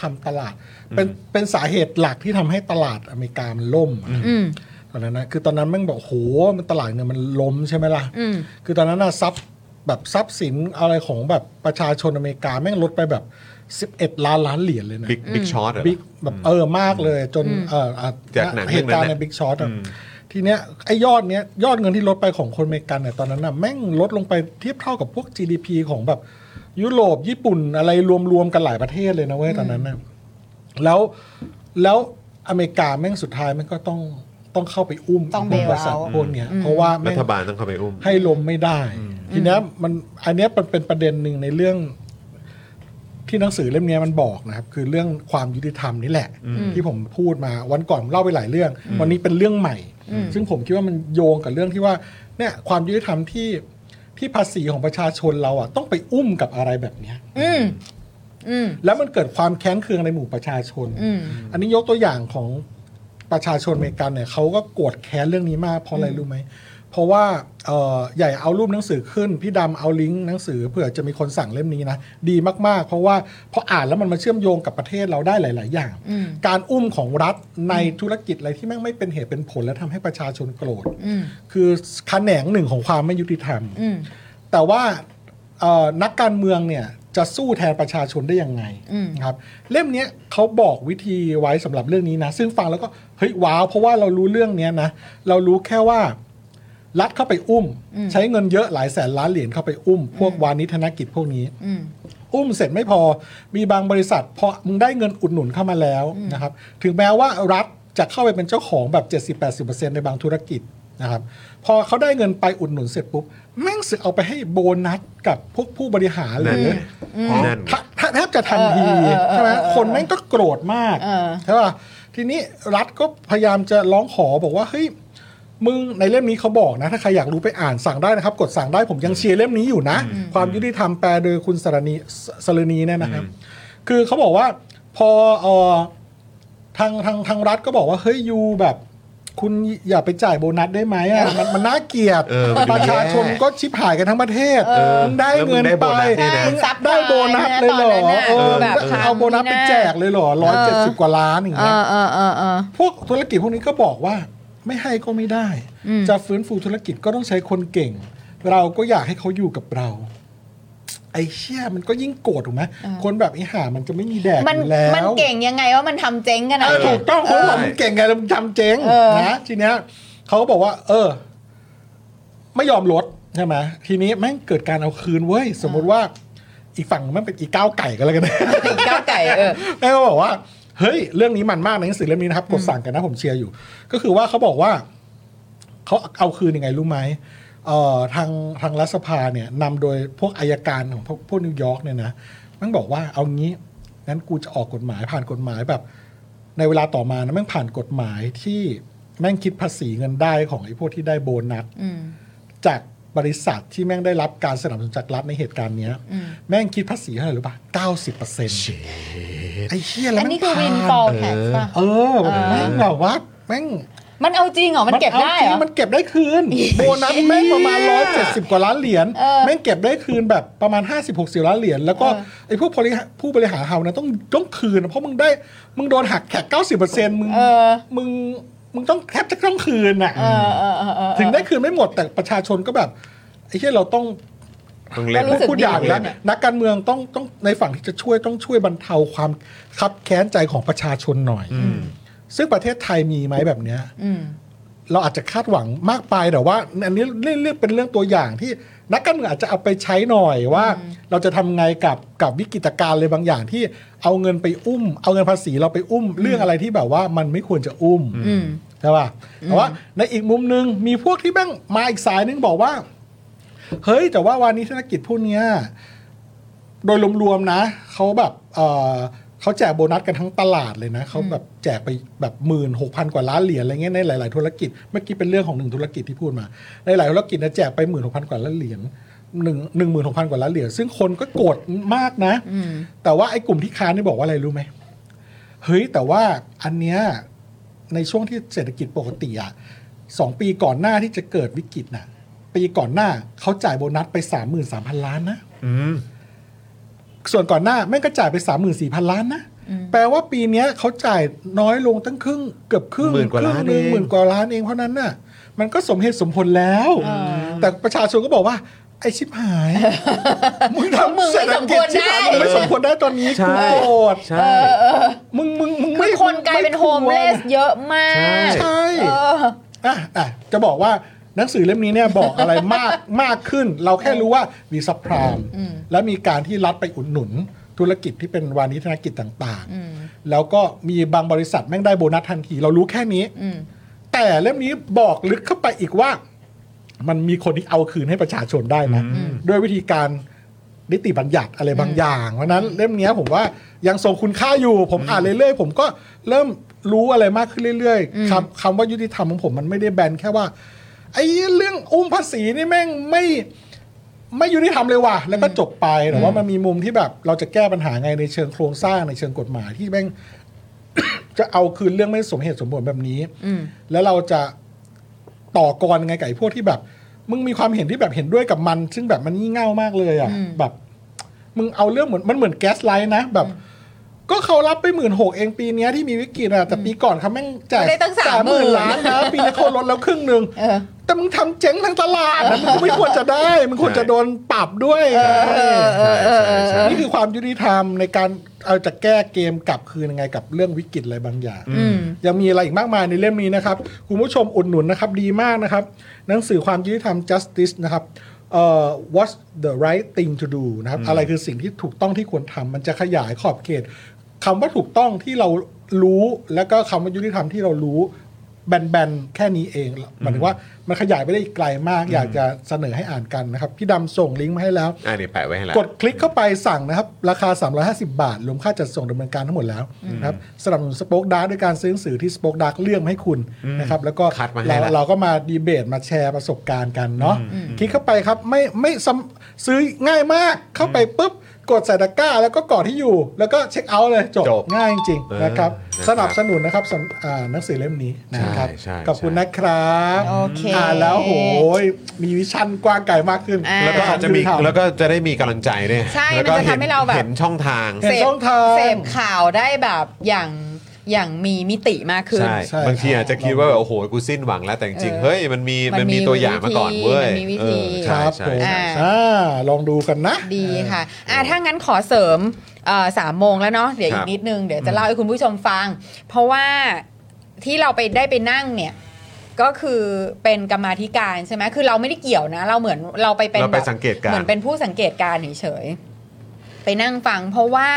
[SPEAKER 4] ทำตลาด เป็นเป็นสาเหตุหลักที่ทำให้ตลาดอเมริกามันล่มอะนะ
[SPEAKER 3] อืม
[SPEAKER 4] ตอนนั้นนะคือตอนนั้นแม่งบอกโหมันตลาดเงินมันล้มใช่ไหมล่ะ
[SPEAKER 3] อืม
[SPEAKER 4] คือตอนนั้นนะทรัพย์แบบทรัพย์สินอะไรของแบบประชาชนอเมริกาแม่งลดไปแบบ 11 ล้านล้านเหรียญเลยนะ
[SPEAKER 1] บิ๊กบิ๊กช็อต
[SPEAKER 4] บิ๊กแบบเออมากเลยจนเอออ่ะ
[SPEAKER 1] จากหนัง
[SPEAKER 4] เห
[SPEAKER 1] เรื่องนั้
[SPEAKER 4] ตุกาน ร
[SPEAKER 1] แหละ
[SPEAKER 4] ณ์ในบิ๊กช็อตทีเนี้ยไอ้ยอดเนี้ยยอดเงินที่ลดไปของคนอเมริกันเนี่ยตอนนั้นน่ะแม่งลดลงไปเทียบเท่ากับพวก GDP ของแบบยุโรปญี่ปุ่นอะไรรวมๆกันหลายประเทศเลยนะเว้ยตอนนั้นนะ แล้วแล้วอเมริกาแม่งสุดท้ายแม่งก็ต้องต้องเข้าไปอุ้ม
[SPEAKER 2] ต้องเบลเอา
[SPEAKER 4] บริษัทพวกเนี้ยเพราะว่าแม่
[SPEAKER 1] รั
[SPEAKER 4] ง
[SPEAKER 1] ฐบาลต้องเข้าไปอุ้ม
[SPEAKER 4] ให้ลมไม่ได้ ทีเนี้ยมันอันเนี้ยมันเป็นประเด็นหนึ่งในเรื่อง ที่หนังสือเล่มเนี้ยมันบอกนะครับ คือเรื่องความยุติธรรมนี่แหละ ที่ผมพูดมาวันก่อนเล่าไปหลายเรื่อง วันนี้เป็นเรื่องใหม่ ซึ่งผมคิดว่ามันโยงกับเรื่องที่ว่าเนี่ยความยุติธรรมที่ที่ภาษีของประชาชนเราอ่ะต้องไปอุ้มกับอะไรแบบเนี้ย
[SPEAKER 3] อืมอืม
[SPEAKER 4] แล้วมันเกิดความแค้นเคืองในหมู่ประชาชน
[SPEAKER 3] อืม
[SPEAKER 4] อันนี้ยกตัวอย่างของประชาชนอเมริกันเนี่ยเขาก็โกรธแค้นเรื่องนี้มากเพราะอะไรรู้ไหม เพราะว่าเอ่อใหญ่เอารูปหนังสือขึ้น พี่ดำเอาลิงก์หนังสือเผื่อจะมีคนสั่งเล่มนี้นะ ดีมากๆ เพราะว่าพออ่านแล้วมันมาเชื่อมโยงกับประเทศเราได้หลาย ๆ อย่าง การอุ้มของรัฐในธุรกิจอะไรที่แม่งไม่เป็นเหตุเป็นผลและทำให้ประชาชนโกรธ คือขแขนงหนึ่งของความไม่ยุติธรรม แต่ว่าเอ่อนักการเมืองเนี่ยจะสู้แทนประชาชนได้ยังไงนะครับเล่มเนี้ยเขาบอกวิธีไว้สำหรับเรื่องนี้นะ ซึ่งฟังแล้วก็เฮ้ยว้าว เพราะว่าเรารู้เรื่องเนี้ยนะ เรารู้แค่ว่ารัฐเข้าไปอุ้ม ใช้เงินเยอะหลายแสนล้านเหรียญเข้าไปอุ้ม พวกวานิชธนกิจพวกนี้ อุ้มเสร็จไม่พอ มีบางบริษัทพอมึงได้เงินอุดหนุนเข้ามาแล้วนะครับ ถึงแม้ว่ารัฐจะเข้าไปเป็นเจ้าของแบบ 70-80%ในบางธุรกิจนะครับ พอเขาได้เงินไปอุดหนุนเสร็จปุ๊บ แม่งสึกเอาไปให้โบนัสกับพวกผู้บริหารเล
[SPEAKER 1] นั่น
[SPEAKER 4] ย
[SPEAKER 1] ไงนั่นไง
[SPEAKER 4] ถ้าถ้าแทบจะทันทีใช่ไหมคนแม่งก็โกรธมาก
[SPEAKER 2] เออ
[SPEAKER 4] ใช่ป่ะ ทีนี้รัฐก็พยายามจะร้องขอบอกว่าเฮ้ย มึงในเล่มนี้เขาบอกนะ ถ้าใครอยากรู้ไปอ่านสั่งได้นะครับ กดสั่งได้ผมยังเชียร์เล่มนี้อยู่นะ ความยุติธรรมแปลโดยคุณสรณีสสรณีเนี่ยนะครับ คือเขาบอกว่าพอเออทางทางทางรัฐก็บอกว่า เฮ้ยยูแบบ คุณอย่าไปจ่ายโบนัสได้ไหมอ่ะมันมันน่าเกลียด
[SPEAKER 1] เออมันดู
[SPEAKER 4] ประชาชน
[SPEAKER 1] แย่
[SPEAKER 4] ก็ชิบหายกันทั้งประเทศมึงได้
[SPEAKER 1] แล้วมึง
[SPEAKER 4] เงิน
[SPEAKER 1] ได้โบ
[SPEAKER 4] ไป
[SPEAKER 1] นัสด้วยนะ
[SPEAKER 4] มึงได้โบนัสเลยเหรอเออ
[SPEAKER 3] แบบ
[SPEAKER 4] มึงเอาโบนัสไปแจกเลยเหรอร้อยเจ็ดสิบกว่าล้านอย่าง
[SPEAKER 3] เอ
[SPEAKER 4] เงี้ย
[SPEAKER 3] อเออเออเออ
[SPEAKER 4] พวกธุรกิจพวกนี้ก็บอกว่าไม่ให้ก็ไม่ได้ จะฟื้นฟูธุรกิจก็ต้องใช้คนเก่ง เราก็อยากให้เขาอยู่กับเรา ไอ้เชี่ยมันก็ยิ่งโกรธถูกไหมคนแบบไอ้ห่ามันจะไม่มีแดก
[SPEAKER 3] มัน
[SPEAKER 4] อยู่แล้ว
[SPEAKER 3] มันเก่งยังไงว่ามันทำเจ๊งกัน
[SPEAKER 4] เอ
[SPEAKER 3] นะ
[SPEAKER 4] อถูกต้องเขาบอก
[SPEAKER 1] ใช่
[SPEAKER 4] มันเก่งไงแล้วมันทำเจ๊ง
[SPEAKER 3] เออ
[SPEAKER 4] นะทีเนี้ยเขาก็บอกว่า เออ ไม่ยอมลดใช่ไหมทีนี้แม่งเกิดการเอาคืนเว้ยสมมติว่า อีกฝั่งแม่งเป็นอีก้าวไก่ก็แล้วกัน
[SPEAKER 3] ก้าวไก่เออ
[SPEAKER 4] แม่ก็บอกว่า เฮ้ย เรื่องนี้มันมากในหนังสือเล่มนี้นะครับ กดสั่งกันนะผมเชียร์อยู่ ก็คือว่าเขาบอกว่า เขาเอาคืนยังไงรู้ไหมเอ่อทางทางรัฐสภาเนี่ยนำโดยพวกอายการของพวกพวกนิวยอร์กเนี่ยนะมันบอกว่าเอางี้งั้นกูจะออกกฎหมายผ่านกฎหมายแบบ ในเวลาต่อมานะแม่งผ่านกฎหมายที่แม่งคิดภาษีเงินได้ของไอ้พวกที่ได้โบนัสจากบริษัทที่แม่งได้รับการสนับสนุนจากรัฐในเหตุการณ์เนี้ย แม่งคิดภาษีเท่าไหร่รู้ป่ะเก้าสิบเปอร์เซ็นต์ไอ้เหี้ยแล้ว
[SPEAKER 2] อัน
[SPEAKER 4] แม่
[SPEAKER 2] นี้
[SPEAKER 4] ง
[SPEAKER 2] คือวินฟ
[SPEAKER 4] ผ่า
[SPEAKER 2] อน ลแท็กป่ะ
[SPEAKER 4] เออแม่งแบบว่าแม่ง
[SPEAKER 3] มันเอาจริงเหรอ มันเก็บได้เหรอ
[SPEAKER 4] อาจริงมันเก็บได้คืน โบนัสแม่งประมาณร้อยเจ็ดสิบกว่าล้านเหรียญแม่งเก็บได้คืนแบบประมาณ 5 0 6 0ล้านเหรียญแล้วก็ไอ้พวกผู้บริหารผู้บริหารเฮานะต้องต้องคืน เพราะมึงได้มึงโดนหักแขก90%มึง
[SPEAKER 3] เออ
[SPEAKER 4] มึงมึงต้องแทบจะต้องคืนอ่ะ
[SPEAKER 3] เออเออเออเออ
[SPEAKER 4] ถึงได้คืนไม่หมดแต่ประชาชนก็แบบไอ้ที่เราต้อง
[SPEAKER 1] ต้องเล่น
[SPEAKER 3] รู้สึก
[SPEAKER 4] พูดอย่างแล้ว
[SPEAKER 1] ดีอะ
[SPEAKER 4] นักการเมืองต้องต้องในฝั่งที่จะช่วยต้องช่วยบรรเทาความคับแค้นใจของประชาชนหน่อย ซึ่งประเทศไทยมีไหมแบบเนี้ยเราอาจจะคาดหวังมากไปแต่ว่า อันนี้เรื่องเป็นเรื่องตัวอย่างที่นักการเมืองอาจจะเอาไปใช้หน่อยว่า เราจะทำไงกับกับวิกฤตการณ์อะไรบางอย่างที่เอาเงินไปอุ้ม เอาเงินภาษีเราไปอุ้ม เรื่องอะไรที่แบบว่ามันไม่ควรจะอุ้มใช่ป่ะแต่ว่าในอีกมุมหนึ่งมีพวกที่แม่งมาอีกสายนึงบอกว่า เฮ้ย แต่ว่าวันนี้ธนกิจพวกเนี้ยโดยรวมๆนะ เขาแบบเอ่อเขาแจกโบนัสกันทั้งตลาดเลยนะเขาแบบแจกไปแบบหมื่นหกพันกว่าล้านเหรียญอะไรเงี้ยในหลาย ๆ ธุรกิจ เมื่อกี้เป็นเรื่องของหนึ่งธุรกิจที่พูดมา ในหลายธุรกิจนะแจกไปหมื่นหกพันกว่าล้านเหรียญหนึ่งหนึ่งหมื่นหกพันกว่าล้านเหรียญซึ่งคนก็โกรธมากนะ แต่ว่าไอ้กลุ่มที่ค้านนี่บอกว่าอะไรรู้ไหม เฮ้ยแต่ว่าอันเนี้ยในช่วงที่เศรษฐกิจปกติอ่ะสองปีก่อนหน้าที่จะเกิดวิกฤตน่ะ ปีก่อนหน้าเขาจ่ายโบนัสไปสามหมื่นสามพันล้านนะส่วนก่อนหน้าแม่งก็จ่ายไปสามหมื่นสี่พันล้านนะแปลว่าปีเนี้ยเขาจ่ายน้อยลงตั้งครึ่งเกือบครึ่ง
[SPEAKER 1] หมื่นกว่าล้าน
[SPEAKER 4] ครึ่งหง
[SPEAKER 1] เอง
[SPEAKER 4] หมื่นกว่าล้านเองเพราะนั้นน่ะ มันก็สมเหตุสมผลแล้ว แต่ประชาชนก็บอกว่า ไอชิบหาย มึงทำ
[SPEAKER 3] มึงไม่
[SPEAKER 4] เศรษฐกิจ
[SPEAKER 3] ส
[SPEAKER 4] ชิบ
[SPEAKER 3] มควรได้
[SPEAKER 4] หายมึงไม่สมควรได้ตอนนี้
[SPEAKER 1] ใช่
[SPEAKER 4] กูโกรธ
[SPEAKER 1] ใช่
[SPEAKER 4] มึงมึงมึง
[SPEAKER 3] คื
[SPEAKER 4] ไม่
[SPEAKER 3] อคนกลายเป็นโฮมเลสเยอะมาก
[SPEAKER 4] ใช่
[SPEAKER 3] เออ
[SPEAKER 4] อ่ะอ่ะจะบอกว่าหนังสือเล่มนี้เนี่ยบอกอะไรมาก มากขึ้น เราแค่รู้ว่ามีซับพรามและมีการที่รัฐไปอุดหนุน ธุรกิจที่เป็นวานิชนกิจต่างๆ แล้วก็มีบางบริษัทแม่งได้โบนัสทันที เรารู้แค่นี้
[SPEAKER 3] อืม
[SPEAKER 4] แต่เล่มนี้บอกลึกเข้าไปอีกว่า มันมีคนที่เอาคืนให้ประชาชนได้นะด้วยวิธีการนิติบัญญัติอะไรบางอย่างเพราะฉะนั้นเล่มเนี้ยผมว่ายังทรงคุณค่าอยู่ ผมอ่านเรื่อยๆ ผมก็เริ่มรู้อะไรมากขึ้นเรื่อยๆคำคำว่ายุติธรรมของผมมันไม่ได้แบนแค่ว่าไอ้เรื่องอุ้มภาษีนี่แม่งไม่ไม่ยุติธรรมเลยว่ะแล้วก็จบไปแต่ว่ามันมีมุมที่แบบเราจะแก้ปัญหาไงในเชิงโครงสร้างในเชิงกฎหมายที่แม่ง จะเอาคืนเรื่องไม่สมเหตุสมผลแบบนี้แล้วเราจะ ต่อกรไงกับไอ้พวกที่แบบ มึงมีความเห็นที่แบบเห็นด้วยกับมัน ซึ่งแบบมันงี่เง่ามากเลยอ่ะแบบ มึงเอาเรื่องเหมือนมันเหมือนแก๊สไลท์นะแบบ ก็เขารับไปหมื่นหกเองปีเนี้ยที่มีวิกฤตอะแต่ปีก่อนเขาแม่งจ่าย
[SPEAKER 3] ไม่ได้ตั้ง30,000
[SPEAKER 4] 30,000ล้าน นะปีนี้เขาลดแล้วครึ่งหนึ่ง
[SPEAKER 3] เออ
[SPEAKER 4] แต่มึงทำเจ๊งทั้งตลาดนะมึงไม่ควรจะได้มึงควรจะโดนปรับด้วย
[SPEAKER 1] ใช่ใช่ใช่
[SPEAKER 4] นี่คือความยุติธรรมในการเอาจะแก้เกมกลับคืนยังไงกับเรื่องวิกฤตอะไรบางอย่าง
[SPEAKER 3] อืม
[SPEAKER 4] ยังมีอะไรอีกมากมายในเล่มนี้นะครับ คุณผู้ชมอุดหนุนนะครับ ดีมากนะครับ หนังสือความยุติธรรม justice นะครับเอ่อ what's the right thing to do นะครับ อะไรคือสิ่งที่ถูกต้องที่ควรทำมันจะขยายขอบเขตคำว่าถูกต้องที่เรารู้แล้วก็คำว่ายุติธรรมที่เรารู้แบนๆ แค่นี้เองหมายถึงว่ามันขยายไปได้อีกไกลมาก อยากจะเสนอให้อ่านกันนะครับ พี่ดำส่งลิงก์มาให้แล้ว
[SPEAKER 1] อันนี้แปะไว้ให้แล้ว
[SPEAKER 4] กดคลิกเข้าไปสั่งนะครับ ราคา 350 บาท รวมค่าจัดส่งดำเนินการทั้งหมดแล้วนะครับสนับสนุนสป็อคดาร์ด้วยการซื้อหนังสือที่สป็อคดาร์เลือกมาให้คุณนะครับแล้วก็
[SPEAKER 1] คัดมาให้
[SPEAKER 4] เรา
[SPEAKER 1] แล้ว
[SPEAKER 4] เราก็มาดีเบตมาแชร์ประสบการณ์กันเนาะคลิกเข้าไปครับไม่ไม่ซ้ำซื้อง่ายมากเข้าไปปุ๊บ กดใส่ตะกร้า แล้วก็กอดที่อยู่ แล้วก็เช็คเอาท์เลยจบ
[SPEAKER 1] จบ
[SPEAKER 4] ง่ายจริงๆนะครับ
[SPEAKER 1] เออนะครับ
[SPEAKER 4] สนับสนุนนะครับสำอ่าหนังสือเล่มนี้นะครับ
[SPEAKER 1] ใช่ใช่
[SPEAKER 4] ขอบคุณ
[SPEAKER 1] ใช่
[SPEAKER 4] นะครับ
[SPEAKER 3] โอเค
[SPEAKER 4] อ่านแล้วโหยมีวิชั่นกว้างไกลมากขึ้น
[SPEAKER 3] อ่า
[SPEAKER 1] แล้วก็อาจจะมีแล้วก็จะได้มีกำลังใจเนี่ย
[SPEAKER 3] ใช่
[SPEAKER 1] แล้วก็
[SPEAKER 3] มันจะทำให้เราแบบ
[SPEAKER 1] เห็นช่องทาง
[SPEAKER 4] เห็นช่องทาง
[SPEAKER 3] เสพข่าวได้แบบอย่างอย่างมีมิติมากขึ้น
[SPEAKER 1] ใช่
[SPEAKER 4] ใช่
[SPEAKER 1] บางทีอาจจะคิดว่าแบบโอ้โห กูสิ้นหวังแล้วแต่จริงๆเฮ้ย มันมี มันมีตัวอย่างมาก่อนเว้ย
[SPEAKER 3] มันมีวิธี
[SPEAKER 1] เออใช่
[SPEAKER 4] ครับ
[SPEAKER 1] ใช่
[SPEAKER 4] ผม
[SPEAKER 1] ใช่
[SPEAKER 3] อ่า
[SPEAKER 4] อ่าลองดูกันนะ
[SPEAKER 3] ดีค่ะอ่ะ ถ้างั้นขอเสริมเอ่อสามโมงแล้วเนาะ เดี๋ยว
[SPEAKER 1] ครั
[SPEAKER 3] อี
[SPEAKER 1] บ
[SPEAKER 3] กนิดนึง เดี๋ยวจะเล่าให้คุณผู้ชมฟัง เพราะว่าที่เราไปได้ไปนั่งเนี่ย ก็คือเป็นกรรมาธิการใช่ไหม คือเราไม่ได้เกี่ยวนะ เราเหมือนเราไปเป็น
[SPEAKER 1] เราไป
[SPEAKER 3] แบบ
[SPEAKER 1] สังเกตการ
[SPEAKER 3] เหมือ
[SPEAKER 1] ณ์
[SPEAKER 3] นเป็นผู้สังเกตการณ์เฉยๆ ไปนั่งฟังเพราะว่า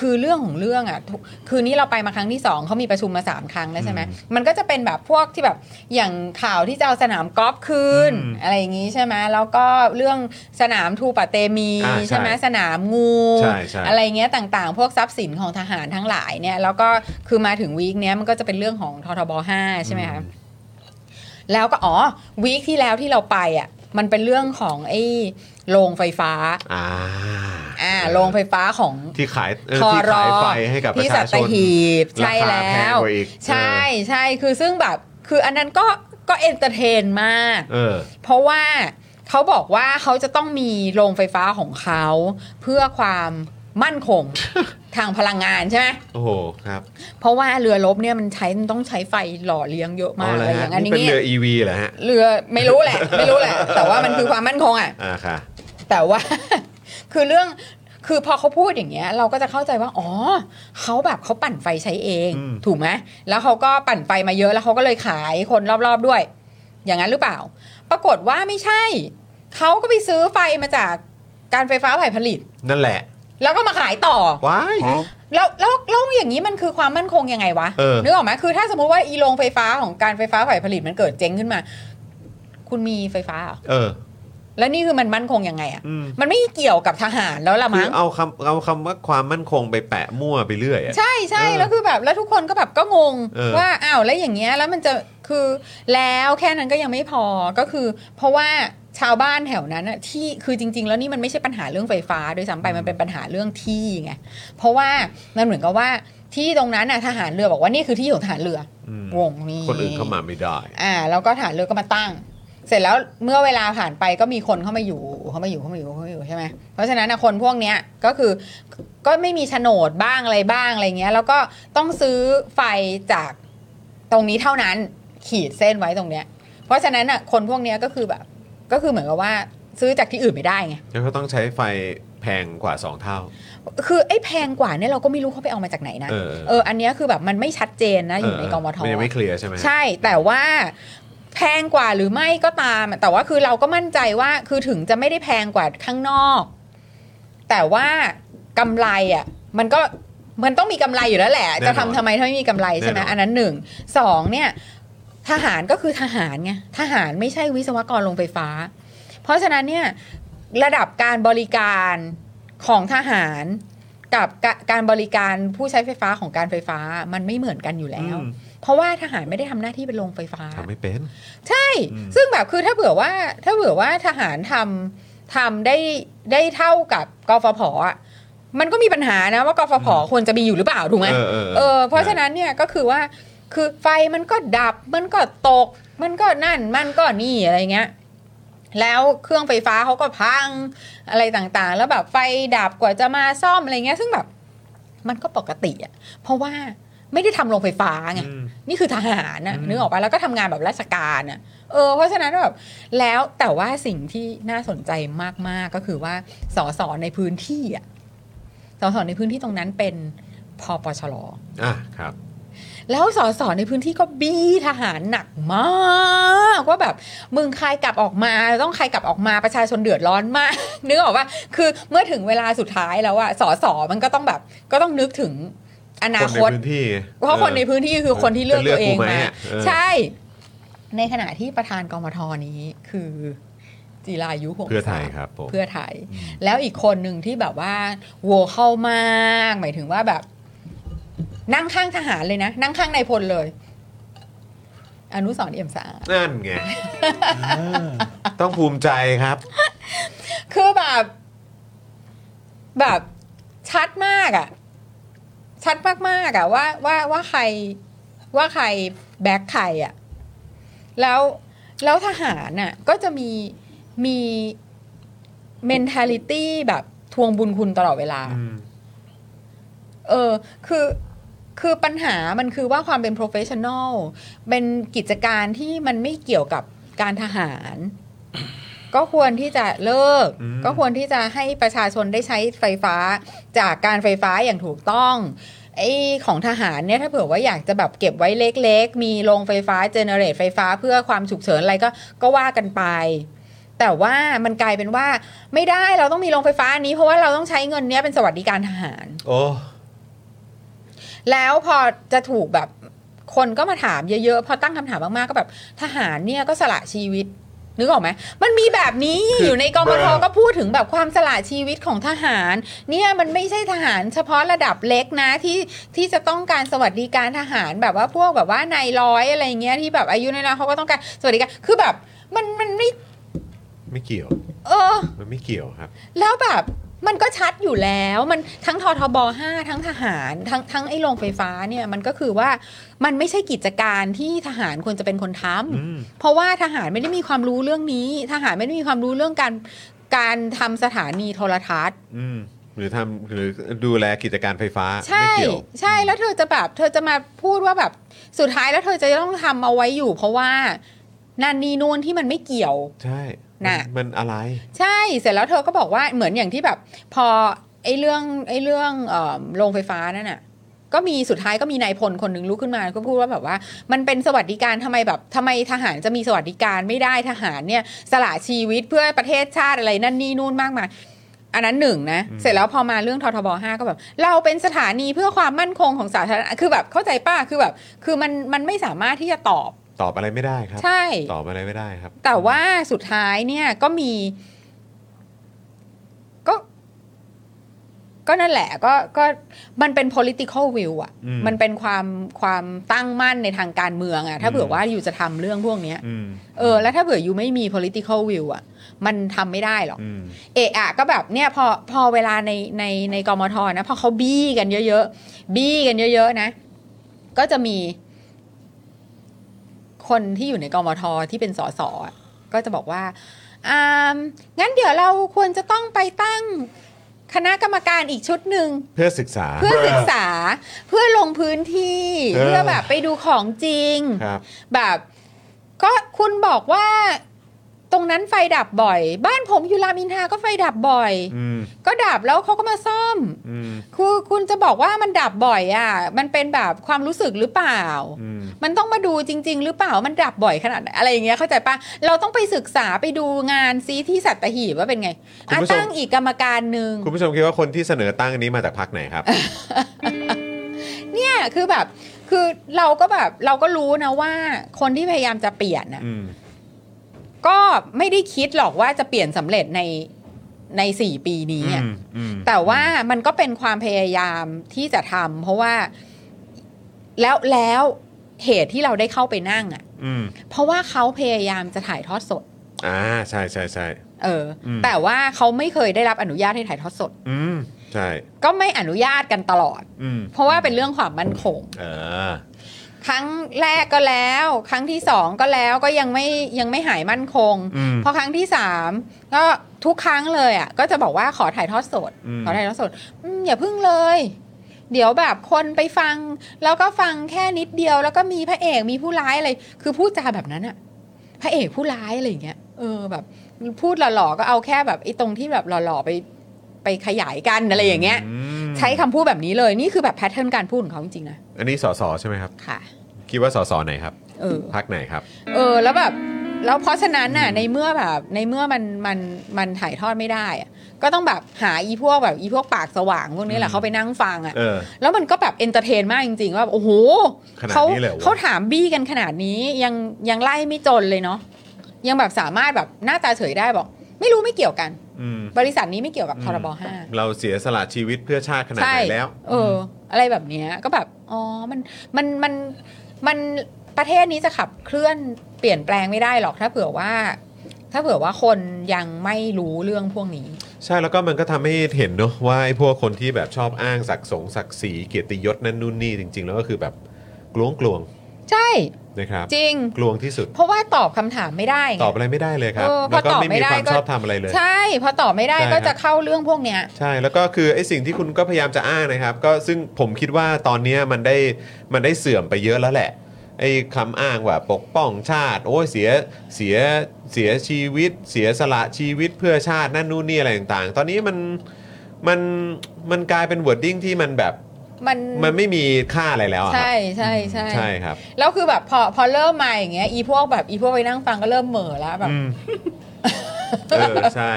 [SPEAKER 3] คือเรื่องของเรื่องอ่ะทุกคืนนี้เราไปมาครั้งที่สองเขามีประชุมมาสามครั้งแล้วใช่ไหมมันก็จะเป็นแบบพวกที่แบบอย่างข่าวที่จะเอาสนามกอล์ฟคืน
[SPEAKER 1] อืม
[SPEAKER 3] อะไรอย่างนี้ใช่ไหมแล้วก็เรื่องสนามทูปะเตมี
[SPEAKER 1] อ่าใช่
[SPEAKER 3] ใช่ไหมสนามงู
[SPEAKER 1] ใช่ใช่
[SPEAKER 3] อะไรเงี้ยต่างๆ พวกทรัพย์สินของทหารทั้งหลายเนี่ยแล้วก็คือมาถึงวีคเนี้ยมันก็จะเป็นเรื่องของททบห้าใช่ไหมคะ แล้วก็อ๋อวีคที่แล้วที่เราไปอ่ะมันเป็นเรื่องของไอ้โรงไฟฟ้า
[SPEAKER 1] อ่า
[SPEAKER 3] อ่าโรงไฟฟ้าของ
[SPEAKER 1] ที่ขายเออ
[SPEAKER 3] ทอ
[SPEAKER 1] ที่
[SPEAKER 3] รอ
[SPEAKER 1] ขายไฟให้กับประ
[SPEAKER 3] ที่
[SPEAKER 1] ชา
[SPEAKER 3] สั
[SPEAKER 1] ช
[SPEAKER 3] ต
[SPEAKER 1] น
[SPEAKER 3] หีบใช่
[SPEAKER 1] ราคา
[SPEAKER 3] แล้
[SPEAKER 1] แพง
[SPEAKER 3] ว
[SPEAKER 1] กว่าอีก
[SPEAKER 3] ใช่ใช่คือซึ่งแบบคืออันนั้นก็ก็เอนเตอร์เทนมาก
[SPEAKER 1] เออ
[SPEAKER 3] เพราะว่าเขาบอกว่าเขาจะต้องมีโรงไฟฟ้าของเขาเพื่อความมั่นค ง ทางพลังงานใช่ไหม
[SPEAKER 1] โอ้โห ครับ
[SPEAKER 3] เพราะว่าเรือรบเนี่ยมันใช้มันต้องใช้ไฟหล่อเลี้ยงเยอะมาก
[SPEAKER 1] เอ
[SPEAKER 3] อะ
[SPEAKER 1] ละ
[SPEAKER 3] ไรอ
[SPEAKER 1] ฮะ
[SPEAKER 3] ย่างนั้นอ
[SPEAKER 1] นี่
[SPEAKER 3] ย่า
[SPEAKER 1] เป็น
[SPEAKER 3] งนี้
[SPEAKER 1] เรือ EV เหรอฮะ
[SPEAKER 3] เรือไม่รู้แหละ ไม่รู้แหละ แต่ว่ามันคือความมั่นคงอ่ะ
[SPEAKER 1] อ่าค่ะ
[SPEAKER 3] แต่ว่า คือเรื่องคือพอเขาพูดอย่างเงี้ย เราก็จะเข้าใจว่า อ๋อเขาแบบเขาปั่นไฟใช้เอง ถูกไหมแล้วเขาก็ปั่นไฟมาเยอะแล้วเขาก็เลยขายคนรอบๆด้วย อย่างนั้นหรือเปล่า ปรากฏว่าไม่ใช่เขาก็ไปซื้อไฟมาจากการไฟฟ้าฝ่ายผลิต
[SPEAKER 1] นั่นแหละ
[SPEAKER 3] แล้วก็มาขายต่อ
[SPEAKER 1] ว้าย
[SPEAKER 3] แล้วแล้วแล้วอย่างนี้มันคือความมั่นคงยังไงวะ
[SPEAKER 1] เออ
[SPEAKER 3] นึกออกไหมคือถ้าสมมุติว่าอีโรงไฟฟ้าของการไฟฟ้าฝ่ายผลิตมันเกิดเจ๊งขึ้นมา คุณมีไฟฟ้าเหรอ
[SPEAKER 1] เออ
[SPEAKER 3] แล้วนี่คือมันมั่นคงยังไงอะ
[SPEAKER 1] อืม
[SPEAKER 3] มันไม่เกี่ยวกับทหารแล้วละ
[SPEAKER 1] คื
[SPEAKER 3] มั้
[SPEAKER 1] อง เอาคำเอาคำว่าความมั่นคงไปแปะมั่วไปเรื่อยอะ
[SPEAKER 3] ใช่ใช่
[SPEAKER 1] เออ
[SPEAKER 3] แล้วคือแบบแล้วทุกคนก็แบบก็งง
[SPEAKER 1] เออ
[SPEAKER 3] ว่าอ้าวแล้วอย่างเงี้ยแล้วมันจะคือแล้วแค่นั้นก็ยังไม่พอก็คือ เพราะว่าชาวบ้านแถวนั้นอะที่คือจริง ๆ แล้วนี่มันไม่ใช่ปัญหาเรื่องไฟฟ้าด้วยซ้ำไปมันเป็นปัญหาเรื่องที่ไงเพราะว่ามันเหมือนกับว่า ที่ตรงนั้นน่ะทหารเรือบอกว่านี่คือที่ของทหารเรืออวงนี้
[SPEAKER 6] คนอื่นเข้ามาไม่ได้
[SPEAKER 3] อ่าแล้วก็ฐานเรือก็มาตั้ง เสร็จแล้วเมื่อเวลาผ่านไปก็มีคนเข้ามาอยู่เข้ามาอยู่เข้ามาอยู่เข้ามาอยู่ใช่ไหมเพราะฉะนั้นนะคนพวกเนี้ยก็คือก็ไม่มีโฉนดบ้างอะไรบ้างอะไรเงี้ย แล้วก็ต้องซื้อไฟจากตรงนี้เท่านั้นขีดเส้นไว้ตรงเนี้ย เพราะฉะนั้นอ่ะคนพวกเนี้ยก็คือแบบ ก็คือเหมือนกับว่าซื้อจากที่อื่นไม่ได้ไง
[SPEAKER 6] แล้วก็ต้องใช้ไฟแพงกว่า 2 เท่า
[SPEAKER 3] คือไอ้แพงกว่าเนี่ยเราก็ไม่รู้เขาไปเอามาจากไหนนะ
[SPEAKER 6] เออ
[SPEAKER 3] เอออันเนี้ยคือแบบมันไม่ชัดเจนนะอยู่ในกมท
[SPEAKER 6] มันยังไม่เคลียร์ใช่ไหม
[SPEAKER 3] ใช่แต่ว่าแพงกว่าหรือไม่ก็ตาม แต่ว่าคือเราก็มั่นใจว่าคือถึงจะไม่ได้แพงกว่าข้างนอก แต่ว่ากำไรอ่ะมันก็มันต้องมีกำไรอยู่แล้วแหละ จะทำทำไมถ้าไม่มีกำไรใช่ไหมอันนั้นหนึ่งสองเนี่ย ทหารก็คือทหารไงทหารไม่ใช่วิศวกรลงไฟฟ้า เพราะฉะนั้นเนี่ยระดับการบริการของทหารกับกะการบริการผู้ใช้ไฟฟ้าของการไฟฟ้ามันไม่เหมือนกันอยู่แล้ว เพราะว่าทหารไม่ได้ทำหน้าที่เป็นโรงไฟฟ้า
[SPEAKER 6] ทำไม่เป็น
[SPEAKER 3] ใช่ ซึ่งแบบคือถ้าเผื่อว่าถ้าเผื่อว่าทหารทำทำได้ได้เท่ากับกฟผอ่ะมันก็มีปัญหานะว่ากฟผควรจะมีอยู่หรือเปล่าถูกไหม
[SPEAKER 6] เออเออเออ
[SPEAKER 3] เออเพราะฉะนั้นเนี่ยก็คือว่าคือไฟมันก็ดับมันก็ตก มันก็นั่นมันก็นี่อะไรเงี้ย แล้วเครื่องไฟฟ้าเขาก็พังอะไรต่างๆ แล้วแบบไฟดับกว่าจะมาซ่อมอะไรเงี้ย ซึ่งแบบมันก็ปกติอ่ะเพราะว่าไม่ได้ทำโรงไฟฟ้าไงนี่คือทหารนะนึกออกปะแล้วก็ทำงานแบบราชการอ่ะเออเพราะฉะนั้นแบบแล้วแต่ว่าสิ่งที่น่าสนใจมากๆก็คือว่าสสในพื้นที่อ่ะสสในพื้นที่ตรงนั้นเป็นพอปชร
[SPEAKER 6] อ่ะครับ
[SPEAKER 3] แล้วสสในพื้นที่ก็บี้ทหารหนักมากว่าแบบมึงใครกลับออกมาต้องใครกลับออกมาประชาชนเดือดร้อนมาก นึกออกว่าคือเมื่อถึงเวลาสุดท้ายแล้วอะสสมันก็ต้องแบบก็ต้องนึกถึงอนา
[SPEAKER 6] คนใน
[SPEAKER 3] คต
[SPEAKER 6] พื้นที่
[SPEAKER 3] เพราะคนในพื้นที่คือคนที่เลือก
[SPEAKER 6] จะเลื
[SPEAKER 3] ตั
[SPEAKER 6] อก
[SPEAKER 3] วเอง
[SPEAKER 6] กูไหม
[SPEAKER 3] มา
[SPEAKER 6] อะเออ
[SPEAKER 3] ใช่ ในขณะที่ประธานกมทนี้คือจิรายุหง
[SPEAKER 6] เพื่อไท
[SPEAKER 3] สาย ม
[SPEAKER 6] ครับผม
[SPEAKER 3] เพื่อไทย แล้วอีกคนหนึ่งที่แบบว่าโวเข้ามาก หมายถึงว่าแบบ นั่งข้างทหารเลยนะ นั่งข้างนายพลเลย อนุสรณ์เอี่ยมสะอาด
[SPEAKER 6] นั่นไงต้องภูมิใจครับ
[SPEAKER 3] คือแบบแบบชัดมากอะชัดมากๆอะว่าว่าว่าใครว่าใครแบกใครอะแล้วแล้วทหารน่ะ ก็จะมีมี mentality แบบทวงบุญคุณตลอดเวลา เออคือคือปัญหามันคือว่าความเป็น professional เป็นกิจการที่มันไม่เกี่ยวกับการทหาร ก็ควรที่จะเลิก ก็ควรที่จะให้ประชาชนได้ใช้ไฟฟ้าจากการไฟฟ้าอย่างถูกต้องไอ้ของทหารเนี่ยถ้าเผื่อว่าอยากจะแบบเก็บไว้เล็กๆ มีโรงไฟฟ้าเจเนเรตไฟฟ้าเพื่อความฉุกเฉินอะไรก็ก็ว่ากันไป แต่ว่ามันกลายเป็นว่าไม่ได้เราต้องมีโรงไฟฟ้าอันนี้เพราะว่าเราต้องใช้เงินเนี้ยเป็นสวัสดิการทหาร
[SPEAKER 6] โอ้
[SPEAKER 3] แล้วพอจะถูกแบบคนก็มาถามเยอะๆ พอตั้งคำถามมากๆ ก็แบบทหารเนี่ยก็สละชีวิต นึกออกไหมมันมีแบบนี้อยู่ในกมทก็พูดถึงแบบความสละชีวิตของทหาร เนี่ยมันไม่ใช่ทหารเฉพาะระดับเล็กนะที่ที่จะต้องการสวัสดิการทหารแบบว่าพวกแบบว่านายร้อยอะไรเงี้ยที่แบบอายุน้อยๆเขาก็ต้องการสวัสดิการคือแบบมันมันไม่
[SPEAKER 6] ไม่เกี่ยว
[SPEAKER 3] เออ
[SPEAKER 6] มันไม่เกี่ยวครับ
[SPEAKER 3] แล้วแบบมันก็ชัดอยู่แล้วมันทั้งททบ5ทั้งทหารทั้งทั้งไอ้โรงไฟฟ้าเนี่ยมันก็คือว่ามันไม่ใช่กิจการที่ทหารควรจะเป็นคนทำเพราะว่าทหารไม่ได้มีความรู้เรื่องนี้ ทหารไม่ได้มีความรู้เรื่องการการทำสถานีโทรทัศน์
[SPEAKER 6] อืมหรือทำหรือดูแลกิจการไฟฟ้า
[SPEAKER 3] ใช่
[SPEAKER 6] ไม่เกี่ยว
[SPEAKER 3] ใช่แล้วเธอจะแบบ เธอจะมาพูดว่าแบบสุดท้ายแล้วเธอจะต้องทำเอาไว้อยู่ เพราะว่านั่นนี่นู่นที่มันไม่เกี่ยว
[SPEAKER 6] ใช่
[SPEAKER 3] น่ะ
[SPEAKER 6] มันอะไร
[SPEAKER 3] ใช่เสร็จแล้วเธอก็บอกว่าเหมือนอย่างที่แบบ พอไอ้เรื่องไอ้เรื่องเอ่อโรงไฟฟ้านั่นน่ะ ก็มีสุดท้ายก็มีนายพลคนหนึ่งลุกขึ้นมาก็พูดว่าแบบว่า มันเป็นสวัสดิการทำไมแบบทำไมทหารจะมีสวัสดิการไม่ได้ทหารเนี่ยสละชีวิตเพื่อประเทศชาติอะไรนั่นนี่นู่นมากมายอันนั้นหนึ่งนะ เสร็จแล้วพอมาเรื่องททบห้าก็แบบ เราเป็นสถานีเพื่อความมั่นคงของสาธารณะคือแบบเข้าใจป้าคือแบบ คือมันมันไม่สามารถที่จะตอบ
[SPEAKER 6] ตอบอะไรไม่ได้ครับ
[SPEAKER 3] ใช่
[SPEAKER 6] ตอบอะไรไม่ได้ครับ
[SPEAKER 3] แต่ว่าสุดท้ายเนี่ยก็มี ก็ ก็นั่นแหละก็ก็มันเป็น political will อะ
[SPEAKER 1] อืม
[SPEAKER 3] มันเป็นความความตั้งมั่นในทางการเมืองอะถ้าเผื่อว่าอยู่จะทำเรื่องพวกเนี้ย
[SPEAKER 1] อืม
[SPEAKER 3] เออแล้วถ้าเผื่ออยู่ไม่มี political will อะมันทำไม่ได้หรอก
[SPEAKER 1] อืม
[SPEAKER 3] เอะอะก็แบบเนี่ยพอพอเวลาในในในกมทนะพอเขาบี้กันเยอะๆ บี้กันเยอะ ๆ นะ ก็จะมีคนที่อยู่ในกมทที่เป็นสสอะก็จะบอกว่าอ่ามงั้นเดี๋ยวเราควรจะต้องไปตั้งคณะกรรมการอีกชุดหนึ่ง
[SPEAKER 1] เพื่อศึกษา
[SPEAKER 3] เพื่อศึกษาเพื่อลงพื้นที่
[SPEAKER 1] เออ
[SPEAKER 3] เพื่อแบบไปดูของจริง
[SPEAKER 1] ครับ
[SPEAKER 3] แบบก็คุณบอกว่าตรงนั้นไฟดับบ่อย บ้านผมอยู่รามอินทราก็ไฟดับบ่อย
[SPEAKER 1] อืม
[SPEAKER 3] ก็ดับแล้วเขาก็มาซ่อม
[SPEAKER 1] อืม
[SPEAKER 3] คือคุณจะบอกว่ามันดับบ่อยอ่ะ มันเป็นแบบความรู้สึกหรือเปล่า
[SPEAKER 1] อืม
[SPEAKER 3] มันต้องมาดูจริง ๆ หรือเปล่าว่ามันดับบ่อยขนาดไหนอะไรอย่างเงี้ยเข้าใจปะเราต้องไปศึกษาไปดูงานซีที่สัตหีบว่าเป็นไง
[SPEAKER 1] คุณ
[SPEAKER 3] อ่ะ
[SPEAKER 1] ผู้ชม
[SPEAKER 3] ตั้งอีกกรรมการหนึ่ง
[SPEAKER 1] คุณผู้ชมคิดว่าคนที่เสนอตั้งอันนี้มาจากพรรคไหนครับ
[SPEAKER 3] เนี่ยคือแบบคือเราก็แบบเราก็รู้นะว่าคนที่พยายามจะเปลี่ยนนะ
[SPEAKER 1] อืม
[SPEAKER 3] ก็ไม่ได้คิดหรอกว่าจะเปลี่ยนสำเร็จในในสี่ปีนี้อะ
[SPEAKER 1] อืมอืม
[SPEAKER 3] แต่ว่ามันก็เป็นความพยายามที่จะทำเพราะว่าแล้วแล้วเหตุที่เราได้เข้าไปนั่งอะ่ะ
[SPEAKER 1] อืม
[SPEAKER 3] เพราะว่าเขาพยายามจะถ่ายทอดสด
[SPEAKER 1] อ่าใช่ใช่ใช่
[SPEAKER 3] เอออ
[SPEAKER 1] ม
[SPEAKER 3] แต่ว่าเขาไม่เคยได้รับอนุญาตให้ถ่ายทอดสด
[SPEAKER 1] อืมใช่
[SPEAKER 3] ก็ไม่อนุญาตกันตลอด
[SPEAKER 1] อืม
[SPEAKER 3] เพราะว่าเป็นเรื่องความมั่นคง
[SPEAKER 1] เออ
[SPEAKER 3] ครั้งแรกก็แล้ว ครั้งที่สองก็แล้วก็ยังไม่ยังไม่หายมั่นคง
[SPEAKER 1] อืม
[SPEAKER 3] พอครั้งที่สามก็ทุกครั้งเลยอ่ะก็จะบอกว่าขอถ่ายทอดสด
[SPEAKER 1] อืม
[SPEAKER 3] ขอถ่ายทอดสดอมอย่าพึ่งเลย เดี๋ยวแบบคนไปฟัง แล้วก็ฟังแค่นิดเดียว แล้วก็มีพระเอกมีผู้ร้ายอะไรคือพูดจาแบบนั้นอ่ะ พระเอกผู้ร้ายอะไรอย่างเงี้ยเออแบบ พูดหล่อๆก็เอาแค่แบบไอ้ตรงที่แบบหล่อๆไปไปขยายกันอะไรอย่างเงี้ย
[SPEAKER 1] อืม
[SPEAKER 3] ใช้คำพูดแบบนี้เลยนี่คือแบบแพทเทิร์นการพูดของเขาจริงๆนะ
[SPEAKER 1] อันนี้สสใช่ไหมครับ
[SPEAKER 3] ค่ะ
[SPEAKER 1] คิดว่าสสไหนครับ
[SPEAKER 3] เออ
[SPEAKER 1] พรรคไหนครับ
[SPEAKER 3] เออแล้วแบบแล้วเพราะฉะนั้นน่ะในเมื่อแบบในเมื่อมันมันมันถ่ายทอดไม่ได้อะก็ต้องแบบหาอีพวกแบบอีพวกปากสว่างพวกนี้แหละเขาไปนั่งฟังอ่ะ
[SPEAKER 1] เออ
[SPEAKER 3] แล้วมันก็แบบเอนเตอร์เทนมากจริงๆว่าโอ้โห
[SPEAKER 1] ขนาด
[SPEAKER 3] เขา
[SPEAKER 1] นี้เลยวะ
[SPEAKER 3] เขาถามบี้กันขนาดนี้ยังยังไล่ไม่จนเลยเนาะยังแบบสามารถแบบหน้าตาเฉยได้บอก ไม่รู้ไม่เกี่ยวกัน
[SPEAKER 1] อืม
[SPEAKER 3] บริษัทนี้ไม่เกี่ยวกับทรบห้า
[SPEAKER 1] เราเสียสละชีวิตเพื่อชาติขนาด
[SPEAKER 3] ใช่
[SPEAKER 1] ไหนแล้ว
[SPEAKER 3] เอออ อะไรแบบเนี้ยก็แบบ อ๋อ มัน มัน มัน มัน ประเทศนี้จะขับเคลื่อนเปลี่ยนแปลงไม่ได้หรอก ถ้าเผื่อว่า ถ้าเผื่อว่าคนยังไม่รู้เรื่องพวกนี้
[SPEAKER 1] ใช่แล้วก็มันก็ทำให้เห็นเนอะว่าไอ้พวกคนที่แบบชอบอ้างศักดิ์สงศักดิ์ศรีเกียรติยศนั่นนู่นนี่จริง ๆ แล้วก็คือแบบกลวงกลวง
[SPEAKER 3] ใช่
[SPEAKER 1] ๆนะครับ
[SPEAKER 3] จริง
[SPEAKER 1] กลวงที่สุด
[SPEAKER 3] เพราะว่าตอบคำถามไม่ได้ไง
[SPEAKER 1] ตอบอะไรไม่ได้เลยครับ
[SPEAKER 3] เออพอ
[SPEAKER 1] แล้วก็
[SPEAKER 3] ตอบ
[SPEAKER 1] ไม่
[SPEAKER 3] ไม่
[SPEAKER 1] มี
[SPEAKER 3] ได้
[SPEAKER 1] ความ
[SPEAKER 3] ก็
[SPEAKER 1] ชอบทำอะไรเลย
[SPEAKER 3] ใช่ พอตอบไม่ได้
[SPEAKER 1] ใช่ค
[SPEAKER 3] ก็
[SPEAKER 1] รั
[SPEAKER 3] จะ
[SPEAKER 1] บ
[SPEAKER 3] เข้าเรื่องพวกเนี้ย
[SPEAKER 1] ใช่แล้วก็คือไอ้สิ่งที่คุณก็พยายามจะอ้างนะครับ ก็ซึ่งผมคิดว่าตอนเนี้ยมันได้มันได้เสื่อมไปเยอะแล้วแหละไอ้คำอ้างว่าปกป้องชาติ โอ้ยเสียเสียเสียชีวิต เสียสละชีวิตเพื่อชาตินั่นนู่นนี่อะไรต่างๆ ตอนนี้มันมันมันกลายเป็นวอร์ดดิ้งที่มันแบบ
[SPEAKER 3] มัน
[SPEAKER 1] มันไม่มีค่าอะไรแล้วอะครับ
[SPEAKER 3] ใช่ใช่ใช่
[SPEAKER 1] ใช่ครับ
[SPEAKER 3] แล้วคือแบบพอ พอเริ่มมาอย่างเงี้ย อีพวกแบบอีพวกไปนั่งฟังก็เริ่มเหม่อแล้วแบบ
[SPEAKER 1] อืมเออใช่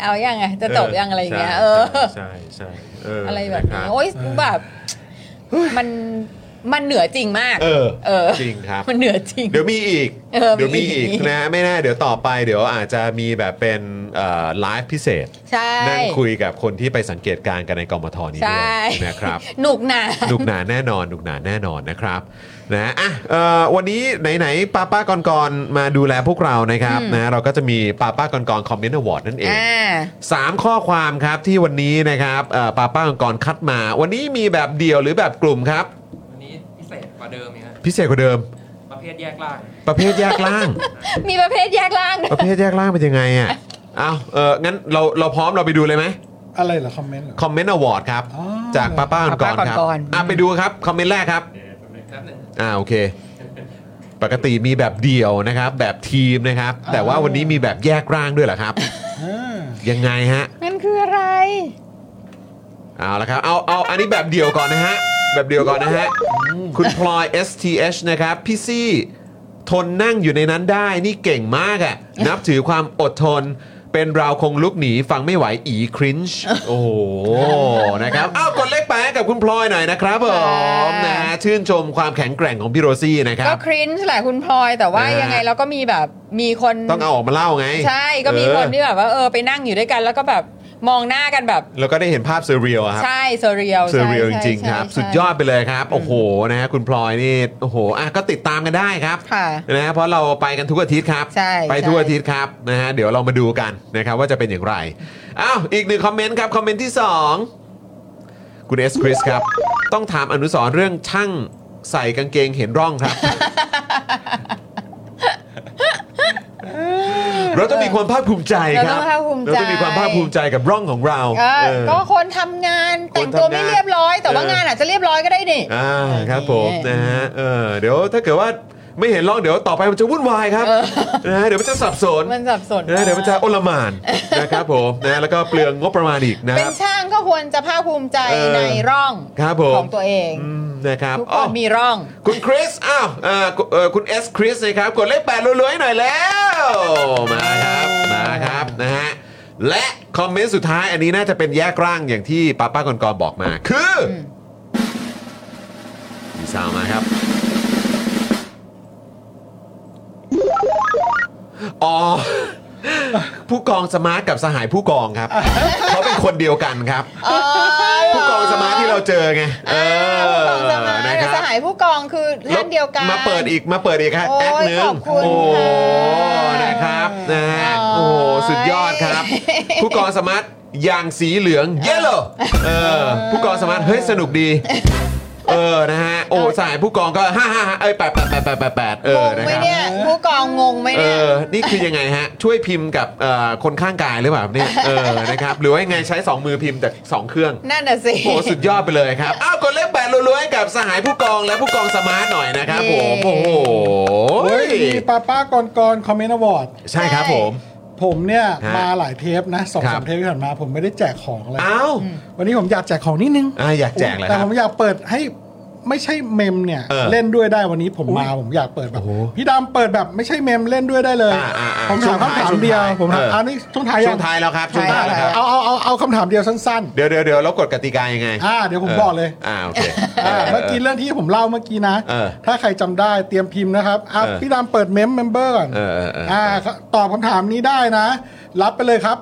[SPEAKER 3] เอายังไง จะจบยังอะไรอย่างเงี้ย เออ
[SPEAKER 1] ใช่ใช่ใช่เออ
[SPEAKER 3] อะไรแบบ
[SPEAKER 1] ค
[SPEAKER 3] นี้
[SPEAKER 1] รั
[SPEAKER 3] โอ๊ยแบบ มัน มันเหนือจริงมาก
[SPEAKER 1] เออ
[SPEAKER 3] เออ
[SPEAKER 1] จริงครับ
[SPEAKER 3] มันเหนือจริง
[SPEAKER 1] เดี๋ยวมีอีก
[SPEAKER 3] เออมีอีก
[SPEAKER 1] เดี๋ยวมีอีกนะไม่แน่เดี๋ยวต่อไปเดี๋ยวอาจจะมีแบบเป็นไลฟ์พิเศษ
[SPEAKER 3] ใช่
[SPEAKER 1] นั่งคุยกับคนที่ไปสังเกตการณ์กันในกมทนี้ด้ว
[SPEAKER 3] ใช่
[SPEAKER 1] ยนะครับ
[SPEAKER 3] หนุกหนา
[SPEAKER 1] หนุกหนาแน่นอนหนุกหนาแน่นอนนะครับนะอ่ะเอ่อวันนี้ไหนๆป้าป้าก่อนๆมาดูแลพวกเรานะครับนะเราก็จะมีป้าป้าก่อนๆคอมเมนต์อวอร์ดนั่นเอง
[SPEAKER 3] อ่า
[SPEAKER 1] สามข้อความครับที่วันนี้นะครับเอ่อป้าป้าก่อนๆคัดมา วันนี้มีแบบเดี่ยวหรือแบบกลุ่มครับ
[SPEAKER 9] วันนี้พิเศษกว่าเดิมอีกฮะ
[SPEAKER 1] พิเศษกว่าเดิม
[SPEAKER 9] ประเภทแยกล่าง
[SPEAKER 1] ประเภทแยกล่าง
[SPEAKER 3] มีประเภทแยกล่าง
[SPEAKER 1] ป
[SPEAKER 3] ด้วย
[SPEAKER 1] ระเภทแยกล่างเป็นยังไงอ่ะ อ้าวเอองั้นเราเราพร้อมเราไปดูเลยไหม
[SPEAKER 4] อะไรเหรอคอมเมนต์เหรอ
[SPEAKER 1] คอมเมนต์อวอร์ดครับ
[SPEAKER 4] อ๋อ
[SPEAKER 1] จากป้าป้าก่อนๆครับ
[SPEAKER 3] ป้าป้าก่อนๆ
[SPEAKER 1] อ่ะไปดูครับ คอมเมนต์แรกครับ
[SPEAKER 9] แป๊บหนึ่ง
[SPEAKER 1] อ่าโอเค ปกติมีแบบเดี่ยวนะครับ แบบทีมนะครับ แต่ว่าวันนี้มีแบบแยกร่างด้วยเหรอครับ
[SPEAKER 4] อ่า
[SPEAKER 1] ยังไงฮะ
[SPEAKER 3] นั่นคืออะไร
[SPEAKER 1] เอาละครับ เอาเอาอันนี้แบบเดี่ยวก่อนนะฮะ แบบเดี่ยวก่อนนะฮะ คุณพลอย STH นะครับ พี่ซี่ทนนั่งอยู่ในนั้นได้ นี่เก่งมากอะ่ะ นับถือความอดทน เป็นเราคงลุกหนีฟังไม่ไหวอีครินช์ โอ้โห นะครับ อ้าวกดเลขแปะกับคุณพลอยหน่อยนะครับผม
[SPEAKER 3] ค่ะ
[SPEAKER 1] นะฮะชื่นชมความแข็งแกร่งของพี่โรซี่นะครั
[SPEAKER 3] ก็
[SPEAKER 1] บ
[SPEAKER 3] ครินช์แหละคุณพลอยแต่ว่า
[SPEAKER 1] อ่ายั
[SPEAKER 3] ยังไงเราก็มีแบบมีคน
[SPEAKER 1] ต้องเอาออกมาเล่าไง
[SPEAKER 3] ใช่ก็มีคน
[SPEAKER 1] เออ
[SPEAKER 3] ที่แบบว่าเออไปนั่งอยู่ด้วยกัน แล้วก็แบบ มองหน้ากันแบบ
[SPEAKER 1] แล้วก็ได้เห็นภาพเซอร์เรียลอะครับ
[SPEAKER 3] ใช่เซเรียล
[SPEAKER 1] เซอร์เรียลจริงๆครับ สุดยอดไปเลยครับ โอ้โหนะฮะคุณพลอยนี่โอ้โหอ่ะก็ติดตามกันได้ครับ
[SPEAKER 3] ค่ะ
[SPEAKER 1] นะฮะเพราะเราไปกันทุกอาทิตย์ครับ
[SPEAKER 3] ใช่
[SPEAKER 1] ไปทุก
[SPEAKER 3] ใช่
[SPEAKER 1] อาทิตย์ครับนะฮะเดี๋ยวเรามาดูกันนะครับว่าจะเป็นอย่างไรอ้าวอีกหนึ่งคอมเมนต์ครับ คอมเมนต์ที่ 2 คุณเอสคริสครับ ต้องถามอนุสรณ์เรื่องช่างใส่กางเกงเห็นร่อง ครับ เราต้องมีความภาคภูมิใจครับ
[SPEAKER 3] เราต้องภาคภูมิใจ
[SPEAKER 1] เราต้องมีความภาคภูมิใจกับร่องของเรา
[SPEAKER 3] เออ
[SPEAKER 1] เออ
[SPEAKER 3] ก็คนทำงานแต่งตัวไม่เรียบร้อย แต่ว่างานอาจจะเรียบร้อยก็ได้นี่
[SPEAKER 1] อ่าครับผม
[SPEAKER 3] นี่
[SPEAKER 1] นะฮะเออเดี๋ยวถ้าเกิดว่าไม่เห็นร่องเดี๋ยวต่อไปมันจะวุ่นวายครับนะฮะเดี๋ยวมันจะสับสน
[SPEAKER 3] มันสับสน
[SPEAKER 1] ะฮะเดี๋ยวมันจะโอลหมาน นะครับผมนะแล้วก็เปลืองงบประมาณอีกนะค
[SPEAKER 3] เป็น
[SPEAKER 1] รับ
[SPEAKER 3] ช่างก็ควรจะภาคภูมิใจ
[SPEAKER 1] เออ
[SPEAKER 3] ในร่อง
[SPEAKER 1] ครับผม
[SPEAKER 3] ของตัวเอง
[SPEAKER 1] อืมนะครับ
[SPEAKER 3] ทุกค
[SPEAKER 1] อ้อน
[SPEAKER 3] มีร่อง
[SPEAKER 1] คุณคริสอ้าวอ่าเอ่อคุณเอสคริสนะครับกดเลขแปดรวยๆหน่อยแล้วมาครับมาครับนะฮะและคอมเมนต์สุดท้ายอันนี้น่าจะเป็นแยกร่างอย่างที่ป้าป้ากอนกอนบอกมา คืออมีซาวมาครับ อ๋อ ผู้กองสมาร์ทกับสหายผู้กองครับ เขาเป็นคนเดียวกันครับ ผู้กองสมาร์ทที่เราเจอไงเออ
[SPEAKER 3] ผู้กองจะมา
[SPEAKER 1] นะ
[SPEAKER 3] แต่
[SPEAKER 1] ครับ
[SPEAKER 3] สหายผู้กองคือท่านเดียวกัน
[SPEAKER 1] มาเปิดอีกมาเปิดอีกฮะ
[SPEAKER 3] โอ้ย
[SPEAKER 1] แอคหนึ่ง
[SPEAKER 3] ขอบคุณ
[SPEAKER 1] โอ้
[SPEAKER 3] ค่ะ
[SPEAKER 1] นะครับนะฮะ
[SPEAKER 3] โอ้
[SPEAKER 1] โอ้
[SPEAKER 3] ย
[SPEAKER 1] สุดยอดครับ ผู้กองสมาร์ทอย่างสีเหลืองเยลโล่เออผู้กองสมาร์ทเฮ้ยสนุกดี เออนะฮะโอ้สหายผู้กองก็ฮ่าฮ่าฮ่าเอ้ยแปดแปดแปดแปดแปดแปดเออง นะ
[SPEAKER 3] ไหม
[SPEAKER 1] ครับ
[SPEAKER 3] เนี่ยผู้กองงงไหม
[SPEAKER 1] เอ
[SPEAKER 3] เนี่ย
[SPEAKER 1] อ นี่คือยังไงฮะ ช่วยพิมพ์กับเอ่อคนข้างกายหรือเปล่าเนี่ย เออ นะครับ หรือว่ายังไงใช้ 2 มือพิมพ์แต่2เครื่อง
[SPEAKER 3] นั่นน่ะสิ
[SPEAKER 1] โอ้โหสุดยอดไปเลยครับ อ้าว กดเลขแปดรัวๆให้กับสหายผู้กองและผู้กองสมาร์ทหน่อยนะครับผม โอ้โห
[SPEAKER 4] เฮ้ยมีป้าป้ากรกรคอมเมนต์อวอร์ด
[SPEAKER 1] ใช่ครับผม
[SPEAKER 4] ผมเนี่ย
[SPEAKER 1] ฮะ
[SPEAKER 4] มาหลายเทปนะสอง
[SPEAKER 1] ครั
[SPEAKER 4] สา
[SPEAKER 1] บ
[SPEAKER 4] มเทปที่ผ่านมาผมไม่ได้แจกของอะไร
[SPEAKER 1] อ้าว
[SPEAKER 4] วันนี้ผมอยากแจกของนิดนึง
[SPEAKER 1] อ่ะอยากแจกเลยค
[SPEAKER 4] แต่
[SPEAKER 1] รับ
[SPEAKER 4] ผมอยากเปิดให้ไม่ใช่เมมเนี่ย
[SPEAKER 1] เออ
[SPEAKER 4] เล่นด้วยได้วันนี้ผมมาผมอยากเปิดแบบ
[SPEAKER 1] โอ้โห
[SPEAKER 4] พี่ดำเปิดแบบไม่ใช่เมมเล่นด้วยได้เลย
[SPEAKER 1] อ่าอ่าอ่า
[SPEAKER 4] ผม
[SPEAKER 1] ช่ว
[SPEAKER 4] ถาง ม
[SPEAKER 1] ท้าย
[SPEAKER 4] คำถาม
[SPEAKER 1] ช่วง
[SPEAKER 4] เดียว
[SPEAKER 1] ท้าย
[SPEAKER 4] ผม
[SPEAKER 1] เอออั
[SPEAKER 4] ถามอันนี้ช่วงท้าย
[SPEAKER 1] ช่
[SPEAKER 4] ยั
[SPEAKER 1] ว
[SPEAKER 4] ง
[SPEAKER 1] งท้ายแล้วครับ ช่วงท้ายแล้วครับ
[SPEAKER 4] เอาเอาเอาเอาคำถามเดียวสั้น
[SPEAKER 1] เดี๋ยวเดี๋ยวเดี๋ยวเรากดกติกายังไง
[SPEAKER 4] อ่าเดี๋ยวผมบอกเลย
[SPEAKER 1] อ่าโอเค
[SPEAKER 4] ๆอ่าเมื่อกี้เรื่องที่ผมเล่าเมื่อกี้นะ
[SPEAKER 1] เออ
[SPEAKER 4] ถ้าใครจำได้เตรียมพิมพ์นะครับอ่ะ
[SPEAKER 1] เออ
[SPEAKER 4] พี่ดำเปิดเมมเมมเบอร์ก่อน
[SPEAKER 1] เออเออเอออ่
[SPEAKER 4] ่าตอบคำถามนี้ได้นะ รับไปเลยครับ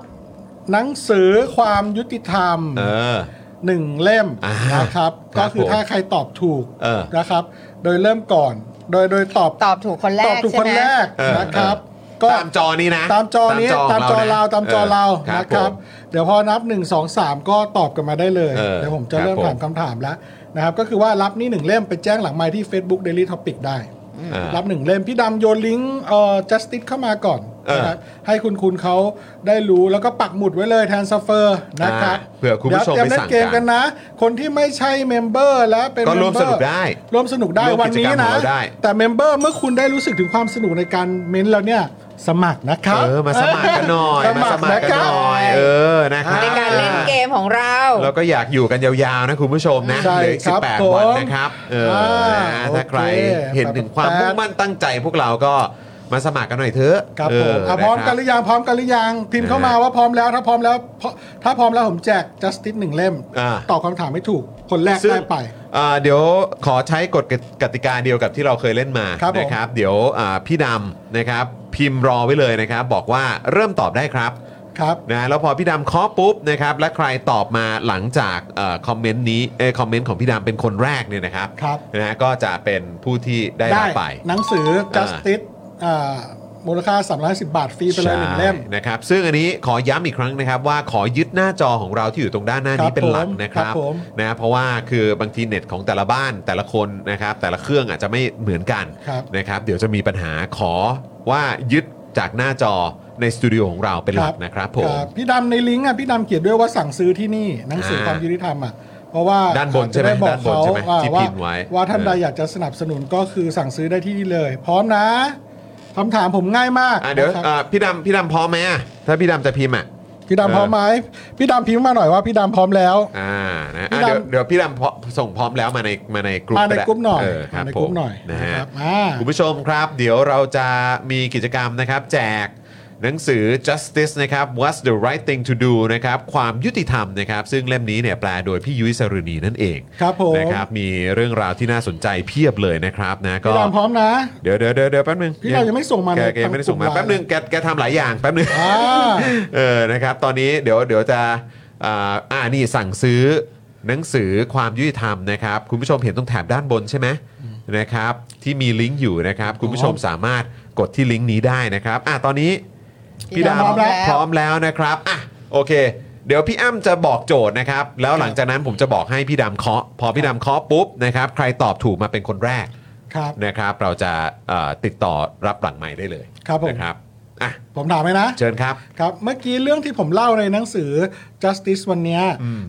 [SPEAKER 4] หนังสือความยุติธรรม
[SPEAKER 1] เออ
[SPEAKER 4] หนึ่งเล่ม
[SPEAKER 1] อ่า
[SPEAKER 4] นะครับ
[SPEAKER 1] ครับ
[SPEAKER 4] ก็คือถ้าใครตอบถูก
[SPEAKER 1] เออ
[SPEAKER 4] นะครับ โดยเริ่มก่อน โดยโดยตอบ
[SPEAKER 3] ตอบถูกคนแร
[SPEAKER 4] ตอบ
[SPEAKER 3] ก
[SPEAKER 4] ถูก
[SPEAKER 3] ใช่
[SPEAKER 4] คน
[SPEAKER 3] ไหม
[SPEAKER 4] แรก
[SPEAKER 1] เออ
[SPEAKER 4] นะครับ
[SPEAKER 1] เออ
[SPEAKER 4] ก็
[SPEAKER 1] ตามจอนี้นะ
[SPEAKER 4] ตามจอนี้ตามจอเราตามจอเรา
[SPEAKER 1] เออค
[SPEAKER 4] นะค
[SPEAKER 1] รั
[SPEAKER 4] รับ บ เดี๋ยวพอนับ 1 2 3 ก็ตอบกันมาได้เลย
[SPEAKER 1] เออ
[SPEAKER 4] เดี๋ยวผม
[SPEAKER 1] ค
[SPEAKER 4] จะ
[SPEAKER 1] รับ
[SPEAKER 4] เริ่มถาม
[SPEAKER 1] ผม
[SPEAKER 4] คำถามแล้วนะครับ ก็คือว่ารับนี่หนึ่งเล่มไปแจ้งหลังไมค์ที่ Facebook Daily Topic ได้
[SPEAKER 1] ผมอ่า
[SPEAKER 4] รับหนึ่งเล่มพี่ดำโยนลิงก์เอ่อ justice เข้ามาก่อน
[SPEAKER 1] เออ
[SPEAKER 4] นะครับให้คุณคุณเขาได้รู้แล้วก็ปักหมุดไว้เลยแทนซัฟเฟอร์นะครับ
[SPEAKER 1] อ่าเผื่อคุณผู้ชม
[SPEAKER 4] เดี๋ยวเต
[SPEAKER 1] ไป
[SPEAKER 4] รียเล่
[SPEAKER 1] สั่
[SPEAKER 4] น
[SPEAKER 1] ง
[SPEAKER 4] เกมกันนะ คนที่ไม่ใช่เมมเบอร์และเป็น
[SPEAKER 1] ก็ร่วม
[SPEAKER 4] เบอ
[SPEAKER 1] สนุกได้
[SPEAKER 4] ร่วมสนุกได้
[SPEAKER 1] ร่วม
[SPEAKER 4] วันนี้
[SPEAKER 1] กิจกรรมของเรา
[SPEAKER 4] นะ
[SPEAKER 1] ได้
[SPEAKER 4] แต่เมมเบอร์เมื่อคุณได้รู้สึกถึงความสนุกในการเม้นต์แล้วเนี่ยสมัครนะครับ
[SPEAKER 1] เออ มาสมัครกันหน่อย
[SPEAKER 4] ส
[SPEAKER 1] มา
[SPEAKER 4] มั
[SPEAKER 1] ส
[SPEAKER 4] คร
[SPEAKER 1] มัครกันหน่อย
[SPEAKER 4] นะครับ
[SPEAKER 1] เออ นะครับ
[SPEAKER 3] ในการเล่นเกมของเรา
[SPEAKER 1] แล้วก็อยากอยู่กันยาวๆนะคุณผู้ชมนะ
[SPEAKER 4] ใช่
[SPEAKER 1] เหลืออีก
[SPEAKER 4] ครับ
[SPEAKER 1] 18 วันนะครับ เออนะ
[SPEAKER 4] อ่า
[SPEAKER 1] ถ้าใคร
[SPEAKER 4] โอเค
[SPEAKER 1] เห็นถึงความ
[SPEAKER 4] แปด
[SPEAKER 1] มุ่งมั่นตั้งใจพวกเราก็มาสมัครกันหน่อยเถอะ
[SPEAKER 4] ครับ
[SPEAKER 1] เ
[SPEAKER 4] ผมอ่ะพร้อมกันหรือยังพร้อมกันหรือยังพิมพ์เข้ามาว่าพร้อมแล้วถ้าพร้อมแล้วพอถ้าพร้อมแล้วผมแจก justice หนึ่งเล่ม
[SPEAKER 1] อ่า
[SPEAKER 4] ตอบคำถามไม่ถูกคนแรก
[SPEAKER 1] ซึ่ง
[SPEAKER 4] ได้ไป
[SPEAKER 1] เอ่อเดี๋ยวขอใช้กฎกติกาเดียวกับที่เราเคยเล่นมา
[SPEAKER 4] ครับผม
[SPEAKER 1] นะครับ เดี๋ยวอ่าพี่ดำนะครับพิมพ์รอไว้เลยนะครับ บอกว่าเริ่มตอบได้ครับ
[SPEAKER 4] ครับ
[SPEAKER 1] นะแล้วพอพี่ดำเคาะปุ๊บนะครับและใครตอบมาหลังจากเออคอมเมนต์นี้เออคอมเมนต์ของพี่ดำเป็นคนแรกเนี่ยนะครับ
[SPEAKER 4] ครับ
[SPEAKER 1] นะก็จะเป็นผู้ที่ได้รับไป
[SPEAKER 4] หนังสือ justice อ่ามูลค่า350 บาทฟรีไปเลยหนึ่งเล่ม
[SPEAKER 1] ใช่นะครับซึ่งอันนี้ขอย้ำอีกครั้งนะครับ ว่าขอยึดหน้าจอของเราที่อยู่ตรงด้านหน้า
[SPEAKER 4] ครั
[SPEAKER 1] นี้
[SPEAKER 4] บ
[SPEAKER 1] เป็นหลัก
[SPEAKER 4] ผม
[SPEAKER 1] นะครับ
[SPEAKER 4] ครับผม
[SPEAKER 1] นะเพราะว่าคือบางทีเน็ตของแต่ละบ้านแต่ละคนนะครับแต่ละเครื่องอาจจะไม่เหมือนกัน
[SPEAKER 4] ครับ
[SPEAKER 1] นะครับเดี๋ยวจะมีปัญหาขอว่ายึดจากหน้าจอในสตูดิโอของเราเป็นหลัก
[SPEAKER 4] ครับ
[SPEAKER 1] นะครับผม
[SPEAKER 4] ครับพี่ดำในลิงก์อ่ะพี่ดำเขียนด้วยว่าสั่งซื้อที่นี่หนังสือความยุติธรรมอ่ะเพราะว่า
[SPEAKER 1] ด้านบนใช่ไหม
[SPEAKER 4] จะด้บอกเขา
[SPEAKER 1] ด้านบนใช่ไหม
[SPEAKER 4] ว่า
[SPEAKER 1] ที่พิ
[SPEAKER 4] ว่าม
[SPEAKER 1] พ์ไว้
[SPEAKER 4] ว่าท่านใด
[SPEAKER 1] เอออ
[SPEAKER 4] อยากจะสนับสนุนก็คือสั่งซื้อได้ที่นี่เลย พร้อมนะคำถามผมง่ายมาก
[SPEAKER 1] อ่ะเดี๋ยว
[SPEAKER 4] นะครับ
[SPEAKER 1] อ่ะพี่ดำพี่ดำพร้อมไหมอ่ะถ้าพี่ดำจะพิมพ์อ่ะ
[SPEAKER 4] พี่
[SPEAKER 1] เออ
[SPEAKER 4] ดำพร้อมไหมพี่ดำพิมพ์มาหน่อยว่าพี่ดำพร้อมแล้ว
[SPEAKER 1] อ่านะ
[SPEAKER 4] พี่
[SPEAKER 1] อ่ะ
[SPEAKER 4] ดำ
[SPEAKER 1] เดี๋ยวเดี๋ยวพี่ดำพอส่งพร้อมแล้วมาในมาในกลุ่ม
[SPEAKER 4] มาในกลุ่มหน่อย
[SPEAKER 1] เอครับ
[SPEAKER 4] มาใน
[SPEAKER 1] ผ
[SPEAKER 4] กลุ่
[SPEAKER 1] ม
[SPEAKER 4] มหน่อย
[SPEAKER 1] นะ
[SPEAKER 4] นะ
[SPEAKER 1] ฮะ
[SPEAKER 4] ครับอ่า
[SPEAKER 1] คุณผู้ชมครับ เดี๋ยวเราจะมีกิจกรรมนะครับ แจก หนังสือ justice นะครับ what's the right thing to do นะครับ ความยุติธรรมนะครับ ซึ่งเล่มนี้เนี่ยแปลโดยพี่ยุ้ยสรุณีนั่นเอง
[SPEAKER 4] ครับผม
[SPEAKER 1] นะครับ มีเรื่องราวที่น่าสนใจเพียบเลยนะครับนะก็
[SPEAKER 4] พี่รามพร้อมนะ
[SPEAKER 1] เดี๋ยวเดี๋ยวเดี๋ยวเดี๋ยวแป๊บนึง
[SPEAKER 4] พี่เรายังไม่ส่งมา
[SPEAKER 1] แก
[SPEAKER 4] ใน
[SPEAKER 1] แกยังไม่ได้ส่งมา
[SPEAKER 4] ทางกลุ่ม
[SPEAKER 1] แป๊บนึงแกแกทำหลายอย่างแป๊บนึง
[SPEAKER 4] อ่า
[SPEAKER 1] เออนะครับตอนนี้เดี๋ยวเดี๋ยวจะอ่าอ่านี่สั่งซื้อหนังสือความยุติธรรมนะครับ คุณผู้ชมเห็นตรงแถบด้านบนใช่ไหมนะครับ ที่มีลิงก์อยู่นะครับ คุณผู้ชมสามารถกดที่ลิงก์นี้ได้นะครับอ่ะตอนนี้ พี่ดาว
[SPEAKER 10] พร้อมแล้ว
[SPEAKER 1] พร้อมแล้วนะครับอ่ะโอเค เดี๋ยวพี่อ้ำจะบอกโจทย์นะครับ แล้วหลังจากนั้นผมจะบอกให้พี่ดำเคาะ พอพี่ดำเคาะปุ๊บนะครับ ใครตอบถูกมาเป็นคนแรก
[SPEAKER 4] ครับ
[SPEAKER 1] นะครับเราจะเอ่อติดต่อรับหลังใหม่ได้เลย
[SPEAKER 4] ครับผม
[SPEAKER 1] นะครับอ่ะ
[SPEAKER 4] ผมถามไหมนะ
[SPEAKER 1] เชิญครับ
[SPEAKER 4] ครับ เมื่อกี้เรื่องที่ผมเล่าในหนังสือ justice วันเนี้ย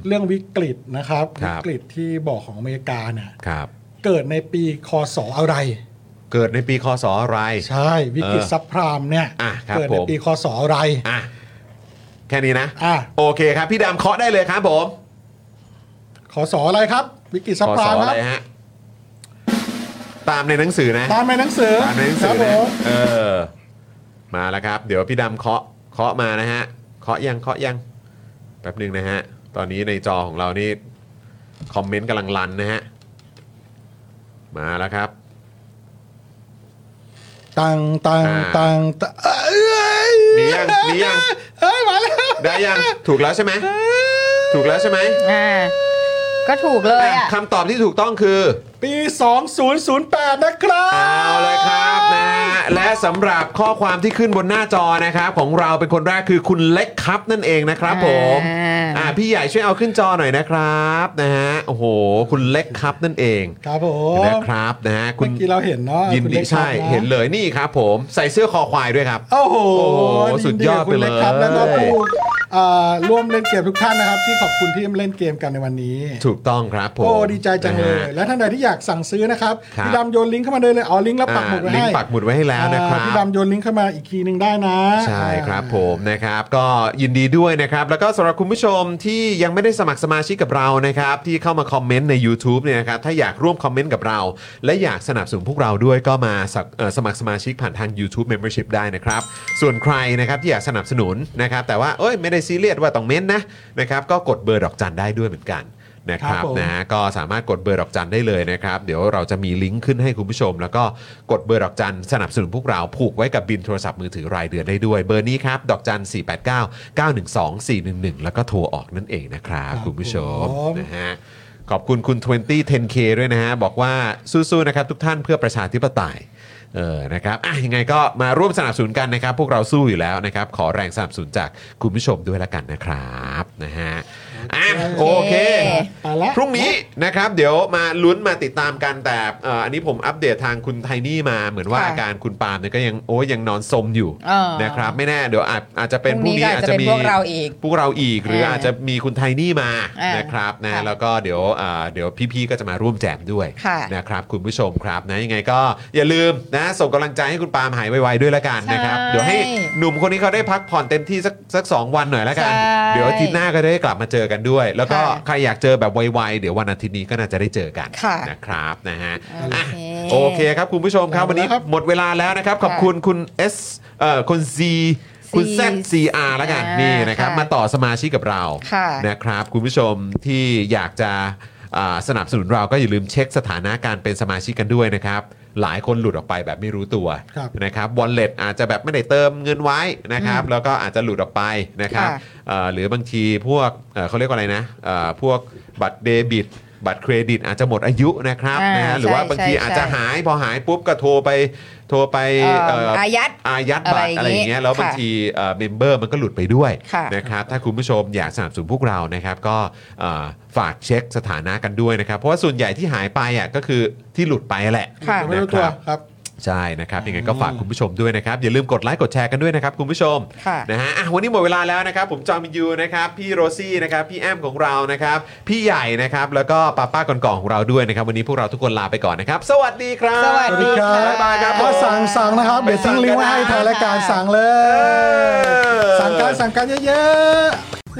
[SPEAKER 4] เรื่องวิกฤตนะครับ
[SPEAKER 1] ครั
[SPEAKER 4] วิ
[SPEAKER 1] บ
[SPEAKER 4] กฤตที่บอกของอเมริกาเนี่ย
[SPEAKER 1] ครับ
[SPEAKER 4] เกิดในปีคศอะไร
[SPEAKER 1] เกิดในปีคศอะไร
[SPEAKER 4] ใช่ วิกฤต
[SPEAKER 1] เออ
[SPEAKER 4] ซับพรามเนี่ย
[SPEAKER 1] อ่ะครับ
[SPEAKER 4] เกิดใน
[SPEAKER 1] ผม
[SPEAKER 4] ปีคศอะไร
[SPEAKER 1] อ่ะแค่นี้นะ
[SPEAKER 4] อ่ะ
[SPEAKER 1] โอเคครับ พี่ดำเคาะได้เลยครับผม
[SPEAKER 4] คศอะไรครับ วิกฤตซับ
[SPEAKER 1] ค
[SPEAKER 4] พ
[SPEAKER 1] ศ
[SPEAKER 4] ราม
[SPEAKER 1] อะ
[SPEAKER 4] ค
[SPEAKER 1] ไร
[SPEAKER 4] รับ
[SPEAKER 1] ฮะตามในหนังสือนะ
[SPEAKER 4] ตามในหนังสือ
[SPEAKER 1] ตามในหนังสื
[SPEAKER 4] ครั
[SPEAKER 1] อบ
[SPEAKER 4] ผ
[SPEAKER 1] นะ
[SPEAKER 4] ม
[SPEAKER 1] เออมาแล้วครับ เดี๋ยวพี่ดำเคาะเคาะมานะฮะเคาะยังเคาะยังแป๊บหนึ่งนะฮะ ตอนนี้ในจอของเรานี่คอมเมนต์กำลังลันนะฮะมาแล้วครับ
[SPEAKER 4] ตังตัง
[SPEAKER 1] อ่า
[SPEAKER 4] ตังตังเอ้ย
[SPEAKER 1] มียังมียัง
[SPEAKER 4] เอ้ยมาแล้ว
[SPEAKER 1] ได้ยังถูกแล้วใช่ไหมถูกแล้วใช่ไหม
[SPEAKER 3] อ่าก็ถูกเลยอ่ะ
[SPEAKER 1] คำตอบที่ถูกต้องคือ
[SPEAKER 4] ปี 2008 นะครับ
[SPEAKER 1] เอาเลยครับนะฮะและสำหรับข้อความที่ขึ้นบนหน้าจอนะครับ ของเราเป็นคนแรกคือคุณเล็กครับนั่นเองนะครับผม
[SPEAKER 3] อ่า
[SPEAKER 1] อ่าพี่ใหญ่ช่วยเอาขึ้นจอหน่อยนะครับนะฮะโอ้โห คุณเล็กครับนั่นเอง
[SPEAKER 4] ครับผม
[SPEAKER 1] นะครับนะฮะคุณ
[SPEAKER 4] เมื่อกี้เราเห็นเนอะ
[SPEAKER 1] ยิน
[SPEAKER 4] คุณ
[SPEAKER 1] ดี
[SPEAKER 4] เล็กครับ
[SPEAKER 1] ใช่
[SPEAKER 4] นะ
[SPEAKER 1] เห็นเลยนี่ครับ ผมใส่เสื้อคอควายด้วยครับ
[SPEAKER 4] โอ้โห
[SPEAKER 1] โอ้โหสุดยอด
[SPEAKER 4] นกับคุณ
[SPEAKER 1] ไปเลย
[SPEAKER 4] กครับแล้วก็ผู้อ่าร่วมเล่นเกมทุกท่านนะครับ ที่ขอบคุณที่มาเล่นเกมกันในวันนี้
[SPEAKER 1] ถูกต้องครับผม
[SPEAKER 4] โอ้ดีใจจังเล
[SPEAKER 1] นะ
[SPEAKER 4] ย
[SPEAKER 1] ฮะ
[SPEAKER 4] และท่านใดที่อยากสั่งซื้อนะครับ
[SPEAKER 1] ครับ
[SPEAKER 4] พี่ดำโยนลิงก์เข้ามาเลยเลยอ๋อลิงก์แล้วปักหมุดไว้
[SPEAKER 1] ลิง
[SPEAKER 4] ให้
[SPEAKER 1] ก์ปักหมุดไว้ให้แล้วนะครับ
[SPEAKER 4] อ่าพี่ดำโยนลิงก์เข้ามาอีกทีหนึ่งได้นะ
[SPEAKER 1] ใช่ครับผมนะครับก็ยินดีด้วยนะครับ แล้วก็สำหรับคุณผู้ชมที่ยังไม่ได้สมัครสมาชิกกับเรานะครับ ที่เข้ามาคอมเมนต์ใน u t u b e เนี่ยนะครับถ้าอยากร่วมคอมเมนต์กับเรา และอยากสนับสนุนพวกเราด้วยก็มาสมัครเอ่อสมัครสมาชิกผ่านทาง YouTube Membership ได้นะครับ ส่วนใครนะครับที่อยากสนับสนุนนะครับ แต่ว่าเอ้ยไม่ได้ซีเรียสว่าต้องเม้นนะนะครับก็กดเบอร์ดอกจันได้ด้วยเหมือนกันนะครับนะ นะฮะก็สามารถกดเบอร์ดอกจันได้เลยนะครับ เดี๋ยวเราจะมีลิงก์ขึ้นให้คุณผู้ชม แล้วก็กดเบอร์ดอกจันสนับสนุนพวกเราผูกไว้กับบินโทรศัพท์มือถือรายเดือนได้ด้วยเบอร์นี้ครับ ดอกจัน 4 8 9 9 1 2 4 1 1 แล้วก็โทรออกนั่นเองนะครับ คุณผู้ชมนะฮะขอบคุณคุณ 20 10K ด้วยนะฮะ บอกว่าสู้ๆนะครับทุกท่านเพื่อประชาธิปไตย เออ นะครับ อ่ะ ยังไงก็มาร่วมสนับสนุนกันนะครับ พวกเราสู้อยู่แล้วนะครับ ขอแรงสนับสนุนจากคุณผู้ชมด้วยละกันนะครับ นะฮะ อ่ะ โอเค
[SPEAKER 4] ไปแล้ว
[SPEAKER 1] พรุ่งนี้นะครับเดี๋ยวมาลุ้นมาติดตามกันแต่เอ่ออันนี้ผมอัปเดตทางคุณไทนี่มาเหมือนว่า
[SPEAKER 3] ค่ะ
[SPEAKER 1] อาการคุณปาล์มเนี่ยก็ยังโอ้ยยังนอนสมอยู่
[SPEAKER 3] เออ
[SPEAKER 1] นะครับไม่แน่เดี๋ยวอาจอาจจะเป็นพ
[SPEAKER 3] พรุ่
[SPEAKER 1] รุ่ง
[SPEAKER 3] งนี้
[SPEAKER 1] นี้อาจจะมี
[SPEAKER 3] ก็อาจจะเป็นพวกเราอีก
[SPEAKER 1] พวกเราอีกหรือ
[SPEAKER 3] เอออ
[SPEAKER 1] อาจจะมีคุณไทนี่มา
[SPEAKER 3] เออ
[SPEAKER 1] นะครับนะ
[SPEAKER 3] ค่ะ
[SPEAKER 1] แล้วก็เดี๋ยวเอ่อเดี๋ยวพี่ๆก็จะมาร่วมแจมด้วย
[SPEAKER 3] ค่ะ
[SPEAKER 1] นะครับคุณผู้ชมครับนะยังไงก็อย่าลืมนะส่งกำลังใจให้คุณปาล์มหายไวๆด้วยละกันนะครับเดี๋ยวให้หนุ่มคนนี้เขาได้พักผ่อนเต็มที่สักสักสองวันหน่อยละกัน เดี๋ยวอาทิตย์หน้าก็ได้กลับมาเจอกันด้วย แล้วก็
[SPEAKER 3] ค่ะ
[SPEAKER 1] ใครอยากเจอแบบไวๆ เดี๋ยววันอาทิตย์นี้ก็น่าจะได้เจอกัน
[SPEAKER 3] ค่ะ
[SPEAKER 1] นะครับนะฮะอ่ะ
[SPEAKER 3] โอเค
[SPEAKER 1] โอเคครับคุณผู้ชมครับ วันนี้
[SPEAKER 4] ครับ
[SPEAKER 1] หมดเวลาแล้วนะครับ ขอบคุณคุณ S เอ่อคุณ Z คุณ
[SPEAKER 3] C
[SPEAKER 1] Z C R แล้วกันนี่นะครับ
[SPEAKER 3] ค่ะ
[SPEAKER 1] มาต่อสมาชิกกับเรา
[SPEAKER 3] ค่ะ
[SPEAKER 1] นะครับ คุณผู้ชมที่อยากจะอ่าสนับสนุนเราก็อย่าลืมเช็คสถานะการเป็นสมาชิกกันด้วยนะครับ หลายคนหลุดออกไปแบบไม่รู้ตัว
[SPEAKER 4] ครับ
[SPEAKER 1] นะครับวอลเล็ตอาจจะแบบไม่ได้เติมเงินไว้นะครับ แล้วก็อาจจะหลุดออกไปนะครับ
[SPEAKER 3] ค่ะ
[SPEAKER 1] เอ่อหรือบางทีพวกเอ่อเขาเรียกว่าอะไรนะเอ่อพวกบัตรเดบิต บัตรเครดิตอาจจะหมดอายุนะครับ
[SPEAKER 3] อ่าน
[SPEAKER 1] นะฮะหรือว่า
[SPEAKER 3] ใช่
[SPEAKER 1] บางที
[SPEAKER 3] ใช่
[SPEAKER 1] อาจจะ
[SPEAKER 3] ใช่
[SPEAKER 1] หายพอหายปุ๊บก็โทรไปโทรไป
[SPEAKER 3] เอ่
[SPEAKER 1] เอ่
[SPEAKER 3] อ
[SPEAKER 1] ออ
[SPEAKER 3] อายัด
[SPEAKER 1] อายัดบัตรอะ
[SPEAKER 3] อะไร ไรอ
[SPEAKER 1] อา
[SPEAKER 3] ย่ย่าง งเงี้
[SPEAKER 1] เงี้
[SPEAKER 3] ย
[SPEAKER 1] ยแล้ว
[SPEAKER 3] ค่ะ
[SPEAKER 1] บางทีเมมเบอร์มันก็หลุดไปด้วย
[SPEAKER 3] ค่ะ
[SPEAKER 1] นะครับถ้าคุณผู้ชมอยากสนับสนุนพวกเรานะครับก็เอ่อฝากเช็คสถานะกันด้วยนะครับ เพราะว่าส่วนใหญ่ที่หายไปอ่ะก็คือที่หลุดไปแหละ
[SPEAKER 3] ค่ะ
[SPEAKER 4] ไม่
[SPEAKER 1] นะ
[SPEAKER 4] รู้
[SPEAKER 1] ค
[SPEAKER 4] ตัว
[SPEAKER 1] รับ
[SPEAKER 4] ครับ
[SPEAKER 1] ใช่นะครับยังไงก็ฝากคุณผู้ชมด้วยนะครับ อย่าลืมกดไลค์กดแชร์กันด้วยนะครับ คุณผู้ชม
[SPEAKER 3] ค่ะ
[SPEAKER 1] นะฮะอ่ะวันนี้หมดเวลาแล้วนะครับ ผมจอมยูนะครับ พี่โรซี่นะครับ พี่แอมของเรานะครับ พี่ใหญ่นะครับ แล้วก็ป้าป้าก่อนๆของเราด้วยนะครับ วันนี้พวกเราทุกคนลาไปก่อนนะครับ สวัสดีครับ
[SPEAKER 3] สวัสดีค่ะ
[SPEAKER 1] บ๊ายบายครับ
[SPEAKER 4] ก็สั่งสั่งนะครับเดี๋ยวทิ้งลิงก์ไว้ให้ทางรายการสั่งเล
[SPEAKER 1] เอย อ
[SPEAKER 4] สั่งการสั่งการเยอะๆ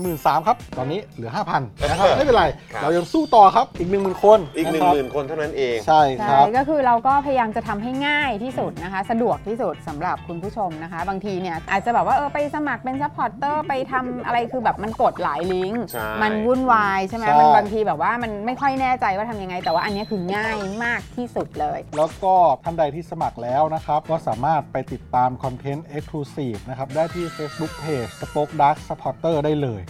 [SPEAKER 4] 1 3ื่นครับ ตอนนี้เหลือ 5,000นะครับไม่เป็นไร
[SPEAKER 1] ครับ
[SPEAKER 4] เรายังสู้ต่อครับอีก 10,000 คน
[SPEAKER 1] อีก1
[SPEAKER 4] ะครับ
[SPEAKER 1] 0,000คนเท่านั้นเอง
[SPEAKER 4] ใช่ค
[SPEAKER 2] ใช่
[SPEAKER 4] รับ
[SPEAKER 2] ก็คือเราก็พยายามจะทำให้ง่ายที่สุดนะคะ สะดวกที่สุดสำหรับคุณผู้ชมนะคะ บางทีเนี่ยอาจจะแบบว่าเออไปสมัครเป็นซัพพอร์ตเตอร์ไปทำอะไรคือแบบมันกดหลายลิงก์
[SPEAKER 1] ใช่
[SPEAKER 2] มันวุ่นวายใช่ไหม
[SPEAKER 4] ใช่
[SPEAKER 2] มันบางทีแบบว่ามันไม่ค่อยแน่ใจว่าทำยังไง แต่ว่าอันเนี้ยคือง่ายมากที่สุดเลย
[SPEAKER 4] แล้วก็ท่านใดที่สมัครแล้วนะครับ ก็สามารถไปติดตามคอนเทนต์ Exclusive นะครับ ได้ที่ Facebook Page Spoke Dark Supporter ได้เลย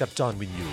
[SPEAKER 11] กับจอห์นวินยู